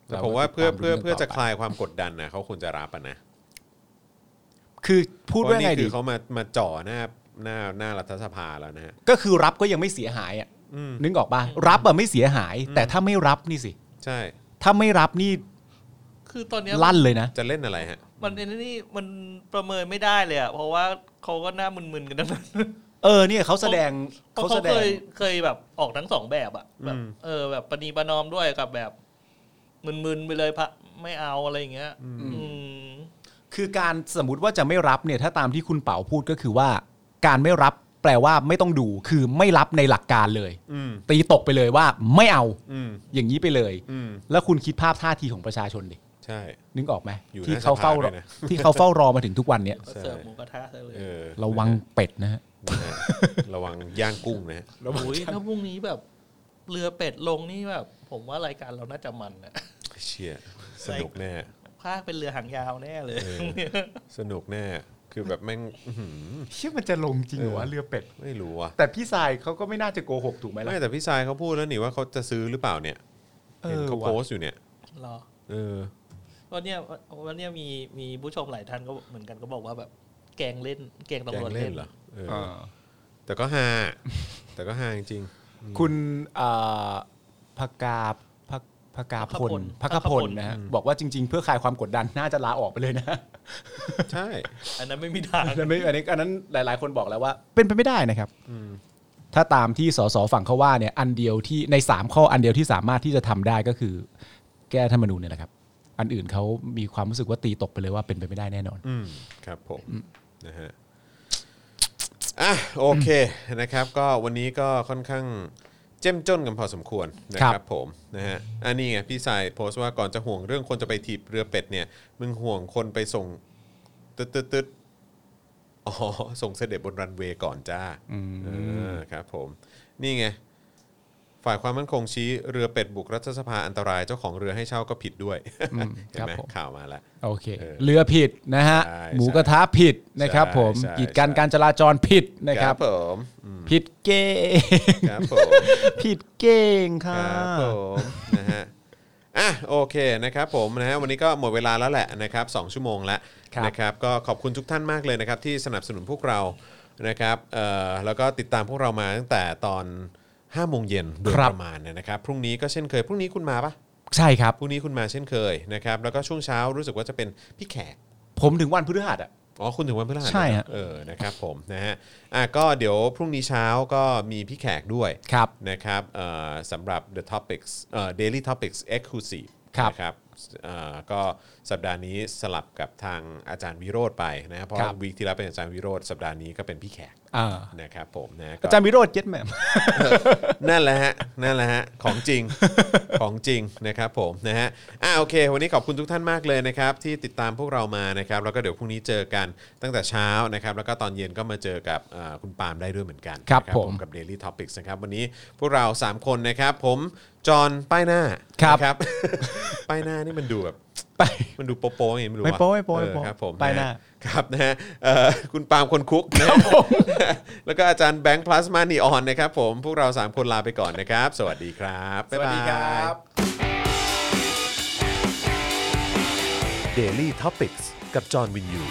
Speaker 2: แต่ผมว่าเพื่อ
Speaker 3: รก็
Speaker 2: เพื่อ
Speaker 3: ติดตาม
Speaker 2: เพื่อจะ
Speaker 3: รื่
Speaker 2: ค
Speaker 3: งต่ไป
Speaker 2: ลายความกดดันนะเขาควรจะรับอะนะ
Speaker 3: คือพูด
Speaker 2: เพ
Speaker 3: ว่า
Speaker 2: ระ
Speaker 3: ไง
Speaker 2: นี่คื
Speaker 3: ดี
Speaker 2: อเขามามาจ่อหน้าหน้าหน้ารัฐสภาแล้วนะฮะ
Speaker 3: ก็คือรับก็ยังไม่เสียหายอ่ะนึกออกป่ะรับอะไม่เสียหาย แต่ถ้าไม่รับนี่สิ
Speaker 2: ใช่
Speaker 3: ถ้าไม่รับนี่
Speaker 4: คือตอนเนี้ย
Speaker 3: ลั่นเลยนะ
Speaker 2: จะเล่นอะไรฮะ
Speaker 4: มันไอ้นี่มันประเมินไม่ได้เลยอ่ะเพราะว่าเขาก็หน้ามึนๆกันทั้งนั้น
Speaker 3: เออเนี่ยเขาแสดง
Speaker 4: เพราะ
Speaker 3: เขา
Speaker 4: เขา
Speaker 3: แสด
Speaker 4: เค
Speaker 3: ง
Speaker 4: ยเคยแบบออกทั้งสองแบบอ่ะแบบ
Speaker 2: อืม
Speaker 4: เออแบบปณีประนอมด้วยกับแบบมึนๆไปเลยพระไม่เอาอะไรอย่างเงี้ย อืม
Speaker 3: คือการสมมติว่าจะไม่รับเนี่ยถ้าตามที่คุณเป๋าพูดก็คือว่า การไม่รับแปลว่าไม่ต้องดูคือไม่รับในหลักการเลย
Speaker 2: อืม
Speaker 3: ตีตกไปเลยว่าไม่เอา
Speaker 2: อืม
Speaker 3: อย่างนี้ไปเลย
Speaker 2: อืม
Speaker 3: แล้วคุณคิดภาพท่าทีของประชาชนดิ
Speaker 2: ใช่
Speaker 3: นึกออกไหม
Speaker 2: อยู่
Speaker 3: ที่
Speaker 2: หน้า
Speaker 3: เขาเฝ้า
Speaker 2: สภาร ด้
Speaker 3: อ
Speaker 2: วยนะ
Speaker 3: ที่เขาเฝ้ารอมาถึงทุกวันเนี้ย
Speaker 4: ก็เสิร์ฟหมูกระทะซะเลย
Speaker 2: เออ
Speaker 3: ระวังเป็ดนะฮะ
Speaker 2: นะฮะระวังย่างกุ้งนะฮะ
Speaker 4: โอ้ยถ้าพรุ่งนี้แบบเรือเป็ดลงนี่แบบ ผมว่ารายการเราน่าจะมันนะ
Speaker 2: เชี่ยสนุกแน่
Speaker 4: ภาคเป็นเรือหางยาวแน่เลย
Speaker 2: เออ สนุกแน่ คือแบบแม่งอื้อหือ
Speaker 3: เชื่อมันจะลงจริงเหรอวะ
Speaker 2: เออ
Speaker 3: เรือเป็ด
Speaker 2: ไม่รู้ว่ะ
Speaker 3: แต่พี่สายเขาก็ไม่น่าจะโกหกถูกไหมล่ะ
Speaker 2: ไม่แต่พี่ชายเขาพูดแล้วนี่ว่าเขาจะซื้อหรือเปล่าเนี่ย
Speaker 3: เออ
Speaker 2: เห็นเขา
Speaker 3: ว่ะ
Speaker 2: โพสต์อยู่เนี่ย
Speaker 4: รอ
Speaker 2: เออ
Speaker 4: วันเนี้ยวันเนี้ยมีมีผู้ชมหลายท่านก็เหมือนกันก็บอกว่าแบบแกงเล่น แกง
Speaker 2: แก
Speaker 4: ตำรวจ
Speaker 2: งเล่
Speaker 4: เล่
Speaker 2: น
Speaker 4: น
Speaker 2: เหรอเออ
Speaker 3: เออ
Speaker 2: แต่ก็ฮาแต่ก็ฮาจริง
Speaker 3: คุณเอ่อพกาพกพกาพลพกพลนะฮะบอกว่าจริง ๆ เพื่อคลายความกดดันน่าจะลาออกไปเลยนะ
Speaker 2: ๆใช่
Speaker 4: อันนั้นไม่มีทาง
Speaker 3: [laughs] อันนั้นไม่อันนี้อันนั้นหลาย ๆ คนบอกแล้วว่า เป็นไปไม่ได้นะครับถ้าตามที่สสฝั่งเขาว่าเนี่ยอันเดียวที่ในสามข้ออันเดียวที่สามารถที่จะทำได้ก็คือ แก้รัฐธรรมนูญเนี่ยแหละครับ อันอื่นเขามีความรู้สึกว่าตีตกไปเลยว่าเป็นไปไม่ได้แน่นอน
Speaker 2: อืมครับผมนะฮะอ่ะโอเคนะครับ ก็วันนี้ก็ค่อนข้างเจ้มจนกันพอสมควรนะค
Speaker 3: ครั
Speaker 2: รับบ ผมนะฮะอันนี้ไงพี่สายโพสต์ว่าก่อนจะห่วงเรื่องคนจะไปถีบเรือเป็ดเนี่ยมึงห่วงคนไปส่งตึ๊ดตึ๊ดตึ๊ดอ๋อส่งเสด็จบนรันเวย์ก่อนจ้าเออครับผมนี่ไงฝ่ายความมั่นคงชี้เรือเป็ดบุกรัฐสภาอันตรายเจ้าของเรือให้เช่าก็ผิดด้วยเห็น
Speaker 3: ครับ
Speaker 2: ไหม
Speaker 3: ผม
Speaker 2: ข่าวมาแล้ว
Speaker 3: โอเค
Speaker 2: เออ
Speaker 3: เรือผิดนะฮะ
Speaker 2: ใช่
Speaker 3: หมูกระทะผิดนะครับ
Speaker 2: ใช่
Speaker 3: ผม
Speaker 2: ใช่
Speaker 3: กีดกัน
Speaker 2: ใช่
Speaker 3: การจราจรผิดนะครับ
Speaker 2: ผมอืม
Speaker 3: ผิดเก่ง [laughs]
Speaker 2: ครับผม
Speaker 3: ผิดเก่ง
Speaker 2: ค
Speaker 3: ค่ะ
Speaker 2: รับผมนะฮะอ่ะโอเคนะครับผมนะฮะวันนี้ก็หมดเวลาแล้วแหละนะครับสองชั่วโมงแล้ว
Speaker 3: ครับ
Speaker 2: นะครับก็ขอบคุณทุกท่านมากเลยนะครับที่สนับสนุนพวกเรานะครับเอ่อแล้วก็ติดตามพวกเรามาตั้งแต่ตอน5โมงเย็นโดย
Speaker 3: ครั
Speaker 2: ป
Speaker 3: บ
Speaker 2: ระมาณเนี่ยนะครับพรุ่งนี้ก็เช่นเคยพรุ่งนี้คุณมาปะ
Speaker 3: ใช่ครับ
Speaker 2: พรุ่งนี้คุณมาเช่นเคยนะครับแล้วก็ช่วงเช้ารู้สึกว่าจะเป็นพี่แขก
Speaker 3: ผมถึงวันพฤหัสอ่ะ
Speaker 2: อ๋อคุณถึงวันพฤหัส
Speaker 3: ใช่
Speaker 2: นะ
Speaker 3: ฮะ
Speaker 2: เออนะครับผมนะฮะอ่ะก็เดี๋ยวพรุ่งนี้เช้าก็มีพี่แขกด้วย
Speaker 3: ครับ
Speaker 2: นะครับเอ่อสำหรับ the topics เอ่อ daily topics exclusive
Speaker 3: ครับ
Speaker 2: นะครับ เอ่อก็สัปดาห์นี้สลับกับทางอาจารย์วิโรธไปนะครับเพราะ
Speaker 3: ครับ
Speaker 2: วีคที่แล้วเป็นอาจารย์วิโรธสัปดาห์นี้ก็เป็นพี่แขก
Speaker 3: อ่า
Speaker 2: นะครับผมนะก็
Speaker 3: อาจารย์วิโรธเย็ดแหม่ [laughs] ม
Speaker 2: [laughs] นั่นแหละฮะ นั่นแหละฮะ ของจริง ของจริงนะครับผมนะฮะ อ่าโอเค วันนี้ขอบคุณทุกท่านมากเลยนะครับ ที่ติดตามพวกเรามานะครับ แล้วก็เดี๋ยวพรุ่งนี้เจอกันตั้งแต่เช้านะครับ แล้วก็ตอนเย็นก็มาเจอกับเอ่อคุณปาล์มได้ด้วยเหมือนกัน
Speaker 3: ครับ
Speaker 2: นะ
Speaker 3: ผม
Speaker 2: กับ Daily Topics นะครับ วันนี้พวกเรา 3 คนนะครับ ผมจอห์นป้ายหน้า
Speaker 3: ครับ
Speaker 2: นะ [laughs] ป้ายหน้านี่มันดูแบบ
Speaker 3: ไป
Speaker 2: [laughs] มันดูโป๊ะๆไงไม่รู้อะ
Speaker 3: ไม่โป๊ะไม่โป๊ะไม่โป๊ะ
Speaker 2: เออครับผม
Speaker 3: ไปหน้า
Speaker 2: ะครับนะฮะเอ่อคุณปาล์มคนคุกนะครับ [laughs] แล้วก็อาจารย์แบงค์พลาสมานีออนนะครับผมพวกเรา 3 คนลาไปก่อนนะครับ สวัสดีครับบ๊ายบาย
Speaker 3: สวัสดีครับ
Speaker 1: Daily t o p i c กกับจอห์นวินยู